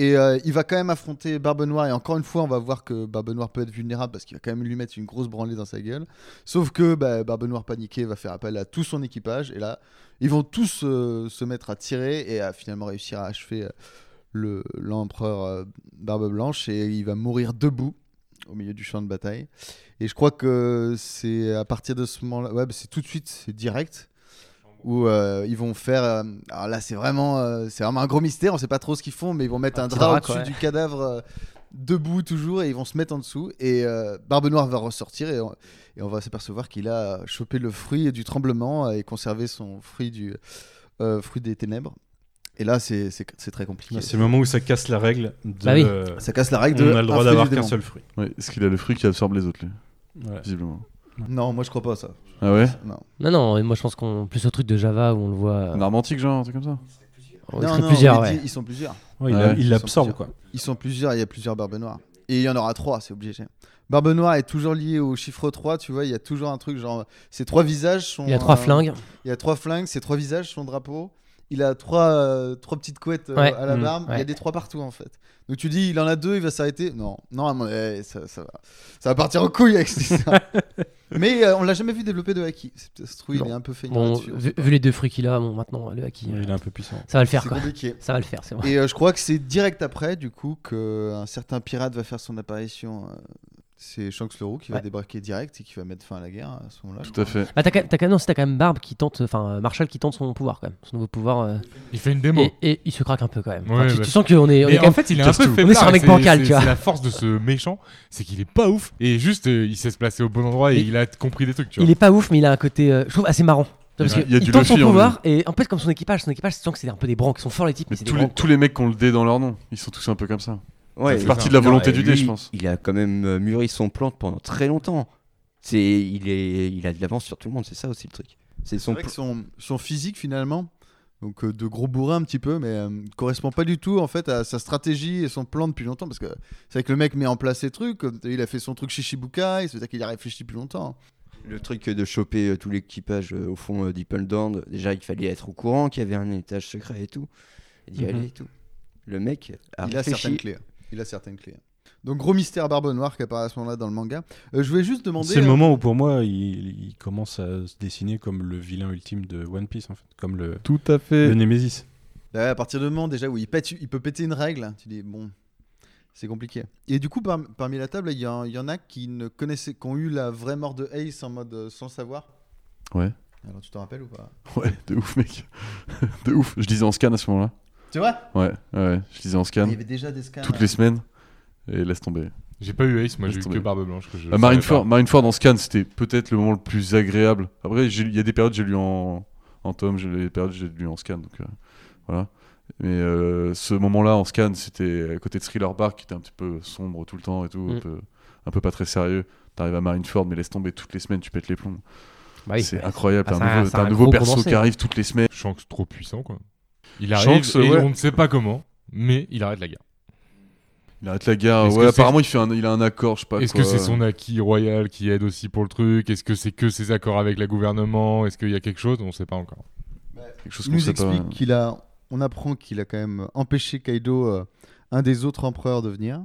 [SPEAKER 6] Et euh, il va quand même affronter Barbe Noire. Et encore une fois, on va voir que Barbe Noire peut être vulnérable parce qu'il va quand même lui mettre une grosse branlée dans sa gueule. Sauf que bah, Barbe Noire paniquée va faire appel à tout son équipage. Et là, ils vont tous euh, se mettre à tirer et à finalement réussir à achever euh, le- l'empereur euh, Barbe Blanche. Et il va mourir debout au milieu du champ de bataille. Et je crois que c'est à partir de ce moment-là, ouais, bah, c'est tout de suite, c'est direct, où euh, ils vont faire. euh, alors là, c'est vraiment, euh, c'est vraiment un gros mystère. On sait pas trop ce qu'ils font, mais ils vont mettre un,
[SPEAKER 7] petit
[SPEAKER 6] drap
[SPEAKER 7] drap,
[SPEAKER 6] au-dessus
[SPEAKER 7] quoi, ouais.
[SPEAKER 6] du cadavre. euh, debout toujours et ils vont se mettre en dessous et euh, Barbe Noire va ressortir et on, et on va s'apercevoir qu'il a chopé le fruit du tremblement euh, et conservé son fruit du euh, fruit des ténèbres et là c'est c'est- c'est très compliqué
[SPEAKER 4] Bah, C'est le moment où ça casse la règle de.
[SPEAKER 7] Bah oui.
[SPEAKER 4] euh,
[SPEAKER 6] ça casse la règle de
[SPEAKER 4] on a le
[SPEAKER 6] un
[SPEAKER 4] droit
[SPEAKER 6] fruit
[SPEAKER 4] d'avoir
[SPEAKER 6] du
[SPEAKER 4] qu'un
[SPEAKER 6] démon.
[SPEAKER 4] seul fruit.
[SPEAKER 5] Ouais, Est-ce qu'il a le fruit qui absorbe les autres, lui
[SPEAKER 4] Voilà.
[SPEAKER 5] Visiblement.
[SPEAKER 6] non moi je crois pas à ça
[SPEAKER 5] Ah ouais
[SPEAKER 4] Euh.
[SPEAKER 6] non
[SPEAKER 7] Non, non, et moi je pense qu'on plus au truc de Java où on le voit. euh,
[SPEAKER 5] Un armantique, genre, un truc comme ça
[SPEAKER 7] on
[SPEAKER 6] non,
[SPEAKER 7] serait
[SPEAKER 6] non,
[SPEAKER 7] plusieurs,
[SPEAKER 6] on
[SPEAKER 7] ouais.
[SPEAKER 6] dit- ils sont plusieurs
[SPEAKER 4] Ouais, il
[SPEAKER 5] Ouais,
[SPEAKER 4] a-
[SPEAKER 5] ils
[SPEAKER 4] il
[SPEAKER 6] sont
[SPEAKER 4] l'absorbe,
[SPEAKER 6] plusieurs.
[SPEAKER 4] quoi.
[SPEAKER 6] Ils sont plusieurs, il y a plusieurs barbes noires. Et il y en aura trois, c'est obligé. Barbe noire est toujours liée au chiffre 3, tu vois, il y a toujours un truc genre ces trois visages sont
[SPEAKER 7] Il y a trois
[SPEAKER 6] euh,
[SPEAKER 7] flingues.
[SPEAKER 6] Il y a trois flingues, ces trois visages sont drapeau. Il a trois euh, trois petites couettes euh,
[SPEAKER 7] Ouais,
[SPEAKER 6] à la
[SPEAKER 7] mm,
[SPEAKER 6] barbe, il y a
[SPEAKER 7] ouais.
[SPEAKER 6] des trois partout en fait. Donc tu dis il en a deux, il va s'arrêter Non, non, à mon- eh, ça, ça va. Ça va partir en couille avec ça. Mais euh, on l'a jamais vu développer de haki. C'est- Ça se trouve, il
[SPEAKER 7] Non.
[SPEAKER 6] est un peu feignant
[SPEAKER 7] Bon,
[SPEAKER 6] là-dessus, hein. on sait
[SPEAKER 7] vu,
[SPEAKER 6] pas.
[SPEAKER 7] vu les deux fruits qu'il a, bon, maintenant, le acquis,
[SPEAKER 4] Il est un peu puissant.
[SPEAKER 7] ça va le faire,
[SPEAKER 6] C'est
[SPEAKER 7] quoi.
[SPEAKER 6] compliqué.
[SPEAKER 7] Ça va le faire, c'est vrai.
[SPEAKER 6] Et euh, je crois que c'est direct après, du coup, qu'un certain pirate va faire son apparition. euh, C'est Shanks le Roux qui va
[SPEAKER 7] Ouais.
[SPEAKER 6] débarquer direct et qui va mettre fin à la guerre à ce moment-là.
[SPEAKER 5] Tout à fait.
[SPEAKER 7] Ah, t'as quand, t'as quand- non, si, t'as quand même Barbe qui tente, enfin euh, Marshall qui tente son pouvoir quand même, son nouveau pouvoir. euh,
[SPEAKER 8] Il fait une démo.
[SPEAKER 7] et, et il se craque un peu quand même. Enfin,
[SPEAKER 8] Ouais,
[SPEAKER 7] tu,
[SPEAKER 8] bah,
[SPEAKER 7] tu sens qu'on est, on est
[SPEAKER 8] Et
[SPEAKER 7] quand même-
[SPEAKER 8] en fait, il est un peu
[SPEAKER 7] on est
[SPEAKER 8] faiblard,
[SPEAKER 7] sur un
[SPEAKER 8] et
[SPEAKER 7] mec
[SPEAKER 8] c'est-
[SPEAKER 7] bancal,
[SPEAKER 8] c'est-
[SPEAKER 7] tu vois.
[SPEAKER 8] C'est la force de ce méchant, c'est qu'il est pas ouf. Et juste, euh, il sait se placer au bon endroit et
[SPEAKER 7] Et-
[SPEAKER 8] il a compris des trucs, tu
[SPEAKER 7] Il
[SPEAKER 8] vois.
[SPEAKER 7] est pas ouf, mais il a un côté, euh, je trouve, assez marrant. Tu vois, Parce
[SPEAKER 5] Ouais,
[SPEAKER 7] que
[SPEAKER 5] il y a
[SPEAKER 7] il
[SPEAKER 5] du
[SPEAKER 7] tente son
[SPEAKER 5] Luffy en
[SPEAKER 7] pouvoir et en fait, comme son équipage, son équipage, tu sens que c'est un peu des branques. Ils sont forts les types, mais,
[SPEAKER 5] Mais
[SPEAKER 7] c'est des
[SPEAKER 5] tous les,
[SPEAKER 7] branques.
[SPEAKER 5] tous les mecs qui ont le dé dans leur nom, ils sont tous un peu comme ça.
[SPEAKER 10] Ouais,
[SPEAKER 5] ça fait
[SPEAKER 10] et-
[SPEAKER 5] partie de la
[SPEAKER 10] Non,
[SPEAKER 5] volonté
[SPEAKER 10] et
[SPEAKER 5] du dé,
[SPEAKER 10] lui,
[SPEAKER 5] je pense.
[SPEAKER 10] Il a quand même euh, mûri son plan pendant très longtemps. C'est, il est, il a de l'avance sur tout le monde. C'est ça aussi le truc. C'est son.
[SPEAKER 6] C'est vrai que son, son physique, finalement, donc euh, de gros bourrin un petit peu, mais euh, ne correspond pas du tout en fait à sa stratégie et son plan depuis longtemps. Parce que c'est vrai que le mec met en place ses trucs, comme t'as vu, il a fait son truc Shichibukai, ça veut dire qu'il y a réfléchi plus longtemps. hein.
[SPEAKER 10] Le truc de choper euh, tout l'équipage euh, au fond euh, d'Apple Down, déjà il fallait être au courant qu'il y avait un étage secret et tout. Et d'y
[SPEAKER 7] Mhm.
[SPEAKER 10] aller et tout. Le mec a
[SPEAKER 6] il
[SPEAKER 10] réfléchi.
[SPEAKER 6] a certaines clés. hein. Il a certaines clés. Donc gros mystère Barbe Noire qui apparaît à ce moment-là dans le manga. Euh, je voulais juste demander.
[SPEAKER 4] C'est le
[SPEAKER 6] euh,
[SPEAKER 4] moment où, pour moi, il, il commence à se dessiner comme le vilain ultime de One Piece, en fait. Comme le,
[SPEAKER 5] Tout à
[SPEAKER 4] le
[SPEAKER 7] Euh.
[SPEAKER 5] fait.
[SPEAKER 4] Némésis.
[SPEAKER 6] Bah ouais, à partir du moment déjà où il, pète- il peut péter une règle, tu dis bon, c'est compliqué. Et du coup, par- parmi la table, il y, en- il y en a qui ne connaissaient, qui ont eu la vraie mort de Ace en mode euh, sans le savoir.
[SPEAKER 5] Ouais.
[SPEAKER 6] Alors tu t'en rappelles ou pas
[SPEAKER 5] Ouais, de ouf, mec. de ouf. Je disais en scan à ce moment-là.
[SPEAKER 6] C'est vrai
[SPEAKER 5] Ouais, ouais, je disais en scan
[SPEAKER 6] Il y avait déjà des scans.
[SPEAKER 5] Euh, toutes les semaines. Et laisse tomber. Euh,
[SPEAKER 8] J'ai pas eu Ace, moi j'ai eu
[SPEAKER 5] Laisse
[SPEAKER 8] que
[SPEAKER 5] tomber.
[SPEAKER 8] Barbe Blanche. Que je
[SPEAKER 5] La Marineford,
[SPEAKER 8] savais
[SPEAKER 5] Marineford en scan, c'était peut-être le moment le plus agréable. Après, j'ai- il y a des périodes, j'ai lu en, en tome, j'ai des périodes, j'ai lu en scan. Donc, euh, voilà. Mais euh, ce moment-là en scan, c'était à côté de Thriller Bar qui était un petit peu sombre tout le temps et tout, un,
[SPEAKER 7] Mm.
[SPEAKER 5] peu, un peu pas très sérieux. T'arrives à Marineford, mais laisse tomber toutes les semaines, tu pètes les plombs.
[SPEAKER 7] Bah oui.
[SPEAKER 5] c'est incroyable.
[SPEAKER 7] Ah,
[SPEAKER 5] t'as
[SPEAKER 7] ça
[SPEAKER 5] un
[SPEAKER 7] a-
[SPEAKER 5] nouveau,
[SPEAKER 7] ça
[SPEAKER 5] t'as
[SPEAKER 7] a
[SPEAKER 5] un nouveau
[SPEAKER 7] gros
[SPEAKER 5] perso
[SPEAKER 7] commencé.
[SPEAKER 5] qui arrive toutes les semaines.
[SPEAKER 8] pas. Shanks trop puissant, quoi. Il arrive
[SPEAKER 5] Shanks,
[SPEAKER 8] et
[SPEAKER 5] ouais.
[SPEAKER 8] on ne sait pas comment, mais il arrête la guerre.
[SPEAKER 5] Il arrête la gare.
[SPEAKER 8] Est-ce que
[SPEAKER 5] Ouais,
[SPEAKER 8] c'est-
[SPEAKER 5] apparemment, il, fait un, il a un accord, je sais pas
[SPEAKER 8] Est-ce
[SPEAKER 5] quoi.
[SPEAKER 8] que c'est son acquis royal qui aide aussi pour le truc Est-ce que c'est que ses accords avec le gouvernement Est-ce qu'il y a quelque chose On sait pas encore.
[SPEAKER 5] Quelque chose
[SPEAKER 6] Il
[SPEAKER 5] qu'on
[SPEAKER 6] nous
[SPEAKER 5] sait pas.
[SPEAKER 6] explique qu'il a. On apprend qu'il a quand même empêché Kaido, euh, un des autres empereurs, de venir.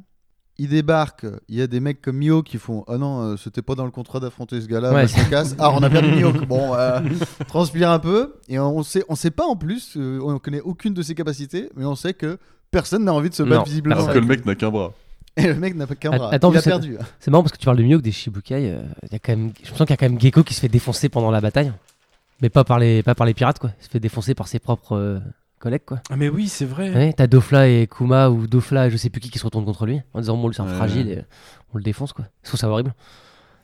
[SPEAKER 6] Il débarque, il y a des mecs comme Mio qui font Ah non, euh, c'était pas dans le contrat d'affronter ce gars-là,
[SPEAKER 7] Ouais,
[SPEAKER 6] bah, je me
[SPEAKER 7] c'est-
[SPEAKER 6] casse. Ah, on a perdu Mio. Bon, euh, transpire un peu. Et on sait, on sait pas en plus, euh, on connaît aucune de ses capacités, mais on sait que personne n'a envie de se battre
[SPEAKER 7] Non, bah
[SPEAKER 6] visiblement.
[SPEAKER 5] Alors hein. que le mec n'a qu'un bras.
[SPEAKER 6] Et le mec n'a pas qu'un
[SPEAKER 7] Att-
[SPEAKER 6] bras.
[SPEAKER 7] attends,
[SPEAKER 6] il a
[SPEAKER 7] parce que-
[SPEAKER 6] perdu.
[SPEAKER 7] C'est marrant parce que tu parles de Mio que des Shibukai. euh, il y a quand même, je me sens qu'il y a quand même Gecko qui se fait défoncer pendant la bataille, mais pas par les, pas par les pirates quoi. Il se fait défoncer par ses propres euh, collègues quoi.
[SPEAKER 4] Ah, mais oui, c'est vrai.
[SPEAKER 7] Ouais, t'as Dofla et Kuma ou Dofla et je sais plus qui qui se retournent contre lui en disant bon lui c'est un
[SPEAKER 5] Ouais.
[SPEAKER 7] fragile et euh, on le défonce quoi. Je trouve ça horrible.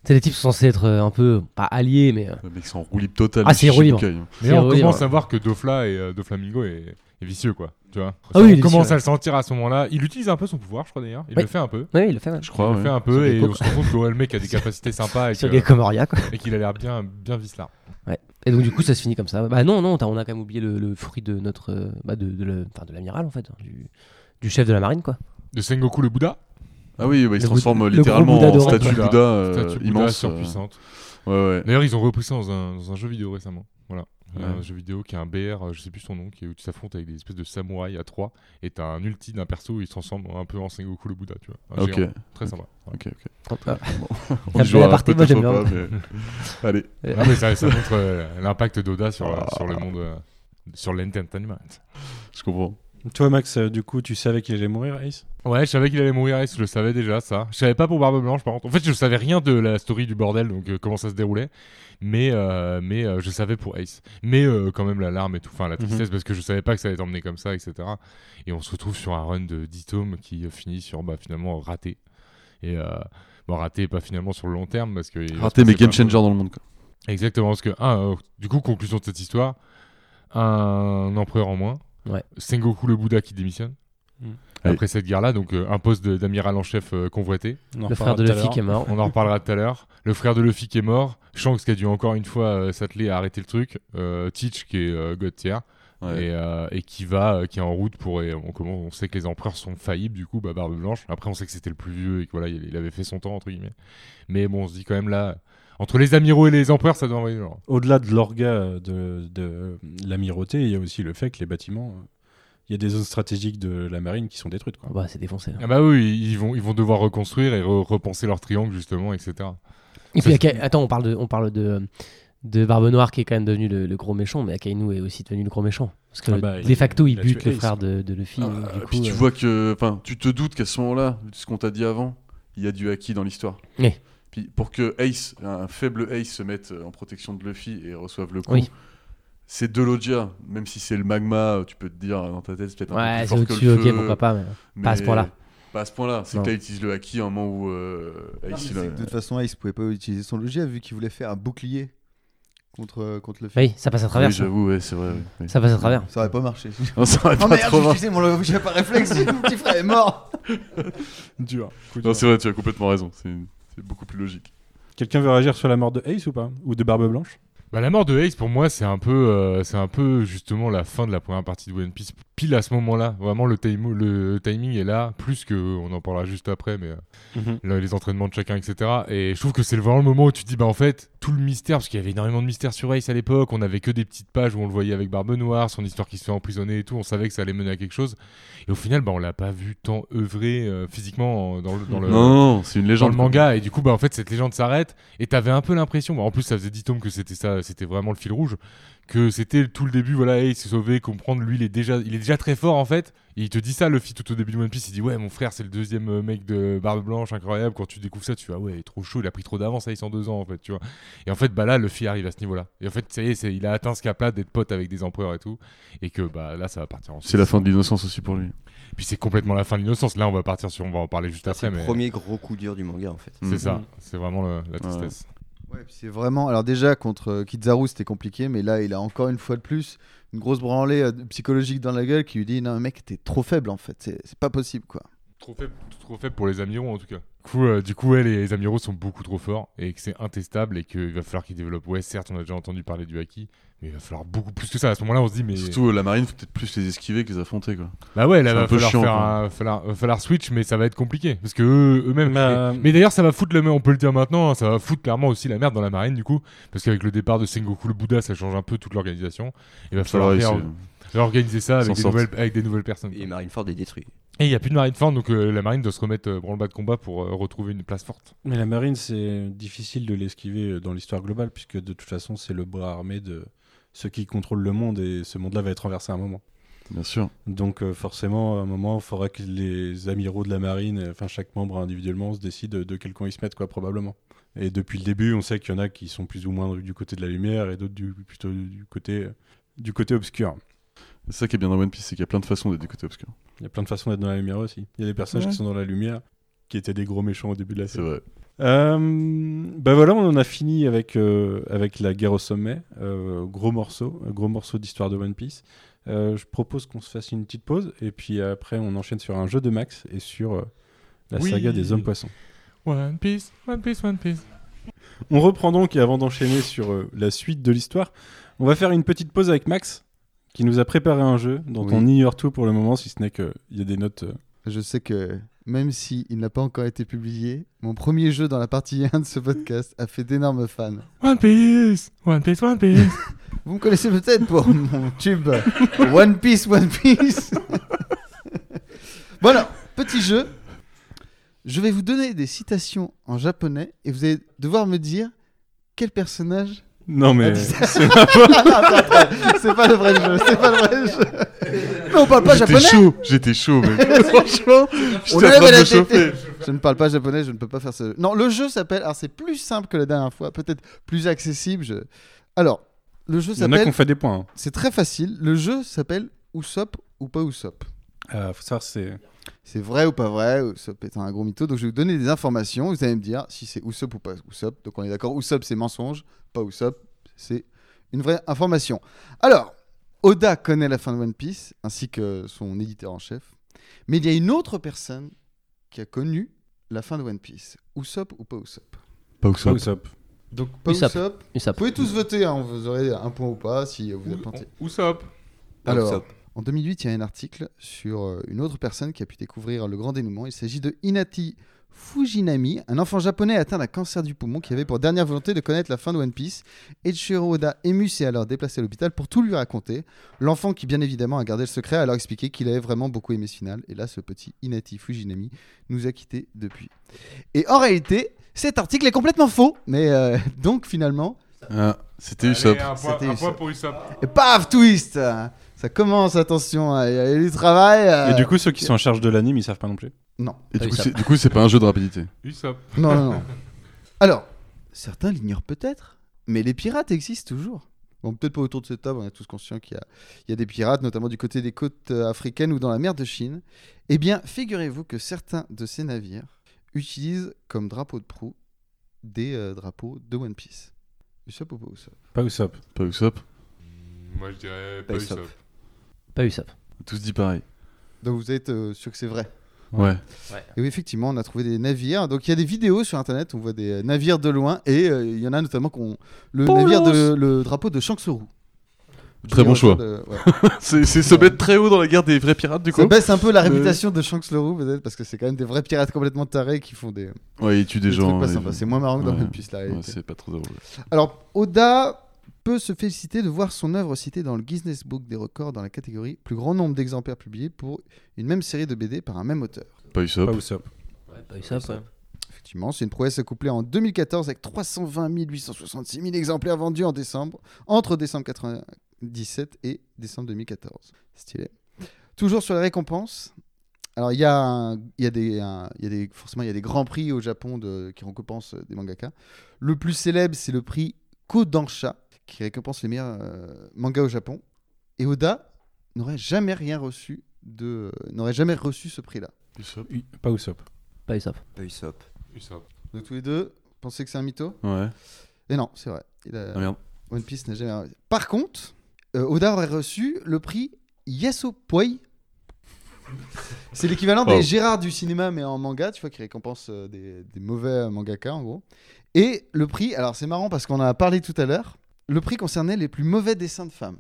[SPEAKER 7] C'est les types sont censés être euh, un peu pas alliés mais euh,
[SPEAKER 5] Le mec, c'est en roue libre total.
[SPEAKER 7] Ah, c'est
[SPEAKER 5] Shichibukai.
[SPEAKER 7] roue libre.
[SPEAKER 8] Mais on
[SPEAKER 7] horrible,
[SPEAKER 8] commence
[SPEAKER 7] ouais.
[SPEAKER 8] à voir que Dofla et euh, Doflamingo est, est vicieux, quoi. Tu vois
[SPEAKER 7] Ah oui, il
[SPEAKER 8] On
[SPEAKER 7] est
[SPEAKER 8] commence
[SPEAKER 7] sûr.
[SPEAKER 8] à le sentir à ce moment-là. Il utilise un peu son pouvoir, je crois d'ailleurs. Il
[SPEAKER 7] Oui.
[SPEAKER 8] le fait un peu.
[SPEAKER 7] Oui, il le fait. ouais.
[SPEAKER 5] Je crois,
[SPEAKER 8] il le
[SPEAKER 5] ouais.
[SPEAKER 8] fait un peu
[SPEAKER 7] Sur des
[SPEAKER 8] et
[SPEAKER 7] cocos.
[SPEAKER 8] on se rend compte que ouais, le mec a des capacités sympas et
[SPEAKER 7] Sur
[SPEAKER 8] que-
[SPEAKER 7] Gay Comoria, quoi.
[SPEAKER 8] et qu'il a l'air bien, bien vicelard.
[SPEAKER 7] Et donc, du coup, ça se finit comme ça. Bah, non, non, t'as- on a quand même oublié le, le fruit de notre. euh, Bah, de, de le- enfin, de l'amiral, en fait. hein, Du, du chef de la marine, quoi.
[SPEAKER 8] De Sengoku le Bouddha,
[SPEAKER 5] Ah oui, bah, il se
[SPEAKER 7] Le
[SPEAKER 5] transforme
[SPEAKER 7] gros- le
[SPEAKER 5] littéralement
[SPEAKER 7] gros Bouddha
[SPEAKER 5] en
[SPEAKER 7] doré.
[SPEAKER 5] statue
[SPEAKER 8] Bouddha,
[SPEAKER 5] Bouddha, euh,
[SPEAKER 8] statue Bouddha
[SPEAKER 5] immense. euh,
[SPEAKER 8] surpuissante.
[SPEAKER 5] ouais, ouais.
[SPEAKER 8] D'ailleurs, ils ont repris ça dans un, dans un jeu vidéo récemment. Voilà. Il y a Un
[SPEAKER 5] Ouais.
[SPEAKER 8] jeu vidéo qui est un BR, euh, je sais plus son nom, qui est où tu t'affrontes avec des espèces de samouraïs à 3 et t'as un ulti d'un perso où il se transforme un peu en Sengoku le Bouddha, tu vois. Un
[SPEAKER 5] Ok,
[SPEAKER 8] géant. Très sympa. Voilà.
[SPEAKER 5] ok, ok.
[SPEAKER 7] Ah, fait
[SPEAKER 5] On y
[SPEAKER 7] la
[SPEAKER 5] jouera
[SPEAKER 7] partie, moi,
[SPEAKER 5] peut-être
[SPEAKER 7] j'aime
[SPEAKER 5] pas, mais- Allez,
[SPEAKER 8] Non, mais ça, ça montre euh, l'impact d'Oda sur, euh, sur le monde, euh, sur l'entertainment.
[SPEAKER 5] je comprends.
[SPEAKER 4] Toi, Max, euh, du coup, tu savais qu'il allait mourir, Ace
[SPEAKER 8] Ouais, je savais qu'il allait mourir, Ace, je le savais déjà, ça. Je savais pas pour Barbe Blanche, par contre. En fait, je savais rien de la story du bordel, donc euh, comment ça se déroulait. Mais, euh, mais euh, je savais pour Ace. Mais euh, quand même, l'alarme et tout, enfin, la
[SPEAKER 5] Mhm.
[SPEAKER 8] tristesse, parce que je savais pas que ça allait être emmené comme ça, etc. Et on se retrouve sur un run de 10 tomes qui euh, finit sur, bah, finalement, raté. Et, euh, bon, raté, pas finalement sur le long terme, parce que. il va se
[SPEAKER 5] Raté, mais
[SPEAKER 8] passer plein
[SPEAKER 5] game
[SPEAKER 8] de choses.
[SPEAKER 5] changer dans le monde. quoi.
[SPEAKER 8] Exactement, parce que, un, euh, du coup, conclusion de cette histoire, un empereur en moins,
[SPEAKER 7] Ouais.
[SPEAKER 8] Sengoku le Bouddha qui démissionne,
[SPEAKER 4] Mm.
[SPEAKER 8] après cette guerre-là, donc euh, un poste de- d'amiral en chef euh, convoité,
[SPEAKER 4] On en
[SPEAKER 7] le
[SPEAKER 4] reparlera
[SPEAKER 7] frère de
[SPEAKER 4] tout
[SPEAKER 7] la
[SPEAKER 4] à
[SPEAKER 7] fille
[SPEAKER 4] l'heure.
[SPEAKER 7] qui est mort.
[SPEAKER 8] on en reparlera tout à l'heure, le frère de Luffy qui est mort, Shanks qui a dû encore une fois euh, s'atteler à arrêter le truc, euh, Teach qui est euh, god tier,
[SPEAKER 5] Ouais.
[SPEAKER 8] et, euh, et qui va, euh, qui est en route pour, et on, comment, on sait que les empereurs sont faillibles du coup, bah, Barbe Blanche, après on sait que c'était le plus vieux et que voilà, il, il avait fait son temps entre guillemets, mais bon, on se dit quand même là, entre les amiraux et les empereurs, ça doit envoyer genre.
[SPEAKER 4] Au-delà de l'orga euh, de, de l'amirauté, il y a aussi le fait que les bâtiments. euh, Il y a des zones stratégiques de la marine qui sont détruites. Quoi.
[SPEAKER 7] Bah, c'est défoncé. là.
[SPEAKER 8] Ah bah oui, ils vont, ils vont devoir reconstruire et re- repenser leur triangle justement, etc.
[SPEAKER 7] Et puis,
[SPEAKER 8] Ça,
[SPEAKER 7] Aka- attends, on parle de, on parle de, de Barbe Noire qui est quand même devenu le, le gros méchant, mais Akainu est aussi devenu le gros méchant. Parce que
[SPEAKER 4] Ah bah,
[SPEAKER 7] de
[SPEAKER 4] il-
[SPEAKER 7] facto, il,
[SPEAKER 4] il a
[SPEAKER 7] bute
[SPEAKER 4] tué
[SPEAKER 7] le
[SPEAKER 4] Ace,
[SPEAKER 7] frère de, de Luffy.
[SPEAKER 5] Ah,
[SPEAKER 7] donc, du
[SPEAKER 5] et
[SPEAKER 7] coup,
[SPEAKER 5] puis tu
[SPEAKER 7] euh,
[SPEAKER 5] vois que, enfin, tu te doutes qu'à ce moment-là, vu ce qu'on t'a dit avant, il y a du acquis dans l'histoire.
[SPEAKER 7] Oui.
[SPEAKER 5] Puis pour que Ace, un faible Ace, se mette en protection de Luffy et reçoive le coup,
[SPEAKER 7] Oui.
[SPEAKER 5] c'est de l'Odia. Même si c'est le magma, tu peux te dire dans ta tête, c'est peut-être
[SPEAKER 7] Ouais,
[SPEAKER 5] un peu plus
[SPEAKER 7] c'est
[SPEAKER 5] fort que
[SPEAKER 7] au-dessus,
[SPEAKER 5] le
[SPEAKER 7] ok,
[SPEAKER 5] feu,
[SPEAKER 7] pourquoi pas. mais- pas à ce
[SPEAKER 5] mais
[SPEAKER 7] point-là.
[SPEAKER 5] Pas à ce point-là. C'est
[SPEAKER 7] Non.
[SPEAKER 5] que là, il utilise le haki à un moment où euh, Ace, il a-
[SPEAKER 6] De toute façon, Ace pouvait pas utiliser son logia vu qu'il voulait faire un bouclier contre, contre le film.
[SPEAKER 7] Oui, ça passe à travers.
[SPEAKER 5] Oui,
[SPEAKER 7] ça.
[SPEAKER 5] j'avoue, ouais, c'est vrai. ouais, ouais.
[SPEAKER 7] ça passe à travers.
[SPEAKER 6] Ça aurait pas marché.
[SPEAKER 5] Non, ça aurait
[SPEAKER 6] Oh
[SPEAKER 5] pas
[SPEAKER 6] merde,
[SPEAKER 5] trop
[SPEAKER 6] j'ai
[SPEAKER 5] marché.
[SPEAKER 6] utilisé mon logia par réflexe, mon petit frère est mort.
[SPEAKER 4] Dur.
[SPEAKER 5] Non, c'est vrai, tu as complètement raison. C'est c'est beaucoup plus logique.
[SPEAKER 4] Quelqu'un veut réagir sur la mort de Ace ou pas Ou de Barbe Blanche
[SPEAKER 8] Bah, la mort de Ace, pour moi, c'est un peu, euh, c'est un peu justement la fin de la première partie de One Piece. Pile à ce moment-là, vraiment le, time- le timing est là, plus que, euh, on en parlera juste après, mais euh, là, les entraînements de chacun, etc. Et je trouve que c'est vraiment le moment où tu te dis, bah en fait, tout le mystère, parce qu'il y avait énormément de mystère sur Ace à l'époque, on avait que des petites pages où on le voyait avec Barbe Noire, son histoire qui se fait emprisonner et tout, on savait que ça allait mener à quelque chose. Et au final, bah on l'a pas vu tant œuvrer euh, physiquement en- dans le, dans le,
[SPEAKER 5] Non, non, non, c'est une
[SPEAKER 8] dans
[SPEAKER 5] légende.
[SPEAKER 8] le manga et du coup bah en fait cette légende s'arrête et t'avais un peu l'impression bah, en plus ça faisait 10 tomes que c'était ça c'était vraiment le fil rouge que c'était tout le début voilà hey, il s'est sauvé comprendre lui il est déjà il est déjà très fort en fait et il te dit ça Luffy tout au début de One Piece il dit ouais mon frère c'est le deuxième euh, mec de barbe blanche incroyable quand tu découvres ça tu fais ah ouais il est trop chaud il a pris trop d'avance à 102 ans en fait tu vois et en fait bah là Luffy arrive à ce niveau là et en fait ça y est c'est- il a atteint ce cap là d'être pote avec des empereurs et tout et que bah là ça va partir en
[SPEAKER 5] C'est la fin de l'innocence aussi pour lui.
[SPEAKER 8] puis c'est complètement la fin de l'innocence là on va partir sur on va en parler juste
[SPEAKER 10] C'est
[SPEAKER 8] après
[SPEAKER 10] le
[SPEAKER 8] mais
[SPEAKER 10] premier Mm-hmm. gros coup dur du manga en fait.
[SPEAKER 8] c'est ça
[SPEAKER 4] Mhm.
[SPEAKER 8] c'est vraiment le- la tristesse
[SPEAKER 6] Ouais, puis c'est vraiment. Alors, déjà, contre euh, Kizaru, c'était compliqué, mais là, il a encore une fois de plus une grosse branlée euh, psychologique dans la gueule qui lui dit Non, mec, t'es trop faible en fait, c'est c'est pas possible quoi.
[SPEAKER 8] Trop faible, trop faible pour les amiraux en tout cas. Du coup, euh, du coup ouais, les, les amiraux sont beaucoup trop forts et que c'est intestable et qu'il va falloir qu'ils développent. Ouais, certes, on a déjà entendu parler du haki, mais il va falloir beaucoup plus que ça. À ce moment-là, on se dit, mais.
[SPEAKER 5] Surtout euh, la marine, faut peut-être plus les esquiver que les affronter quoi.
[SPEAKER 8] Bah ouais, là,
[SPEAKER 5] c'est
[SPEAKER 8] va
[SPEAKER 5] un peu
[SPEAKER 8] falloir,
[SPEAKER 5] chiant,
[SPEAKER 8] faire
[SPEAKER 5] quoi.
[SPEAKER 8] un- falloir, va falloir switch, mais ça va être compliqué. Parce que eux- eux-mêmes.
[SPEAKER 4] Mais, euh,
[SPEAKER 8] mais mais d'ailleurs, ça va foutre le on peut le dire maintenant, hein, ça va foutre clairement aussi la merde dans la marine du coup. Parce qu'avec le départ de Sengoku le Bouddha, ça change un peu toute l'organisation. Il va falloir
[SPEAKER 5] Ouais,
[SPEAKER 8] réor-
[SPEAKER 5] c'est-
[SPEAKER 8] réorganiser ça
[SPEAKER 5] S'en
[SPEAKER 8] avec des,
[SPEAKER 5] sortent.
[SPEAKER 8] nouvelles, avec des nouvelles personnes.
[SPEAKER 10] Et Marineford est détruit.
[SPEAKER 8] Et il n'y a plus de marine forte, donc euh, la marine doit se remettre euh, branle-bas de combat pour euh, retrouver une place forte.
[SPEAKER 4] Mais la marine, c'est difficile de l'esquiver euh, dans l'histoire globale, puisque de toute façon, c'est le bras armé de ceux qui contrôlent le monde, et ce monde-là va être renversé à un moment.
[SPEAKER 5] Bien sûr.
[SPEAKER 4] Donc euh, forcément, à un moment, il faudra que les amiraux de la marine, euh, enfin chaque membre individuellement, se décide de quel camp ils se mettent, quoi, probablement. Et depuis le début, on sait qu'il y en a qui sont plus ou moins du côté de la lumière, et d'autres du, plutôt du côté, du côté obscur.
[SPEAKER 5] C'est ça qui est bien dans One Piece, c'est qu'il y a plein de façons d'être du côté obscur.
[SPEAKER 4] Il y a plein de façons d'être dans la lumière aussi. Il y a des personnages qui sont dans la lumière, qui étaient des gros méchants au début de la
[SPEAKER 5] C'est
[SPEAKER 4] série.
[SPEAKER 5] vrai.
[SPEAKER 4] Euh, ben voilà, on en a fini avec, euh, avec la guerre au sommet. Euh, gros morceau, euh, gros morceau d'histoire de One Piece. Euh, je propose qu'on se fasse une petite pause et puis après on enchaîne sur un jeu de Max et sur euh, la
[SPEAKER 8] Oui.
[SPEAKER 4] saga des hommes poissons.
[SPEAKER 8] One Piece, One Piece, One Piece.
[SPEAKER 4] On reprend donc et avant d'enchaîner sur euh, la suite de l'histoire, on va faire une petite pause avec Max qui nous a préparé un jeu dont
[SPEAKER 6] Oui.
[SPEAKER 4] on ignore tout pour le moment si ce n'est qu'il y a des notes. euh,
[SPEAKER 6] Je sais que même si il n'a pas encore été publié, mon premier jeu dans la partie 1 de ce podcast a fait d'énormes fans.
[SPEAKER 8] One Piece, One Piece, One Piece.
[SPEAKER 6] Vous me connaissez peut-être pour mon tube One Piece, One Piece. voilà, petit jeu. Je vais vous donner des citations en japonais et vous allez devoir me dire quel personnage.
[SPEAKER 4] Non
[SPEAKER 5] Euh,
[SPEAKER 6] Ah,
[SPEAKER 4] mais
[SPEAKER 6] Attends, attends, attends, c'est pas le vrai jeu, c'est pas le vrai jeu. Mais on parle pas
[SPEAKER 5] J'étais
[SPEAKER 6] japonais.
[SPEAKER 5] chaud, j'étais chaud, mec.
[SPEAKER 6] Franchement,
[SPEAKER 5] J'étais en train de me chauffer.
[SPEAKER 6] Je ne parle pas japonais, je ne peux pas faire ce. Non, le jeu s'appelle. Alors, c'est plus simple que la dernière fois, peut-être plus accessible. je- Alors, le jeu
[SPEAKER 4] il y en a
[SPEAKER 6] s'appelle.
[SPEAKER 4] qu'on fait des points. hein.
[SPEAKER 6] C'est très facile. Le jeu s'appelle Usopp ou pas Usopp.
[SPEAKER 4] Euh, faut savoir c'est
[SPEAKER 6] C'est vrai ou pas vrai Usopp est un gros mytho. Donc, je vais vous donner des informations. Vous allez me dire si c'est Usopp ou pas Usopp. Donc, on est d'accord. Usopp, c'est mensonge. Pas Usopp, c'est une vraie information. Alors, Oda connaît la fin de One Piece, ainsi que son éditeur en chef. Mais il y a une autre personne qui a connu la fin de One Piece. Usopp ou pas Usopp
[SPEAKER 5] Pas
[SPEAKER 4] Pas Usopp.
[SPEAKER 6] Donc, pas
[SPEAKER 7] Usopp.
[SPEAKER 6] Usopp.
[SPEAKER 7] Usopp.
[SPEAKER 6] Vous pouvez tous voter, hein, vous aurez un point ou pas si vous êtes planté.
[SPEAKER 8] Usopp.
[SPEAKER 6] Alors, en 2008, il y a un article sur euh, une autre personne qui a pu découvrir le grand dénouement. Il s'agit de Inati Fujinami, un enfant japonais atteint d'un cancer du poumon qui avait pour dernière volonté de connaître la fin de One Piece. Eiichiro Oda ému s'est alors déplacé à l'hôpital pour tout lui raconter. L'enfant, qui bien évidemment a gardé le secret, a alors expliqué qu'il avait vraiment beaucoup aimé ce final. Et là, ce petit Inati Fujinami nous a quittés depuis. Et en réalité, cet article est complètement faux. Mais euh, donc finalement,
[SPEAKER 5] Ah, C'était Usopp.
[SPEAKER 4] hein.
[SPEAKER 8] Un point,
[SPEAKER 6] C'était
[SPEAKER 8] un point
[SPEAKER 6] Usopp.
[SPEAKER 8] pour Usopp.
[SPEAKER 6] et paf, twist euh, Ça commence, attention, euh, il y a eu du travail. euh,
[SPEAKER 4] Et du coup ceux qui sont en charge de l'anime ils savent pas non plus.
[SPEAKER 6] Non,
[SPEAKER 5] Et
[SPEAKER 7] Ah,
[SPEAKER 5] du coup,
[SPEAKER 7] Usopp.
[SPEAKER 5] c'est- du coup, c'est pas un jeu de rapidité.
[SPEAKER 8] Usopp.
[SPEAKER 6] non, non, non. Alors, certains l'ignorent peut-être, mais les pirates existent toujours. Bon, peut-être pas autour de cette table, on est tous conscients qu'il y a, il y a des pirates, notamment du côté des côtes euh, africaines ou dans la mer de Chine. Eh bien, figurez-vous que certains de ces navires utilisent comme drapeau de proue des euh, drapeaux de One Piece. Usopp ou pas Usopp
[SPEAKER 4] Pas Usopp.
[SPEAKER 5] Pas Usopp.
[SPEAKER 8] Moi je dirais
[SPEAKER 10] Pas
[SPEAKER 8] pas
[SPEAKER 10] Usopp.
[SPEAKER 8] Usopp.
[SPEAKER 7] Pas Usopp.
[SPEAKER 5] Tous dit pareil.
[SPEAKER 6] Donc vous êtes euh, sûr que c'est vrai
[SPEAKER 5] Ouais.
[SPEAKER 6] Et oui, effectivement, on a trouvé des navires. Donc il y a des vidéos sur internet, on voit des euh, navires de loin et euh, il y en a notamment qu'on le navire de le drapeau de Shanksuru.
[SPEAKER 5] Très bon choix.
[SPEAKER 6] De- euh, ouais.
[SPEAKER 5] C'est c'est se mettre très haut dans la guerre des vrais pirates, du
[SPEAKER 6] Ça
[SPEAKER 5] coup.
[SPEAKER 6] baisse un peu la réputation de Shanksuru peut-être parce que c'est quand même des vrais pirates complètement tarés qui font des,
[SPEAKER 5] Ouais, il tue des
[SPEAKER 6] des
[SPEAKER 5] gens.
[SPEAKER 6] trucs pas
[SPEAKER 5] hein,
[SPEAKER 6] sympas.
[SPEAKER 5] il-
[SPEAKER 6] C'est moins marrant que dans
[SPEAKER 5] Ouais.
[SPEAKER 6] One Piece la
[SPEAKER 5] Ouais,
[SPEAKER 6] réalité.
[SPEAKER 5] c'est pas trop drôle.
[SPEAKER 6] Alors Oda peut se féliciter de voir son œuvre citée dans le Guinness Book des records dans la catégorie plus grand nombre d'exemplaires publiés pour une même série de BD par un même auteur.
[SPEAKER 5] Pas
[SPEAKER 4] Pas
[SPEAKER 5] Usopp.
[SPEAKER 4] Usopp.
[SPEAKER 7] Pas Usopp, ouais.
[SPEAKER 6] Effectivement, c'est une prouesse accouplée en 2014 avec 320 866 000 exemplaires vendus en décembre, entre décembre 1997 et décembre 2014. Stylé. Toujours sur les récompenses. Alors, il y, a un- il y, a des- un- il y a des. Forcément, il y a des grands prix au Japon de- qui récompensent euh, des mangaka. Le plus célèbre, c'est le prix Kodansha, qui récompense les meilleurs euh, mangas au Japon. Et Oda n'aurait jamais rien reçu de. n'aurait jamais reçu ce prix-là.
[SPEAKER 5] Usopp.
[SPEAKER 4] U- Pas Usopp.
[SPEAKER 7] Pas Usopp.
[SPEAKER 10] Pas Usopp.
[SPEAKER 8] Usopp.
[SPEAKER 6] Donc, tous les deux, pensez que c'est un mytho
[SPEAKER 5] Ouais.
[SPEAKER 6] Et non, c'est vrai. Il a-
[SPEAKER 5] Ah merde.
[SPEAKER 6] One Piece n'a jamais. Par contre, euh, Oda aurait reçu le prix Yasopoi. C'est l'équivalent
[SPEAKER 5] Oh.
[SPEAKER 6] des Gérards du cinéma, mais en manga, tu vois, qui récompense euh, des, des mauvais euh, mangaka, en gros. Et le prix, alors c'est marrant parce qu'on en a parlé tout à l'heure, le prix concernait les plus mauvais dessins de femmes.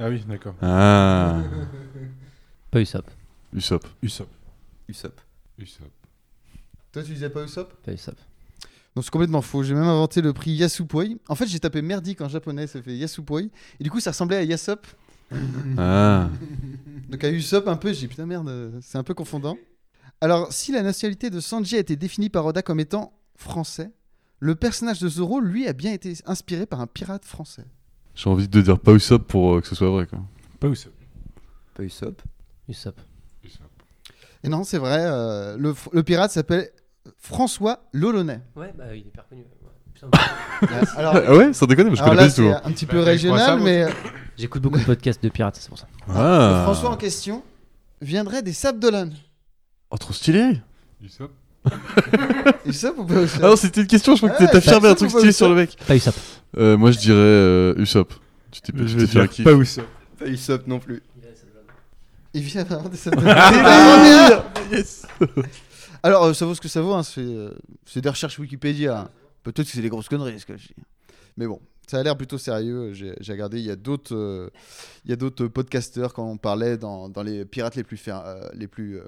[SPEAKER 4] Ah oui d'accord.
[SPEAKER 5] Ah.
[SPEAKER 7] Pas Usopp.
[SPEAKER 5] Usopp.
[SPEAKER 4] Usopp.
[SPEAKER 10] Usopp.
[SPEAKER 8] Usopp.
[SPEAKER 6] Toi, tu disais pas Usopp
[SPEAKER 7] Pas Usopp.
[SPEAKER 6] Non, c'est complètement faux. J'ai même inventé le prix Yasupoi. En fait, j'ai tapé merdique en japonais, ça fait Yasupoi. Et du coup, ça ressemblait à Yasop.
[SPEAKER 5] Ah.
[SPEAKER 6] Donc à Usopp un peu, j'ai dit, putain merde, euh, c'est un peu confondant. Alors si la nationalité de Sanji a été définie par Oda comme étant français, le personnage de Zoro, lui, a bien été inspiré par un pirate français.
[SPEAKER 5] J'ai envie de dire pas Usopp pour euh, que ce soit vrai, quoi.
[SPEAKER 4] Pas Usopp.
[SPEAKER 10] Pas Usopp.
[SPEAKER 7] Usopp.
[SPEAKER 8] Usopp.
[SPEAKER 6] Et non, c'est vrai, euh, le, fr- le pirate s'appelle François Lolonais.
[SPEAKER 7] Ouais, bah il est hyper connu.
[SPEAKER 6] Alors,
[SPEAKER 5] Ah ouais, sans déconner, mais je
[SPEAKER 6] alors là,
[SPEAKER 5] connais pas du tout.
[SPEAKER 6] c'est
[SPEAKER 5] hein.
[SPEAKER 6] un petit
[SPEAKER 8] Bah,
[SPEAKER 6] peu
[SPEAKER 8] je crois ça,
[SPEAKER 6] régional,
[SPEAKER 8] moi.
[SPEAKER 6] mais euh,
[SPEAKER 7] J'écoute beaucoup de podcasts de pirates, c'est pour ça.
[SPEAKER 5] Ah.
[SPEAKER 6] le François en question viendrait des Sables d'Olonne.
[SPEAKER 5] Oh, trop stylé.
[SPEAKER 8] Usopp.
[SPEAKER 6] Usopp ou pas Usopp
[SPEAKER 5] Ah non, c'était une question, je crois
[SPEAKER 6] Ah
[SPEAKER 5] que
[SPEAKER 6] ouais,
[SPEAKER 5] t'as affirmé un
[SPEAKER 6] Usopp
[SPEAKER 5] truc
[SPEAKER 6] ou pas
[SPEAKER 5] stylé sur le mec.
[SPEAKER 7] Pas Usopp.
[SPEAKER 5] Euh, moi, je dirais euh, Usopp. Tu t'es tu
[SPEAKER 4] Je
[SPEAKER 5] t'es
[SPEAKER 4] veux
[SPEAKER 5] fait un
[SPEAKER 4] dire
[SPEAKER 5] kiff.
[SPEAKER 4] pas Usopp.
[SPEAKER 10] Pas Usopp non plus.
[SPEAKER 6] Il vient vraiment des scènes de- C'est délire Alors, euh, ça vaut ce que ça vaut, hein, c'est euh, c'est des recherches Wikipédia. hein. Peut-être que c'est des grosses conneries, ce que je dis. Mais bon, ça a l'air plutôt sérieux. J'ai j'ai regardé, il y a d'autres euh, il y a d'autres podcasteurs quand on parlait dans, dans les pirates les plus, fer- euh, les plus, euh,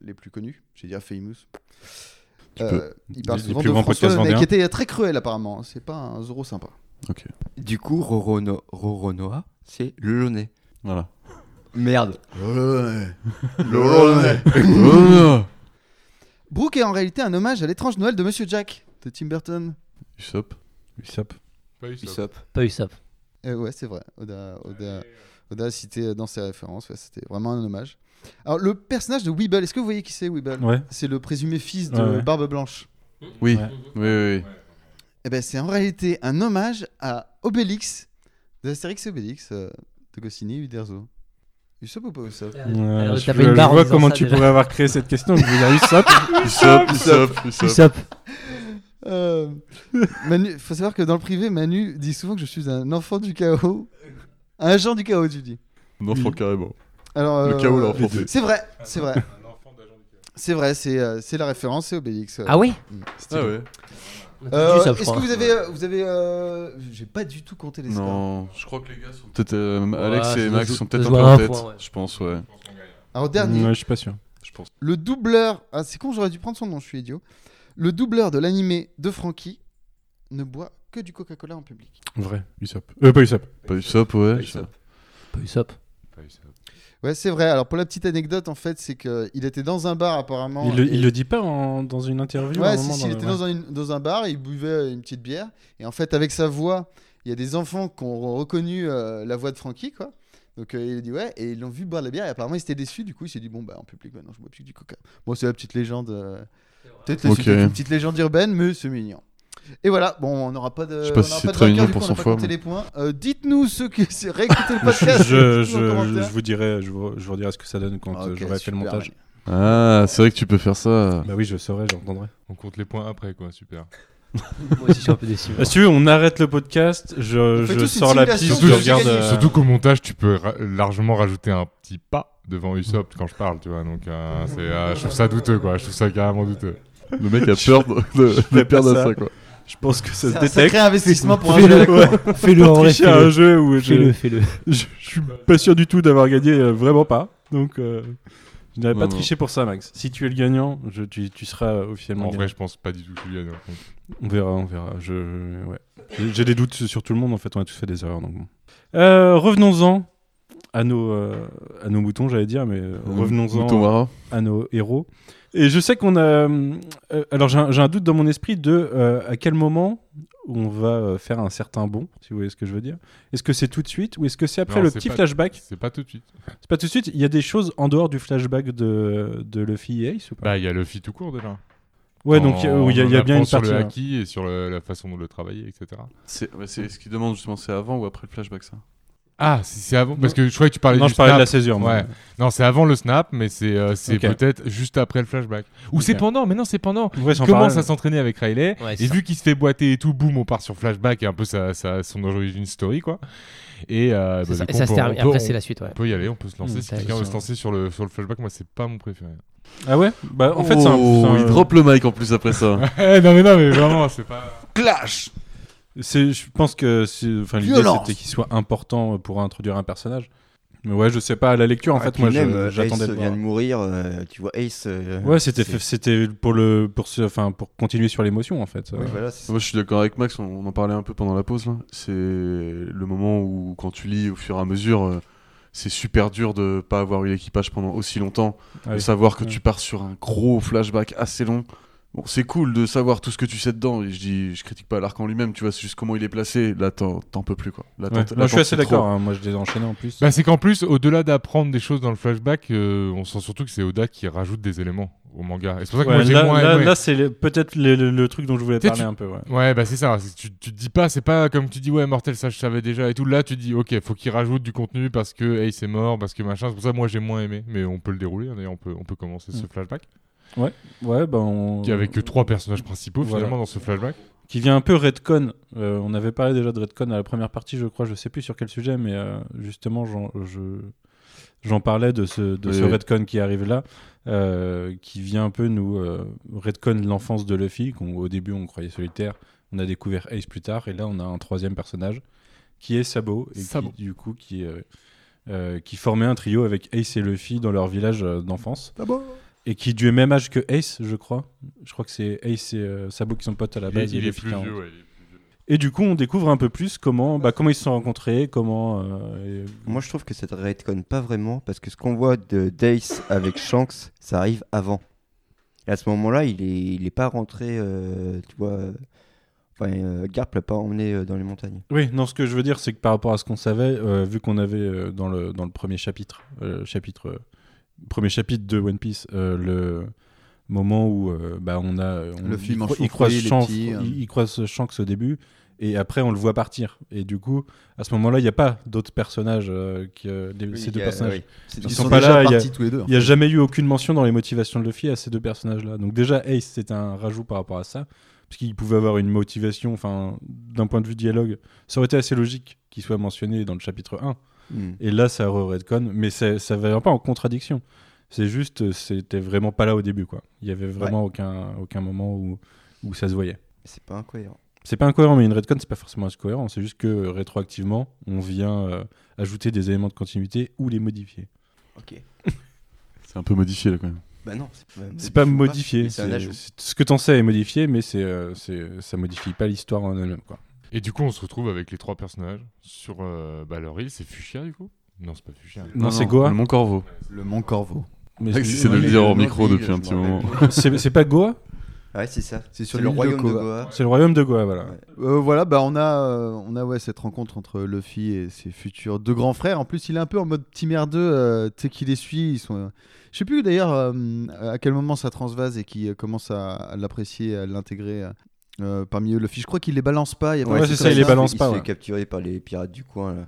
[SPEAKER 6] les plus connus. J'ai dit ah, famous. Euh,
[SPEAKER 4] Tu peux.
[SPEAKER 6] il parle
[SPEAKER 4] Les
[SPEAKER 6] souvent
[SPEAKER 4] plus
[SPEAKER 6] de
[SPEAKER 4] grands
[SPEAKER 6] François
[SPEAKER 4] podcasts
[SPEAKER 6] Launay, qui
[SPEAKER 4] vendéens.
[SPEAKER 6] était euh, très cruel apparemment. C'est pas un Zoro sympa.
[SPEAKER 10] Du coup, Rorono- Roronoa, c'est le Launay.
[SPEAKER 5] Voilà.
[SPEAKER 10] Merde.
[SPEAKER 6] Brooke est en réalité un hommage à l'étrange Noël de Monsieur Jack de Tim Burton.
[SPEAKER 5] Usopp.
[SPEAKER 4] Usopp.
[SPEAKER 8] Pas eu ça.
[SPEAKER 10] Usopp.
[SPEAKER 7] Pas eu ça.
[SPEAKER 6] Euh, ouais, c'est vrai. Oda, Oda, Oda a cité euh, dans ses références. ouais, C'était vraiment un hommage. Alors, le personnage de Weeble, est-ce que vous voyez qui c'est Weeble
[SPEAKER 4] Ouais.
[SPEAKER 6] C'est le présumé fils de
[SPEAKER 4] Ouais, ouais.
[SPEAKER 6] Barbe Blanche.
[SPEAKER 5] Oui.
[SPEAKER 4] Ouais.
[SPEAKER 5] Oui, oui, oui.
[SPEAKER 6] Eh ben, c'est en réalité un hommage à Obélix, de Astérix et Obélix, euh, de Goscinny et Uderzo. Usopp ou pas Usopp
[SPEAKER 4] Ouais,
[SPEAKER 7] Alors,
[SPEAKER 4] Euh, je
[SPEAKER 7] Euh, t'as pas
[SPEAKER 4] je
[SPEAKER 7] une barre en
[SPEAKER 4] vois
[SPEAKER 7] disant
[SPEAKER 4] comment
[SPEAKER 7] ça,
[SPEAKER 4] tu
[SPEAKER 7] déjà.
[SPEAKER 4] pourrais avoir créé cette question. Je veux dire Usopp.
[SPEAKER 5] Usopp, Usopp, Usopp.
[SPEAKER 7] Usopp.
[SPEAKER 6] Euh, Manu, faut savoir que dans le privé, Manu dit souvent que je suis un enfant du chaos. Un agent du chaos, tu dis.
[SPEAKER 5] Un enfant carrément.
[SPEAKER 6] Alors,
[SPEAKER 5] Le
[SPEAKER 6] euh,
[SPEAKER 5] chaos l'a emporté.
[SPEAKER 6] C'est vrai, c'est vrai. C'est vrai, c'est euh, c'est la référence, c'est Obélix. euh.
[SPEAKER 7] Ah oui
[SPEAKER 5] Ah ouais.
[SPEAKER 6] Euh,
[SPEAKER 7] Usopp, je
[SPEAKER 6] Est-ce que
[SPEAKER 7] crois.
[SPEAKER 6] vous avez, euh, vous avez, euh, j'ai pas du tout compté les scores.
[SPEAKER 5] Non, je crois que les gars sont peut-être. euh, Alex
[SPEAKER 7] ça
[SPEAKER 5] et
[SPEAKER 7] se
[SPEAKER 5] Max
[SPEAKER 7] joue-
[SPEAKER 5] sont
[SPEAKER 7] ça
[SPEAKER 5] peut-être
[SPEAKER 7] se
[SPEAKER 5] un
[SPEAKER 7] joue
[SPEAKER 5] peu
[SPEAKER 7] à
[SPEAKER 5] en
[SPEAKER 7] un
[SPEAKER 5] tête.
[SPEAKER 7] point, ouais.
[SPEAKER 5] Je pense, ouais.
[SPEAKER 6] Alors dernier,
[SPEAKER 4] Ouais, je suis pas sûr.
[SPEAKER 5] Je pense.
[SPEAKER 6] le doubleur. Ah, c'est con, j'aurais dû prendre son nom, je suis idiot. Le doubleur de l'animé de Frankie ne boit que du Coca-Cola en public.
[SPEAKER 4] Vrai. Usopp. Euh, pas Usopp.
[SPEAKER 5] Pas Usopp, ouais.
[SPEAKER 7] Pas eu ça.
[SPEAKER 8] Pas eu ça.
[SPEAKER 6] Ouais, c'est vrai. Alors pour la petite anecdote, en fait, c'est que il était dans un bar apparemment.
[SPEAKER 4] Il, le-
[SPEAKER 6] et-
[SPEAKER 4] il le dit pas en- dans une interview. à un
[SPEAKER 6] Ouais, si,
[SPEAKER 4] moment
[SPEAKER 6] si,
[SPEAKER 4] dans
[SPEAKER 6] il
[SPEAKER 4] le-
[SPEAKER 6] était
[SPEAKER 4] ouais.
[SPEAKER 6] dans, un, dans un bar, il buvait une petite bière. Et en fait, avec sa voix, il y a des enfants qui ont reconnu euh, la voix de Frankie, quoi. Donc euh, il a dit ouais, et ils l'ont vu boire la bière. Et apparemment, ils étaient déçus. Du coup, il s'est dit bon, bah en public, maintenant je bois plus que du coca. Bon, c'est la petite légende. euh, Peut-être la
[SPEAKER 5] Ok.
[SPEAKER 6] suite d'une petite légende urbaine, mais c'est mignon. Et voilà, bon, on n'aura pas de.
[SPEAKER 5] Je sais pas
[SPEAKER 6] on
[SPEAKER 5] si
[SPEAKER 6] n'aura
[SPEAKER 5] c'est
[SPEAKER 6] de
[SPEAKER 5] très
[SPEAKER 6] vainqueur,
[SPEAKER 5] mignon
[SPEAKER 6] du coup,
[SPEAKER 5] pour
[SPEAKER 6] on n'a
[SPEAKER 5] son
[SPEAKER 6] pas
[SPEAKER 5] foie,
[SPEAKER 6] compté
[SPEAKER 5] mais-
[SPEAKER 6] les points. Euh, Dites-nous ceux qui réécoutez le podcast.
[SPEAKER 4] Je, je,
[SPEAKER 6] dites-nous en
[SPEAKER 4] je,
[SPEAKER 6] commentaire.
[SPEAKER 4] vous dirai, je vous, je vous redirai ce que ça donne quand euh,
[SPEAKER 6] Ok,
[SPEAKER 4] j'aurai fait le
[SPEAKER 6] super,
[SPEAKER 4] montage.
[SPEAKER 6] ouais.
[SPEAKER 5] Ah, c'est vrai que tu peux faire ça.
[SPEAKER 4] Bah oui, je saurai, j'entendrai.
[SPEAKER 8] On compte les points après, quoi. Super.
[SPEAKER 7] Moi aussi, je suis un peu déçu.
[SPEAKER 4] Euh, Si tu veux, on arrête le podcast, je,
[SPEAKER 6] On fait
[SPEAKER 4] je
[SPEAKER 6] tous une
[SPEAKER 4] sors la
[SPEAKER 6] simulation
[SPEAKER 4] piste,
[SPEAKER 8] de
[SPEAKER 4] je
[SPEAKER 8] ce que j'ai
[SPEAKER 4] regarde.
[SPEAKER 6] gagné.
[SPEAKER 4] euh,
[SPEAKER 8] Surtout qu'au montage, tu peux ra- largement rajouter un petit pas devant Usopp quand je parle, tu vois. Donc, euh, c'est, euh, je trouve ça douteux, quoi. Je trouve ça carrément douteux.
[SPEAKER 5] Le mec a peur de, de-
[SPEAKER 4] je
[SPEAKER 5] de
[SPEAKER 4] fais pas
[SPEAKER 5] perdre à
[SPEAKER 4] ça.
[SPEAKER 5] ça, quoi.
[SPEAKER 4] Je pense que ça se
[SPEAKER 6] C'est un
[SPEAKER 4] détecte.
[SPEAKER 6] sacré investissement pour un jeu.
[SPEAKER 7] Fais-le, fais-le en vrai.
[SPEAKER 4] Tricher à un
[SPEAKER 7] Fais-le,
[SPEAKER 4] jeu où
[SPEAKER 7] fais-le.
[SPEAKER 4] je,
[SPEAKER 7] fais-le.
[SPEAKER 4] je, je suis pas sûr du tout d'avoir gagné, euh, vraiment pas. Donc, euh, je n'aurais pas
[SPEAKER 5] Non, non.
[SPEAKER 4] triché pour ça, Max. Si tu es le gagnant, je, tu, tu seras euh, officiellement
[SPEAKER 8] En
[SPEAKER 4] gagnant.
[SPEAKER 8] vrai, je pense pas du tout que Julien. donc, euh,
[SPEAKER 4] On verra, on verra. Je, ouais. J'ai- J'ai des doutes sur tout le monde. En fait, on a tous fait des erreurs. Donc bon. Euh, revenons-en à nos, euh, à nos moutons, j'allais dire, mais euh, revenons-en
[SPEAKER 5] Mouton Mara.
[SPEAKER 4] à nos héros. Et je sais qu'on a. euh, alors j'ai un, j'ai un doute dans mon esprit de euh, à quel moment on va euh, faire un certain bond, si vous voyez ce que je veux dire. Est-ce que c'est tout de suite ou est-ce que c'est après
[SPEAKER 8] Non,
[SPEAKER 4] le
[SPEAKER 8] c'est
[SPEAKER 4] petit
[SPEAKER 8] pas-
[SPEAKER 4] flashback
[SPEAKER 8] C'est pas tout de suite.
[SPEAKER 4] C'est pas tout de suite. Il y a des choses en dehors du flashback de, de Luffy et Ace ou pas
[SPEAKER 8] Bah, il y a Luffy tout court déjà.
[SPEAKER 4] Ouais, donc euh,
[SPEAKER 8] On-
[SPEAKER 4] il y a, il y a
[SPEAKER 8] on
[SPEAKER 4] bien
[SPEAKER 8] apprend
[SPEAKER 4] une
[SPEAKER 8] sur
[SPEAKER 4] partie. hein.
[SPEAKER 8] le
[SPEAKER 4] là.
[SPEAKER 8] acquis et sur le- la façon dont le travailler, etc.
[SPEAKER 5] C'est mais c'est- ce qu'il demande justement, c'est avant ou après le flashback, ça
[SPEAKER 8] Ah, c'est c'est avant Parce que je croyais que tu parlais
[SPEAKER 4] hein. Non,
[SPEAKER 8] du
[SPEAKER 4] je parlais de la
[SPEAKER 8] snap.
[SPEAKER 4] césure. moi.
[SPEAKER 8] Ouais. Non, c'est avant le snap, mais c'est euh, c'est
[SPEAKER 4] Ok.
[SPEAKER 8] peut-être juste après le flashback. Ou c'est
[SPEAKER 4] Ok.
[SPEAKER 8] pendant, mais non, c'est pendant.
[SPEAKER 4] Ouais, sans
[SPEAKER 8] Il commence
[SPEAKER 4] parler.
[SPEAKER 8] à s'entraîner avec Riley.
[SPEAKER 7] Ouais, c'est
[SPEAKER 8] et
[SPEAKER 7] ça.
[SPEAKER 8] vu qu'il se fait boiter et tout, boum, on part sur flashback et un peu sa, sa- son origin story, quoi. Et, euh, bah,
[SPEAKER 7] C'est ça,
[SPEAKER 8] du
[SPEAKER 7] et
[SPEAKER 8] coup,
[SPEAKER 7] ça
[SPEAKER 8] on
[SPEAKER 7] se
[SPEAKER 8] peut-
[SPEAKER 7] termine.
[SPEAKER 8] on peut-
[SPEAKER 7] Après,
[SPEAKER 8] on-
[SPEAKER 7] c'est la suite, ouais.
[SPEAKER 8] on peut y aller, on peut se lancer.
[SPEAKER 7] Hmm,
[SPEAKER 8] si
[SPEAKER 7] t'as
[SPEAKER 8] quelqu'un veut
[SPEAKER 7] raison.
[SPEAKER 8] se lancer sur le, sur le flashback, moi, c'est pas mon préféré.
[SPEAKER 4] Ah ouais Bah en fait, c'est un.
[SPEAKER 5] Oh,
[SPEAKER 4] c'est un-
[SPEAKER 5] il drop le mic en plus après ça.
[SPEAKER 8] Eh, non, mais non, mais vraiment, c'est pas.
[SPEAKER 4] c'est- Je pense que c'est- enfin, l'idée
[SPEAKER 6] Violence.
[SPEAKER 4] c'était qu'il soit important pour introduire un personnage. Mais ouais, je sais pas, à la lecture en
[SPEAKER 10] Ah,
[SPEAKER 4] fait,
[SPEAKER 10] puis
[SPEAKER 4] moi
[SPEAKER 10] même,
[SPEAKER 4] je-
[SPEAKER 10] euh,
[SPEAKER 4] j'attendais
[SPEAKER 10] Ace
[SPEAKER 4] de
[SPEAKER 10] vient
[SPEAKER 4] voir.
[SPEAKER 10] de mourir, euh, tu vois, Ace. euh,
[SPEAKER 4] Ouais, c'était
[SPEAKER 10] c'est-
[SPEAKER 4] fait- c'était pour le pour ce enfin pour continuer sur l'émotion en fait.
[SPEAKER 6] bah,
[SPEAKER 10] Oui, voilà, c'est-
[SPEAKER 5] Moi, je suis d'accord avec Max, on, on en parlait un peu pendant la pause. là. C'est le moment où, quand tu lis au fur et à mesure, euh, c'est super dur de pas avoir eu l'équipage pendant aussi longtemps.
[SPEAKER 4] Ah
[SPEAKER 5] de
[SPEAKER 4] oui.
[SPEAKER 5] savoir que
[SPEAKER 4] Ouais.
[SPEAKER 5] tu pars sur un gros flashback assez long. Bon, c'est cool de savoir tout ce que tu sais dedans. Et je dis, je critique pas l'arc en lui-même, tu vois, c'est juste comment il est placé. Là, t'en t'en peux plus, quoi. Là, t'en-
[SPEAKER 4] Ouais.
[SPEAKER 5] t'en-
[SPEAKER 4] Moi, je suis
[SPEAKER 5] t'en-
[SPEAKER 4] assez
[SPEAKER 5] c'est trop.
[SPEAKER 4] d'accord. hein, Moi, je les ai enchaînés en plus.
[SPEAKER 8] Bah, c'est qu'en plus, au-delà d'apprendre des choses dans le flashback, euh, on sent surtout que c'est Oda qui rajoute des éléments au manga. Et c'est pour ça que
[SPEAKER 4] Ouais,
[SPEAKER 8] moi, j'ai
[SPEAKER 4] là,
[SPEAKER 8] moins
[SPEAKER 4] là-
[SPEAKER 8] aimé.
[SPEAKER 4] là, c'est le- peut-être le, le- le truc dont je voulais
[SPEAKER 8] Tu sais,
[SPEAKER 4] parler
[SPEAKER 8] tu-
[SPEAKER 4] un peu. ouais.
[SPEAKER 8] Ouais, bah c'est ça. c'est- Tu, tu te dis pas, c'est pas comme tu dis, ouais, mortel, ça je savais déjà et tout. Là, tu dis, ok, faut qu'il rajoute du contenu parce que hey, c'est mort, parce que machin. C'est pour ça, moi, j'ai moins aimé. Mais on peut le dérouler. hein, D'ailleurs, on peut, on peut commencer ce flashback.
[SPEAKER 4] Mm. Ouais, bah on.
[SPEAKER 8] Qui avait que trois personnages principaux
[SPEAKER 4] Voilà.
[SPEAKER 8] finalement dans ce flashback.
[SPEAKER 4] qui vient un peu Redcon. Euh, on avait parlé déjà de Redcon à la première partie, je crois, je sais plus sur quel sujet, mais euh, justement, j'en, je, j'en parlais de ce, de
[SPEAKER 5] Oui,
[SPEAKER 4] ce
[SPEAKER 5] oui.
[SPEAKER 4] Redcon qui arrive là, euh, qui vient un peu nous euh, Redcon l'enfance de Luffy, qu'on, au début on croyait solitaire, on a découvert Ace plus tard, et là on a un troisième personnage qui est Sabo, et qui,
[SPEAKER 8] Sabo.
[SPEAKER 4] du coup qui, euh, euh, qui formait un trio avec Ace et Luffy dans leur village euh, d'enfance et qui du même âge que Ace, je crois. Je crois que c'est Ace et euh, Sabo qui sont potes à la
[SPEAKER 8] Il est-
[SPEAKER 4] base. et
[SPEAKER 8] il est
[SPEAKER 4] Luffy
[SPEAKER 8] plus
[SPEAKER 4] qui a un-
[SPEAKER 8] vieux, ouais, il est plus vieux.
[SPEAKER 4] Et du coup, on découvre un peu plus comment, bah, comment ils se sont rencontrés, comment. euh, et-
[SPEAKER 10] Moi, je trouve que cette redcon pas vraiment, parce que ce qu'on voit de Dace avec Shanks, ça arrive avant. Et à ce moment-là, il est, il est pas rentré, euh, tu vois. euh, Enfin, euh, Garp l'a pas emmené euh, dans les montagnes.
[SPEAKER 4] Oui, non, ce que je veux dire, c'est que par rapport à ce qu'on savait, euh, vu qu'on avait euh, dans, le, dans le premier chapitre, euh, chapitre euh, premier chapitre de One Piece, euh, le moment où euh, bah, on a. euh, on-
[SPEAKER 6] Luffy
[SPEAKER 4] il
[SPEAKER 6] mange
[SPEAKER 4] cro-
[SPEAKER 6] son
[SPEAKER 4] il croise
[SPEAKER 6] fruit, les
[SPEAKER 4] Shanks-
[SPEAKER 6] petits, hein.
[SPEAKER 4] il- il croise Shanks au début, et après, on le voit partir. Et du coup, à ce moment-là, il n'y a pas d'autres personnages, euh, qui, euh, les- ces deux personnages.
[SPEAKER 6] Ils,
[SPEAKER 4] Ils
[SPEAKER 6] sont,
[SPEAKER 4] sont pas
[SPEAKER 6] déjà
[SPEAKER 4] là, il y a-
[SPEAKER 6] partis tous les deux.
[SPEAKER 4] Il n'y a jamais eu aucune mention dans les motivations de Luffy à ces deux personnages-là. Donc déjà, Ace, c'est un rajout par rapport à ça, parce qu'il pouvait avoir une motivation, enfin, d'un point de vue dialogue. Ça aurait été assez logique qu'il soit mentionné dans le chapitre 1.
[SPEAKER 10] Hmm.
[SPEAKER 4] Et là, ça re-redcon, mais ça ça va pas en contradiction. C'est juste, euh, c'était vraiment pas là au début, quoi. Il y avait vraiment aucun, aucun moment où, où ça se voyait.
[SPEAKER 10] C'est pas incohérent.
[SPEAKER 4] C'est pas incohérent, mais une redcon, c'est pas forcément incohérent. C'est juste que euh, rétroactivement, on vient euh, ajouter des éléments de continuité ou les modifier.
[SPEAKER 10] Ok.
[SPEAKER 4] hein.
[SPEAKER 5] C'est un peu modifié là quand même.
[SPEAKER 10] Bah non, c'est pas,
[SPEAKER 4] C'est pas modifié.
[SPEAKER 10] C'est un
[SPEAKER 4] c'est-
[SPEAKER 10] ajout.
[SPEAKER 4] c'est- Ce que t'en sais est modifié, mais c'est, euh, c'est- ça modifie pas l'histoire en elle-même. Quoi.
[SPEAKER 8] Et du coup, on se retrouve avec les trois personnages sur euh, bah, leur île. C'est Fuchsia, du coup Non, c'est pas Fuchsia.
[SPEAKER 4] Non,
[SPEAKER 5] Non,
[SPEAKER 4] c'est
[SPEAKER 5] non,
[SPEAKER 4] Goa.
[SPEAKER 5] Le Mont Corvo.
[SPEAKER 6] Le Mont Corvo.
[SPEAKER 4] Mais
[SPEAKER 5] Ah,
[SPEAKER 4] c'est,
[SPEAKER 5] si c'est de
[SPEAKER 6] oui,
[SPEAKER 5] le dire
[SPEAKER 6] le
[SPEAKER 5] au micro
[SPEAKER 6] Nordique,
[SPEAKER 5] depuis un
[SPEAKER 6] je
[SPEAKER 5] petit
[SPEAKER 6] m'en
[SPEAKER 5] moment.
[SPEAKER 4] c'est- c'est pas Goa
[SPEAKER 10] Ah Ouais, c'est ça.
[SPEAKER 6] C'est sur
[SPEAKER 10] le
[SPEAKER 6] l'île de
[SPEAKER 10] royaume de
[SPEAKER 6] Koa.
[SPEAKER 10] Goa.
[SPEAKER 4] C'est le royaume de Goa, voilà.
[SPEAKER 10] Ouais.
[SPEAKER 6] Euh, voilà, bah on a, euh, on a ouais, cette rencontre entre Luffy et ses futurs deux grands frères. En plus, il est un peu en mode petit merdeux, euh, tu sais, qui les suit. Ils sont, euh, Je sais plus d'ailleurs euh, à quel moment ça transvase et qui euh, commence à, à l'apprécier, à l'intégrer euh, euh, parmi eux. Luffy, je crois qu'il les balance pas. il y a pas
[SPEAKER 4] Ouais,
[SPEAKER 6] mal de
[SPEAKER 4] c'est
[SPEAKER 6] trucs
[SPEAKER 4] ça, il les
[SPEAKER 6] comme
[SPEAKER 4] balance
[SPEAKER 10] il
[SPEAKER 4] pas,
[SPEAKER 10] se
[SPEAKER 4] ouais.
[SPEAKER 10] fait capturer par les pirates du coin. Là.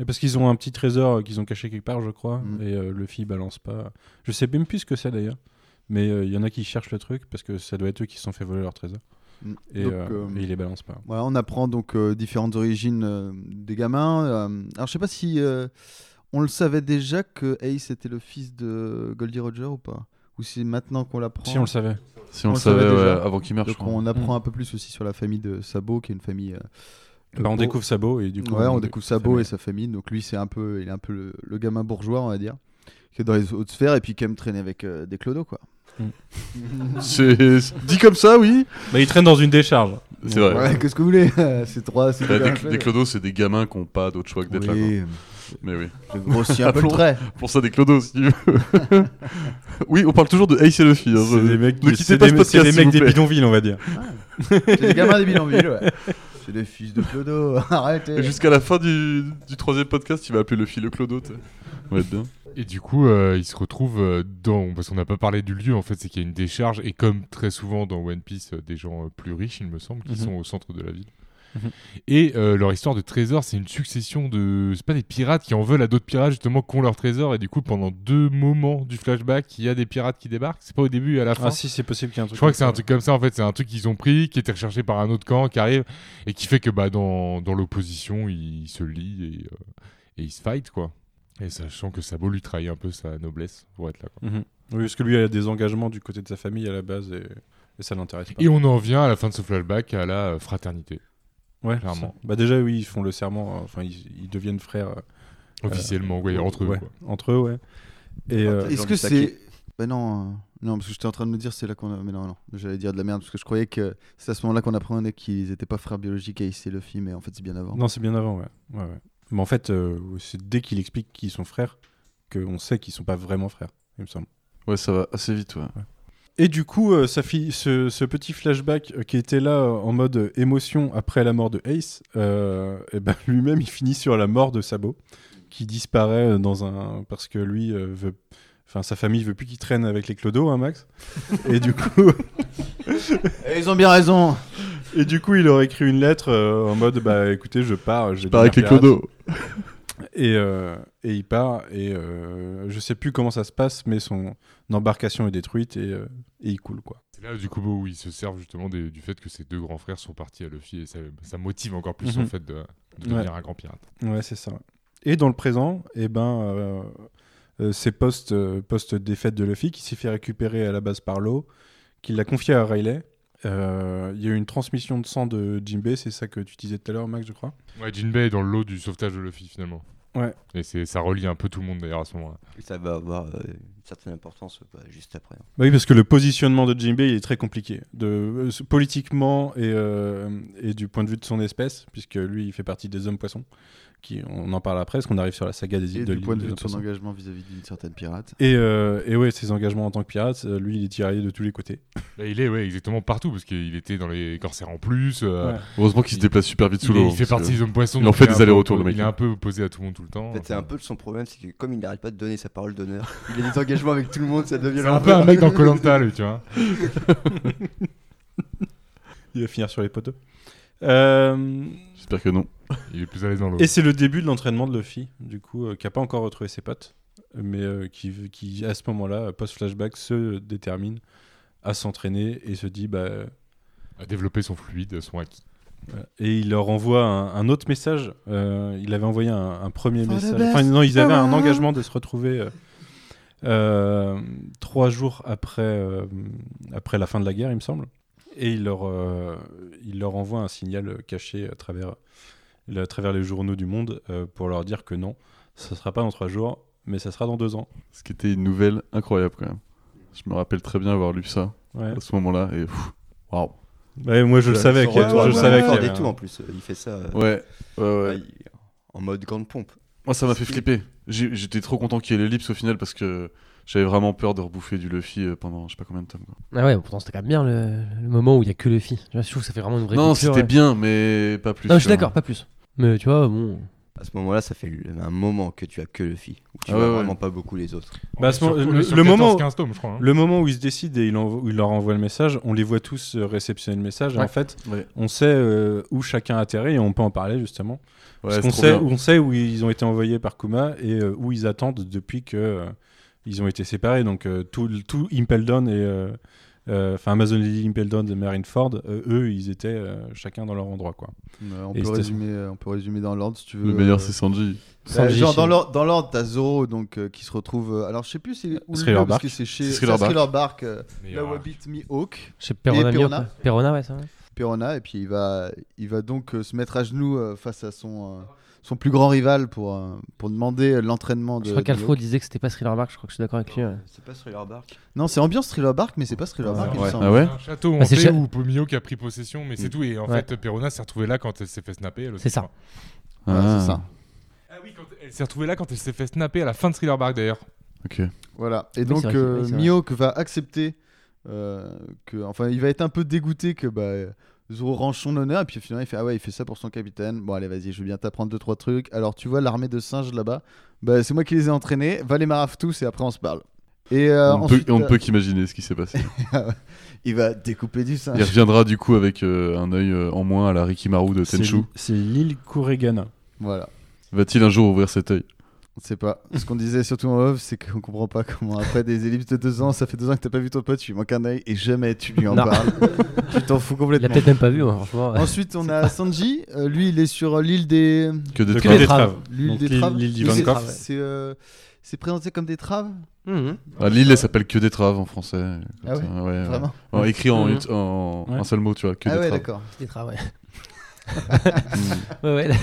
[SPEAKER 4] Et parce qu'ils ont un petit trésor euh, qu'ils ont caché quelque part, je crois,
[SPEAKER 6] Mm.
[SPEAKER 4] et euh, Luffy balance pas. Je sais même plus ce que c'est d'ailleurs, mais euh, il y en a qui cherchent le truc parce que ça doit être eux qui se sont fait voler leur trésor.
[SPEAKER 6] Mm.
[SPEAKER 4] Et,
[SPEAKER 6] Donc,
[SPEAKER 4] euh,
[SPEAKER 6] euh,
[SPEAKER 4] et ils les balancent pas.
[SPEAKER 6] Voilà, on apprend donc euh, différentes origines euh, des gamins. Euh, alors, je sais pas si euh, on le savait déjà que Ace était le fils de Goldie Roger ou pas. Ou c'est maintenant qu'on l'apprend.
[SPEAKER 4] Si on le savait.
[SPEAKER 5] Si on, le savait
[SPEAKER 6] déjà.
[SPEAKER 5] ouais, avant qu'il meure, je
[SPEAKER 6] Donc,
[SPEAKER 5] crois.
[SPEAKER 6] on apprend
[SPEAKER 4] Mm.
[SPEAKER 6] un peu plus aussi sur la famille de Sabo, qui est une famille. euh, de
[SPEAKER 4] Bah, on
[SPEAKER 6] pauvres.
[SPEAKER 4] découvre Sabo et du coup.
[SPEAKER 6] ouais, on découvre Sabo
[SPEAKER 4] famille.
[SPEAKER 6] et sa famille. Donc lui, c'est un peu, il est un peu le, le gamin bourgeois, on va dire, qui est dans les hautes sphères et puis qui aime traîner avec euh, des clodos, quoi.
[SPEAKER 5] C'est- Dit comme ça, oui.
[SPEAKER 4] Bah, ils traînent dans une décharge.
[SPEAKER 5] C'est vrai.
[SPEAKER 6] Ouais, qu'est-ce que vous voulez C'est trois, c'est
[SPEAKER 5] Bah,
[SPEAKER 6] deux
[SPEAKER 5] des,
[SPEAKER 6] gamins
[SPEAKER 5] des clodos, c'est des gamins qui n'ont pas d'autre choix que d'être là.
[SPEAKER 6] Oui,
[SPEAKER 5] quoi. Mais oui.
[SPEAKER 6] je grossis un peu le trait.
[SPEAKER 5] Pour ça, des clodos, si tu veux. oui, on parle toujours de Ace et Luffy. hein,
[SPEAKER 4] C'est
[SPEAKER 5] je-
[SPEAKER 4] des mecs,
[SPEAKER 5] Ne
[SPEAKER 4] c'est des,
[SPEAKER 5] quittez pas ce
[SPEAKER 4] mecs- c'est
[SPEAKER 5] podcast,
[SPEAKER 4] des
[SPEAKER 5] s'il
[SPEAKER 4] mecs
[SPEAKER 5] vous
[SPEAKER 4] des
[SPEAKER 5] plaît.
[SPEAKER 4] bidonvilles, on va dire.
[SPEAKER 6] C'est des gamins des bidonvilles, ouais. C'est des fils de clodos. Arrêtez.
[SPEAKER 5] Et jusqu'à la fin du, du troisième podcast, il va appeler Luffy le clodo. tu sais. On va être bien.
[SPEAKER 8] Et du coup, euh, ils se retrouvent euh, dans. Parce qu'on n'a pas parlé du lieu, en fait, c'est qu'il y a une décharge. Et comme très souvent dans One Piece, euh, des gens euh, plus riches, il me semble, qui
[SPEAKER 4] Mhm.
[SPEAKER 8] sont au centre de la ville.
[SPEAKER 4] Mhm.
[SPEAKER 8] Et euh, leur histoire de trésor, c'est une succession de. C'est pas des pirates qui en veulent à d'autres pirates, justement, qui ont leur trésor. Et du coup, pendant deux moments du flashback, il y a des pirates qui débarquent. C'est pas au début et à la fin.
[SPEAKER 4] Ah si, c'est possible qu'il y ait un truc.
[SPEAKER 8] Je crois
[SPEAKER 4] comme
[SPEAKER 8] que c'est
[SPEAKER 4] ça.
[SPEAKER 8] un truc comme ça en fait, c'est un truc qu'ils ont pris, qui était recherché par un autre camp, qui arrive et qui fait que bah dans, dans l'opposition ils se lient et, euh, et ils se fight quoi. Et sachant que Sabo lui trahit un peu sa noblesse pour être là. Quoi.
[SPEAKER 4] Mhm. Oui, parce que lui, il a des engagements du côté de sa famille à la base et, et ça l'intéresse pas.
[SPEAKER 8] Et on en vient à la fin de ce flashback à la euh, fraternité
[SPEAKER 4] Ouais,
[SPEAKER 8] clairement.
[SPEAKER 4] c'est ça. Bah déjà, oui, ils font le serment, euh, enfin, ils, ils deviennent frères. euh,
[SPEAKER 8] officiellement euh, ouais, entre eux.
[SPEAKER 4] ouais,
[SPEAKER 8] quoi.
[SPEAKER 4] Entre eux, ouais. Et euh,
[SPEAKER 6] Est-ce
[SPEAKER 10] Genre
[SPEAKER 6] que
[SPEAKER 10] du saké.
[SPEAKER 6] c'est. Bah non, euh, non, parce que j'étais en train de me dire, c'est là qu'on a. Mais non, non, j'allais dire de la merde, parce que je croyais que c'est à ce moment-là qu'on apprenait qu'ils étaient pas frères biologiques et Ace et Luffy, mais en fait, c'est bien avant.
[SPEAKER 4] non, c'est bien avant, ouais. ouais, ouais. Mais en fait, euh, c'est dès qu'il explique qu'ils sont frères qu'on sait qu'ils sont pas vraiment frères, il me semble.
[SPEAKER 5] Ouais, ça va assez vite, ouais.
[SPEAKER 4] Et du coup, euh, ça fi- ce, ce petit flashback euh, qui était là euh, en mode euh, émotion après la mort de Ace, euh, eh ben, lui-même il finit sur la mort de Sabo, qui disparaît euh, dans un parce que lui euh, veut, enfin sa famille veut plus qu'il traîne avec les clodos, hein, Max. et du coup,
[SPEAKER 6] Et ils ont bien raison
[SPEAKER 4] et du coup, il aurait écrit une lettre euh, en mode bah écoutez, je pars, je vais
[SPEAKER 5] Pareil
[SPEAKER 4] devenir
[SPEAKER 5] avec les
[SPEAKER 4] pirate.
[SPEAKER 5] clodos.
[SPEAKER 4] Et, euh, et il part, et euh, je sais plus comment ça se passe, mais son embarcation est détruite et, euh, et il coule, quoi.
[SPEAKER 8] C'est là, du coup, où ils se servent justement des- du fait que ses deux grands frères sont partis à Luffy et ça, ça motive encore plus
[SPEAKER 4] Mhm.
[SPEAKER 8] en fait de, de devenir un grand pirate.
[SPEAKER 4] Ouais, c'est ça. ouais. Et dans le présent, eh ben, euh, euh, c'est post, euh, post-défaite de Luffy qui s'est fait récupérer à la base par l'eau, qui l'a confié à Riley. Euh, Il y a eu une transmission de sang de Jinbei, c'est ça que tu disais tout à l'heure, Max, je crois.
[SPEAKER 8] Ouais, Jinbei est dans le lot du sauvetage de Luffy finalement.
[SPEAKER 4] Ouais.
[SPEAKER 8] Et c'est, ça relie un peu tout le monde d'ailleurs à ce moment-là.
[SPEAKER 10] Ça va avoir euh, une certaine importance euh, bah, juste après.
[SPEAKER 4] Bah oui, parce que le positionnement de Jinbei il est très compliqué, de, euh, s- politiquement et, euh, et du point de vue de son espèce, puisque lui, il fait partie des hommes-poissons, qui, on en parle après, parce qu'on arrive sur la saga des
[SPEAKER 6] Et
[SPEAKER 4] îles
[SPEAKER 6] du
[SPEAKER 4] l'île
[SPEAKER 6] point de
[SPEAKER 4] des
[SPEAKER 6] vue de son
[SPEAKER 4] hommes-poissons.
[SPEAKER 6] engagement vis-à-vis d'une certaine pirate.
[SPEAKER 4] Et, euh, et ouais, ses engagements en tant que pirate, euh, lui, il est tiraillé de tous les côtés.
[SPEAKER 8] Là, il est ouais, exactement partout parce qu'il était dans les corsaires en plus. euh,
[SPEAKER 4] Ouais.
[SPEAKER 5] Heureusement qu'il se déplace super vite sous
[SPEAKER 8] il, est-
[SPEAKER 5] l'eau. hein,
[SPEAKER 8] il fait
[SPEAKER 5] parce
[SPEAKER 8] partie des hommes poissons.
[SPEAKER 5] il en
[SPEAKER 8] donc
[SPEAKER 5] fait
[SPEAKER 8] est
[SPEAKER 5] des
[SPEAKER 8] un peu-
[SPEAKER 5] allers-retours, le mec.
[SPEAKER 8] Il est un peu opposé à tout le monde tout le temps.
[SPEAKER 10] En fait, c'est
[SPEAKER 8] Enfin,
[SPEAKER 10] un peu son problème, c'est que comme il n'arrête pas de donner sa parole d'honneur, il a des engagements avec tout le monde, ça devient
[SPEAKER 8] c'est un peu un mec dans Colanta, lui, tu vois.
[SPEAKER 4] Il va finir sur les poteaux. Euh,
[SPEAKER 5] que- J'espère que non.
[SPEAKER 8] Il est plus à l'aise dans l'eau.
[SPEAKER 4] et c'est le début de l'entraînement de Luffy, du coup, euh, qui n'a pas encore retrouvé ses potes, mais euh, qui, qui, à ce moment-là, euh, post-flashback, se détermine à s'entraîner et se dit, bah,
[SPEAKER 8] À développer son fluide, son acquis.
[SPEAKER 4] Voilà. Et il leur envoie un, un autre message. Euh, il avait envoyé un, un premier
[SPEAKER 9] For the
[SPEAKER 4] message.
[SPEAKER 9] best
[SPEAKER 4] Enfin, non, ils avaient un
[SPEAKER 9] ever.
[SPEAKER 4] engagement de se retrouver euh, euh, trois jours après, euh, après la fin de la guerre, il me semble. Et il leur, euh, il leur envoie un signal caché à travers, le- à travers les journaux du monde euh, pour leur dire que non, ça sera pas dans trois jours, mais ça sera dans deux ans.
[SPEAKER 5] Ce qui était une nouvelle incroyable quand même. Je me rappelle très bien avoir lu ça
[SPEAKER 4] Ouais.
[SPEAKER 5] à ce moment-là et pff, waouh.
[SPEAKER 4] Ouais, moi, je le savais.
[SPEAKER 10] Son
[SPEAKER 4] qu'il y a-
[SPEAKER 10] retour
[SPEAKER 4] je
[SPEAKER 10] à
[SPEAKER 4] le savais qu'il y
[SPEAKER 10] Marineford
[SPEAKER 4] avait
[SPEAKER 10] et tout
[SPEAKER 4] un-
[SPEAKER 10] en plus, euh, il fait ça euh,
[SPEAKER 5] Ouais, ouais, ouais.
[SPEAKER 10] bah, il- en mode grande pompe.
[SPEAKER 5] Moi ça m'a fait flipper. J'ai- J'étais trop content qu'il y ait l'ellipse au final parce que j'avais vraiment peur de rebouffer du Luffy euh, pendant je sais pas combien de temps. quoi.
[SPEAKER 7] Ah ouais, pourtant c'était quand même bien le, le moment où il y a que Luffy. Tu vois, je trouve que ça fait vraiment une vraie
[SPEAKER 5] Non,
[SPEAKER 7] coupure,
[SPEAKER 5] c'était
[SPEAKER 7] ouais.
[SPEAKER 5] bien, mais pas plus.
[SPEAKER 7] Non, je suis
[SPEAKER 5] quoi.
[SPEAKER 7] d'accord, pas plus. Mais tu vois, bon.
[SPEAKER 10] À ce moment-là, ça fait le- un moment que tu as que Luffy. Où tu
[SPEAKER 5] Ah
[SPEAKER 10] vois
[SPEAKER 5] ouais, ouais.
[SPEAKER 10] vraiment pas beaucoup les autres.
[SPEAKER 4] Bah, à ce moment- le- le moment-
[SPEAKER 8] 15 tomes, je crois. hein.
[SPEAKER 4] Le moment où ils se décident et il, envo- où il leur envoie le message, on les voit tous euh, réceptionner le message. Et
[SPEAKER 7] Ouais.
[SPEAKER 4] en fait,
[SPEAKER 5] Ouais.
[SPEAKER 4] on sait euh, où chacun atterrit et on peut en parler justement.
[SPEAKER 5] Ouais,
[SPEAKER 4] Parce
[SPEAKER 5] c'est
[SPEAKER 4] qu'on
[SPEAKER 5] trop
[SPEAKER 4] sait,
[SPEAKER 5] bien.
[SPEAKER 4] on sait où ils ont été envoyés par Kuma et euh, où ils attendent depuis que euh, ils ont été séparés. Donc euh, tout, tout Impel Down et euh, euh, enfin Amazon Lily, Impel Down et Marineford, euh, eux, ils étaient euh, chacun dans leur endroit quoi.
[SPEAKER 6] Euh, on,
[SPEAKER 4] Et
[SPEAKER 6] peut
[SPEAKER 4] c'était-
[SPEAKER 6] résumer, euh, on peut résumer dans l'ordre si tu veux.
[SPEAKER 5] Le meilleur
[SPEAKER 6] euh,
[SPEAKER 5] c'est Sanji.
[SPEAKER 6] Euh,
[SPEAKER 7] Sanji,
[SPEAKER 6] genre
[SPEAKER 7] c'est-
[SPEAKER 6] dans l'ordre, dans l'ordre, t'as Zoro donc euh, qui se retrouve. euh, alors je sais plus c'est où
[SPEAKER 4] Thriller
[SPEAKER 6] le parce
[SPEAKER 4] Bark.
[SPEAKER 6] que c'est chez
[SPEAKER 5] C'est Thriller
[SPEAKER 6] c'est Bark, euh, là
[SPEAKER 8] Meilleur
[SPEAKER 6] où
[SPEAKER 8] arc.
[SPEAKER 6] habite Mihawk,
[SPEAKER 7] Chez Perona,
[SPEAKER 6] Et
[SPEAKER 7] Mio,
[SPEAKER 6] Perona.
[SPEAKER 7] quoi. Perona, ouais, ça. ouais.
[SPEAKER 6] Perona et puis il va il va donc euh, se mettre à genoux euh, face à son euh, son plus grand rival pour euh, pour demander euh, l'entraînement de.
[SPEAKER 7] Je crois
[SPEAKER 6] de
[SPEAKER 7] qu'Alfro
[SPEAKER 6] Mihawk.
[SPEAKER 7] disait que c'était pas Thriller Bark, je crois que je suis d'accord avec lui. ouais.
[SPEAKER 10] C'est pas sur leur barque.
[SPEAKER 6] Non c'est ambiance Thriller Bark mais c'est pas Thriller Bark il me
[SPEAKER 5] Ouais.
[SPEAKER 6] semble.
[SPEAKER 5] Ah ouais Mm.
[SPEAKER 8] Un château
[SPEAKER 7] Ah, c'est
[SPEAKER 8] hanté
[SPEAKER 7] cha-
[SPEAKER 8] où Pomio qui a pris possession, mais c'est tout. Et en
[SPEAKER 7] Ouais.
[SPEAKER 8] fait, Perona s'est retrouvée là quand elle s'est fait snapper. elle aussi,
[SPEAKER 7] C'est ça.
[SPEAKER 8] je crois.
[SPEAKER 6] Voilà, c'est ça.
[SPEAKER 8] Ah oui, quand- elle s'est retrouvée là quand elle s'est fait snapper à la fin de Thriller Bark d'ailleurs.
[SPEAKER 5] Ok.
[SPEAKER 6] Euh, Voilà. Et
[SPEAKER 7] Oui,
[SPEAKER 6] donc
[SPEAKER 7] c'est vrai que-
[SPEAKER 6] euh,
[SPEAKER 7] oui, c'est vrai.
[SPEAKER 6] Mihawk va accepter euh, que, enfin, il va être un peu dégoûté que bah, euh, Zoro range son honneur et puis finalement il fait ah ouais il fait ça pour son capitaine. Bon allez vas-y je vais bien t'apprendre deux trois trucs. Alors tu vois l'armée de singes là-bas, bah, c'est moi qui les ai entraînés. Va les marave tous et après on se parle. Et euh,
[SPEAKER 5] on,
[SPEAKER 6] ensuite,
[SPEAKER 5] peut, on ne
[SPEAKER 6] euh,
[SPEAKER 5] peut qu'imaginer ce qui s'est passé.
[SPEAKER 6] il va découper du singe.
[SPEAKER 5] Il reviendra du coup avec euh, un œil euh, en moins à la Rikimaru de
[SPEAKER 4] C'est
[SPEAKER 5] Tenchu.
[SPEAKER 4] l'île- C'est l'île Kuregana.
[SPEAKER 6] Voilà.
[SPEAKER 5] Va-t-il un jour ouvrir cet œil
[SPEAKER 6] On sait pas. Ce qu'on disait surtout en off, c'est qu'on comprend pas comment après des ellipses de deux ans, ça fait deux ans que t'as pas vu ton pote, tu lui manques un œil et jamais tu lui en
[SPEAKER 7] Non.
[SPEAKER 6] parles. tu t'en fous
[SPEAKER 7] Il a
[SPEAKER 6] complètement.
[SPEAKER 7] peut-être même pas vu, hein, franchement. ouais.
[SPEAKER 6] Ensuite, on a Sanji. Euh, lui, il est sur euh, l'île des.
[SPEAKER 5] Que des
[SPEAKER 4] De
[SPEAKER 5] traces.
[SPEAKER 7] des traves.
[SPEAKER 4] traves.
[SPEAKER 6] L'île
[SPEAKER 4] Donc,
[SPEAKER 6] des
[SPEAKER 4] l'île-
[SPEAKER 6] Traves.
[SPEAKER 4] l'île
[SPEAKER 6] Mais c'est-
[SPEAKER 4] d'Ivankov.
[SPEAKER 6] C'est euh, c'est présenté comme des Traves
[SPEAKER 7] Mhm.
[SPEAKER 5] Ah, L'île, elle s'appelle que des traves en français.
[SPEAKER 6] Ah ouais
[SPEAKER 5] Quand, euh, ouais, ouais.
[SPEAKER 6] Vraiment
[SPEAKER 5] En écrit en,
[SPEAKER 7] Mhm.
[SPEAKER 5] en-
[SPEAKER 4] Ouais.
[SPEAKER 5] un seul mot, tu vois, que
[SPEAKER 6] Ah ouais,
[SPEAKER 5] des traves.
[SPEAKER 6] d'accord.
[SPEAKER 7] Des travaux, ouais.
[SPEAKER 5] Mhm.
[SPEAKER 7] Ouais, ouais, là,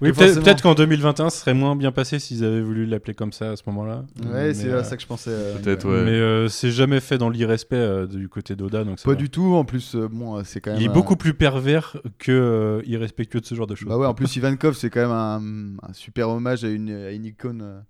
[SPEAKER 4] Oui,
[SPEAKER 6] Et
[SPEAKER 4] peut-être
[SPEAKER 6] forcément-
[SPEAKER 4] peut-être qu'en 2021, ce serait moins bien passé s'ils avaient voulu l'appeler comme ça à ce moment-là.
[SPEAKER 6] Ouais, c'est
[SPEAKER 4] euh,
[SPEAKER 6] à ça que je pensais. euh,
[SPEAKER 5] Peut-être,
[SPEAKER 4] Mais
[SPEAKER 5] ouais.
[SPEAKER 4] euh, c'est jamais fait dans l'irrespect euh, du côté d'Oda. donc ça
[SPEAKER 6] Pas
[SPEAKER 4] va.
[SPEAKER 6] du tout. En plus, euh, bon, euh, c'est quand même.
[SPEAKER 4] Il est
[SPEAKER 6] euh,
[SPEAKER 4] beaucoup plus pervers que euh, irrespectueux de ce genre de choses.
[SPEAKER 6] Bah ouais, en plus, Ivankov, c'est quand même un, un super hommage à une, à une icône. euh,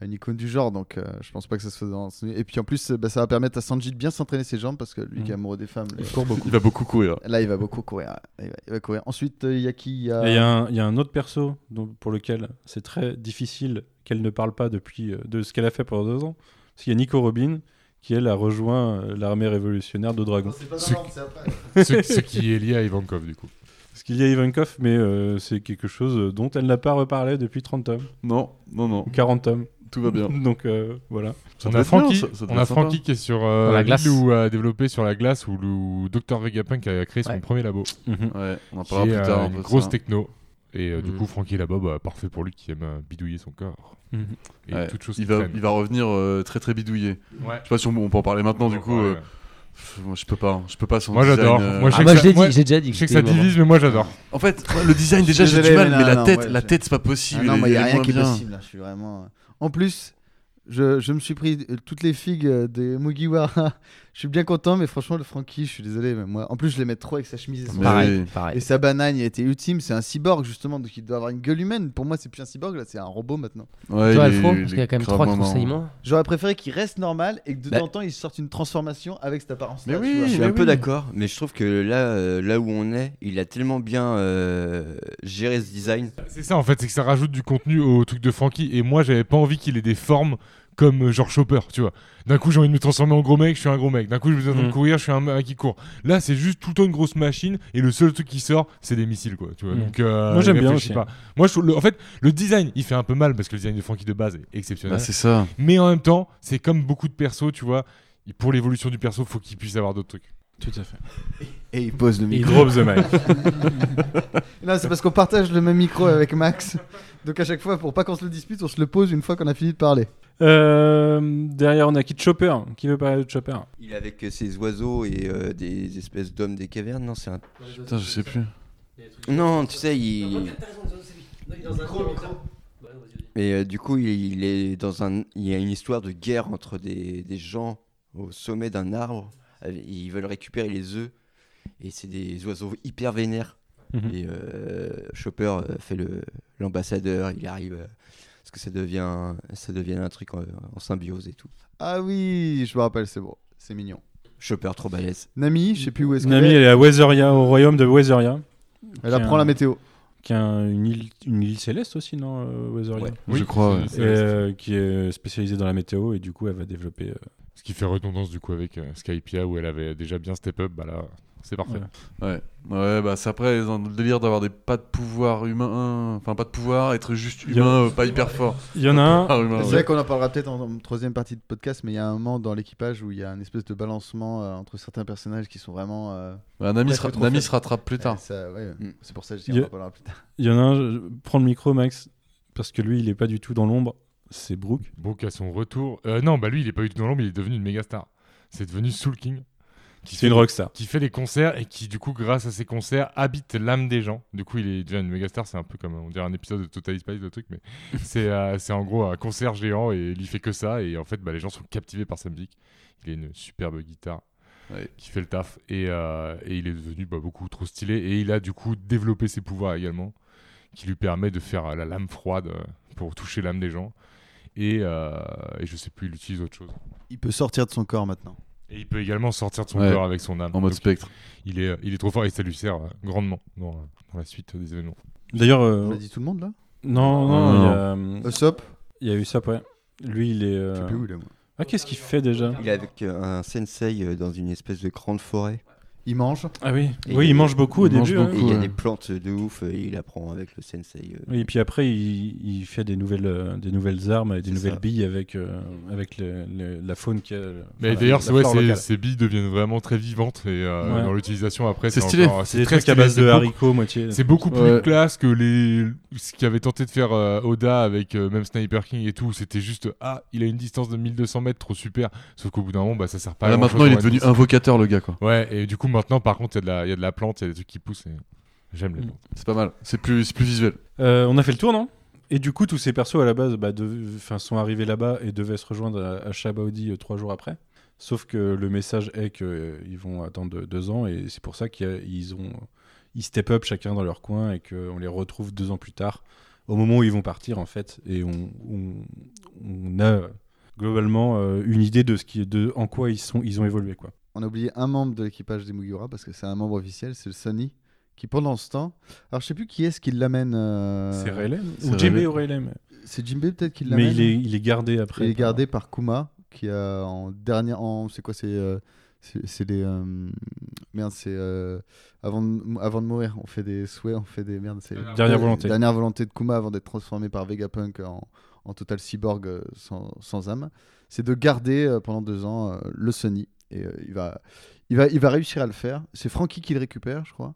[SPEAKER 6] à Une icône du genre, donc euh, je pense pas que ça se fasse dans. Et puis en plus, euh, bah, ça va permettre à Sanji de bien s'entraîner ses jambes parce que lui qui est
[SPEAKER 4] Mhm.
[SPEAKER 6] amoureux des femmes, là,
[SPEAKER 4] court beaucoup.
[SPEAKER 5] Il va beaucoup courir.
[SPEAKER 6] là, il va beaucoup courir. ouais. Il va, il va courir. Ensuite, euh, il y a qui Il y a-
[SPEAKER 4] Et Il y, a un- il y a un autre perso dont- pour lequel c'est très difficile qu'elle ne parle pas depuis euh, de ce qu'elle a fait pendant deux ans. Parce qu'il y a Nico Robin qui, elle, a rejoint euh, l'armée révolutionnaire de Dragons.
[SPEAKER 6] C'est pas
[SPEAKER 8] Ce-
[SPEAKER 6] dans l'ordre, c'est après.
[SPEAKER 8] ce, ce qui est lié à Ivankov du coup.
[SPEAKER 4] Parce qu'il y a Ivankov, mais euh, c'est quelque chose dont elle n'a pas reparlé depuis 30 tomes,
[SPEAKER 5] Non, non, non,
[SPEAKER 4] ou 40 tomes.
[SPEAKER 5] tout va bien.
[SPEAKER 4] Donc euh, voilà.
[SPEAKER 5] Ça
[SPEAKER 8] On
[SPEAKER 5] doit
[SPEAKER 8] a
[SPEAKER 5] être bien,
[SPEAKER 8] Francky,
[SPEAKER 5] ça- ça doit
[SPEAKER 8] on a
[SPEAKER 5] être sympa.
[SPEAKER 8] Francky qui est sur euh,
[SPEAKER 7] Dans la glace.
[SPEAKER 8] l'île où a développé sur la glace où le Dr Vegapunk a créé son
[SPEAKER 7] Ouais.
[SPEAKER 8] premier labo.
[SPEAKER 6] Mhm.
[SPEAKER 5] Ouais, on en
[SPEAKER 8] Qui
[SPEAKER 5] parlera
[SPEAKER 8] est,
[SPEAKER 5] plus tard.
[SPEAKER 8] euh,
[SPEAKER 5] un
[SPEAKER 8] une
[SPEAKER 5] peu de
[SPEAKER 8] grosse
[SPEAKER 5] ça.
[SPEAKER 8] techno. Et euh, du
[SPEAKER 7] Mm.
[SPEAKER 8] coup, Francky est là-bas, bah, parfait pour lui qui aime euh, bidouiller son corps.
[SPEAKER 4] Mhm.
[SPEAKER 8] Et
[SPEAKER 5] Ouais,
[SPEAKER 8] toute chose
[SPEAKER 5] il
[SPEAKER 8] qui
[SPEAKER 5] va,
[SPEAKER 8] traîne.
[SPEAKER 5] il va revenir euh, très très bidouillé.
[SPEAKER 8] Ouais.
[SPEAKER 5] Je sais pas si on, on peut en parler maintenant du coup.
[SPEAKER 8] Ouais.
[SPEAKER 5] euh, pff, moi, je peux pas, hein. je peux pas son
[SPEAKER 8] Moi,
[SPEAKER 5] design,
[SPEAKER 8] j'adore.
[SPEAKER 5] euh, Ah,
[SPEAKER 8] Moi,
[SPEAKER 7] Ah,
[SPEAKER 8] sais
[SPEAKER 7] moi,
[SPEAKER 8] que
[SPEAKER 7] je
[SPEAKER 8] ça-
[SPEAKER 7] l'ai
[SPEAKER 8] moi,
[SPEAKER 7] dit, j'ai déjà dit.
[SPEAKER 8] Je sais que
[SPEAKER 7] c'était
[SPEAKER 8] ça
[SPEAKER 7] vraiment-
[SPEAKER 8] divise, mais moi j'adore.
[SPEAKER 5] En fait, moi, le design déjà j'ai du
[SPEAKER 6] Désolé,
[SPEAKER 5] mal,
[SPEAKER 6] mais
[SPEAKER 5] mais la
[SPEAKER 6] non,
[SPEAKER 5] tête,
[SPEAKER 6] non, ouais,
[SPEAKER 5] la
[SPEAKER 6] je-
[SPEAKER 5] tête c'est pas
[SPEAKER 6] Ah
[SPEAKER 5] possible.
[SPEAKER 6] non,
[SPEAKER 5] elle
[SPEAKER 6] moi, il n'y a
[SPEAKER 5] est
[SPEAKER 6] rien
[SPEAKER 5] moins
[SPEAKER 6] qui est
[SPEAKER 5] bien.
[SPEAKER 6] possible. Là, je suis vraiment. euh. En plus, je, je me suis pris euh, toutes les figues euh, des Mugiwara. je suis bien content, mais franchement, le Frankie, je suis désolé. Mais moi, en plus, je l'aimais trop avec sa chemise. et son-
[SPEAKER 5] Mais
[SPEAKER 7] Pareil,
[SPEAKER 5] oui.
[SPEAKER 7] pareil.
[SPEAKER 6] Et sa banane, il était ultime. C'est un cyborg, justement, donc il doit avoir une gueule humaine. Pour moi, c'est plus un cyborg, là, c'est un robot maintenant.
[SPEAKER 5] Ouais,
[SPEAKER 7] Tu vois,
[SPEAKER 5] il est-
[SPEAKER 7] Alfro,
[SPEAKER 5] il
[SPEAKER 7] parce qu'il y a
[SPEAKER 5] est
[SPEAKER 7] quand même
[SPEAKER 5] grave
[SPEAKER 7] trois
[SPEAKER 5] marrant.
[SPEAKER 7] tressaillements.
[SPEAKER 6] J'aurais préféré qu'il reste normal et que de
[SPEAKER 7] Bah-
[SPEAKER 6] temps en temps, il sorte une transformation avec cette apparence.
[SPEAKER 5] Mais oui,
[SPEAKER 10] Je suis un
[SPEAKER 5] mais
[SPEAKER 10] peu
[SPEAKER 5] oui.
[SPEAKER 10] d'accord, mais je trouve que là, euh, là où on est, il a tellement bien euh, géré ce design.
[SPEAKER 8] C'est ça en fait, c'est que ça rajoute du contenu au truc de Frankie. Et moi, j'avais pas envie qu'il ait des formes comme euh, genre Chopper, tu vois. D'un coup, j'ai envie de me transformer en gros mec, je suis un gros mec. D'un coup, j'ai besoin de
[SPEAKER 4] Mhm.
[SPEAKER 8] courir, je suis un mec qui court. Là, c'est juste tout le temps une grosse machine et le seul truc qui sort, c'est des missiles, quoi. Tu vois.
[SPEAKER 4] Mhm.
[SPEAKER 8] Donc, euh,
[SPEAKER 4] Moi, j'aime
[SPEAKER 8] il
[SPEAKER 4] bien
[SPEAKER 8] réfléchit
[SPEAKER 4] aussi.
[SPEAKER 8] Pas. Moi, je trouve le- en fait, le design, il fait un peu mal parce que le design de Frankie de base est
[SPEAKER 5] Bah,
[SPEAKER 8] exceptionnel.
[SPEAKER 5] c'est ça.
[SPEAKER 8] Mais en même temps, c'est comme beaucoup de persos, tu vois. il- Pour l'évolution du perso, faut qu'il puisse avoir d'autres trucs.
[SPEAKER 4] Tout à fait.
[SPEAKER 6] Et il pose le
[SPEAKER 4] Il drop the mic.
[SPEAKER 6] Non, c'est parce qu'on partage le même micro avec Max. Donc à chaque fois, pour pas qu'on se le dispute, on se le pose une fois qu'on a fini de parler.
[SPEAKER 4] Euh, derrière, on a qui Chopper. Qui veut parler de Chopper
[SPEAKER 10] Il est avec euh, ses oiseaux et euh, des espèces d'hommes des cavernes. Non, c'est un.
[SPEAKER 5] Putain, je sais plus.
[SPEAKER 10] Non, tu sais, il. Et euh, du coup, il, il est dans un. Il y a une histoire de guerre entre des, des gens au sommet d'un arbre. Euh, Ils veulent récupérer les œufs. Et c'est des oiseaux hyper vénères.
[SPEAKER 4] Mhm.
[SPEAKER 10] Et euh, Chopper euh, fait le- l'ambassadeur. Il arrive. euh, parce que ça devient, ça devient un truc en, en symbiose et tout.
[SPEAKER 6] Ah oui, je me rappelle, c'est bon, c'est mignon.
[SPEAKER 10] Chopper trop balèze.
[SPEAKER 6] Nami, je sais plus où est-ce qu'elle
[SPEAKER 4] Nami,
[SPEAKER 6] est.
[SPEAKER 4] elle est à Weatheria, au royaume de Weatheria,
[SPEAKER 6] Elle apprend la météo.
[SPEAKER 4] qui est un- une, île, une île céleste aussi, non euh, Weatheria
[SPEAKER 10] Ouais.
[SPEAKER 5] Je crois,
[SPEAKER 8] c'est-
[SPEAKER 5] ouais.
[SPEAKER 8] c'est-
[SPEAKER 4] Et, euh, qui est spécialisée dans la météo et du coup elle va développer. euh,
[SPEAKER 8] Ce qui fait redondance du coup avec euh, Skypia où elle avait déjà bien step up, bah là, c'est parfait.
[SPEAKER 4] Ouais.
[SPEAKER 5] Ouais. Ouais, bah c'est après dans le délire d'avoir des pas de pouvoir humain, enfin pas de pouvoir, être juste
[SPEAKER 4] Il y a-
[SPEAKER 5] humain, euh, pas hyper fort.
[SPEAKER 4] Il y en a un.
[SPEAKER 5] Ah, humain,
[SPEAKER 6] C'est
[SPEAKER 5] ouais.
[SPEAKER 6] vrai qu'on en parlera peut-être en, en troisième partie de podcast, mais il y a un moment dans l'équipage où il y a un espèce de balancement euh, entre certains personnages qui sont vraiment. euh,
[SPEAKER 5] Bah, Nami,
[SPEAKER 6] Ouais,
[SPEAKER 5] se ra-
[SPEAKER 6] c'est trop
[SPEAKER 5] Nami
[SPEAKER 6] faible.
[SPEAKER 5] se rattrape plus
[SPEAKER 6] euh,
[SPEAKER 5] tard.
[SPEAKER 6] ça, ouais,
[SPEAKER 10] Mm.
[SPEAKER 6] C'est pour ça que je dis
[SPEAKER 4] Il
[SPEAKER 6] on
[SPEAKER 4] y a-
[SPEAKER 6] en parlera plus tard.
[SPEAKER 4] Il y en a un. je- Prends le micro, Max, parce que lui il est pas du tout dans l'ombre. C'est Brooke.
[SPEAKER 8] Brooke à son retour. Euh, non, bah lui, il est pas du tout dans l'ombre, il est devenu une méga star. C'est devenu Soul King. Qui
[SPEAKER 4] C'est une rockstar.
[SPEAKER 8] Qui fait les concerts et qui, du coup, grâce à ses concerts, habite l'âme des gens. Du coup, il est déjà une méga star. C'est un peu comme on dirait un épisode de Total Spice, le truc, mais c'est euh, c'est en gros un concert géant et il y fait que ça. Et en fait, bah, les gens sont captivés par sa musique. Il a une superbe guitare
[SPEAKER 5] Ouais.
[SPEAKER 8] qui fait le taf et, euh, et il est devenu bah, beaucoup trop stylé. Et il a, du coup, développé ses pouvoirs également qui lui permet de faire euh, la lame froide euh, pour toucher l'âme des gens. Et, euh, et je sais plus, il utilise autre chose.
[SPEAKER 6] Il peut sortir de son corps maintenant.
[SPEAKER 8] Et il peut également sortir de son
[SPEAKER 5] Ouais.
[SPEAKER 8] corps avec son âme.
[SPEAKER 5] En mode
[SPEAKER 8] Donc,
[SPEAKER 5] spectre.
[SPEAKER 8] il est, euh, il est trop fort et ça lui sert euh, grandement dans, euh, dans la suite des événements.
[SPEAKER 4] D'ailleurs,
[SPEAKER 6] On
[SPEAKER 4] euh,
[SPEAKER 6] a dit tout le monde là
[SPEAKER 4] non, non, il y a, euh,
[SPEAKER 6] Usopp
[SPEAKER 4] il y a eu ça, ouais. Lui il est. euh,
[SPEAKER 6] Je sais plus où il est, moi.
[SPEAKER 4] Ah, qu'est-ce qu'il fait déjà
[SPEAKER 10] Il est avec euh, un sensei euh, dans une espèce de grande forêt.
[SPEAKER 6] Il mange.
[SPEAKER 4] Ah oui.
[SPEAKER 10] Et
[SPEAKER 4] oui,
[SPEAKER 10] il-
[SPEAKER 4] il mange beaucoup au
[SPEAKER 5] il mange
[SPEAKER 4] début. hein.
[SPEAKER 5] beaucoup.
[SPEAKER 10] Et il y a
[SPEAKER 5] Ouais.
[SPEAKER 10] des plantes de ouf. euh, Et il apprend avec le sensei. euh,
[SPEAKER 4] Oui, et puis après, il, il fait des nouvelles, euh, des nouvelles armes et des
[SPEAKER 10] C'est
[SPEAKER 4] nouvelles
[SPEAKER 10] ça.
[SPEAKER 4] billes avec, euh, avec le- le- la faune qui a. le-
[SPEAKER 8] Mais
[SPEAKER 4] enfin,
[SPEAKER 8] d'ailleurs,
[SPEAKER 4] la-
[SPEAKER 8] c'est
[SPEAKER 4] la
[SPEAKER 8] ouais,
[SPEAKER 4] flore
[SPEAKER 8] ces,
[SPEAKER 4] locale.
[SPEAKER 8] ces billes deviennent vraiment très vivantes et euh,
[SPEAKER 4] Ouais.
[SPEAKER 8] dans l'utilisation après,
[SPEAKER 5] C'est stylé.
[SPEAKER 8] encore-
[SPEAKER 4] C'est des
[SPEAKER 8] très
[SPEAKER 4] trucs à
[SPEAKER 8] stylé,
[SPEAKER 4] base
[SPEAKER 8] c'est
[SPEAKER 4] de
[SPEAKER 8] beaucoup-
[SPEAKER 4] haricots, moitié.
[SPEAKER 8] C'est beaucoup plus
[SPEAKER 5] Ouais.
[SPEAKER 8] classe que les ce qu'avait tenté de faire euh, Oda avec euh, même Sniper King et tout. C'était juste ah, il a une distance de 1200 mètres, trop super. Sauf qu'au bout d'un moment, bah ça sert pas. à
[SPEAKER 5] Là
[SPEAKER 8] grand-chose
[SPEAKER 5] maintenant, il est
[SPEAKER 8] dans One
[SPEAKER 5] devenu
[SPEAKER 8] Piece.
[SPEAKER 5] invocateur le gars quoi.
[SPEAKER 8] Ouais, et du coup, maintenant, par contre, il y, a de la- il y a de la plante, il y a des trucs qui poussent. et J'aime les
[SPEAKER 4] Mm.
[SPEAKER 8] plantes.
[SPEAKER 5] C'est pas mal. C'est plus, c'est plus visuel.
[SPEAKER 4] Euh, on a fait le tour, non Et du coup, tous ces persos à la base bah, dev- enfin, sont arrivés là-bas et devaient se rejoindre à, à Shabaudi euh, trois jours après. Sauf que le message est qu'ils vont attendre deux, deux ans et c'est pour ça qu'ils ont ils step up chacun dans leur coin et qu'on les retrouve deux ans plus tard, au moment où ils vont partir en fait. Et on, on- on a euh, globalement euh, une idée de ce qui est de en quoi ils sont ils ont évolué quoi.
[SPEAKER 6] On a oublié un membre de l'équipage des Mugiwara parce que c'est un membre officiel, c'est le Sunny, qui pendant ce temps. Alors je sais plus qui est-ce qui l'amène. euh,
[SPEAKER 4] c'est Raylem
[SPEAKER 5] c'est
[SPEAKER 4] ou Jimmy
[SPEAKER 5] Raylem.
[SPEAKER 4] ou Raylem.
[SPEAKER 6] C'est Jinbei peut-être qui l'amène.
[SPEAKER 4] Mais il est il est gardé après.
[SPEAKER 6] Il est
[SPEAKER 4] par-
[SPEAKER 6] gardé par Kuma qui a en dernière. En, c'est quoi C'est euh, C'est c'est les. euh, merde, c'est. euh, avant, de, avant de mourir, on fait des souhaits, on fait des. Merde, c'est.
[SPEAKER 12] Dernière volonté.
[SPEAKER 6] Dernière volonté de Kuma avant d'être transformé par Vegapunk en, en total cyborg euh, sans, sans âme. C'est de garder euh, pendant deux ans euh, le Sony. Et euh, il, va, il, va, il va réussir à le faire. C'est Frankie qui le récupère, je crois.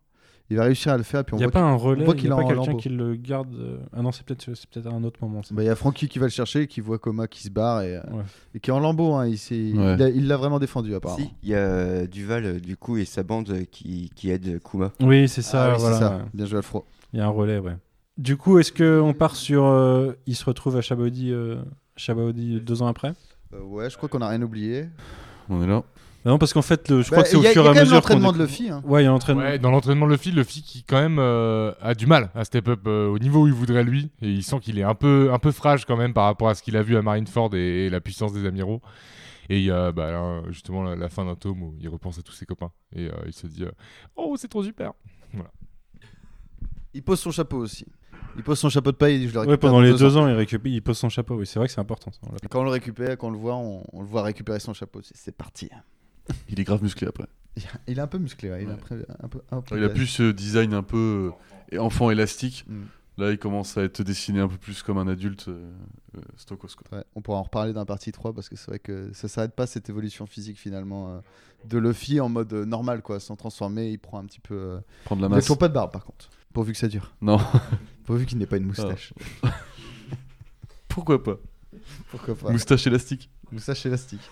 [SPEAKER 6] Il va réussir à le faire. Puis
[SPEAKER 4] Il
[SPEAKER 6] on
[SPEAKER 4] n'y a
[SPEAKER 6] voit
[SPEAKER 4] pas un relais,
[SPEAKER 6] voit
[SPEAKER 4] il
[SPEAKER 6] qu'il
[SPEAKER 4] n'y a
[SPEAKER 6] est
[SPEAKER 4] pas
[SPEAKER 6] en
[SPEAKER 4] quelqu'un
[SPEAKER 6] lambeau.
[SPEAKER 4] qui le garde. euh, Ah non, c'est peut-être c'est peut-être à un autre moment. ça.
[SPEAKER 6] Bah, Il y a Francky qui va le chercher, qui voit Coma qui se barre et, euh,
[SPEAKER 4] Ouais.
[SPEAKER 6] et qui est en lambeau. hein. Il s'est-
[SPEAKER 5] Ouais.
[SPEAKER 6] il a- il l'a vraiment défendu, apparemment.
[SPEAKER 10] Si, il y a euh, Duval, euh, du coup, et sa bande euh, qui, qui aide Kuma.
[SPEAKER 4] Oui, c'est ça.
[SPEAKER 6] Ah oui, c'est
[SPEAKER 4] voilà,
[SPEAKER 6] ça.
[SPEAKER 4] ouais.
[SPEAKER 6] Bien joué, Alfro.
[SPEAKER 4] Il y a un relais, ouais. Du coup, est-ce qu'on part sur. euh, il se retrouve à Chabaudi, euh, Chabaudi deux ans après
[SPEAKER 6] Euh, ouais, je crois qu'on a rien oublié.
[SPEAKER 5] On est là.
[SPEAKER 4] Non, parce qu'en fait, le- je
[SPEAKER 6] Bah,
[SPEAKER 4] crois que c'est au
[SPEAKER 6] il y a-
[SPEAKER 4] fur et
[SPEAKER 6] Il y a
[SPEAKER 4] à
[SPEAKER 6] quand même
[SPEAKER 4] mesure qu'on.
[SPEAKER 6] l'entraînement de
[SPEAKER 4] découvre-
[SPEAKER 6] Luffy. hein.
[SPEAKER 4] Ouais, il y a l'entraînement.
[SPEAKER 8] Ouais, dans l'entraînement de Luffy, Luffy qui quand même euh, a du mal à step up euh, au niveau où il voudrait lui, et il sent qu'il est un peu, un peu fragile quand même par rapport à ce qu'il a vu à Marineford et, et la puissance des amiraux. Et il y a bah, là, justement la, la fin d'un tome où il repense à tous ses copains et euh, il se dit euh, Oh, c'est trop super
[SPEAKER 6] Il pose son chapeau aussi. Il pose son chapeau de paille et il dit, je le récupère.
[SPEAKER 4] Ouais, pendant
[SPEAKER 6] dans
[SPEAKER 4] les deux ans, il, récupère, il pose son chapeau. Oui, c'est vrai que c'est important. ça, on l'a
[SPEAKER 6] Et
[SPEAKER 4] pas-
[SPEAKER 6] quand on le récupère, quand on le voit, on, on le voit récupérer son chapeau. C'est- C'est parti. hein.
[SPEAKER 5] Il est grave musclé après.
[SPEAKER 6] Il est un peu musclé, ouais. il, est
[SPEAKER 5] Ouais.
[SPEAKER 6] un peu- un peu- un peu
[SPEAKER 5] Il a
[SPEAKER 6] bête.
[SPEAKER 5] plus ce design un peu euh, enfant élastique.
[SPEAKER 6] Mm.
[SPEAKER 5] Là, il commence à être dessiné un peu plus comme un adulte euh, euh, Stokos. Quoi.
[SPEAKER 6] Ouais, on pourra en reparler d'un partie 3 parce que c'est vrai que ça s'arrête pas cette évolution physique finalement euh, de Luffy en mode euh, normal quoi, sans transformer, il prend un petit peu. euh,
[SPEAKER 5] Prendre la
[SPEAKER 6] Il a
[SPEAKER 5] masse.
[SPEAKER 6] toujours pas de barbe par contre, pourvu que ça dure,
[SPEAKER 5] Non,
[SPEAKER 6] pourvu qu'il n'ait pas une moustache.
[SPEAKER 5] Ah. pourquoi pas
[SPEAKER 6] Pourquoi pas
[SPEAKER 5] Moustache élastique.
[SPEAKER 6] Moustache élastique.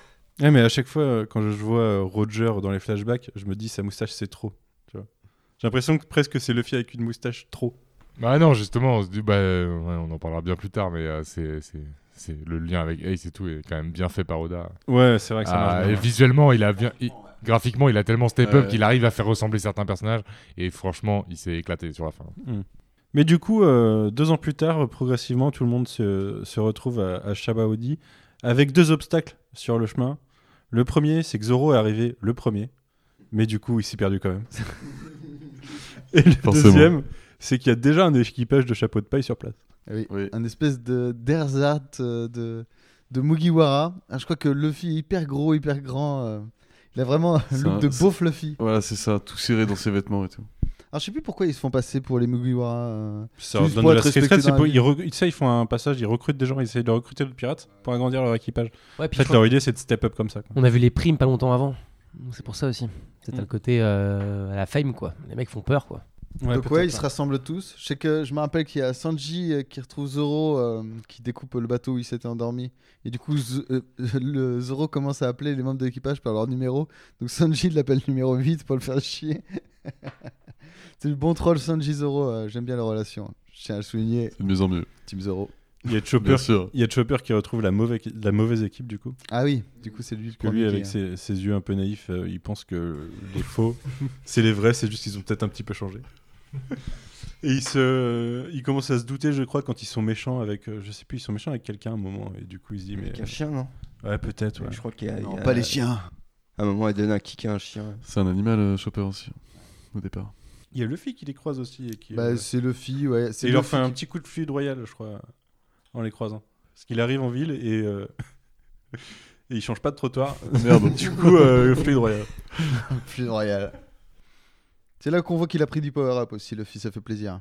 [SPEAKER 4] Ouais, mais à chaque fois, euh, quand je vois euh, Roger dans les flashbacks, je me dis sa moustache, c'est trop. tu vois. J'ai l'impression que presque c'est Luffy avec une moustache trop.
[SPEAKER 8] Bah non, justement, on se dit, bah, euh, ouais, on en parlera bien plus tard, mais euh, c'est, c'est, c'est le lien avec Ace et tout est quand même bien fait par Oda.
[SPEAKER 4] Ouais, c'est vrai que ça
[SPEAKER 8] Ah,
[SPEAKER 4] marche.
[SPEAKER 8] et
[SPEAKER 4] bien.
[SPEAKER 8] visuellement, il a bien, il- graphiquement, il a tellement step up
[SPEAKER 5] Ouais.
[SPEAKER 8] qu'il arrive à faire ressembler certains personnages. Et franchement, il s'est éclaté sur la fin.
[SPEAKER 4] Mais du coup, euh, deux ans plus tard, euh, progressivement, tout le monde se, se retrouve à, à Shabaudi avec deux obstacles sur le chemin. Le premier, c'est que Zoro est arrivé le premier, mais du coup, il s'est perdu quand même. Et le
[SPEAKER 5] Forcément.
[SPEAKER 4] deuxième, c'est qu'il y a déjà un équipage de chapeaux de paille sur place.
[SPEAKER 6] Ah oui.
[SPEAKER 5] Oui.
[SPEAKER 6] Un espèce de d'ersatz euh, de, de Mugiwara. Ah, je crois que Luffy est hyper gros, hyper grand. euh, Il a vraiment un
[SPEAKER 5] C'est
[SPEAKER 6] look
[SPEAKER 5] un-
[SPEAKER 6] de beau Luffy.
[SPEAKER 5] Voilà, c'est ça, tout serré dans ses vêtements et tout.
[SPEAKER 6] Alors je sais plus pourquoi ils se font passer pour les Mugiwara. euh,
[SPEAKER 4] Ça
[SPEAKER 6] Juste
[SPEAKER 4] leur donne
[SPEAKER 6] pour
[SPEAKER 4] de la
[SPEAKER 6] être respecté
[SPEAKER 4] stress, c'est
[SPEAKER 6] dans la
[SPEAKER 4] pour-
[SPEAKER 6] ville.
[SPEAKER 4] ils, rec- tu sais, ils font un passage, ils recrutent des gens, ils essayent de recruter d'autres pirates pour agrandir leur équipage.
[SPEAKER 7] Ouais,
[SPEAKER 4] En
[SPEAKER 7] puis je
[SPEAKER 4] fait,
[SPEAKER 7] crois-
[SPEAKER 4] leur idée, c'est de step up comme ça. quoi.
[SPEAKER 7] on a vu les primes pas longtemps avant. Donc C'est pour ça aussi. C'est
[SPEAKER 4] Mm.
[SPEAKER 7] le côté euh, à la fame, quoi. Les mecs font peur, quoi.
[SPEAKER 6] Donc ouais, ils se rassemblent tous. Je sais que je me rappelle qu'il y a Sanji euh, qui retrouve Zoro euh, qui découpe le bateau où il s'était endormi. Et du coup, Z- euh, le Zoro commence à appeler les membres de l'équipage par leur numéro. Donc Sanji l'appelle numéro 8 pour le faire chier. C'est du bon troll Sanji Zoro, euh, j'aime bien leur relation. Je tiens à le souligner,
[SPEAKER 5] C'est de mieux en mieux.
[SPEAKER 6] Team Zoro.
[SPEAKER 4] Il y a
[SPEAKER 5] Bien
[SPEAKER 4] Chopper.
[SPEAKER 5] sûr.
[SPEAKER 4] Il y a Chopper qui retrouve la mauvaise, la mauvaise équipe du coup.
[SPEAKER 6] Ah oui, du coup c'est lui le
[SPEAKER 4] Que lui,
[SPEAKER 6] premier qui
[SPEAKER 4] avec ses,
[SPEAKER 6] est-
[SPEAKER 4] ses yeux un peu naïfs, euh, il pense que les faux, c'est les vrais, c'est juste qu'ils ont peut-être un petit peu changé. Et il, se, il commence à se douter, je crois, quand ils sont méchants avec. euh, je sais plus, ils sont méchants avec quelqu'un à un moment. Et du coup, il se dit, mais.
[SPEAKER 10] Avec un chien, non
[SPEAKER 4] Ouais, peut-être, ouais.
[SPEAKER 10] Je crois qu'il y a. il
[SPEAKER 6] Non,
[SPEAKER 10] y a-
[SPEAKER 4] Euh,
[SPEAKER 6] pas les chiens.
[SPEAKER 10] À un moment, elle donne un kick à un chien.
[SPEAKER 5] C'est un animal, euh, Chopper aussi, au départ.
[SPEAKER 4] Il y a Luffy qui les croise aussi. Et, qui,
[SPEAKER 6] Bah,
[SPEAKER 4] euh,
[SPEAKER 6] c'est Luffy, ouais. C'est
[SPEAKER 4] et il leur
[SPEAKER 6] Luffy
[SPEAKER 4] fait un
[SPEAKER 6] qui-
[SPEAKER 4] petit coup de fluide royal, je crois, en les croisant. Parce qu'il arrive en ville et. euh, et il change pas de trottoir.
[SPEAKER 5] Merde.
[SPEAKER 4] du coup, euh, fluide royal.
[SPEAKER 6] Plus royal. C'est là qu'on voit qu'il a pris du power-up aussi, Luffy, ça fait plaisir.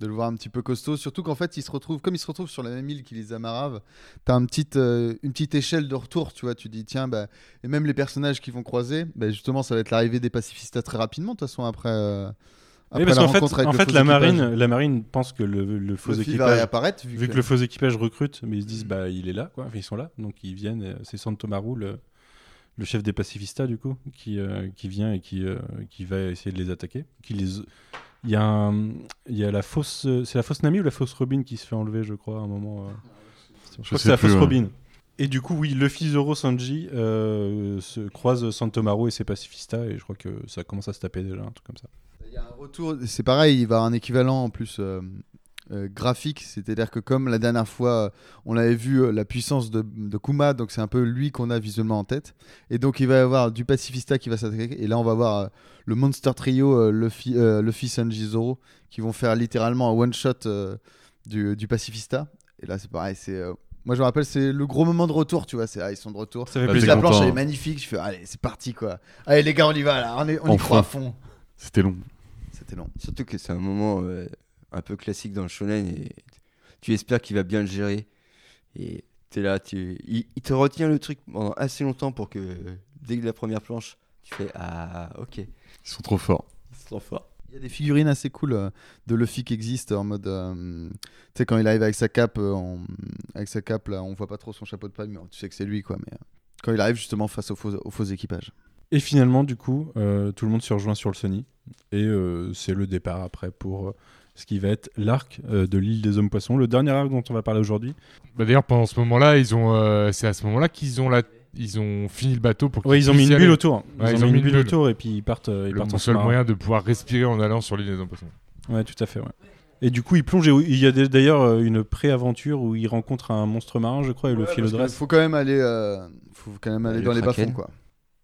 [SPEAKER 6] De le voir un petit peu costaud, surtout qu'en fait, il se retrouve, comme il se retrouve sur la même île qui les amarrave, t'as un petit, euh, une petite échelle de retour, tu vois, tu dis, tiens, bah, et même les personnages qui vont croiser, bah, justement, ça va être l'arrivée des pacifistes à très rapidement, de toute façon, après, euh,
[SPEAKER 4] Oui,
[SPEAKER 6] après
[SPEAKER 4] parce
[SPEAKER 6] la
[SPEAKER 4] qu'en fait,
[SPEAKER 6] rencontre avec
[SPEAKER 4] en
[SPEAKER 6] le
[SPEAKER 4] fait
[SPEAKER 6] faux
[SPEAKER 4] la,
[SPEAKER 6] équipage.
[SPEAKER 4] marine, la marine pense que le, le faux
[SPEAKER 6] Luffy va
[SPEAKER 4] équipage.
[SPEAKER 6] réapparaître, vu,
[SPEAKER 4] Vu que le faux équipage recrute, mais ils se disent bah il est là, quoi. Enfin, ils sont là, donc ils viennent. euh, C'est Santomaru, le, le chef des pacifistas du coup, qui, euh, qui vient et qui, euh, qui va essayer de les attaquer. Qui les... Il y a un- il y a la fausse, euh, c'est la fausse Nami ou la fausse Robin qui se fait enlever, je crois, à un moment. euh. Je, crois que
[SPEAKER 5] sais
[SPEAKER 4] c'est la
[SPEAKER 5] plus,
[SPEAKER 4] fausse
[SPEAKER 5] ouais.
[SPEAKER 4] Robin. Et du coup, oui, Luffy, Zoro, Sanji euh, se croisent Santomaru et ses pacifistas, et je crois que ça commence à se taper déjà, un truc comme ça.
[SPEAKER 6] Il y a un retour, c'est pareil, il va avoir un équivalent en plus euh, euh, graphique, c'est-à-dire que comme la dernière fois, euh, on l'avait vu, euh, la puissance de, de Kuma, donc c'est un peu lui qu'on a visuellement en tête. Et donc il va y avoir du pacifista qui va s'attaquer, et là on va voir euh, le Monster Trio, euh, Luffy, euh, Luffy, Sanji, Zoro, qui vont faire littéralement un one-shot euh, du, du pacifista. Et là c'est pareil, c'est... euh, Moi, je me rappelle, c'est le gros moment de retour, tu vois. C'est ah, ils sont de retour.
[SPEAKER 4] Ça fait
[SPEAKER 5] Bah,
[SPEAKER 4] plaisir.
[SPEAKER 6] la
[SPEAKER 5] content,
[SPEAKER 6] planche, elle est
[SPEAKER 5] hein.
[SPEAKER 6] magnifique. Je fais, allez, c'est parti, quoi. Allez, les gars, on y va, là. On, est, on y
[SPEAKER 5] Enfin.
[SPEAKER 6] croit à fond.
[SPEAKER 5] C'était long.
[SPEAKER 6] C'était long.
[SPEAKER 10] Surtout que c'est un moment euh, un peu classique dans le shonen et tu espères qu'il va bien le gérer. Et t'es là, tu... il, il te retient le truc pendant assez longtemps pour que euh, dès que la première planche, tu fais Ah, ok,
[SPEAKER 5] Ils sont trop forts.
[SPEAKER 10] c'est trop fort.
[SPEAKER 6] Il y a des figurines assez cool euh, de Luffy qui existent en mode. euh, tu sais, quand il arrive avec sa cape, euh, on- avec sa cape, là, on voit pas trop son chapeau de palme, mais tu sais que c'est lui, quoi. Mais euh, quand il arrive justement face aux faux, aux faux équipages.
[SPEAKER 4] Et finalement, du coup, euh, tout le monde se rejoint sur le Sony. Et euh, c'est le départ après pour euh, ce qui va être l'arc euh, de l'île des hommes poissons, le dernier arc dont on va parler aujourd'hui.
[SPEAKER 8] Bah, D'ailleurs, pendant ce moment-là, ils ont, euh, c'est à ce moment-là qu'ils ont la, ils ont fini le bateau pour. qu'ils
[SPEAKER 4] Ouais, ils ont mis
[SPEAKER 8] puissent
[SPEAKER 4] une
[SPEAKER 8] y aller.
[SPEAKER 4] bulle autour. hein. Ils
[SPEAKER 8] Ouais,
[SPEAKER 4] ont mis une bulle autour et puis ils partent, euh, ils
[SPEAKER 8] Le
[SPEAKER 4] partent
[SPEAKER 8] mon
[SPEAKER 4] en
[SPEAKER 8] seul
[SPEAKER 4] sous-marin.
[SPEAKER 8] moyen de pouvoir respirer en allant sur l'île des impossibles.
[SPEAKER 4] Ouais, tout à fait. ouais. Et du coup, ils plongent. et où- Il y a des- d'ailleurs euh, une pré-aventure où ils rencontrent un monstre marin, je crois, et le
[SPEAKER 6] Il
[SPEAKER 4] philodresse.
[SPEAKER 6] faut quand même aller, euh, faut quand même aller
[SPEAKER 10] Le
[SPEAKER 6] dans les
[SPEAKER 10] Kraken.
[SPEAKER 6] bas-fonds, quoi.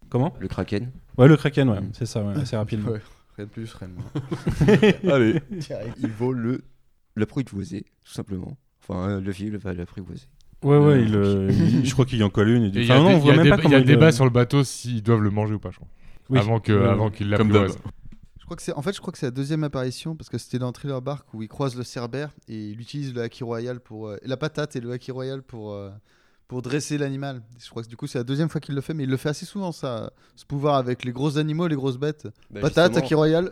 [SPEAKER 4] Comment
[SPEAKER 10] Le Kraken.
[SPEAKER 4] Ouais, le kraken, ouais,
[SPEAKER 10] Mm.
[SPEAKER 4] c'est ça, ouais, assez rapidement.
[SPEAKER 6] Ouais, rien de plus, rien de moins.
[SPEAKER 5] Allez,
[SPEAKER 6] Direct.
[SPEAKER 10] Il vaut le l'apprivoiser, tout simplement. Enfin, euh, le film va l'apprivoiser.
[SPEAKER 4] Ouais,
[SPEAKER 5] Euh,
[SPEAKER 4] ouais, il, euh, il- je crois qu'il y en colle une. Et du...
[SPEAKER 8] Et Il y
[SPEAKER 4] Enfin,
[SPEAKER 8] a
[SPEAKER 4] non,
[SPEAKER 8] des-
[SPEAKER 4] on
[SPEAKER 8] il y
[SPEAKER 4] voit
[SPEAKER 8] a
[SPEAKER 4] même
[SPEAKER 8] des-
[SPEAKER 4] pas
[SPEAKER 8] il y
[SPEAKER 4] comment
[SPEAKER 8] a
[SPEAKER 4] il,
[SPEAKER 8] débat
[SPEAKER 4] euh,
[SPEAKER 8] sur le bateau s'ils doivent le manger ou pas, je crois.
[SPEAKER 4] Oui.
[SPEAKER 8] Avant que,
[SPEAKER 4] Ouais.
[SPEAKER 8] avant qu'il
[SPEAKER 5] Comme
[SPEAKER 8] l'apprivoise.
[SPEAKER 6] Je crois que c'est, en fait, je crois que c'est la deuxième apparition parce que c'était dans Thriller Bark où il croise le Cerbère et il utilise le haki royal pour euh, la patate et le haki royal pour euh, pour dresser l'animal. Je crois que du coup c'est la deuxième fois qu'il le fait, mais il le fait assez souvent ça, ce pouvoir avec les gros animaux, les grosses bêtes.
[SPEAKER 10] Bah,
[SPEAKER 6] patate, haki royal.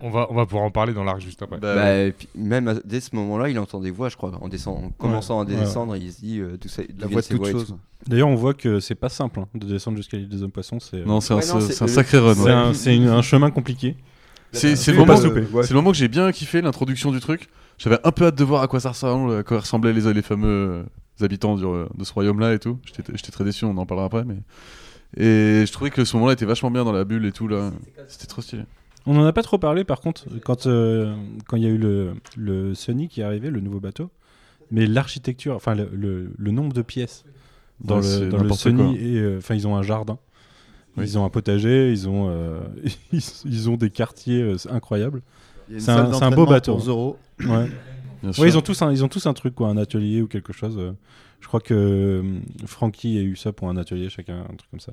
[SPEAKER 8] On va, on va pouvoir en parler dans l'arc juste après.
[SPEAKER 5] Bah,
[SPEAKER 10] Bah, et puis même à- dès ce moment-là, il entend des voix, je crois. En, descend- en commençant
[SPEAKER 4] Ouais.
[SPEAKER 10] à descendre, il se dit euh, d'où ça
[SPEAKER 6] La voix de toute chose.
[SPEAKER 4] D'ailleurs, on voit que c'est pas simple hein, de descendre jusqu'à l'île des hommes poissons. C'est
[SPEAKER 5] Non, c'est un,
[SPEAKER 10] Ouais, non,
[SPEAKER 5] c'est
[SPEAKER 10] c'est-
[SPEAKER 5] un sacré run.
[SPEAKER 4] c'est
[SPEAKER 5] ouais.
[SPEAKER 4] un, c'est une- un chemin compliqué.
[SPEAKER 5] C'est c'est le,
[SPEAKER 4] faut pas
[SPEAKER 5] moment
[SPEAKER 4] se
[SPEAKER 5] où-
[SPEAKER 4] louper.
[SPEAKER 5] c'est le moment que j'ai bien kiffé, l'introduction du truc. J'avais un peu hâte de voir à quoi ça ressemble, à quoi ressemblaient les, les fameux euh, habitants du- de ce royaume-là et tout. J'étais j'étais très déçu, on en parlera après. Mais... Et je trouvais que ce moment-là était vachement bien dans la bulle et tout. là. C'était trop stylé.
[SPEAKER 4] On en a pas trop parlé, par contre, quand euh, quand il y a eu le, le Sony qui est arrivé, le nouveau bateau. Mais l'architecture, enfin le, le- le nombre de pièces dans
[SPEAKER 5] Ouais, c'est
[SPEAKER 4] le, dans le
[SPEAKER 5] n'importe
[SPEAKER 4] Sony,
[SPEAKER 5] quoi.
[SPEAKER 4] et, euh, enfin ils ont un jardin,
[SPEAKER 5] Oui.
[SPEAKER 4] ils ont un potager, ils ont euh, ils, ils ont des quartiers euh, incroyables.
[SPEAKER 6] Il y a une
[SPEAKER 4] C'est un-
[SPEAKER 6] salle
[SPEAKER 4] c'est un
[SPEAKER 6] d'entraînement
[SPEAKER 4] beau bateau.
[SPEAKER 6] pour Zoro.
[SPEAKER 4] Ouais.
[SPEAKER 5] Bien sûr.
[SPEAKER 4] Ouais, ils ont tous un, ils ont tous un truc quoi, un atelier ou quelque chose. euh. Je crois que euh, Frankie a eu ça pour un atelier chacun, un truc comme ça.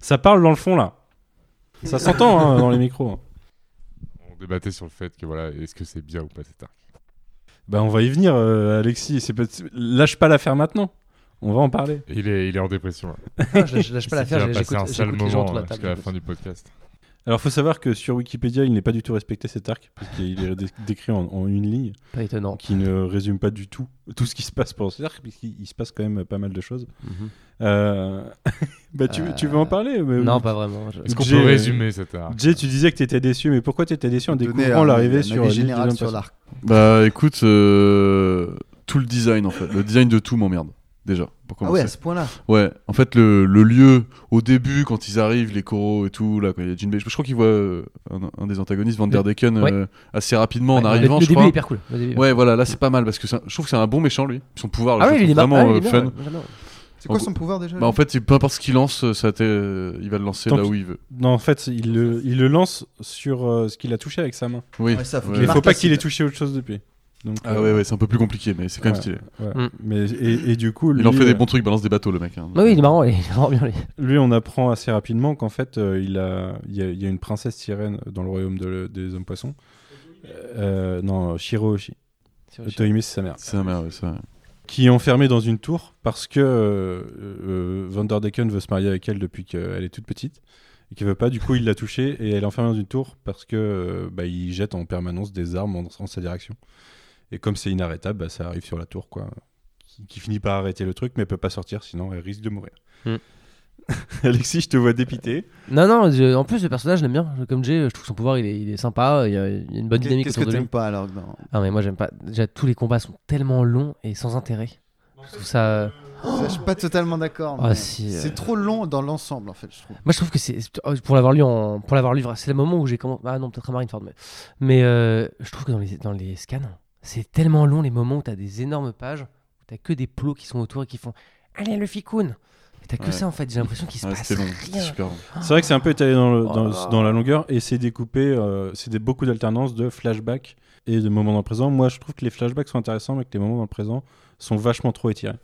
[SPEAKER 4] Ça parle dans le fond là. Ça s'entend hein, dans les micros. hein.
[SPEAKER 8] On débattait sur le fait que voilà, est-ce que c'est bien ou pas cet arc.
[SPEAKER 4] Bah on va y venir, euh, Alexis. C'est pas- Lâche pas l'affaire maintenant. On va en parler.
[SPEAKER 8] Il est, il est en dépression. Là.
[SPEAKER 7] Ah, je, je lâche pas
[SPEAKER 8] C'est
[SPEAKER 7] l'affaire,
[SPEAKER 8] qu'il va
[SPEAKER 7] j'ai-
[SPEAKER 8] passer
[SPEAKER 7] j'écoute
[SPEAKER 8] un sale
[SPEAKER 7] j'écoute les gens
[SPEAKER 8] moment
[SPEAKER 7] autour de la
[SPEAKER 8] euh,
[SPEAKER 7] table.
[SPEAKER 8] jusqu'à la fin du podcast.
[SPEAKER 4] Alors faut savoir que sur Wikipédia, il n'est pas du tout respecté cet arc parce qu'il est dé- décrit en, en une ligne,
[SPEAKER 7] Pas étonnant.
[SPEAKER 5] Ah
[SPEAKER 4] qui ne résume pas du tout tout ce qui se passe pendant cet arc, puisqu'il il se passe quand même pas mal de choses.
[SPEAKER 6] Mhm.
[SPEAKER 4] Euh, bah tu, tu veux en parler mais-
[SPEAKER 7] Non, pas vraiment. je-
[SPEAKER 8] Est-ce qu'on
[SPEAKER 4] J'ai-
[SPEAKER 8] peut résumer cet
[SPEAKER 5] Ah,
[SPEAKER 8] arc
[SPEAKER 4] Jay, tu disais que tu étais déçu, mais pourquoi tu étais déçu en découvrant l'arrivée sur euh, l'île des
[SPEAKER 6] général
[SPEAKER 4] hommes
[SPEAKER 6] sur
[SPEAKER 4] poissons
[SPEAKER 6] l'arc.
[SPEAKER 5] Bah écoute, euh, tout le design en fait. Le design de tout m'emmerde. Déjà, pour
[SPEAKER 6] Ah
[SPEAKER 5] commencer.
[SPEAKER 6] ouais, à ce point-là.
[SPEAKER 5] Ouais, en fait, le, le lieu, au début, quand ils arrivent, les coraux et tout, là, quand il y a Jinbei, je je crois qu'il voit euh, un, un des antagonistes, Van der Decken,
[SPEAKER 7] Ouais.
[SPEAKER 5] euh, assez rapidement en
[SPEAKER 7] Ouais,
[SPEAKER 5] arrivant,
[SPEAKER 7] le, le
[SPEAKER 5] je
[SPEAKER 7] début
[SPEAKER 5] crois.
[SPEAKER 7] est hyper cool. le début.
[SPEAKER 5] Ouais, voilà, là, c'est pas mal, parce que c'est un- je trouve que c'est un bon méchant, lui. Son pouvoir, là,
[SPEAKER 7] Ah
[SPEAKER 5] je
[SPEAKER 7] oui,
[SPEAKER 5] le
[SPEAKER 7] il est
[SPEAKER 5] trouve
[SPEAKER 7] marrant.
[SPEAKER 5] vraiment euh,
[SPEAKER 7] il est
[SPEAKER 5] fun.
[SPEAKER 7] bien, ouais, vraiment.
[SPEAKER 6] C'est
[SPEAKER 5] En
[SPEAKER 6] quoi
[SPEAKER 5] gros-
[SPEAKER 6] son pouvoir déjà
[SPEAKER 5] Bah, en fait, peu importe ce qu'il lance, ça t'est- euh, il va le lancer
[SPEAKER 4] Tant
[SPEAKER 5] là
[SPEAKER 4] qu'il-
[SPEAKER 5] où il veut.
[SPEAKER 4] Non, en fait, il le, il le lance sur euh, ce qu'il a touché avec sa main.
[SPEAKER 5] Oui,
[SPEAKER 6] Ouais, ça, faut
[SPEAKER 5] ouais.
[SPEAKER 4] Il
[SPEAKER 6] Marque
[SPEAKER 4] faut pas
[SPEAKER 6] l'acide.
[SPEAKER 4] qu'il ait touché autre chose depuis. Donc,
[SPEAKER 5] Ah
[SPEAKER 4] euh,
[SPEAKER 5] ouais, ouais, c'est un peu plus compliqué, mais c'est quand même
[SPEAKER 4] Ouais.
[SPEAKER 5] stylé.
[SPEAKER 4] ouais.
[SPEAKER 7] Mm.
[SPEAKER 4] Mais, et, et du coup, lui,
[SPEAKER 5] Il en fait
[SPEAKER 4] euh,
[SPEAKER 5] des bons trucs, il balance des bateaux, le mec. hein.
[SPEAKER 7] Ouais, Bah oui, il est marrant. Il est vraiment bien. lui.
[SPEAKER 4] lui, on apprend assez rapidement qu'en fait, euh, il, a, il, y a, il y a une princesse sirène dans le royaume de- des hommes poissons. Euh, non, Shirooshi. Otohime, c'est sa mère.
[SPEAKER 5] C'est sa mère, ouais, ça.
[SPEAKER 4] Qui est enfermée dans une tour parce que euh, euh, Van der Decken veut se marier avec elle depuis qu'elle est toute petite. Et qu'il veut pas, du coup, il l'a touchée et elle est enfermée dans une tour parce que euh, bah, il jette en permanence des armes en, en sa direction. Et comme c'est inarrêtable, bah, ça arrive sur la tour, quoi. Qui, qui finit par arrêter le truc, mais peut pas sortir, sinon elle risque de mourir.
[SPEAKER 7] Mm.
[SPEAKER 4] Alexis, je te vois dépité.
[SPEAKER 7] Non, non, je- en plus, le personnage, je l'aime bien. Comme Jay, je trouve que son pouvoir, il est, il est sympa. Il y, a, il y a une bonne dynamique
[SPEAKER 6] Qu'est-ce que
[SPEAKER 7] autour de
[SPEAKER 6] t'aimes
[SPEAKER 7] lui.
[SPEAKER 6] pas alors dans-
[SPEAKER 7] Ah, mais moi, j'aime pas. Déjà, tous les combats sont tellement longs et sans intérêt. Je trouve ça.
[SPEAKER 6] Ça, Ah, Je suis pas totalement d'accord.
[SPEAKER 7] Ah,
[SPEAKER 6] mais
[SPEAKER 7] si, euh.
[SPEAKER 6] C'est trop long dans l'ensemble en fait, je trouve.
[SPEAKER 7] Moi, je trouve que c'est. oh, Pour l'avoir lu, en... pour l'avoir lu, c'est le moment où j'ai commencé. Ah non, peut-être à Marineford, mais. Mais euh, je trouve que dans les, dans les scans, c'est tellement long les moments où t'as des énormes pages, où t'as que des plots qui sont autour et qui font Allez, le ficoun Et t'as que
[SPEAKER 5] Ouais.
[SPEAKER 7] ça en fait, j'ai l'impression qu'il se
[SPEAKER 5] Ouais,
[SPEAKER 7] passe
[SPEAKER 5] c'était long, c'était
[SPEAKER 7] rien.
[SPEAKER 5] super long.
[SPEAKER 4] C'est vrai que c'est un peu étalé dans, le- dans,
[SPEAKER 7] Oh.
[SPEAKER 4] dans la longueur et c'est découpé, euh, c'est des, beaucoup d'alternances de flashbacks et de moments dans le présent. Moi, je trouve que les flashbacks sont intéressants, mais que les moments dans le présent sont vachement trop étirés.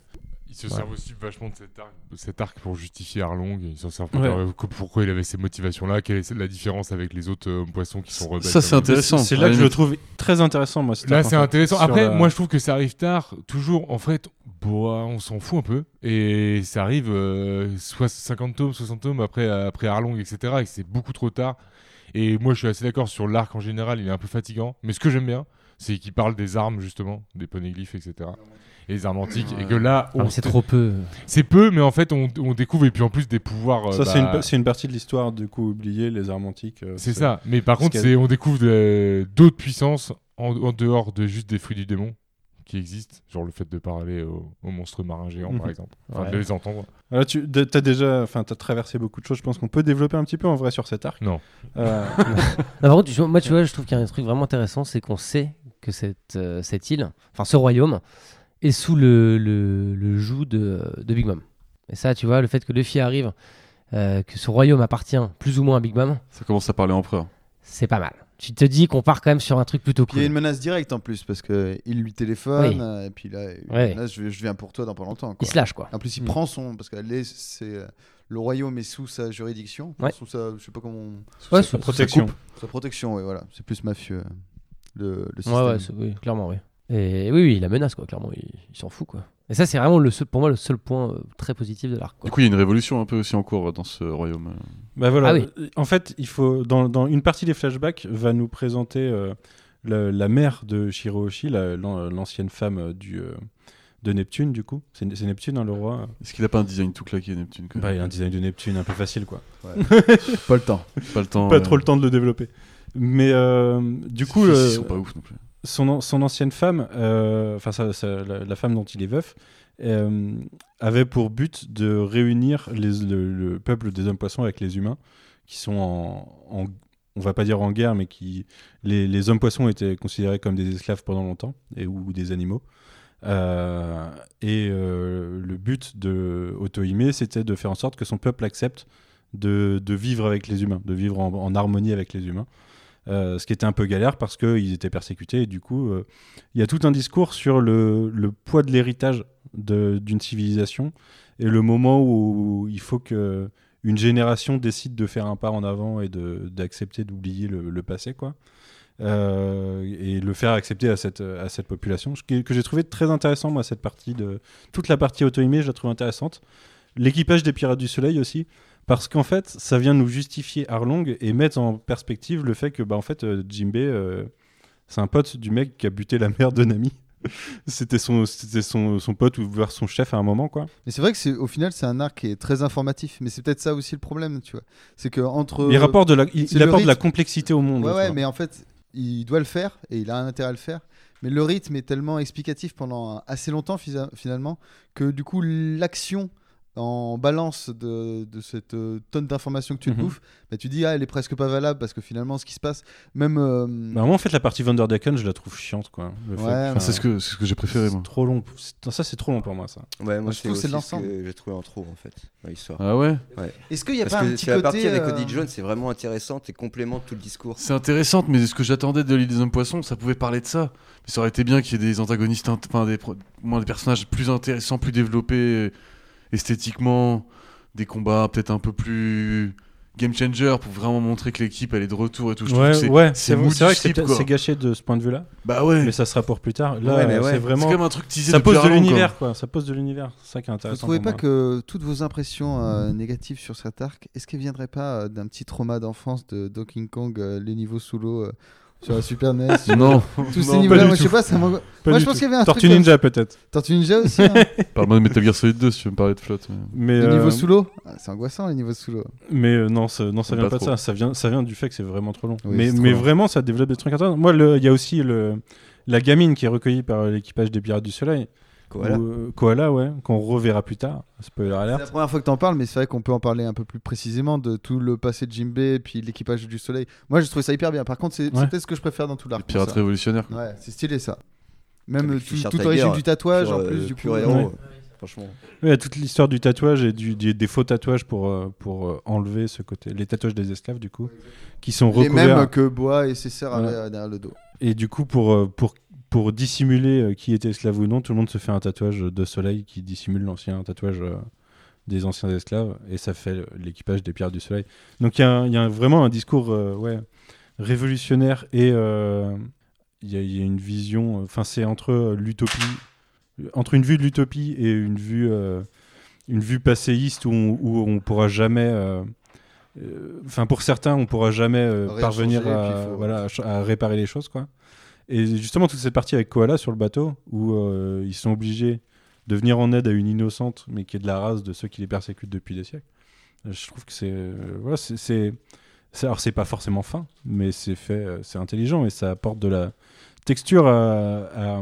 [SPEAKER 8] Ils se
[SPEAKER 7] Ouais.
[SPEAKER 8] servent aussi vachement de cet arc, cet arc pour justifier Arlong. Ils s'en servent
[SPEAKER 4] Ouais.
[SPEAKER 8] pour dire euh, que- pourquoi il avait ces motivations-là, quelle est la différence avec les autres euh, hommes poissons qui sont rebelles.
[SPEAKER 5] Ça, c'est
[SPEAKER 8] comme lui.
[SPEAKER 5] intéressant.
[SPEAKER 4] C'est là que
[SPEAKER 5] à la
[SPEAKER 4] je le
[SPEAKER 5] limite.
[SPEAKER 4] trouve très intéressant, moi. cet
[SPEAKER 8] Là,
[SPEAKER 4] arc, en
[SPEAKER 8] c'est
[SPEAKER 4] fait,
[SPEAKER 8] intéressant.
[SPEAKER 4] sur
[SPEAKER 8] Après,
[SPEAKER 4] la-
[SPEAKER 8] moi, je trouve que ça arrive tard. Toujours, en fait, boah, on s'en fout un peu. Et ça arrive euh, soit 50 tomes, 60 tomes après, après Arlong, etc. Et c'est beaucoup trop tard. Et moi, je suis assez d'accord sur l'arc en général. Il est un peu fatigant. Mais ce que j'aime bien, c'est qu'il parle des armes, justement, des poneglyphes, etc. Et les armes antiques. Et que là,
[SPEAKER 7] Ah, mais
[SPEAKER 8] on
[SPEAKER 7] c'est trop peu.
[SPEAKER 8] c'est peu, mais en fait, on, on découvre. Et puis en plus, des pouvoirs. euh,
[SPEAKER 4] Ça, c'est une,
[SPEAKER 8] bah,
[SPEAKER 4] pa- c'est une partie de l'histoire, du coup, oubliée, les armes antiques. euh,
[SPEAKER 8] c'est ça. Mais par
[SPEAKER 4] parce
[SPEAKER 8] contre,
[SPEAKER 4] qu'elle-
[SPEAKER 8] c'est- on découvre de- d'autres puissances en, en dehors de juste des fruits du démon qui existent, genre le fait de parler aux au monstres marins géants, par
[SPEAKER 4] Mhm.
[SPEAKER 8] exemple, enfin,
[SPEAKER 4] Ouais.
[SPEAKER 8] de les entendre.
[SPEAKER 4] Ah, tu de- t'as déjà, enfin, t'as traversé beaucoup de choses. Je pense qu'on peut développer un petit peu en vrai sur cet arc.
[SPEAKER 8] Non.
[SPEAKER 4] Euh,
[SPEAKER 7] Non, par contre, tu vois- moi, tu vois, je trouve qu'il y a un truc vraiment intéressant, c'est qu'on sait que cette, euh, cette île, enfin ce royaume, est sous le, le, le joug de, de Big Mom. Et ça, tu vois, le fait que Luffy arrive, euh, que ce royaume appartient plus ou moins à Big Mom,
[SPEAKER 5] Ça commence à parler empereur.
[SPEAKER 7] c'est pas mal. Tu te dis qu'on part quand même sur un truc plutôt
[SPEAKER 6] Puis il y a une
[SPEAKER 7] cool.
[SPEAKER 6] menace directe en plus parce que il lui téléphone
[SPEAKER 7] Oui.
[SPEAKER 6] euh, et puis là, il-
[SPEAKER 7] Ouais.
[SPEAKER 6] là, je, je viens pour toi dans pas longtemps. quoi.
[SPEAKER 7] Il se lâche, quoi.
[SPEAKER 6] En plus, il
[SPEAKER 7] Mm.
[SPEAKER 6] prend son parce que les- c'est euh, le royaume est sous sa juridiction, enfin,
[SPEAKER 7] Ouais.
[SPEAKER 6] sous sa, je sais pas comment,
[SPEAKER 7] Ouais,
[SPEAKER 4] la protection.
[SPEAKER 6] sa protection. Ouais, voilà, c'est plus mafieux euh, le, le
[SPEAKER 7] Ouais,
[SPEAKER 6] système.
[SPEAKER 7] ouais, c'est- oui, clairement, oui. Et oui, oui, il la menace, quoi, clairement, il, il s'en fout, quoi. Et ça, c'est vraiment le seul, pour moi le seul point euh, très positif de l'arc. quoi.
[SPEAKER 5] Du coup, il y a une révolution un peu aussi en cours euh, dans ce royaume. euh.
[SPEAKER 4] Bah voilà.
[SPEAKER 7] Ah oui.
[SPEAKER 4] Euh, En fait, il faut dans, dans une partie des flashbacks va nous présenter euh, la, la mère de Shirooshi, la- l'an- l'ancienne femme euh, du euh, de Neptune. Du coup, c'est c'est Neptune hein, le roi.
[SPEAKER 5] Est-ce qu'il a pas un design tout claqué, Neptune quand
[SPEAKER 4] Bah, il
[SPEAKER 5] même
[SPEAKER 4] y a un design de Neptune un peu facile, quoi.
[SPEAKER 6] Pas le temps.
[SPEAKER 5] Pas le temps.
[SPEAKER 4] Pas
[SPEAKER 5] euh,
[SPEAKER 4] trop le temps de le développer. Mais euh, du
[SPEAKER 5] ses
[SPEAKER 4] coup,
[SPEAKER 5] fils,
[SPEAKER 4] euh,
[SPEAKER 5] ils sont pas ouf non plus.
[SPEAKER 4] son, an- son ancienne femme, euh, enfin sa- sa- la, la femme dont il est veuf, euh, avait pour but de réunir les- le, le peuple des hommes poissons avec les humains, qui sont en, en- on va pas dire en guerre, mais qui les, les hommes poissons étaient considérés comme des esclaves pendant longtemps et ou des animaux. Euh, et euh, le but de Otohime, c'était de faire en sorte que son peuple accepte de, de vivre avec les humains, de vivre en- en harmonie avec les humains. Euh, ce qui était un peu galère parce qu'ils étaient persécutés. Et du coup, euh, il y a tout un discours sur le, le poids de l'héritage de- d'une civilisation et le moment où il faut que une génération décide de faire un pas en avant et de- d'accepter d'oublier le, le passé, quoi. Euh, et le faire accepter à cette, à cette population, ce qui- que j'ai trouvé très intéressant, moi, cette partie de. Toute la partie auto-aimée, je la trouve intéressante. L'équipage des Pirates du Soleil aussi, parce qu'en fait, ça vient nous justifier Arlong et mettre en perspective le fait que, bah, en fait, euh, Jinbei, euh, c'est un pote du mec qui a buté la mère de Nami. c'était son, c'était son, son pote ou voire son chef à un moment, quoi.
[SPEAKER 6] Mais c'est vrai que c'est au final c'est un arc qui est très informatif, mais c'est peut-être ça aussi le problème, tu vois. C'est que entre
[SPEAKER 4] il rapporte de la, il,
[SPEAKER 6] c'est
[SPEAKER 4] il
[SPEAKER 6] le
[SPEAKER 4] apporte de la
[SPEAKER 6] rythme.
[SPEAKER 4] complexité au monde.
[SPEAKER 6] Ouais,
[SPEAKER 4] je
[SPEAKER 6] ouais,
[SPEAKER 4] crois.
[SPEAKER 6] mais en fait, il doit le faire et il a un intérêt à le faire. Mais le rythme est tellement explicatif pendant assez longtemps fisa- finalement que du coup l'action en balance de, de cette euh, tonne d'informations que tu te
[SPEAKER 4] Mhm.
[SPEAKER 6] bouffes, bah, tu dis ah elle est presque pas valable parce que finalement ce qui se passe, même euh,
[SPEAKER 4] Bah, moi, en fait, la partie Vanderdecken, je la trouve chiante, quoi. Le fait-
[SPEAKER 6] Ouais,
[SPEAKER 4] enfin,
[SPEAKER 6] mais-
[SPEAKER 5] C'est ce que, c'est ce que j'ai préféré, moi.
[SPEAKER 4] c'est trop long. pour- c'est- Ça, c'est trop long pour moi, ça.
[SPEAKER 10] Ouais, moi,
[SPEAKER 6] je trouve que
[SPEAKER 10] c'est
[SPEAKER 6] c'est
[SPEAKER 10] aussi ce
[SPEAKER 6] l'ensemble.
[SPEAKER 10] que j'ai trouvé en trop, en fait, dans l'histoire.
[SPEAKER 5] Ah ouais
[SPEAKER 6] est-ce qu'il n'y a
[SPEAKER 10] Parce
[SPEAKER 6] pas un
[SPEAKER 10] que
[SPEAKER 6] petit
[SPEAKER 10] c'est
[SPEAKER 6] côté
[SPEAKER 10] à partir avec
[SPEAKER 6] euh,
[SPEAKER 10] Cody Jones, c'est vraiment intéressant et complément de tout le discours.
[SPEAKER 5] C'est intéressant, mais ce que j'attendais de l'île des hommes poissons, ça pouvait parler de ça. Mais ça aurait été bien qu'il y ait des antagonistes, int- enfin des, pro- moins des personnages plus intéressants, plus développés euh, esthétiquement, des combats peut-être un peu plus game changer pour vraiment montrer que l'équipe elle est de retour et tout. Je trouve
[SPEAKER 4] Ouais,
[SPEAKER 5] que c'est-
[SPEAKER 4] ouais,
[SPEAKER 5] c'est
[SPEAKER 4] c'est
[SPEAKER 5] mou
[SPEAKER 4] c'est vrai
[SPEAKER 5] du
[SPEAKER 4] que c'est
[SPEAKER 5] slip,
[SPEAKER 4] peut-être-
[SPEAKER 5] quoi.
[SPEAKER 4] c'est gâché de ce point de vue-là,
[SPEAKER 5] Bah ouais,
[SPEAKER 4] mais ça sera pour plus tard. Là,
[SPEAKER 10] Ouais, mais
[SPEAKER 4] euh,
[SPEAKER 10] ouais.
[SPEAKER 4] c'est
[SPEAKER 5] c'est
[SPEAKER 4] vraiment.
[SPEAKER 5] quand même un truc teasé
[SPEAKER 4] Ça
[SPEAKER 5] depuis
[SPEAKER 4] pose de
[SPEAKER 5] Arlong, quoi.
[SPEAKER 4] l'univers, quoi. Ça pose de l'univers. C'est ça qui est
[SPEAKER 6] Vous
[SPEAKER 4] intéressant.
[SPEAKER 6] trouvez
[SPEAKER 4] pour
[SPEAKER 6] pas
[SPEAKER 4] moi.
[SPEAKER 6] que toutes vos impressions euh, négatives sur cet arc, est-ce qu'elles viendraient pas euh, d'un petit trauma d'enfance de Donkey Kong, euh, les niveaux sous l'eau euh, sur la Super NES sur-
[SPEAKER 5] Non,
[SPEAKER 6] Tous ces
[SPEAKER 4] pas
[SPEAKER 6] niveaux-là,
[SPEAKER 4] du
[SPEAKER 6] moi je sais
[SPEAKER 4] tout.
[SPEAKER 6] pas, ça m'en-
[SPEAKER 4] Pas
[SPEAKER 6] Moi
[SPEAKER 4] du
[SPEAKER 6] je pense
[SPEAKER 4] tout.
[SPEAKER 6] qu'il y avait un
[SPEAKER 4] Tortue
[SPEAKER 6] truc comme-
[SPEAKER 4] Ninja, peut-être.
[SPEAKER 6] Tortue Ninja aussi. hein.
[SPEAKER 5] parle-moi de Metal Gear Solid 2 si tu veux me parler de flotte. mais-
[SPEAKER 4] Mais,
[SPEAKER 6] les niveaux
[SPEAKER 4] euh,
[SPEAKER 6] sous l'eau, Ah, c'est angoissant les niveaux sous l'eau.
[SPEAKER 4] mais euh, non, ça, non, ça vient
[SPEAKER 5] Pas
[SPEAKER 4] pas, de
[SPEAKER 5] trop.
[SPEAKER 4] ça. Ça vient, ça vient du fait que c'est vraiment trop long.
[SPEAKER 6] Oui,
[SPEAKER 4] mais
[SPEAKER 6] c'est trop
[SPEAKER 4] mais
[SPEAKER 6] long.
[SPEAKER 4] vraiment, ça développe des trucs intéressants. Moi, le- il y a aussi le, la gamine qui est recueillie par l'équipage des Pirates du Soleil.
[SPEAKER 10] Voilà.
[SPEAKER 4] Ou, euh, Koala, ouais, qu'on reverra plus tard. Spoiler
[SPEAKER 6] C'est la
[SPEAKER 4] alert.
[SPEAKER 6] première fois que t'en parles, mais c'est vrai qu'on peut en parler un peu plus précisément de tout le passé de Jimbei et puis l'équipage du soleil. Moi j'ai trouvé ça hyper bien. Par contre, c'est c'est
[SPEAKER 4] Ouais.
[SPEAKER 6] peut-être ce que je préfère dans tout l'arc.
[SPEAKER 5] Pirate
[SPEAKER 6] ça.
[SPEAKER 5] révolutionnaire. quoi.
[SPEAKER 6] Ouais, c'est stylé ça.
[SPEAKER 10] Ah,
[SPEAKER 6] Même euh,
[SPEAKER 10] mais
[SPEAKER 6] tout,
[SPEAKER 10] Fischer
[SPEAKER 6] tout
[SPEAKER 10] Tiger,
[SPEAKER 6] origine du tatouage
[SPEAKER 10] Pur,
[SPEAKER 6] en plus
[SPEAKER 10] euh,
[SPEAKER 6] du
[SPEAKER 10] pur
[SPEAKER 6] coup.
[SPEAKER 10] héros,
[SPEAKER 4] Ouais.
[SPEAKER 10] euh, franchement.
[SPEAKER 4] Ouais, Il y a toute l'histoire du tatouage et du, des, des faux tatouages pour, euh, pour euh, enlever ce côté. Les tatouages des esclaves, du coup, qui sont
[SPEAKER 6] Les mêmes
[SPEAKER 4] recouverts.
[SPEAKER 6] que Bois et César
[SPEAKER 4] Voilà.
[SPEAKER 6] avaient euh, derrière le dos.
[SPEAKER 4] Et du coup, pour, euh, pour, pour dissimuler euh, qui était esclave ou non, tout le monde se fait un tatouage de soleil qui dissimule l'ancien tatouage euh, des anciens esclaves, et ça fait euh, l'équipage des pierres du soleil. Donc il y a, un- il y a un- vraiment un discours euh, ouais, révolutionnaire et euh, il y, a- il y a une vision, enfin c'est entre euh, l'utopie, entre une vue de l'utopie et une vue, euh, une vue passéiste où on, où on pourra jamais... euh, euh, Enfin, pour certains, on pourra jamais euh,
[SPEAKER 6] Rien
[SPEAKER 4] parvenir
[SPEAKER 6] changer, et
[SPEAKER 4] à,
[SPEAKER 6] puis il faut-
[SPEAKER 4] voilà, à ch- à réparer les choses, quoi. Et justement, toute cette partie avec Koala sur le bateau, où euh, ils sont obligés de venir en aide à une innocente, mais qui est de la race de ceux qui les persécutent depuis des siècles. Euh, Je trouve que c'est. euh, voilà, c'est- c'est. c'est- Alors, c'est pas forcément fin, mais c'est fait. euh, C'est intelligent et ça apporte de la texture à- à-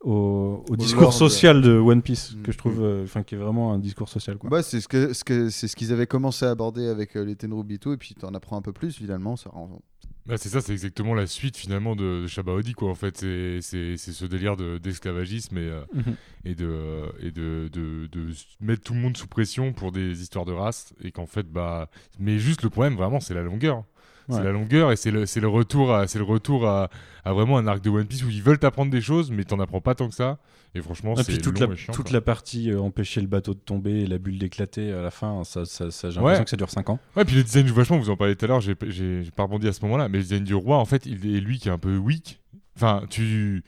[SPEAKER 4] au, au discours
[SPEAKER 6] lore de-
[SPEAKER 4] social de One Piece,
[SPEAKER 6] Mm.
[SPEAKER 4] que je trouve. euh, Enfin, qui est vraiment un discours social, quoi.
[SPEAKER 6] Bah, c'est ce que ce que c'est ce qu'ils avaient commencé à aborder avec euh, les Tenrubito et puis t'en apprends un peu plus finalement ça rend
[SPEAKER 8] Bah, c'est ça, c'est exactement la suite finalement de, de Shabaudi quoi. En fait, c'est c'est- c'est ce délire de- d'esclavagisme et, euh,
[SPEAKER 4] Mhm.
[SPEAKER 8] et, de, euh, et de, de, de s- mettre tout le monde sous pression pour des histoires de race et qu'en fait bah mais juste le problème vraiment c'est la longueur. C'est
[SPEAKER 4] Ouais.
[SPEAKER 8] la longueur et c'est le, c'est le retour, à, c'est le retour à, à vraiment un arc de One Piece où ils veulent t'apprendre des choses mais t'en apprends pas tant que ça et franchement
[SPEAKER 4] Et
[SPEAKER 8] Bah, c'est
[SPEAKER 4] puis toute,
[SPEAKER 8] long
[SPEAKER 4] la,
[SPEAKER 8] et chiant,
[SPEAKER 4] toute
[SPEAKER 8] quoi.
[SPEAKER 4] la partie euh, empêcher le bateau de tomber et la bulle d'éclater à la fin, ça, ça- ça- j'ai
[SPEAKER 8] Ouais.
[SPEAKER 4] l'impression que ça dure 5 ans.
[SPEAKER 8] Ouais, puis le design du vachement, vous en parlez tout à l'heure, j'ai- j'ai j'ai pas rebondi à ce moment-là, mais le design du roi, en fait, il est lui qui est un peu weak. Enfin, tu.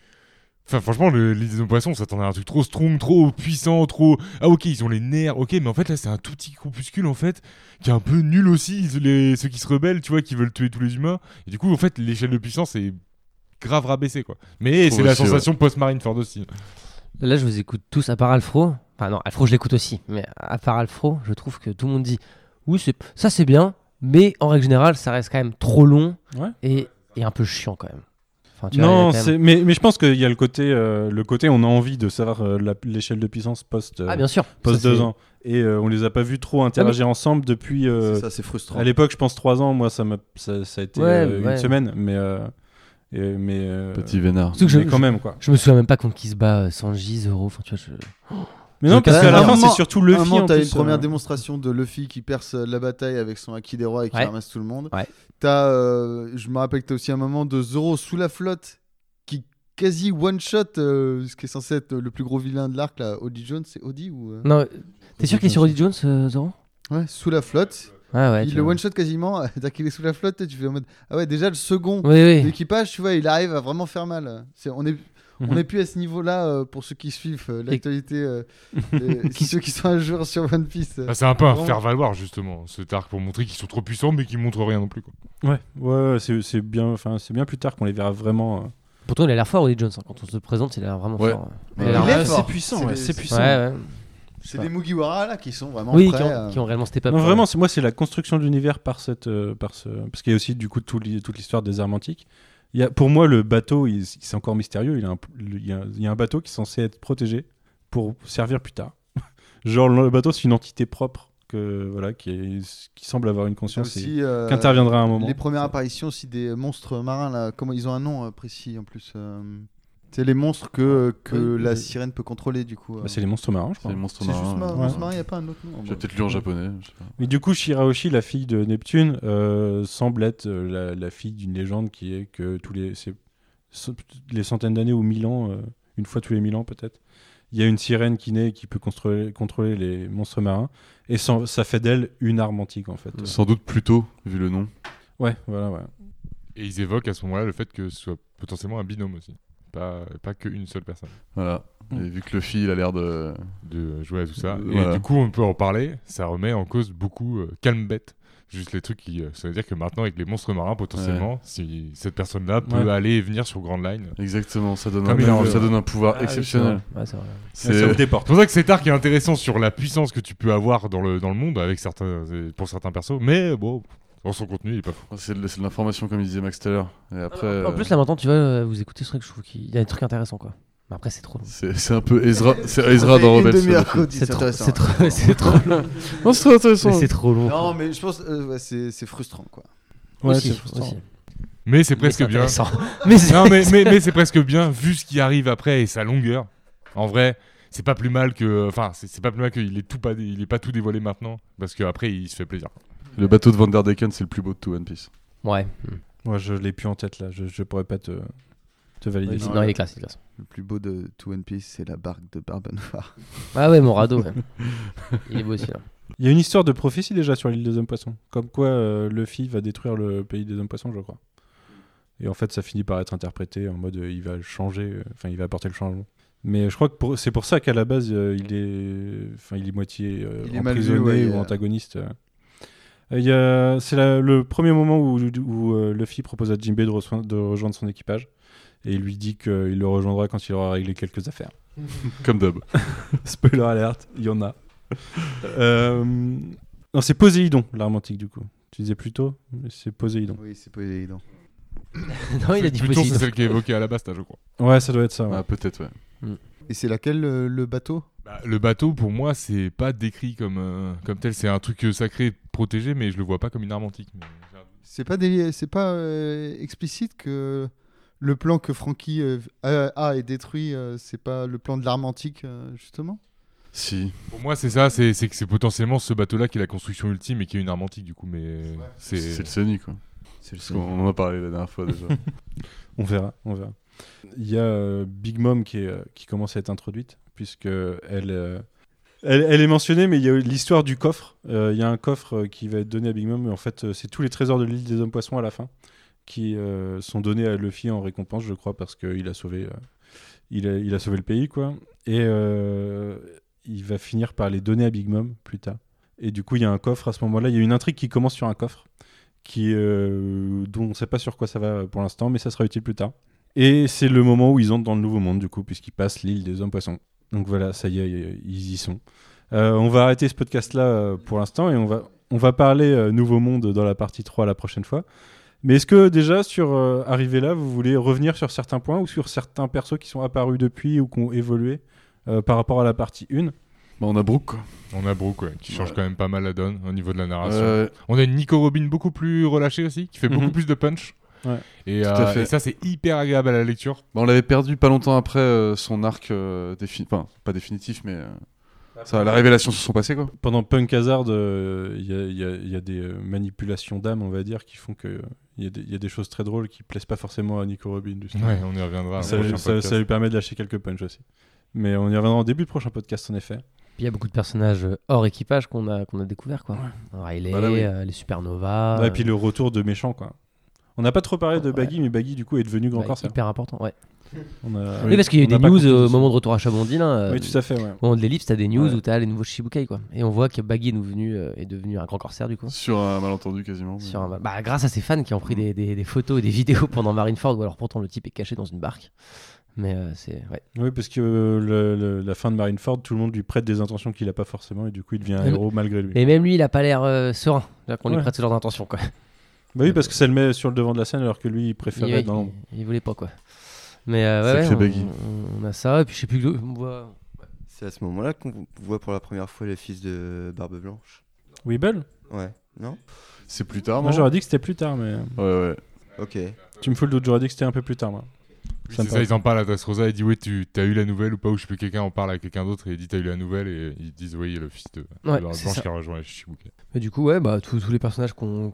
[SPEAKER 8] Enfin, franchement, le- les de poisson, on s'attendait à un truc trop strong, trop puissant, trop. Ah, ok, ils ont les nerfs, ok, mais en fait, là, c'est un tout petit groupuscule, en fait, qui est un peu nul aussi, ils- les, ceux qui se rebellent, tu vois, qui veulent tuer tous les humains. Et du coup, en fait, l'échelle de puissance est grave rabaissée, quoi. Mais
[SPEAKER 5] trouve
[SPEAKER 8] c'est la
[SPEAKER 5] aussi, ouais.
[SPEAKER 8] sensation post-Marineford aussi.
[SPEAKER 7] Là, je vous écoute tous, à part Alfro. Enfin, non, Alfro, je l'écoute aussi. Mais à part Alfro, je trouve que tout le monde dit Oui, c'est- ça c'est bien, mais en règle générale, ça reste quand même trop long
[SPEAKER 4] Ouais.
[SPEAKER 7] et, et un peu chiant quand même. Enfin, tu vois, il y a
[SPEAKER 4] Non,
[SPEAKER 7] quand même-
[SPEAKER 4] c'est- mais, mais je pense qu'il y a le côté, euh, le côté, on a envie de savoir euh, la- l'échelle de puissance post, euh,
[SPEAKER 7] Ah, bien sûr.
[SPEAKER 4] post
[SPEAKER 7] Ça,
[SPEAKER 4] deux
[SPEAKER 7] c'est-
[SPEAKER 4] ans. Et euh, on les a pas vus trop interagir ensemble depuis. euh,
[SPEAKER 6] ça c'est frustrant
[SPEAKER 4] à l'époque, je pense trois ans. Moi, ça m'a, ça, ça a été
[SPEAKER 7] Ouais,
[SPEAKER 4] euh,
[SPEAKER 7] ouais.
[SPEAKER 4] une semaine, mais euh, et- mais euh,
[SPEAKER 5] Petit vénard.
[SPEAKER 7] Surtout que
[SPEAKER 4] mais
[SPEAKER 7] je-
[SPEAKER 4] quand même quoi.
[SPEAKER 7] Je me souviens même pas contre qui se bat euh, Sanji, Zoro. Enfin, tu vois, je-
[SPEAKER 4] Mais
[SPEAKER 7] Je-
[SPEAKER 4] non, parce
[SPEAKER 7] Ah,
[SPEAKER 4] qu'à
[SPEAKER 7] à
[SPEAKER 4] la
[SPEAKER 7] un
[SPEAKER 4] fin,
[SPEAKER 6] moment-
[SPEAKER 4] c'est surtout
[SPEAKER 6] À un
[SPEAKER 4] Luffy.
[SPEAKER 6] moment,
[SPEAKER 4] en
[SPEAKER 6] t'as
[SPEAKER 4] plus,
[SPEAKER 6] une première
[SPEAKER 4] euh,
[SPEAKER 6] démonstration de Luffy qui perce euh, la bataille avec son acquis des rois et qui
[SPEAKER 7] Ouais.
[SPEAKER 6] ramasse tout le monde.
[SPEAKER 7] Ouais.
[SPEAKER 6] T'as, euh, je me rappelle que t'as aussi un moment de Zoro sous la flotte qui quasi one shot euh, ce qui est censé être le plus gros vilain de l'arc là, Odie Jones, c'est Odie ou euh,
[SPEAKER 7] Non, euh, t'es sûr qu'il est sur Roddy Jones, euh, Zoro
[SPEAKER 6] Ouais, sous la flotte.
[SPEAKER 7] Ah ouais.
[SPEAKER 6] il
[SPEAKER 7] tu
[SPEAKER 6] le
[SPEAKER 7] vois.
[SPEAKER 6] one shot quasiment, dès qu'il est sous la flotte, tu fais en mode ah ouais, déjà le second
[SPEAKER 7] Oui, oui.
[SPEAKER 6] l'équipage, tu vois, il arrive à vraiment faire mal. C'est on est on
[SPEAKER 4] Mhm.
[SPEAKER 6] n'est plus à ce niveau-là euh, pour ceux qui suivent euh, l'actualité, euh, des- ceux qui sont à jour sur One Piece. euh.
[SPEAKER 8] Bah, c'est un peu un
[SPEAKER 6] Vraiment.
[SPEAKER 8] faire-valoir, justement, cet arc pour montrer qu'ils sont trop puissants, mais qu'ils montrent rien non plus, quoi.
[SPEAKER 4] Ouais, ouais, ouais, c'est c'est bien, enfin, c'est bien plus tard qu'on les verra vraiment. euh.
[SPEAKER 7] Pourtant, il a l'air fort, Roddy Jones. hein. Quand on se le présente, il a l'air vraiment
[SPEAKER 5] Ouais.
[SPEAKER 7] fort.
[SPEAKER 6] Il
[SPEAKER 7] a
[SPEAKER 6] est
[SPEAKER 7] l'air-
[SPEAKER 6] fort.
[SPEAKER 4] c'est puissant,
[SPEAKER 6] C'est
[SPEAKER 4] ouais,
[SPEAKER 6] des-
[SPEAKER 4] c'est
[SPEAKER 7] Ouais,
[SPEAKER 4] puissant.
[SPEAKER 7] ouais.
[SPEAKER 6] C'est des Mugiwara là qui sont vraiment
[SPEAKER 7] Oui,
[SPEAKER 6] prêts. euh,
[SPEAKER 7] qui
[SPEAKER 6] à-
[SPEAKER 7] ont, qui ont réellement step up.
[SPEAKER 4] Non,
[SPEAKER 7] ouais.
[SPEAKER 4] vraiment, c'est- moi, c'est la construction de l'univers par cette, euh, par ce, parce qu'il y a aussi du coup tout li- toute l'histoire des armes antiques. Il y a, pour moi, le bateau, il, c'est encore mystérieux. Il y, a un, le- il, y a, un- il y a un bateau qui est censé être protégé pour servir plus tard. Genre le bateau, c'est une entité propre que voilà, qui, est- qui semble avoir une
[SPEAKER 6] C'est
[SPEAKER 4] conscience et
[SPEAKER 6] aussi, euh,
[SPEAKER 4] qui interviendra à un moment.
[SPEAKER 6] les premières apparitions aussi des monstres marins là, comment ils ont un nom euh, précis en plus. euh, C'est les monstres que, que
[SPEAKER 4] Oui,
[SPEAKER 6] la
[SPEAKER 4] oui.
[SPEAKER 6] sirène peut contrôler du coup. euh.
[SPEAKER 4] Bah, c'est les monstres marins, je
[SPEAKER 5] C'est
[SPEAKER 4] crois.
[SPEAKER 5] les monstres
[SPEAKER 6] C'est juste
[SPEAKER 5] marins. hein.
[SPEAKER 6] mar-
[SPEAKER 5] ouais.
[SPEAKER 6] monstre marin, il n'y a pas un autre nom.
[SPEAKER 5] J'ai peut-être lu en japonais. je sais pas.
[SPEAKER 4] Mais du coup, Shiraoshi, la fille de Neptune, euh, semble être euh, la, la fille d'une légende qui est que tous les, c'est- so- les centaines d'années ou mille ans, euh, une fois tous les mille ans peut-être, il y a une sirène qui naît et qui peut contrôler, contrôler les monstres marins. Et sans- ça fait d'elle une arme antique en fait.
[SPEAKER 5] Sans doute plus tôt, vu le nom.
[SPEAKER 4] Ouais, voilà, ouais.
[SPEAKER 8] Et ils évoquent à ce moment-là le fait que ce soit potentiellement un binôme aussi. Pas, pas qu'une seule personne.
[SPEAKER 5] Voilà. Et vu que Luffy, il a l'air de.
[SPEAKER 8] De jouer à tout ça.
[SPEAKER 5] Euh,
[SPEAKER 8] Et
[SPEAKER 5] voilà.
[SPEAKER 8] du coup, on peut en parler. Ça remet en cause beaucoup euh, calme bête. Juste les trucs qui. euh, ça veut dire que maintenant, avec les monstres marins, potentiellement, si cette personne-là peut
[SPEAKER 4] Ouais.
[SPEAKER 8] aller et venir sur Grand Line.
[SPEAKER 5] Exactement, ça donne,
[SPEAKER 8] Comme il en
[SPEAKER 5] un,
[SPEAKER 8] veut.
[SPEAKER 5] ça donne un pouvoir
[SPEAKER 4] Ah,
[SPEAKER 5] exceptionnel.
[SPEAKER 7] Ouais, c'est vrai.
[SPEAKER 5] C'est- euh,
[SPEAKER 4] Ça ouvre des portes.
[SPEAKER 8] C'est pour ça que cet arc est intéressant sur la puissance que tu peux avoir dans le, dans le monde avec certains, euh, pour certains persos. Mais bon, dans son contenu, il est pas fou.
[SPEAKER 5] C'est de, c'est de l'information, comme il disait Max tout à l'heure. Et après.
[SPEAKER 7] En plus, là maintenant, tu vois, euh, vous écoutez ce truc, je trouve qu'il y a des trucs intéressants quoi. Mais après, c'est trop long.
[SPEAKER 5] C'est c'est un peu Ezra, c'est Ezra dans Rebels. ça, Luffy.
[SPEAKER 7] C'est trop, c'est trop, c'est trop long.
[SPEAKER 5] Non, c'est intéressant.
[SPEAKER 7] Mais c'est trop long.
[SPEAKER 6] Non mais je pense euh, ouais, c'est c'est frustrant quoi.
[SPEAKER 4] Ouais,
[SPEAKER 7] aussi,
[SPEAKER 4] c'est frustrant.
[SPEAKER 7] aussi.
[SPEAKER 8] Mais c'est
[SPEAKER 7] Mais
[SPEAKER 8] presque bien.
[SPEAKER 7] intéressant. Mais c'est
[SPEAKER 8] Non, mais, mais, mais c'est presque bien, vu ce qui arrive après et sa longueur. En vrai, c'est pas plus mal que. Enfin, c'est c'est pas plus mal qu'il est tout pas, il est pas tout dévoilé maintenant, parce qu'après, il se fait plaisir.
[SPEAKER 5] Le bateau de Van der Decken, c'est le plus beau de tout One Piece.
[SPEAKER 7] Ouais.
[SPEAKER 4] Moi, je l'ai plus en tête là. Je, je pourrais pas te. te valider.
[SPEAKER 6] Ouais,
[SPEAKER 4] ça.
[SPEAKER 7] Non, il est classe, il est classe.
[SPEAKER 6] Le plus beau de tout One Piece, c'est la barque de Barbe Noire.
[SPEAKER 7] Ah ouais, mon radeau. ouais. Il est beau aussi. hein.
[SPEAKER 4] Il y a une histoire de prophétie déjà sur l'île des hommes poissons. Comme quoi euh, Luffy va détruire le pays des hommes poissons, je crois. Et en fait, ça finit par être interprété en mode euh, il va changer, euh, enfin il va apporter le changement. Mais je crois que pour- c'est pour ça qu'à la base euh, il est, enfin il est moitié euh,
[SPEAKER 6] Il est mal vu,
[SPEAKER 4] emprisonné
[SPEAKER 6] ouais,
[SPEAKER 4] ou
[SPEAKER 6] euh.
[SPEAKER 4] antagoniste. euh. Euh, il y a- c'est la- le premier moment où, où, euh, Luffy propose à Jinbei de, reçoin- de rejoindre son équipage et il lui dit qu'il le rejoindra quand il aura réglé quelques affaires.
[SPEAKER 5] Comme d'hab.
[SPEAKER 4] Spoiler alerte, il y en a. Euh, Non, c'est Poséidon, l'arme antique, du coup. Tu disais plus tôt, mais c'est Poséidon.
[SPEAKER 6] Oui, c'est pas évident.
[SPEAKER 7] non, il a dit
[SPEAKER 8] Pluton, c'est
[SPEAKER 7] possible.
[SPEAKER 8] celle qui est évoquée à la base, là, je crois.
[SPEAKER 4] Ouais, ça doit être ça. ouais.
[SPEAKER 5] Ah, peut-être, ouais.
[SPEAKER 6] Et c'est laquelle euh, le bateau
[SPEAKER 8] Bah, le bateau, pour moi, c'est pas décrit comme, euh, comme tel. C'est un truc euh, sacré, protégé, mais je le vois pas comme une arme antique. mais j'ai un-
[SPEAKER 6] C'est pas déli- c'est pas euh, explicite que le plan que Frankie euh, a, a et détruit, euh, c'est pas le plan de l'arme antique euh, justement.
[SPEAKER 5] Si.
[SPEAKER 8] Pour moi, c'est ça. C'est c'est que c'est potentiellement ce bateau-là qui est la construction ultime et qui est une arme antique, du coup. Mais
[SPEAKER 5] C'est c'est
[SPEAKER 8] c'est.
[SPEAKER 5] le Sony, quoi. C'est le On en a parlé la dernière fois déjà. Bah,
[SPEAKER 4] On verra, on verra. Il y a euh, Big Mom qui, est, euh, qui commence à être introduite, puisque elle, euh, elle, elle est mentionnée, mais il y a eu l'histoire du coffre. Euh, il y a un coffre euh, qui va être donné à Big Mom, mais en fait, euh, c'est tous les trésors de l'île des hommes poissons à la fin qui euh, sont donnés à Luffy en récompense, je crois, parce qu'il a sauvé, euh, il a, il a sauvé le pays, quoi. Et euh, il va finir par les donner à Big Mom plus tard. Et du coup, il y a un coffre à ce moment-là. Il y a une intrigue qui commence sur un coffre qui, euh, dont on ne sait pas sur quoi ça va pour l'instant, mais ça sera utile plus tard. Et c'est le moment où ils entrent dans le Nouveau Monde, du coup, puisqu'ils passent l'île des Hommes-Poissons. Donc voilà, ça y est, euh, ils y sont. Euh, on va arrêter ce podcast-là euh, pour l'instant et on va, on va parler euh, Nouveau Monde dans la partie 3 la prochaine fois. Mais est-ce que déjà, sur euh, arriver là, vous voulez revenir sur certains points ou sur certains persos qui sont apparus depuis ou qui ont évolué euh, par rapport à la partie 1
[SPEAKER 5] bah, on a Brooke, quoi.
[SPEAKER 8] On a Brooke, ouais, qui change quand même pas mal la donne au niveau de la narration.
[SPEAKER 5] Euh,
[SPEAKER 8] On a une Nico Robin beaucoup plus relâchée aussi, qui fait beaucoup
[SPEAKER 4] Mhm.
[SPEAKER 8] plus de punch.
[SPEAKER 4] Ouais.
[SPEAKER 8] Et,
[SPEAKER 5] Tout à
[SPEAKER 8] euh,
[SPEAKER 5] fait.
[SPEAKER 8] et ça, c'est hyper agréable à la lecture.
[SPEAKER 5] bah, on l'avait perdu pas longtemps après euh, son arc euh, défini. Enfin, pas définitif, mais. euh, Ça, la révélation sur son passé, quoi.
[SPEAKER 4] pendant Punk Hazard, euh, il y a- il y, a- il y a des euh, manipulations d'âme, on va dire, qui font que euh, il y, a des- il y a des choses très drôles qui plaisent pas forcément à Nico Robin. justement.
[SPEAKER 8] Ouais, on y reviendra.
[SPEAKER 4] ça,
[SPEAKER 8] au prochain
[SPEAKER 4] ça-
[SPEAKER 8] podcast.
[SPEAKER 4] ça lui permet de lâcher quelques punches aussi. Mais on y reviendra en début de prochain podcast, en effet.
[SPEAKER 7] Puis il y a beaucoup de personnages euh, hors équipage qu'on a, qu'on a découvert, quoi. Riley,
[SPEAKER 5] Bah là, oui.
[SPEAKER 7] euh, les supernovas.
[SPEAKER 4] Ouais, Bah, et puis le retour de méchant, quoi. On n'a pas trop parlé de
[SPEAKER 7] Ouais.
[SPEAKER 4] Baggy, mais Baggy, du coup, est devenu grand
[SPEAKER 7] euh, ouais,
[SPEAKER 4] corsaire.
[SPEAKER 7] hyper important, ouais.
[SPEAKER 4] On a-
[SPEAKER 7] Oui, parce qu'il y a eu
[SPEAKER 4] on
[SPEAKER 7] des
[SPEAKER 4] pas
[SPEAKER 7] news
[SPEAKER 4] compris
[SPEAKER 7] euh, au
[SPEAKER 4] tout ça.
[SPEAKER 7] moment de retour à Chabondi, là. euh,
[SPEAKER 4] Oui, tout à fait, ouais.
[SPEAKER 7] Au moment de l'ellipse, t'as des news
[SPEAKER 4] Ouais.
[SPEAKER 7] où t'as les nouveaux Shibukai, quoi. Et on voit que Baggy est devenu, euh, est devenu un grand corsaire, du coup.
[SPEAKER 5] Sur un malentendu quasiment. mais-
[SPEAKER 7] Sur un- bah, grâce à ses fans qui ont
[SPEAKER 4] Mm.
[SPEAKER 7] pris des, des- des photos et des vidéos pendant Marineford, ou alors pourtant le type est caché dans une barque. Mais euh, c'est. Ouais.
[SPEAKER 4] Oui, parce que euh, le- le- la fin de Marineford, tout le monde lui prête des intentions qu'il a pas forcément, et du coup, il devient un
[SPEAKER 7] Mais-
[SPEAKER 4] héros malgré lui.
[SPEAKER 7] Mais même lui, il a pas l'air euh, serein. C'est-à-dire qu'on
[SPEAKER 4] Ouais.
[SPEAKER 7] lui prête ce genre d'intention, quoi.
[SPEAKER 4] Bah oui, parce que ça le met sur le devant de la scène, alors que lui, il préfère
[SPEAKER 7] Il,
[SPEAKER 4] être dans l'ombre.
[SPEAKER 7] il- il voulait pas, quoi. Mais euh, ouais,
[SPEAKER 5] Sacré
[SPEAKER 7] ouais,
[SPEAKER 5] Baggy.
[SPEAKER 7] on, on a ça, et puis je sais plus que. Bah, on voit-
[SPEAKER 10] C'est à ce moment-là qu'on voit pour la première fois le fils de Barbe Blanche.
[SPEAKER 4] Weeble
[SPEAKER 10] Ouais, non
[SPEAKER 5] C'est plus tard, non
[SPEAKER 4] Moi j'aurais dit que c'était plus tard, mais
[SPEAKER 5] Ouais, ouais.
[SPEAKER 10] Ok.
[SPEAKER 4] tu me fous le doute, j'aurais dit que c'était un peu plus tard. Moi.
[SPEAKER 8] Oui,
[SPEAKER 4] Ça me
[SPEAKER 8] c'est ça,
[SPEAKER 4] paraît-
[SPEAKER 8] ils en parlent à Dress Rosa. Ils disent Ouais, tu as eu la nouvelle ou pas Ou je sais plus, quelqu'un en parle à quelqu'un d'autre et il dit T'as eu la nouvelle Et ils disent Oui, il y a le fils de, de
[SPEAKER 7] Ouais,
[SPEAKER 8] Barbe
[SPEAKER 7] c'est
[SPEAKER 8] Blanche
[SPEAKER 7] ça.
[SPEAKER 8] qui a rejoint les Shichibukai.
[SPEAKER 7] Mais du coup, ouais, bah, tous, tous les personnages qu'on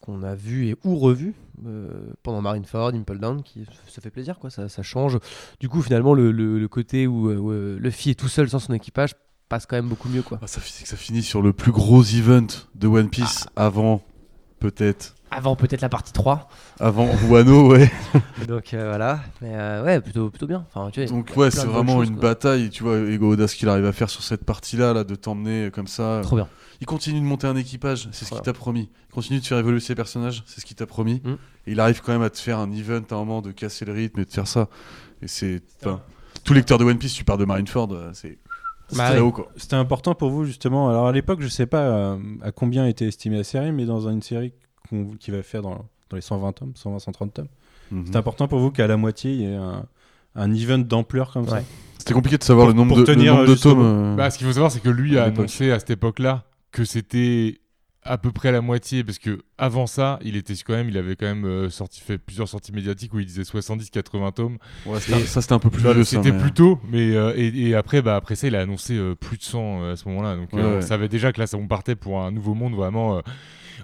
[SPEAKER 7] qu'on a vus et ou revus euh, pendant Marineford, Impel Down, qui, ça fait plaisir, quoi, ça, ça change. Du coup, finalement, le, le- le côté où, euh, où, euh, Luffy est tout seul sans son équipage passe quand même beaucoup mieux, quoi.
[SPEAKER 5] Ah, ça, c'est que ça finit sur le plus gros event de One Piece
[SPEAKER 7] Ah.
[SPEAKER 5] avant, peut-être.
[SPEAKER 7] Avant peut-être la partie 3.
[SPEAKER 5] Avant Wano, ouais.
[SPEAKER 7] Donc euh, voilà, mais euh, ouais, plutôt, plutôt bien. Enfin, tu vois,
[SPEAKER 5] Donc,
[SPEAKER 7] plein
[SPEAKER 5] ouais,
[SPEAKER 7] de
[SPEAKER 5] c'est
[SPEAKER 7] bonnes
[SPEAKER 5] vraiment
[SPEAKER 7] choses,
[SPEAKER 5] une
[SPEAKER 7] quoi.
[SPEAKER 5] bataille. Tu vois, Ego Oda, ce qu'il arrive à faire sur cette partie-là, là, de t'emmener euh, comme ça.
[SPEAKER 7] Trop bien.
[SPEAKER 5] Il continue de monter un équipage, c'est ce
[SPEAKER 7] Voilà.
[SPEAKER 5] qu'il t'a promis. Il continue de faire évoluer ses personnages, c'est ce qu'il t'a promis.
[SPEAKER 7] Mm.
[SPEAKER 5] Et il arrive quand même à te faire un event à un moment, de casser le rythme et de faire ça. Et c'est. enfin, Tout lecteur de One Piece, tu pars de Marineford, euh, c'est. c'est
[SPEAKER 7] Bah ouais.
[SPEAKER 5] là-haut, quoi.
[SPEAKER 4] C'était important pour vous justement. Alors à l'époque, je sais pas euh, à combien était estimée la série, mais dans une série qu'on- qui va faire dans, dans les 120 tomes, 120, 130 tomes,
[SPEAKER 5] Mhm.
[SPEAKER 7] Mmh.
[SPEAKER 4] c'est important pour vous qu'à la moitié, il y ait un, un event d'ampleur comme ça.
[SPEAKER 7] Ouais.
[SPEAKER 5] C'était compliqué de savoir
[SPEAKER 4] Pour-
[SPEAKER 5] le nombre
[SPEAKER 4] pour
[SPEAKER 5] de, le
[SPEAKER 4] tenir,
[SPEAKER 5] nombre de
[SPEAKER 4] euh, jusqu'au
[SPEAKER 5] tomes.
[SPEAKER 4] bout.
[SPEAKER 5] euh,
[SPEAKER 8] Bah, ce qu'il faut savoir, c'est que lui
[SPEAKER 5] à
[SPEAKER 8] a
[SPEAKER 5] l'époque.
[SPEAKER 8] annoncé à cette époque-là que c'était à peu près la moitié, parce que avant ça, il était quand même, il avait quand même euh, sorti, fait plusieurs sorties médiatiques où il disait 70-80 tomes.
[SPEAKER 5] ouais, c'était- ça, c'était un peu plus
[SPEAKER 8] Bah,
[SPEAKER 5] vieux, ça,
[SPEAKER 8] C'était
[SPEAKER 5] mais-
[SPEAKER 8] plus tôt, mais euh, et, et après, bah après ça, il a annoncé euh, plus de 100 euh, à ce moment-là. Donc, euh,
[SPEAKER 5] Ouais, ouais.
[SPEAKER 8] on savait déjà que là, ça- on partait pour un nouveau monde vraiment. euh.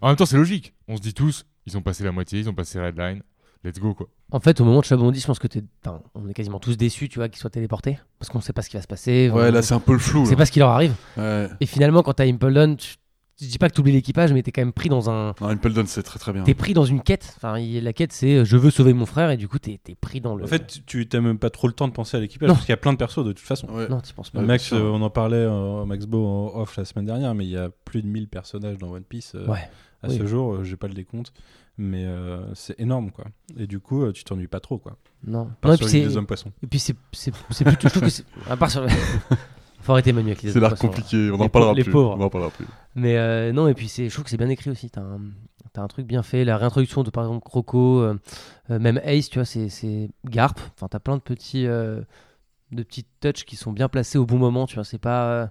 [SPEAKER 8] En même temps, c'est logique. On se dit tous, ils ont passé la moitié, ils ont passé Redline. let's go quoi.
[SPEAKER 7] En fait, au moment de Chabondi, je pense que t'es, enfin, on est quasiment tous déçus, tu vois, qu'ils soient téléportés, parce qu'on sait pas ce qui va se passer.
[SPEAKER 5] euh, Ouais,
[SPEAKER 7] on-
[SPEAKER 5] là c'est hein. un peu le flou.
[SPEAKER 7] on sait
[SPEAKER 5] là.
[SPEAKER 7] pas ce qui leur arrive.
[SPEAKER 5] Ouais.
[SPEAKER 7] Et finalement, quand t'as Impel tu je dis pas que t'oublies l'équipage, mais t'es quand même pris dans un,
[SPEAKER 5] Non, Impeldon c'est très très bien.
[SPEAKER 7] t'es pris dans une quête. Enfin, il- la quête, c'est euh, je veux sauver mon frère, et du coup, t'es, t'es pris dans le.
[SPEAKER 13] En fait, tu t'as même pas trop le temps de penser à l'équipage
[SPEAKER 7] Non.
[SPEAKER 13] parce qu'il y a plein de persos de toute façon.
[SPEAKER 5] Ouais.
[SPEAKER 7] non, t'y penses pas.
[SPEAKER 5] Ouais, bien
[SPEAKER 13] Max,
[SPEAKER 5] sûr.
[SPEAKER 13] euh, on en parlait, euh, Max Bo en off la semaine dernière, mais il y a plus de 1000 personnages dans One Piece euh,
[SPEAKER 7] Ouais.
[SPEAKER 13] à
[SPEAKER 7] Oui.
[SPEAKER 13] ce jour. euh, J'ai pas le décompte, mais euh, c'est énorme quoi. Et du coup, euh, tu t'ennuies pas trop quoi.
[SPEAKER 7] Non.
[SPEAKER 13] Par
[SPEAKER 7] Non, et
[SPEAKER 13] sur
[SPEAKER 7] puis
[SPEAKER 13] l'île
[SPEAKER 7] c'est,
[SPEAKER 13] des hommes poissons.
[SPEAKER 7] et puis c'est, c'est, c'est plutôt, je trouve que c'est, à part sur. Faut arrêter Manu avec les
[SPEAKER 5] C'est l'art
[SPEAKER 7] façon, là.
[SPEAKER 5] compliqué, on
[SPEAKER 7] Les
[SPEAKER 5] en parlera
[SPEAKER 7] pau- les
[SPEAKER 5] plus.
[SPEAKER 7] pauvres.
[SPEAKER 5] On en parlera plus.
[SPEAKER 7] Mais euh, non, et puis c'est, je trouve que c'est bien écrit aussi. T'as un, t'as un truc bien fait. La réintroduction de par exemple Croco, euh, euh, même Ace, tu vois, c'est, c'est Garp. Enfin, t'as plein de petits, euh, de petits touches qui sont bien placés au bon moment. Tu vois, c'est pas. euh,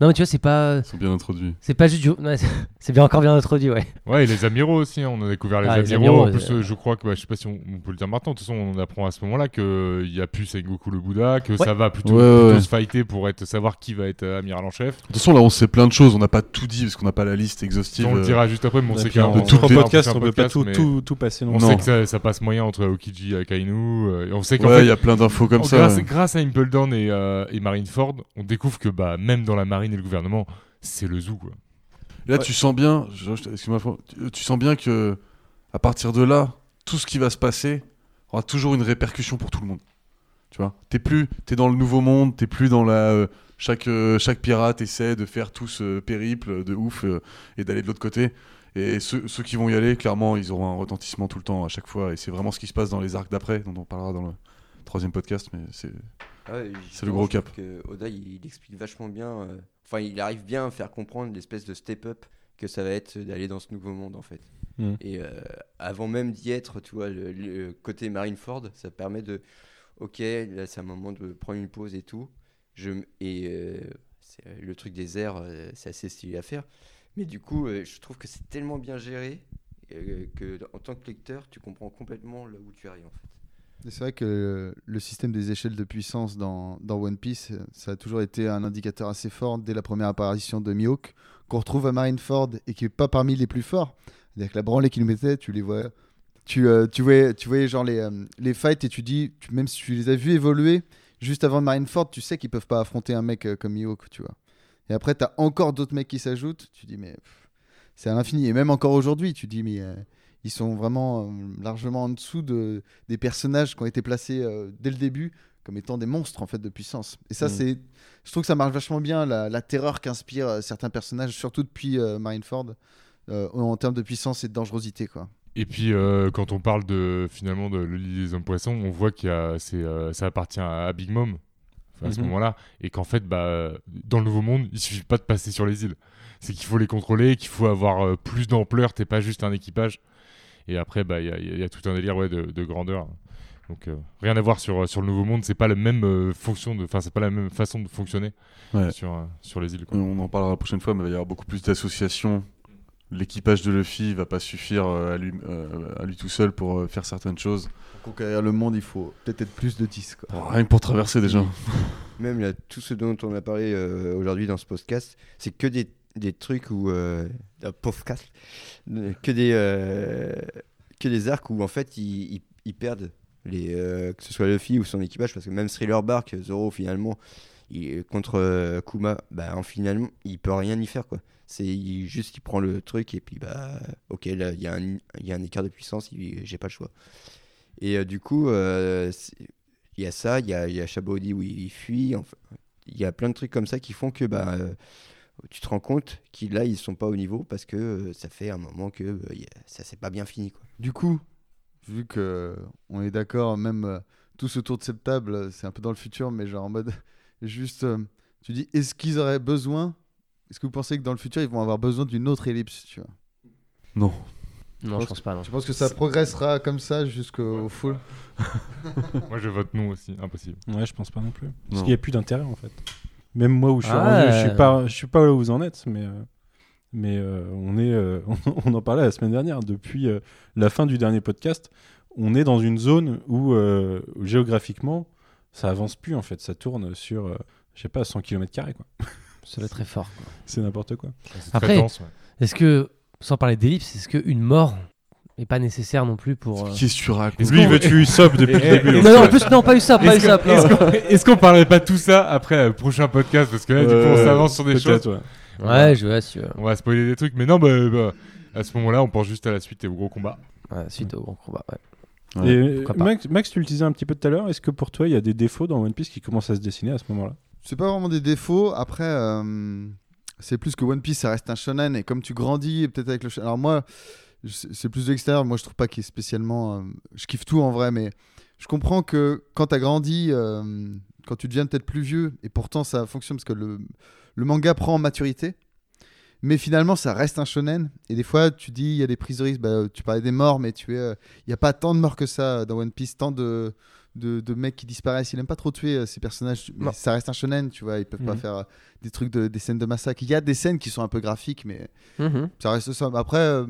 [SPEAKER 7] Non, mais tu vois, c'est pas,
[SPEAKER 5] Ils sont bien introduits.
[SPEAKER 7] c'est pas juste. du- ouais, c'est- c'est bien encore bien introduit, ouais.
[SPEAKER 8] Ouais, et les amiraux aussi, hein, on a découvert les,
[SPEAKER 7] Ah, les
[SPEAKER 8] amiraux.
[SPEAKER 7] amiraux,
[SPEAKER 8] En plus,
[SPEAKER 7] euh,
[SPEAKER 8] euh, je crois que, bah, je sais pas si on, on peut le dire maintenant, de toute façon, on apprend à ce moment-là que euh, il y a plus Sengoku le Bouddha, que ça va plutôt,
[SPEAKER 5] Ouais, ouais,
[SPEAKER 8] plutôt
[SPEAKER 5] ouais.
[SPEAKER 8] se fighter pour être, savoir qui va être euh, amiral en chef.
[SPEAKER 5] De toute façon, là, on sait plein de choses. On n'a pas tout dit parce qu'on n'a pas la liste exhaustive.
[SPEAKER 8] on le
[SPEAKER 5] euh,
[SPEAKER 8] dira juste après, mais on
[SPEAKER 13] Et
[SPEAKER 8] sait
[SPEAKER 13] puis,
[SPEAKER 8] qu'il y a
[SPEAKER 13] en
[SPEAKER 8] un-
[SPEAKER 13] tout
[SPEAKER 8] on fait un-
[SPEAKER 13] podcast,
[SPEAKER 8] fait un
[SPEAKER 13] on peut pas
[SPEAKER 8] podcast,
[SPEAKER 13] tout,
[SPEAKER 8] mais
[SPEAKER 13] tout, tout passer. non
[SPEAKER 8] On
[SPEAKER 13] plus.
[SPEAKER 8] sait que ça, ça passe moyen entre Okiji et Akainu. euh, et on sait qu'en
[SPEAKER 5] Ouais,
[SPEAKER 8] fait,
[SPEAKER 5] il y a plein d'infos comme
[SPEAKER 8] en-
[SPEAKER 5] ça.
[SPEAKER 8] grâce,
[SPEAKER 5] ouais.
[SPEAKER 8] grâce à Impeldown et, euh, et Marineford, on découvre que bah, même dans la marine et le gouvernement, c'est le zoo. Quoi.
[SPEAKER 5] Et là, tu sens bien, je- je- excuse-moi, Fran- tu- tu sens bien que à partir de là, tout ce qui va se passer aura toujours une répercussion pour tout le monde. Tu vois, t'es plus, t'es dans le nouveau monde, t'es plus dans la euh, chaque euh, chaque pirate essaie de faire tout ce périple de ouf euh, et d'aller de l'autre côté. Et ceux, ceux qui vont y aller, clairement, ils auront un retentissement tout le temps à chaque fois. Et c'est vraiment ce qui se passe dans les arcs d'après, dont on parlera dans le troisième podcast. Mais c'est
[SPEAKER 10] Ah
[SPEAKER 5] C'est le gros cap.
[SPEAKER 10] Oda, il, il explique vachement bien. euh, Enfin, il arrive bien à faire comprendre l'espèce de step-up que ça va être d'aller dans ce nouveau monde, en fait.
[SPEAKER 13] Mm.
[SPEAKER 10] Et euh, avant même d'y être, tu vois, le, le côté Marineford, ça permet de. Ok, là, c'est un moment de prendre une pause et tout. Je, m- et euh, c'est, euh, le truc des airs, euh, c'est assez stylé à faire. Mais du coup, euh, je trouve que c'est tellement bien géré euh, que, en tant que lecteur, tu comprends complètement là où tu arrives, en fait.
[SPEAKER 6] Et C'est vrai que euh, le système des échelles de puissance dans, dans One Piece, euh, ça a toujours été un indicateur assez fort dès la première apparition de Mihawk, qu'on retrouve à Marineford et qui est pas parmi les plus forts. C'est-à-dire que la branlée qu'ils nous mettaient, tu les vois. Tu, euh, tu, voyais, tu voyais genre les, euh, les fights et tu dis, tu- même si tu les as vus évoluer juste avant Marineford, tu sais qu'ils peuvent pas affronter un mec euh, comme Mihawk, tu vois. Et après, tu as encore d'autres mecs qui s'ajoutent, tu dis, mais pff, c'est à l'infini. Et même encore aujourd'hui, tu dis, mais euh, ils sont vraiment euh, largement en dessous de, des personnages qui ont été placés euh, dès le début comme étant des monstres en fait de puissance. Et ça,
[SPEAKER 13] Mm.
[SPEAKER 6] c'est, je trouve que ça marche vachement bien la, la terreur qu'inspirent euh, certains personnages, surtout depuis euh, Marineford, euh, en termes de puissance et de dangerosité quoi.
[SPEAKER 8] Et puis, euh, quand on parle de, finalement de le lit des hommes poissons, on voit qu'il y a, c'est, euh, ça appartient à, à Big Mom enfin, à ce
[SPEAKER 13] Mhm.
[SPEAKER 8] moment-là. Et qu'en fait, bah, dans le Nouveau Monde, il suffit pas de passer sur les îles. C'est qu'il faut les contrôler, qu'il faut avoir euh, plus d'ampleur, t'es pas juste un équipage. Et après, bah, il y a- il y, a- il y a tout un délire ouais, de, de grandeur. Donc, euh, rien à voir sur, euh, sur le Nouveau Monde, c'est pas, la même, euh, fonction de, enfin, c'est pas la même façon de fonctionner
[SPEAKER 5] Ouais.
[SPEAKER 8] sur, euh, sur les îles. quoi.
[SPEAKER 5] On en parlera la prochaine fois, mais il va y avoir beaucoup plus d'associations. L'équipage de Luffy va pas suffire euh, à lui, euh, à lui tout seul pour euh, faire certaines choses.
[SPEAKER 6] Pour conquérir le monde, il faut peut-être être plus de 10 quoi.
[SPEAKER 5] Oh, rien que pour traverser déjà.
[SPEAKER 10] même là, tout ce dont on a parlé euh, aujourd'hui dans ce podcast, c'est que des, des trucs où. Euh, un podcast, euh, que, des, euh, que des arcs où en fait ils, ils- ils perdent, les, euh, que ce soit Luffy ou son équipage, parce que même Thriller Bark, Zoro finalement, il- contre euh, Kuma, bah, en, finalement, il peut rien y faire quoi. C'est il- juste il prend le truc et puis bah ok là il y, a un- il y a un écart de puissance, il- j'ai pas le choix. Et euh, du coup, euh, c'est- il y a ça, il y a, il y a Chabaudi où il fuit. enfin, il y a plein de trucs comme ça qui font que bah, euh, tu te rends compte qu'ils là, ils sont pas au niveau parce que euh, ça fait un moment que euh, il y a- ça s'est pas bien fini. Quoi.
[SPEAKER 6] Du coup, vu que euh, on est d'accord, même euh, tous autour de cette table, euh, c'est un peu dans le futur, mais genre en mode juste, euh, tu dis, est-ce qu'ils auraient besoin Est-ce que vous pensez que dans le futur ils vont avoir besoin d'une autre ellipse, tu vois
[SPEAKER 5] Non.
[SPEAKER 7] Non, je pense pas. Non.
[SPEAKER 6] Je pense que ça progressera comme ça jusqu'au full.
[SPEAKER 8] Moi, je vote non aussi, impossible.
[SPEAKER 13] Ouais, je pense pas non plus. Parce
[SPEAKER 5] Non.
[SPEAKER 13] qu'il n'y a plus d'intérêt en fait. Même moi où je suis
[SPEAKER 7] Ah.
[SPEAKER 13] rendu, je suis pas, je suis pas là où vous en êtes, mais euh, mais euh, on est, euh, on en parlait la semaine dernière. Depuis euh, la fin du dernier podcast, on est dans une zone où euh, où géographiquement ça avance plus en fait, ça tourne sur euh, je sais pas 100 km carrés quoi.
[SPEAKER 7] Ça va être très fort. quoi.
[SPEAKER 13] C'est n'importe quoi.
[SPEAKER 8] C'est
[SPEAKER 7] Après-
[SPEAKER 8] très dense. ouais.
[SPEAKER 7] Est-ce que, sans parler d'ellipse, est-ce qu'une mort mais pas nécessaire non plus pour. euh,
[SPEAKER 5] Qu'est-ce que tu racontes
[SPEAKER 8] Est-ce Lui, il veut tuer Usopp depuis
[SPEAKER 7] Eh,
[SPEAKER 8] le début.
[SPEAKER 7] non,
[SPEAKER 8] donc,
[SPEAKER 7] non, en
[SPEAKER 8] euh,
[SPEAKER 7] plus, non, pas eu ça, pas eu
[SPEAKER 8] Est-ce
[SPEAKER 7] ça.
[SPEAKER 8] qu'on- est-ce qu'on est-ce qu'on parlerait pas tout ça après euh, prochain podcast Parce que là, du coup, on
[SPEAKER 4] Euh,
[SPEAKER 8] s'avance sur des
[SPEAKER 4] Peut-être,
[SPEAKER 8] choses.
[SPEAKER 4] ouais.
[SPEAKER 7] Ouais, je vois, si tu veux.
[SPEAKER 8] On va spoiler des trucs, mais non, bah, bah, à ce moment-là, on pense juste à la suite et au gros combat.
[SPEAKER 7] Ouais, suite au grand combat. ouais.
[SPEAKER 5] Ouais,
[SPEAKER 4] Et
[SPEAKER 7] pourquoi pas.
[SPEAKER 4] Max, Max, tu le disais un petit peu tout à l'heure. Est-ce que pour toi, il y a des défauts dans One Piece qui commencent à se dessiner à ce moment-là
[SPEAKER 6] C'est pas vraiment des défauts. Après, euh, c'est plus que One Piece, ça reste un shonen. Et comme tu grandis, et peut-être avec le shonen. Alors, moi, je- c'est plus de l'extérieur. Moi, je trouve pas qu'il est spécialement. euh, je kiffe tout en vrai, mais je comprends que quand t'as grandi, euh, quand tu deviens peut-être plus vieux, et pourtant ça fonctionne parce que le, le manga prend en maturité. Mais finalement, ça reste un shonen. Et des fois, tu dis, il y a des prises de risque. Bah, tu parlais des morts, mais tu es, euh, il n'y a pas tant de morts que ça euh, dans One Piece. Tant de, de, de mecs qui disparaissent. Il aime pas trop tuer euh, ces personnages. Mais
[SPEAKER 7] Non.
[SPEAKER 6] ça reste un shonen, tu vois. Ils peuvent pas
[SPEAKER 4] Mhm.
[SPEAKER 6] faire euh, des trucs de, des scènes de massacre. Il y a des scènes qui sont un peu graphiques, mais
[SPEAKER 7] Mm-hmm.
[SPEAKER 6] ça reste ça. Après, euh,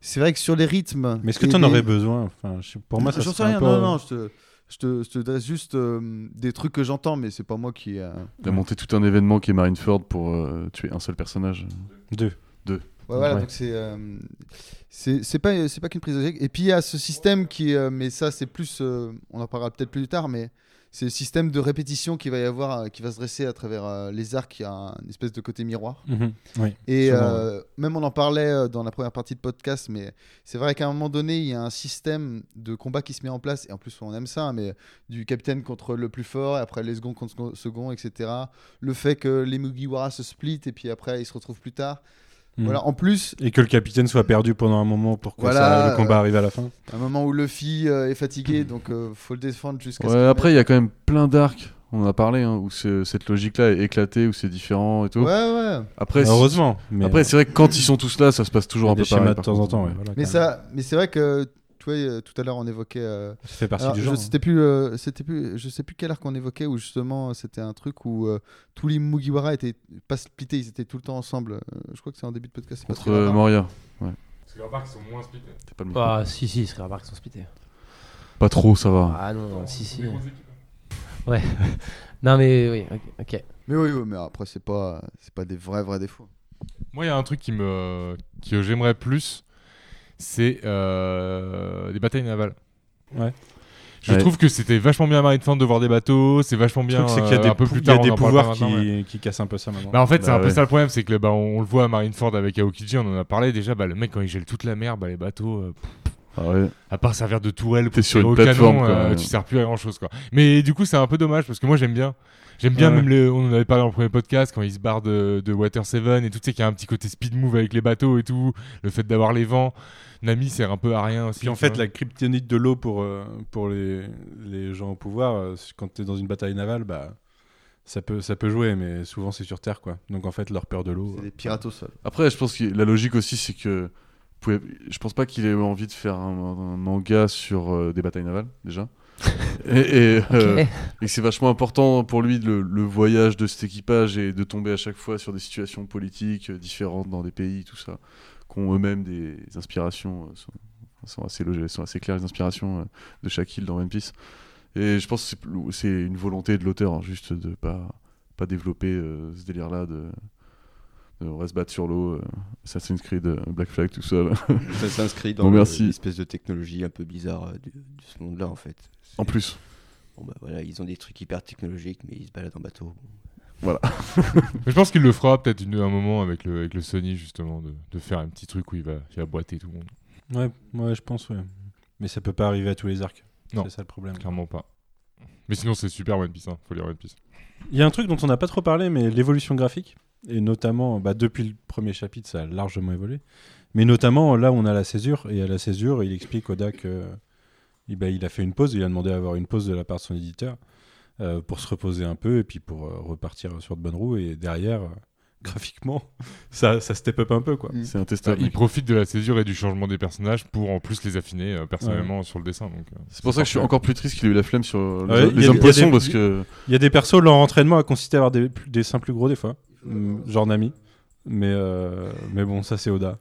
[SPEAKER 6] c'est vrai que sur les rythmes.
[SPEAKER 4] Mais est-ce que
[SPEAKER 6] et
[SPEAKER 4] tu en
[SPEAKER 6] les-
[SPEAKER 4] aurais besoin enfin, je- Pour moi, ça
[SPEAKER 6] J'en sais
[SPEAKER 4] serait un
[SPEAKER 6] rien.
[SPEAKER 4] peu- euh,
[SPEAKER 6] Non, non, je te, je te, je te dresse juste euh, des trucs que j'entends, mais c'est pas moi qui. euh,
[SPEAKER 5] T'as monté tout un événement qui est Marineford pour euh, tuer un seul personnage.
[SPEAKER 4] Deux.
[SPEAKER 6] Ouais, voilà,
[SPEAKER 4] Ouais.
[SPEAKER 6] donc c'est euh, c'est c'est pas c'est pas qu'une prise de risque. Et puis il y a ce système qui, euh, mais ça c'est plus, euh, on en parlera peut-être plus tard, mais c'est le système de répétition qui va y avoir, euh, qui va se dresser à travers euh, les arcs, qui a un- une espèce de côté miroir.
[SPEAKER 4] Mhm. Oui.
[SPEAKER 6] Et
[SPEAKER 4] Sûrement,
[SPEAKER 6] euh, même on en parlait euh, dans la première partie de podcast, mais c'est vrai qu'à un moment donné, il y a un système de combat qui se met en place, et en plus on aime ça, hein, mais du capitaine contre le plus fort, et après les seconds contre second- second, etc. Le fait que les Mugiwara se split, et puis après ils se retrouvent plus tard.
[SPEAKER 4] Mhm.
[SPEAKER 6] Voilà, en plus,
[SPEAKER 4] Et que le capitaine soit perdu pendant un moment pour que
[SPEAKER 6] Voilà,
[SPEAKER 4] ça- le combat
[SPEAKER 6] euh,
[SPEAKER 4] arrive à la fin.
[SPEAKER 6] un moment où Luffy euh, est fatigué, donc euh, faut le défendre jusqu'à ce
[SPEAKER 5] Ouais,
[SPEAKER 6] qu'il
[SPEAKER 5] après, il y a quand même plein d'arcs, on en a parlé, hein, où c'est- cette logique-là est éclatée, où c'est différent et tout.
[SPEAKER 6] mette- Ouais, ouais.
[SPEAKER 5] Après, si-
[SPEAKER 4] Heureusement. Mais euh,
[SPEAKER 5] Après, c'est vrai que quand ils sont tous là, ça se passe toujours un
[SPEAKER 4] des
[SPEAKER 5] peu
[SPEAKER 4] schémas
[SPEAKER 5] pareil.
[SPEAKER 4] de
[SPEAKER 5] par
[SPEAKER 4] temps en
[SPEAKER 5] contre.
[SPEAKER 4] temps. ouais, voilà,
[SPEAKER 6] Mais
[SPEAKER 4] quand même.
[SPEAKER 6] ça, mais c'est vrai que tu vois, euh, tout à l'heure on évoquait. euh,
[SPEAKER 4] Ça fait partie
[SPEAKER 6] alors,
[SPEAKER 4] du
[SPEAKER 6] je
[SPEAKER 4] genre. hein.
[SPEAKER 6] c'était plus, euh, c'était plus, je sais plus quel arc qu'on évoquait où justement c'était un truc où euh, tous les Mugiwara étaient pas splittés, ils étaient tout le temps ensemble. Euh, je crois que c'est en début de podcast. c'est pas
[SPEAKER 5] Contre
[SPEAKER 6] très hein.
[SPEAKER 5] euh,
[SPEAKER 6] longtemps.
[SPEAKER 5] Moria.
[SPEAKER 8] Parce que remarque, ils sont moins speed.
[SPEAKER 5] T'as pas, le micro.
[SPEAKER 7] Ah, si, si, il serait remarqué sans splitter.
[SPEAKER 5] pas trop, ça va.
[SPEAKER 7] Ah non, si, si. Ouais. non, mais oui, ok. ok.
[SPEAKER 6] Mais oui, oui, mais après c'est pas, c'est pas des vrais vrais défauts.
[SPEAKER 8] Moi, il y a un truc qui me, que j'aimerais plus, c'est euh, des batailles navales.
[SPEAKER 4] Ouais.
[SPEAKER 8] Je
[SPEAKER 5] Ouais.
[SPEAKER 8] trouve que c'était vachement bien à Marineford de voir des bateaux, c'est vachement
[SPEAKER 4] Le
[SPEAKER 8] bien.
[SPEAKER 4] truc, c'est qu'il y a
[SPEAKER 8] euh,
[SPEAKER 4] des,
[SPEAKER 8] un peu
[SPEAKER 4] pou-
[SPEAKER 8] plus
[SPEAKER 4] il y a
[SPEAKER 8] tard,
[SPEAKER 4] des
[SPEAKER 8] on en parlera
[SPEAKER 4] pouvoirs qui,
[SPEAKER 8] maintenant, mais-
[SPEAKER 4] qui cassent un peu ça maintenant.
[SPEAKER 8] Bah en fait, c'est
[SPEAKER 5] Bah
[SPEAKER 8] un peu
[SPEAKER 5] ouais.
[SPEAKER 8] ça le problème, c'est que bah, on, on le voit à Marineford avec Aokiji, on en a parlé déjà, bah, le mec quand il gèle toute la mer, bah, les bateaux, euh, pff,
[SPEAKER 5] Ah ouais.
[SPEAKER 8] à part servir de tourelle pour
[SPEAKER 5] T'es sur
[SPEAKER 8] tirer
[SPEAKER 5] une
[SPEAKER 8] au
[SPEAKER 5] plateforme,
[SPEAKER 8] canon,
[SPEAKER 5] quoi,
[SPEAKER 8] euh,
[SPEAKER 5] ouais.
[SPEAKER 8] tu sers plus à grand chose quoi. Mais du coup c'est un peu dommage parce que moi j'aime bien. J'aime bien
[SPEAKER 4] Ouais.
[SPEAKER 8] même le, on en avait parlé dans le premier podcast quand il se barre de, de Water Seven et tout, tu sais qu'il y a un petit côté speed move avec les bateaux et tout, le fait d'avoir les vents, Nami sert un peu à rien aussi.
[SPEAKER 4] Puis en
[SPEAKER 8] tu
[SPEAKER 4] fait,
[SPEAKER 8] vois.
[SPEAKER 4] la kryptonite de l'eau pour, euh, pour les, les gens au pouvoir, euh, c'est- quand tu es dans une bataille navale, bah, ça, peut, ça peut jouer, mais souvent c'est sur Terre. quoi. Donc en fait, leur peur de l'eau.
[SPEAKER 6] C'est des pirates au sol.
[SPEAKER 5] Après, je pense que la logique aussi, c'est que. vous pouvez- Je pense pas qu'il ait envie de faire un, un manga sur euh, des batailles navales, déjà. et, et, euh,
[SPEAKER 7] Ok.
[SPEAKER 5] et que c'est vachement important pour lui le, le voyage de cet équipage et de tomber à chaque fois sur des situations politiques euh, différentes dans des pays, tout ça, qui ont eux-mêmes des inspirations, euh, sont, sont assez logées, sont assez claires les inspirations euh, de chaque île dans One Piece. Et je pense que c'est plus- c'est une volonté de l'auteur, hein, juste de pas pas développer euh, ce délire-là de, de on va se battre sur l'eau, euh, Assassin's Creed, euh, Black Flag, tout ça. là.
[SPEAKER 10] Ça s'inscrit
[SPEAKER 5] Bon,
[SPEAKER 10] dans le-
[SPEAKER 5] merci.
[SPEAKER 10] l'espèce de technologie un peu bizarre euh, de, de ce monde-là, en fait.
[SPEAKER 5] En plus.
[SPEAKER 10] Bon, bah, voilà, ils ont des trucs hyper technologiques, mais ils se baladent en bateau.
[SPEAKER 8] Mais je pense qu'il le fera peut-être une- un moment avec le, avec le Sony justement, de, de faire un petit truc où il va, il va boiter tout le monde.
[SPEAKER 4] Ouais, ouais, je pense, ouais. euh, Mais ça peut pas arriver à tous les arcs.
[SPEAKER 8] Non.
[SPEAKER 4] C'est ça le problème.
[SPEAKER 8] Clairement pas. Mais sinon c'est super One Piece, hein. faut lire One Piece.
[SPEAKER 4] Il y a un truc dont on n'a pas trop parlé, mais l'évolution graphique, et notamment bah, depuis le premier chapitre, ça a largement évolué. Mais notamment là, on a la césure, et à la césure, il explique au DAC euh, il a fait une pause, il a demandé à avoir une pause de la part de son éditeur euh, pour se reposer un peu et puis pour euh, repartir sur de bonnes roues. Et derrière, euh, graphiquement, ça, ça step up un peu quoi.
[SPEAKER 5] C'est
[SPEAKER 8] Bah,
[SPEAKER 5] intestable.
[SPEAKER 8] il profite de la césure et du changement des personnages pour en plus les affiner euh, personnellement sur le dessin. Donc, euh,
[SPEAKER 5] C'est pour ça que je suis encore plus triste qu'il ait eu la flemme sur euh,
[SPEAKER 4] Ouais, il y a
[SPEAKER 5] les, les
[SPEAKER 4] des-
[SPEAKER 5] hommes poissons
[SPEAKER 4] il y a des-
[SPEAKER 5] parce que
[SPEAKER 4] Il y a des persos, leur entraînement a consisté à avoir des, des seins plus gros des fois, Mm, genre Nami. Mais, euh, mais bon, ça c'est Oda.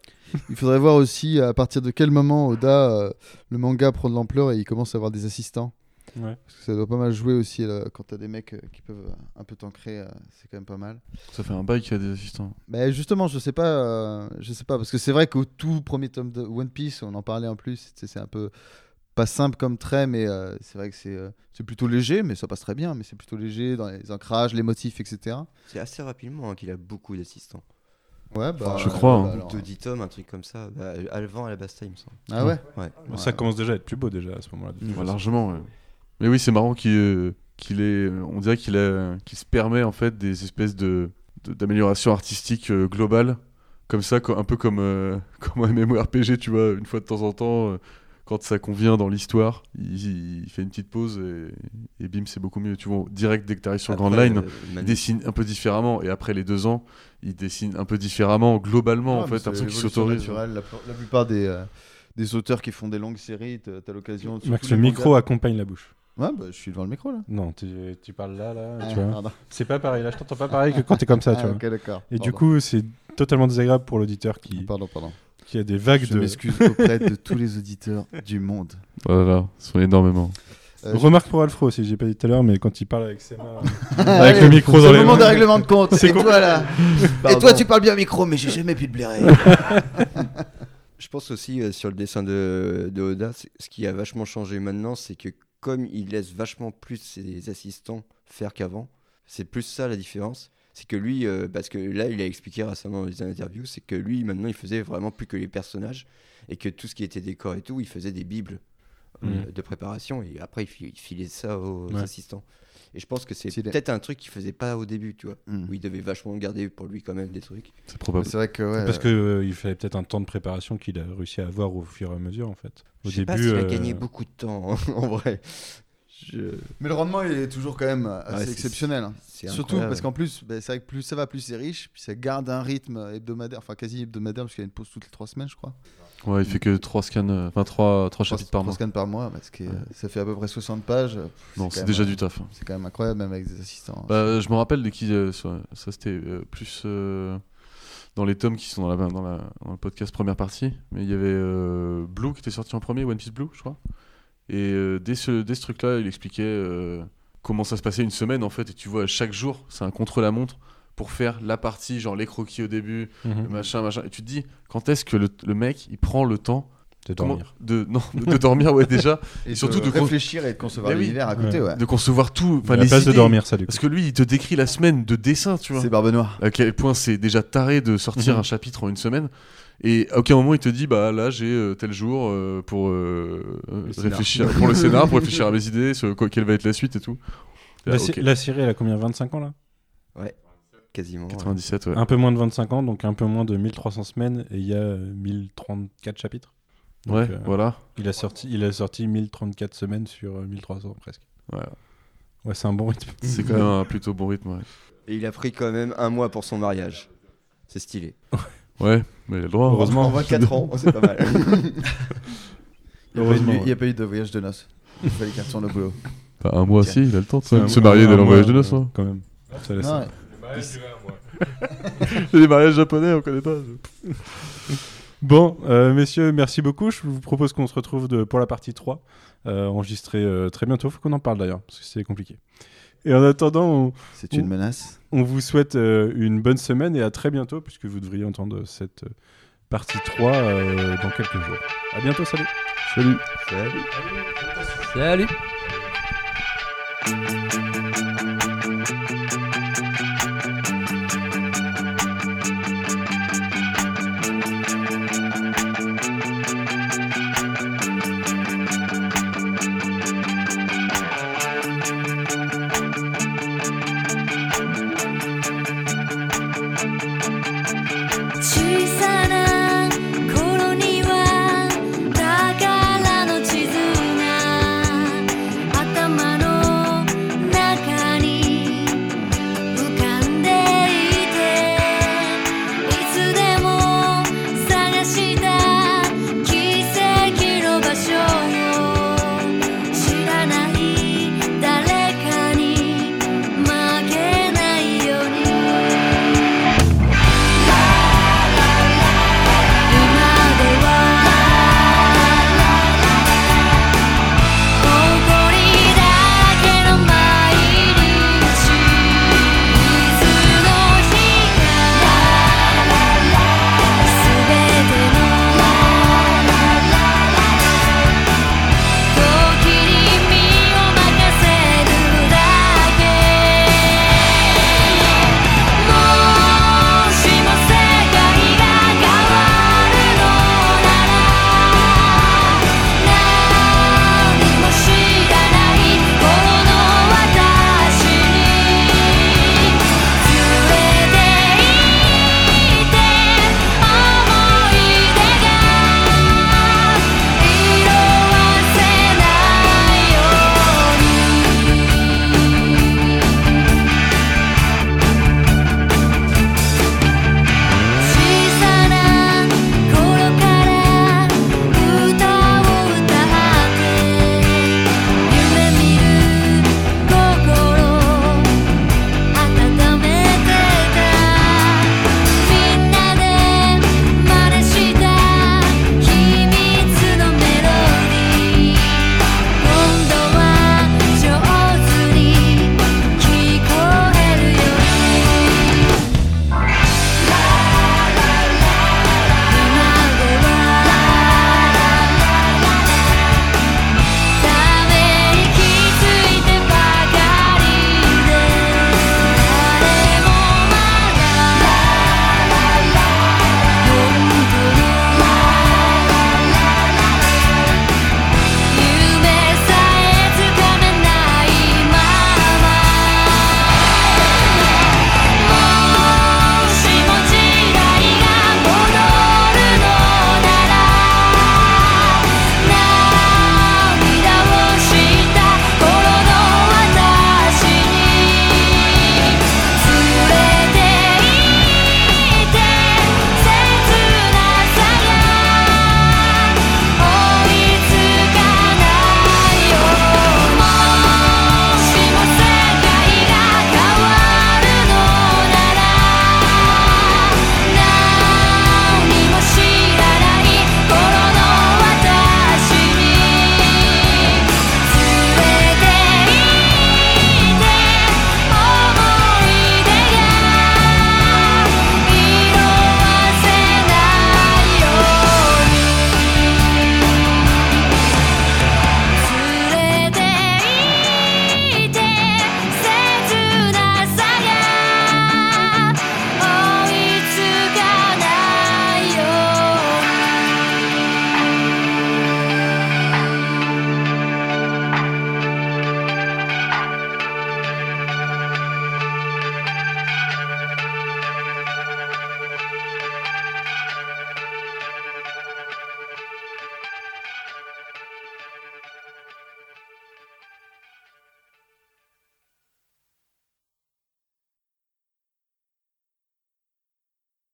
[SPEAKER 6] Il faudrait voir aussi à partir de quel moment Oda, euh, le manga prend de l'ampleur et il commence à avoir des assistants.
[SPEAKER 4] Ouais.
[SPEAKER 6] Parce que ça doit pas mal jouer aussi là, quand t'as des mecs euh, qui peuvent euh, un peu t'ancrer, euh, c'est quand même pas mal.
[SPEAKER 5] Ça fait un bail qu'il y a des assistants.
[SPEAKER 6] Mais justement, je sais pas, euh, je sais pas, parce que c'est vrai qu'au tout premier tome de One Piece, on en parlait en plus, tu sais, c'est un peu pas simple comme trait, mais euh, c'est vrai que c'est euh, c'est plutôt léger, mais ça passe très bien, mais c'est plutôt léger dans les ancrages, les motifs, etc.
[SPEAKER 10] C'est assez rapidement hein, qu'il a beaucoup d'assistants.
[SPEAKER 6] Ouais, bah,
[SPEAKER 5] Je crois, hein.
[SPEAKER 6] bah, alors,
[SPEAKER 10] De 10 tomes, un truc comme ça. Bah, Alvan à la Basta, il me semble.
[SPEAKER 6] Ah ouais
[SPEAKER 10] Ouais.
[SPEAKER 4] Bon, Ça commence déjà à être plus beau déjà à ce moment-là. de toute
[SPEAKER 5] Ouais,
[SPEAKER 4] façon.
[SPEAKER 5] largement, ouais. Mais oui, c'est marrant qu'il euh, qu'il est. On dirait qu'il a- qu'il se permet en fait des espèces de de- d'améliorations artistiques euh, globales, comme ça, co- un peu comme euh, comme un MMORPG, tu vois, une fois de temps en temps, euh, quand ça convient dans l'histoire, il, il fait une petite pause et, et bim, c'est beaucoup mieux. Tu vois, direct dès que t'arrives sur Grand
[SPEAKER 10] Après,
[SPEAKER 5] Line,
[SPEAKER 10] euh,
[SPEAKER 5] il
[SPEAKER 10] Manu-
[SPEAKER 5] dessine un peu différemment. Et après les deux ans, il dessine un peu différemment globalement
[SPEAKER 6] Ouais,
[SPEAKER 5] en
[SPEAKER 6] Ah, mais
[SPEAKER 5] fait,
[SPEAKER 6] c'est
[SPEAKER 5] l'impression qu'il
[SPEAKER 6] l'évolution
[SPEAKER 4] hein.
[SPEAKER 5] s'autorise.
[SPEAKER 6] naturelle, La, pl- la plupart des, euh, des auteurs qui font des longues séries, t'as t'as l'occasion. surtout
[SPEAKER 4] Max,
[SPEAKER 6] les
[SPEAKER 4] le micro
[SPEAKER 6] mangas.
[SPEAKER 4] accompagne la bouche.
[SPEAKER 6] Ouais, bah, je suis devant le micro là.
[SPEAKER 4] Non, tu, tu parles là, là,
[SPEAKER 6] Ah,
[SPEAKER 4] tu vois.
[SPEAKER 6] pardon.
[SPEAKER 4] C'est pas pareil, là, je t'entends pas pareil que quand t'es comme ça, tu
[SPEAKER 6] Ah,
[SPEAKER 4] vois.
[SPEAKER 6] ok, d'accord.
[SPEAKER 4] Et du
[SPEAKER 6] Pardon.
[SPEAKER 4] coup, c'est totalement désagréable pour l'auditeur qui,
[SPEAKER 6] Ah, Pardon, pardon.
[SPEAKER 4] qui a des vagues
[SPEAKER 6] Je
[SPEAKER 4] de.
[SPEAKER 6] m'excuse auprès de tous les auditeurs du monde.
[SPEAKER 5] Voilà, ce sont énormément.
[SPEAKER 6] Euh,
[SPEAKER 4] Remarque pour Alfro aussi, j'ai pas dit tout à l'heure, mais quand il parle avec ses mains.
[SPEAKER 14] Avec
[SPEAKER 6] Allez,
[SPEAKER 14] le micro dans
[SPEAKER 6] C'est
[SPEAKER 14] les
[SPEAKER 6] le moment
[SPEAKER 14] mains.
[SPEAKER 6] d'un règlement de compte. Et toi là
[SPEAKER 10] Et toi, tu parles bien au micro, mais j'ai jamais pu te blairer. Je pense aussi euh, sur le dessin de, de Oda, c'est- ce qui a vachement changé maintenant, c'est que comme il laisse vachement plus ses assistants faire qu'avant, c'est plus ça la différence. C'est que lui, euh, parce que là, il a expliqué récemment dans des interviews, c'est que lui, maintenant, il faisait vraiment plus que les personnages et que tout ce qui était décor et tout, il faisait des bibles euh,
[SPEAKER 4] Mhm.
[SPEAKER 10] de préparation et après, il fi- il filait ça aux
[SPEAKER 4] Ouais.
[SPEAKER 10] assistants. Et je pense que c'est
[SPEAKER 6] S'il est-
[SPEAKER 10] peut-être un truc qu'il faisait pas au début, tu vois
[SPEAKER 6] Hmm.
[SPEAKER 10] où il devait vachement garder pour lui quand même des trucs.
[SPEAKER 5] C'est probable.
[SPEAKER 6] C'est vrai que ouais,
[SPEAKER 4] Parce qu'il fallait peut-être un temps de préparation qu'il a réussi à avoir au fur et à mesure, en fait. Au
[SPEAKER 10] je
[SPEAKER 4] début.
[SPEAKER 10] sais pas s'il a
[SPEAKER 4] euh,
[SPEAKER 10] gagné beaucoup de temps hein, en vrai. Je-
[SPEAKER 6] Mais le rendement il est toujours quand même assez
[SPEAKER 10] Ouais, c'est-
[SPEAKER 6] exceptionnel. hein.
[SPEAKER 10] c'est
[SPEAKER 6] Surtout
[SPEAKER 10] incroyable.
[SPEAKER 6] parce qu'en plus, bah, c'est vrai que plus ça va, plus c'est riche, puis ça garde un rythme hebdomadaire, enfin quasi hebdomadaire, parce qu'il y a une pause toutes les trois semaines, je crois.
[SPEAKER 5] Ouais, il fait que 3 scans, euh, enfin 3, chapitres par
[SPEAKER 6] Trois
[SPEAKER 5] mois.
[SPEAKER 6] scans par mois, parce que euh, ça fait à peu près 60 pages. Pff,
[SPEAKER 5] Non,
[SPEAKER 6] quand
[SPEAKER 5] c'est
[SPEAKER 6] même,
[SPEAKER 5] déjà
[SPEAKER 6] euh,
[SPEAKER 5] du taf. hein.
[SPEAKER 6] C'est quand même incroyable, même avec des assistants.
[SPEAKER 5] Bah, je me rappelle de qui euh, ça, ça, c'était euh, plus euh, dans les tomes qui sont dans la, ben, dans la- dans le podcast première partie, mais il y avait euh, Blue qui était sorti en premier, One Piece Blue, je crois. Et euh, dès ce, dès ce truc-là, il expliquait euh, comment ça se passait une semaine en fait, et tu vois chaque jour, c'est un contre-la-montre pour faire la partie, genre les croquis au début,
[SPEAKER 4] mhm.
[SPEAKER 5] le machin, machin. Et tu te dis, quand est-ce que le, le mec il prend le temps
[SPEAKER 4] De
[SPEAKER 5] comment-
[SPEAKER 4] dormir.
[SPEAKER 5] de non de dormir ouais déjà,
[SPEAKER 6] et
[SPEAKER 5] surtout de con-
[SPEAKER 6] réfléchir et de concevoir
[SPEAKER 5] Mais oui.
[SPEAKER 6] l'univers à côté, ouais.
[SPEAKER 5] de concevoir tout, enfin
[SPEAKER 4] à la
[SPEAKER 5] les
[SPEAKER 4] place de
[SPEAKER 5] idées.
[SPEAKER 4] dormir, ça, du coup.
[SPEAKER 5] Parce que lui, il te décrit la semaine de dessin, tu vois
[SPEAKER 6] C'est Barbe Noire.
[SPEAKER 5] à quel point c'est déjà taré de sortir
[SPEAKER 4] Mhm.
[SPEAKER 5] un chapitre en une semaine. Et à aucun moment il te dit bah là j'ai euh, tel jour euh, pour euh, euh,
[SPEAKER 4] scénar.
[SPEAKER 5] réfléchir pour le scénar, pour réfléchir à mes idées, sur quoi, quelle va être la suite et tout.
[SPEAKER 4] La,
[SPEAKER 5] Ah,
[SPEAKER 4] sé-
[SPEAKER 5] ok.
[SPEAKER 4] la série, elle a combien 25 ans, là
[SPEAKER 10] quasiment. ouais.
[SPEAKER 5] 97 ouais.
[SPEAKER 4] Un peu moins de 25 ans, donc un peu moins de 1300 semaines, et il y a euh, 1034 chapitres. Donc,
[SPEAKER 5] ouais,
[SPEAKER 4] euh,
[SPEAKER 5] voilà.
[SPEAKER 4] il, a sorti, il a sorti 1034 semaines sur euh, 1300 presque.
[SPEAKER 5] Ouais.
[SPEAKER 4] Ouais, c'est un bon rythme.
[SPEAKER 5] C'est quand même un plutôt bon rythme. Ouais,
[SPEAKER 10] Et il a pris quand même un mois pour son mariage. C'est stylé.
[SPEAKER 5] Ouais, mais il a le droit. hein. Bah,
[SPEAKER 4] Heureusement.
[SPEAKER 10] En 24 ans, c'est pas mal.
[SPEAKER 6] Il n'y a, pas eu de-
[SPEAKER 4] Heureusement,
[SPEAKER 6] il y a pas eu de voyage de noces. Il fallait qu'il retourne au boulot.
[SPEAKER 5] Enfin, un mois
[SPEAKER 6] Tiens.
[SPEAKER 5] si, il a le temps de se-
[SPEAKER 4] Un-
[SPEAKER 5] de se marier
[SPEAKER 4] un
[SPEAKER 5] dès le
[SPEAKER 4] mois,
[SPEAKER 5] voyage de noces.
[SPEAKER 4] euh,
[SPEAKER 5] hein.
[SPEAKER 4] Quand même. Ça laisse-
[SPEAKER 6] Non, ouais.
[SPEAKER 5] Les mariages japonais, on connaît pas.
[SPEAKER 4] Bon, euh, messieurs, merci beaucoup. Je vous propose qu'on se retrouve de- pour la partie 3, euh, enregistrée euh, très bientôt. Faut qu'on en parle d'ailleurs, parce que c'est compliqué. Et en attendant, on,
[SPEAKER 6] C'est une menace.
[SPEAKER 4] on vous souhaite euh, une bonne semaine et à très bientôt, puisque vous devriez entendre cette euh, partie 3 euh, dans quelques jours. À bientôt, salut
[SPEAKER 5] Salut.
[SPEAKER 7] Salut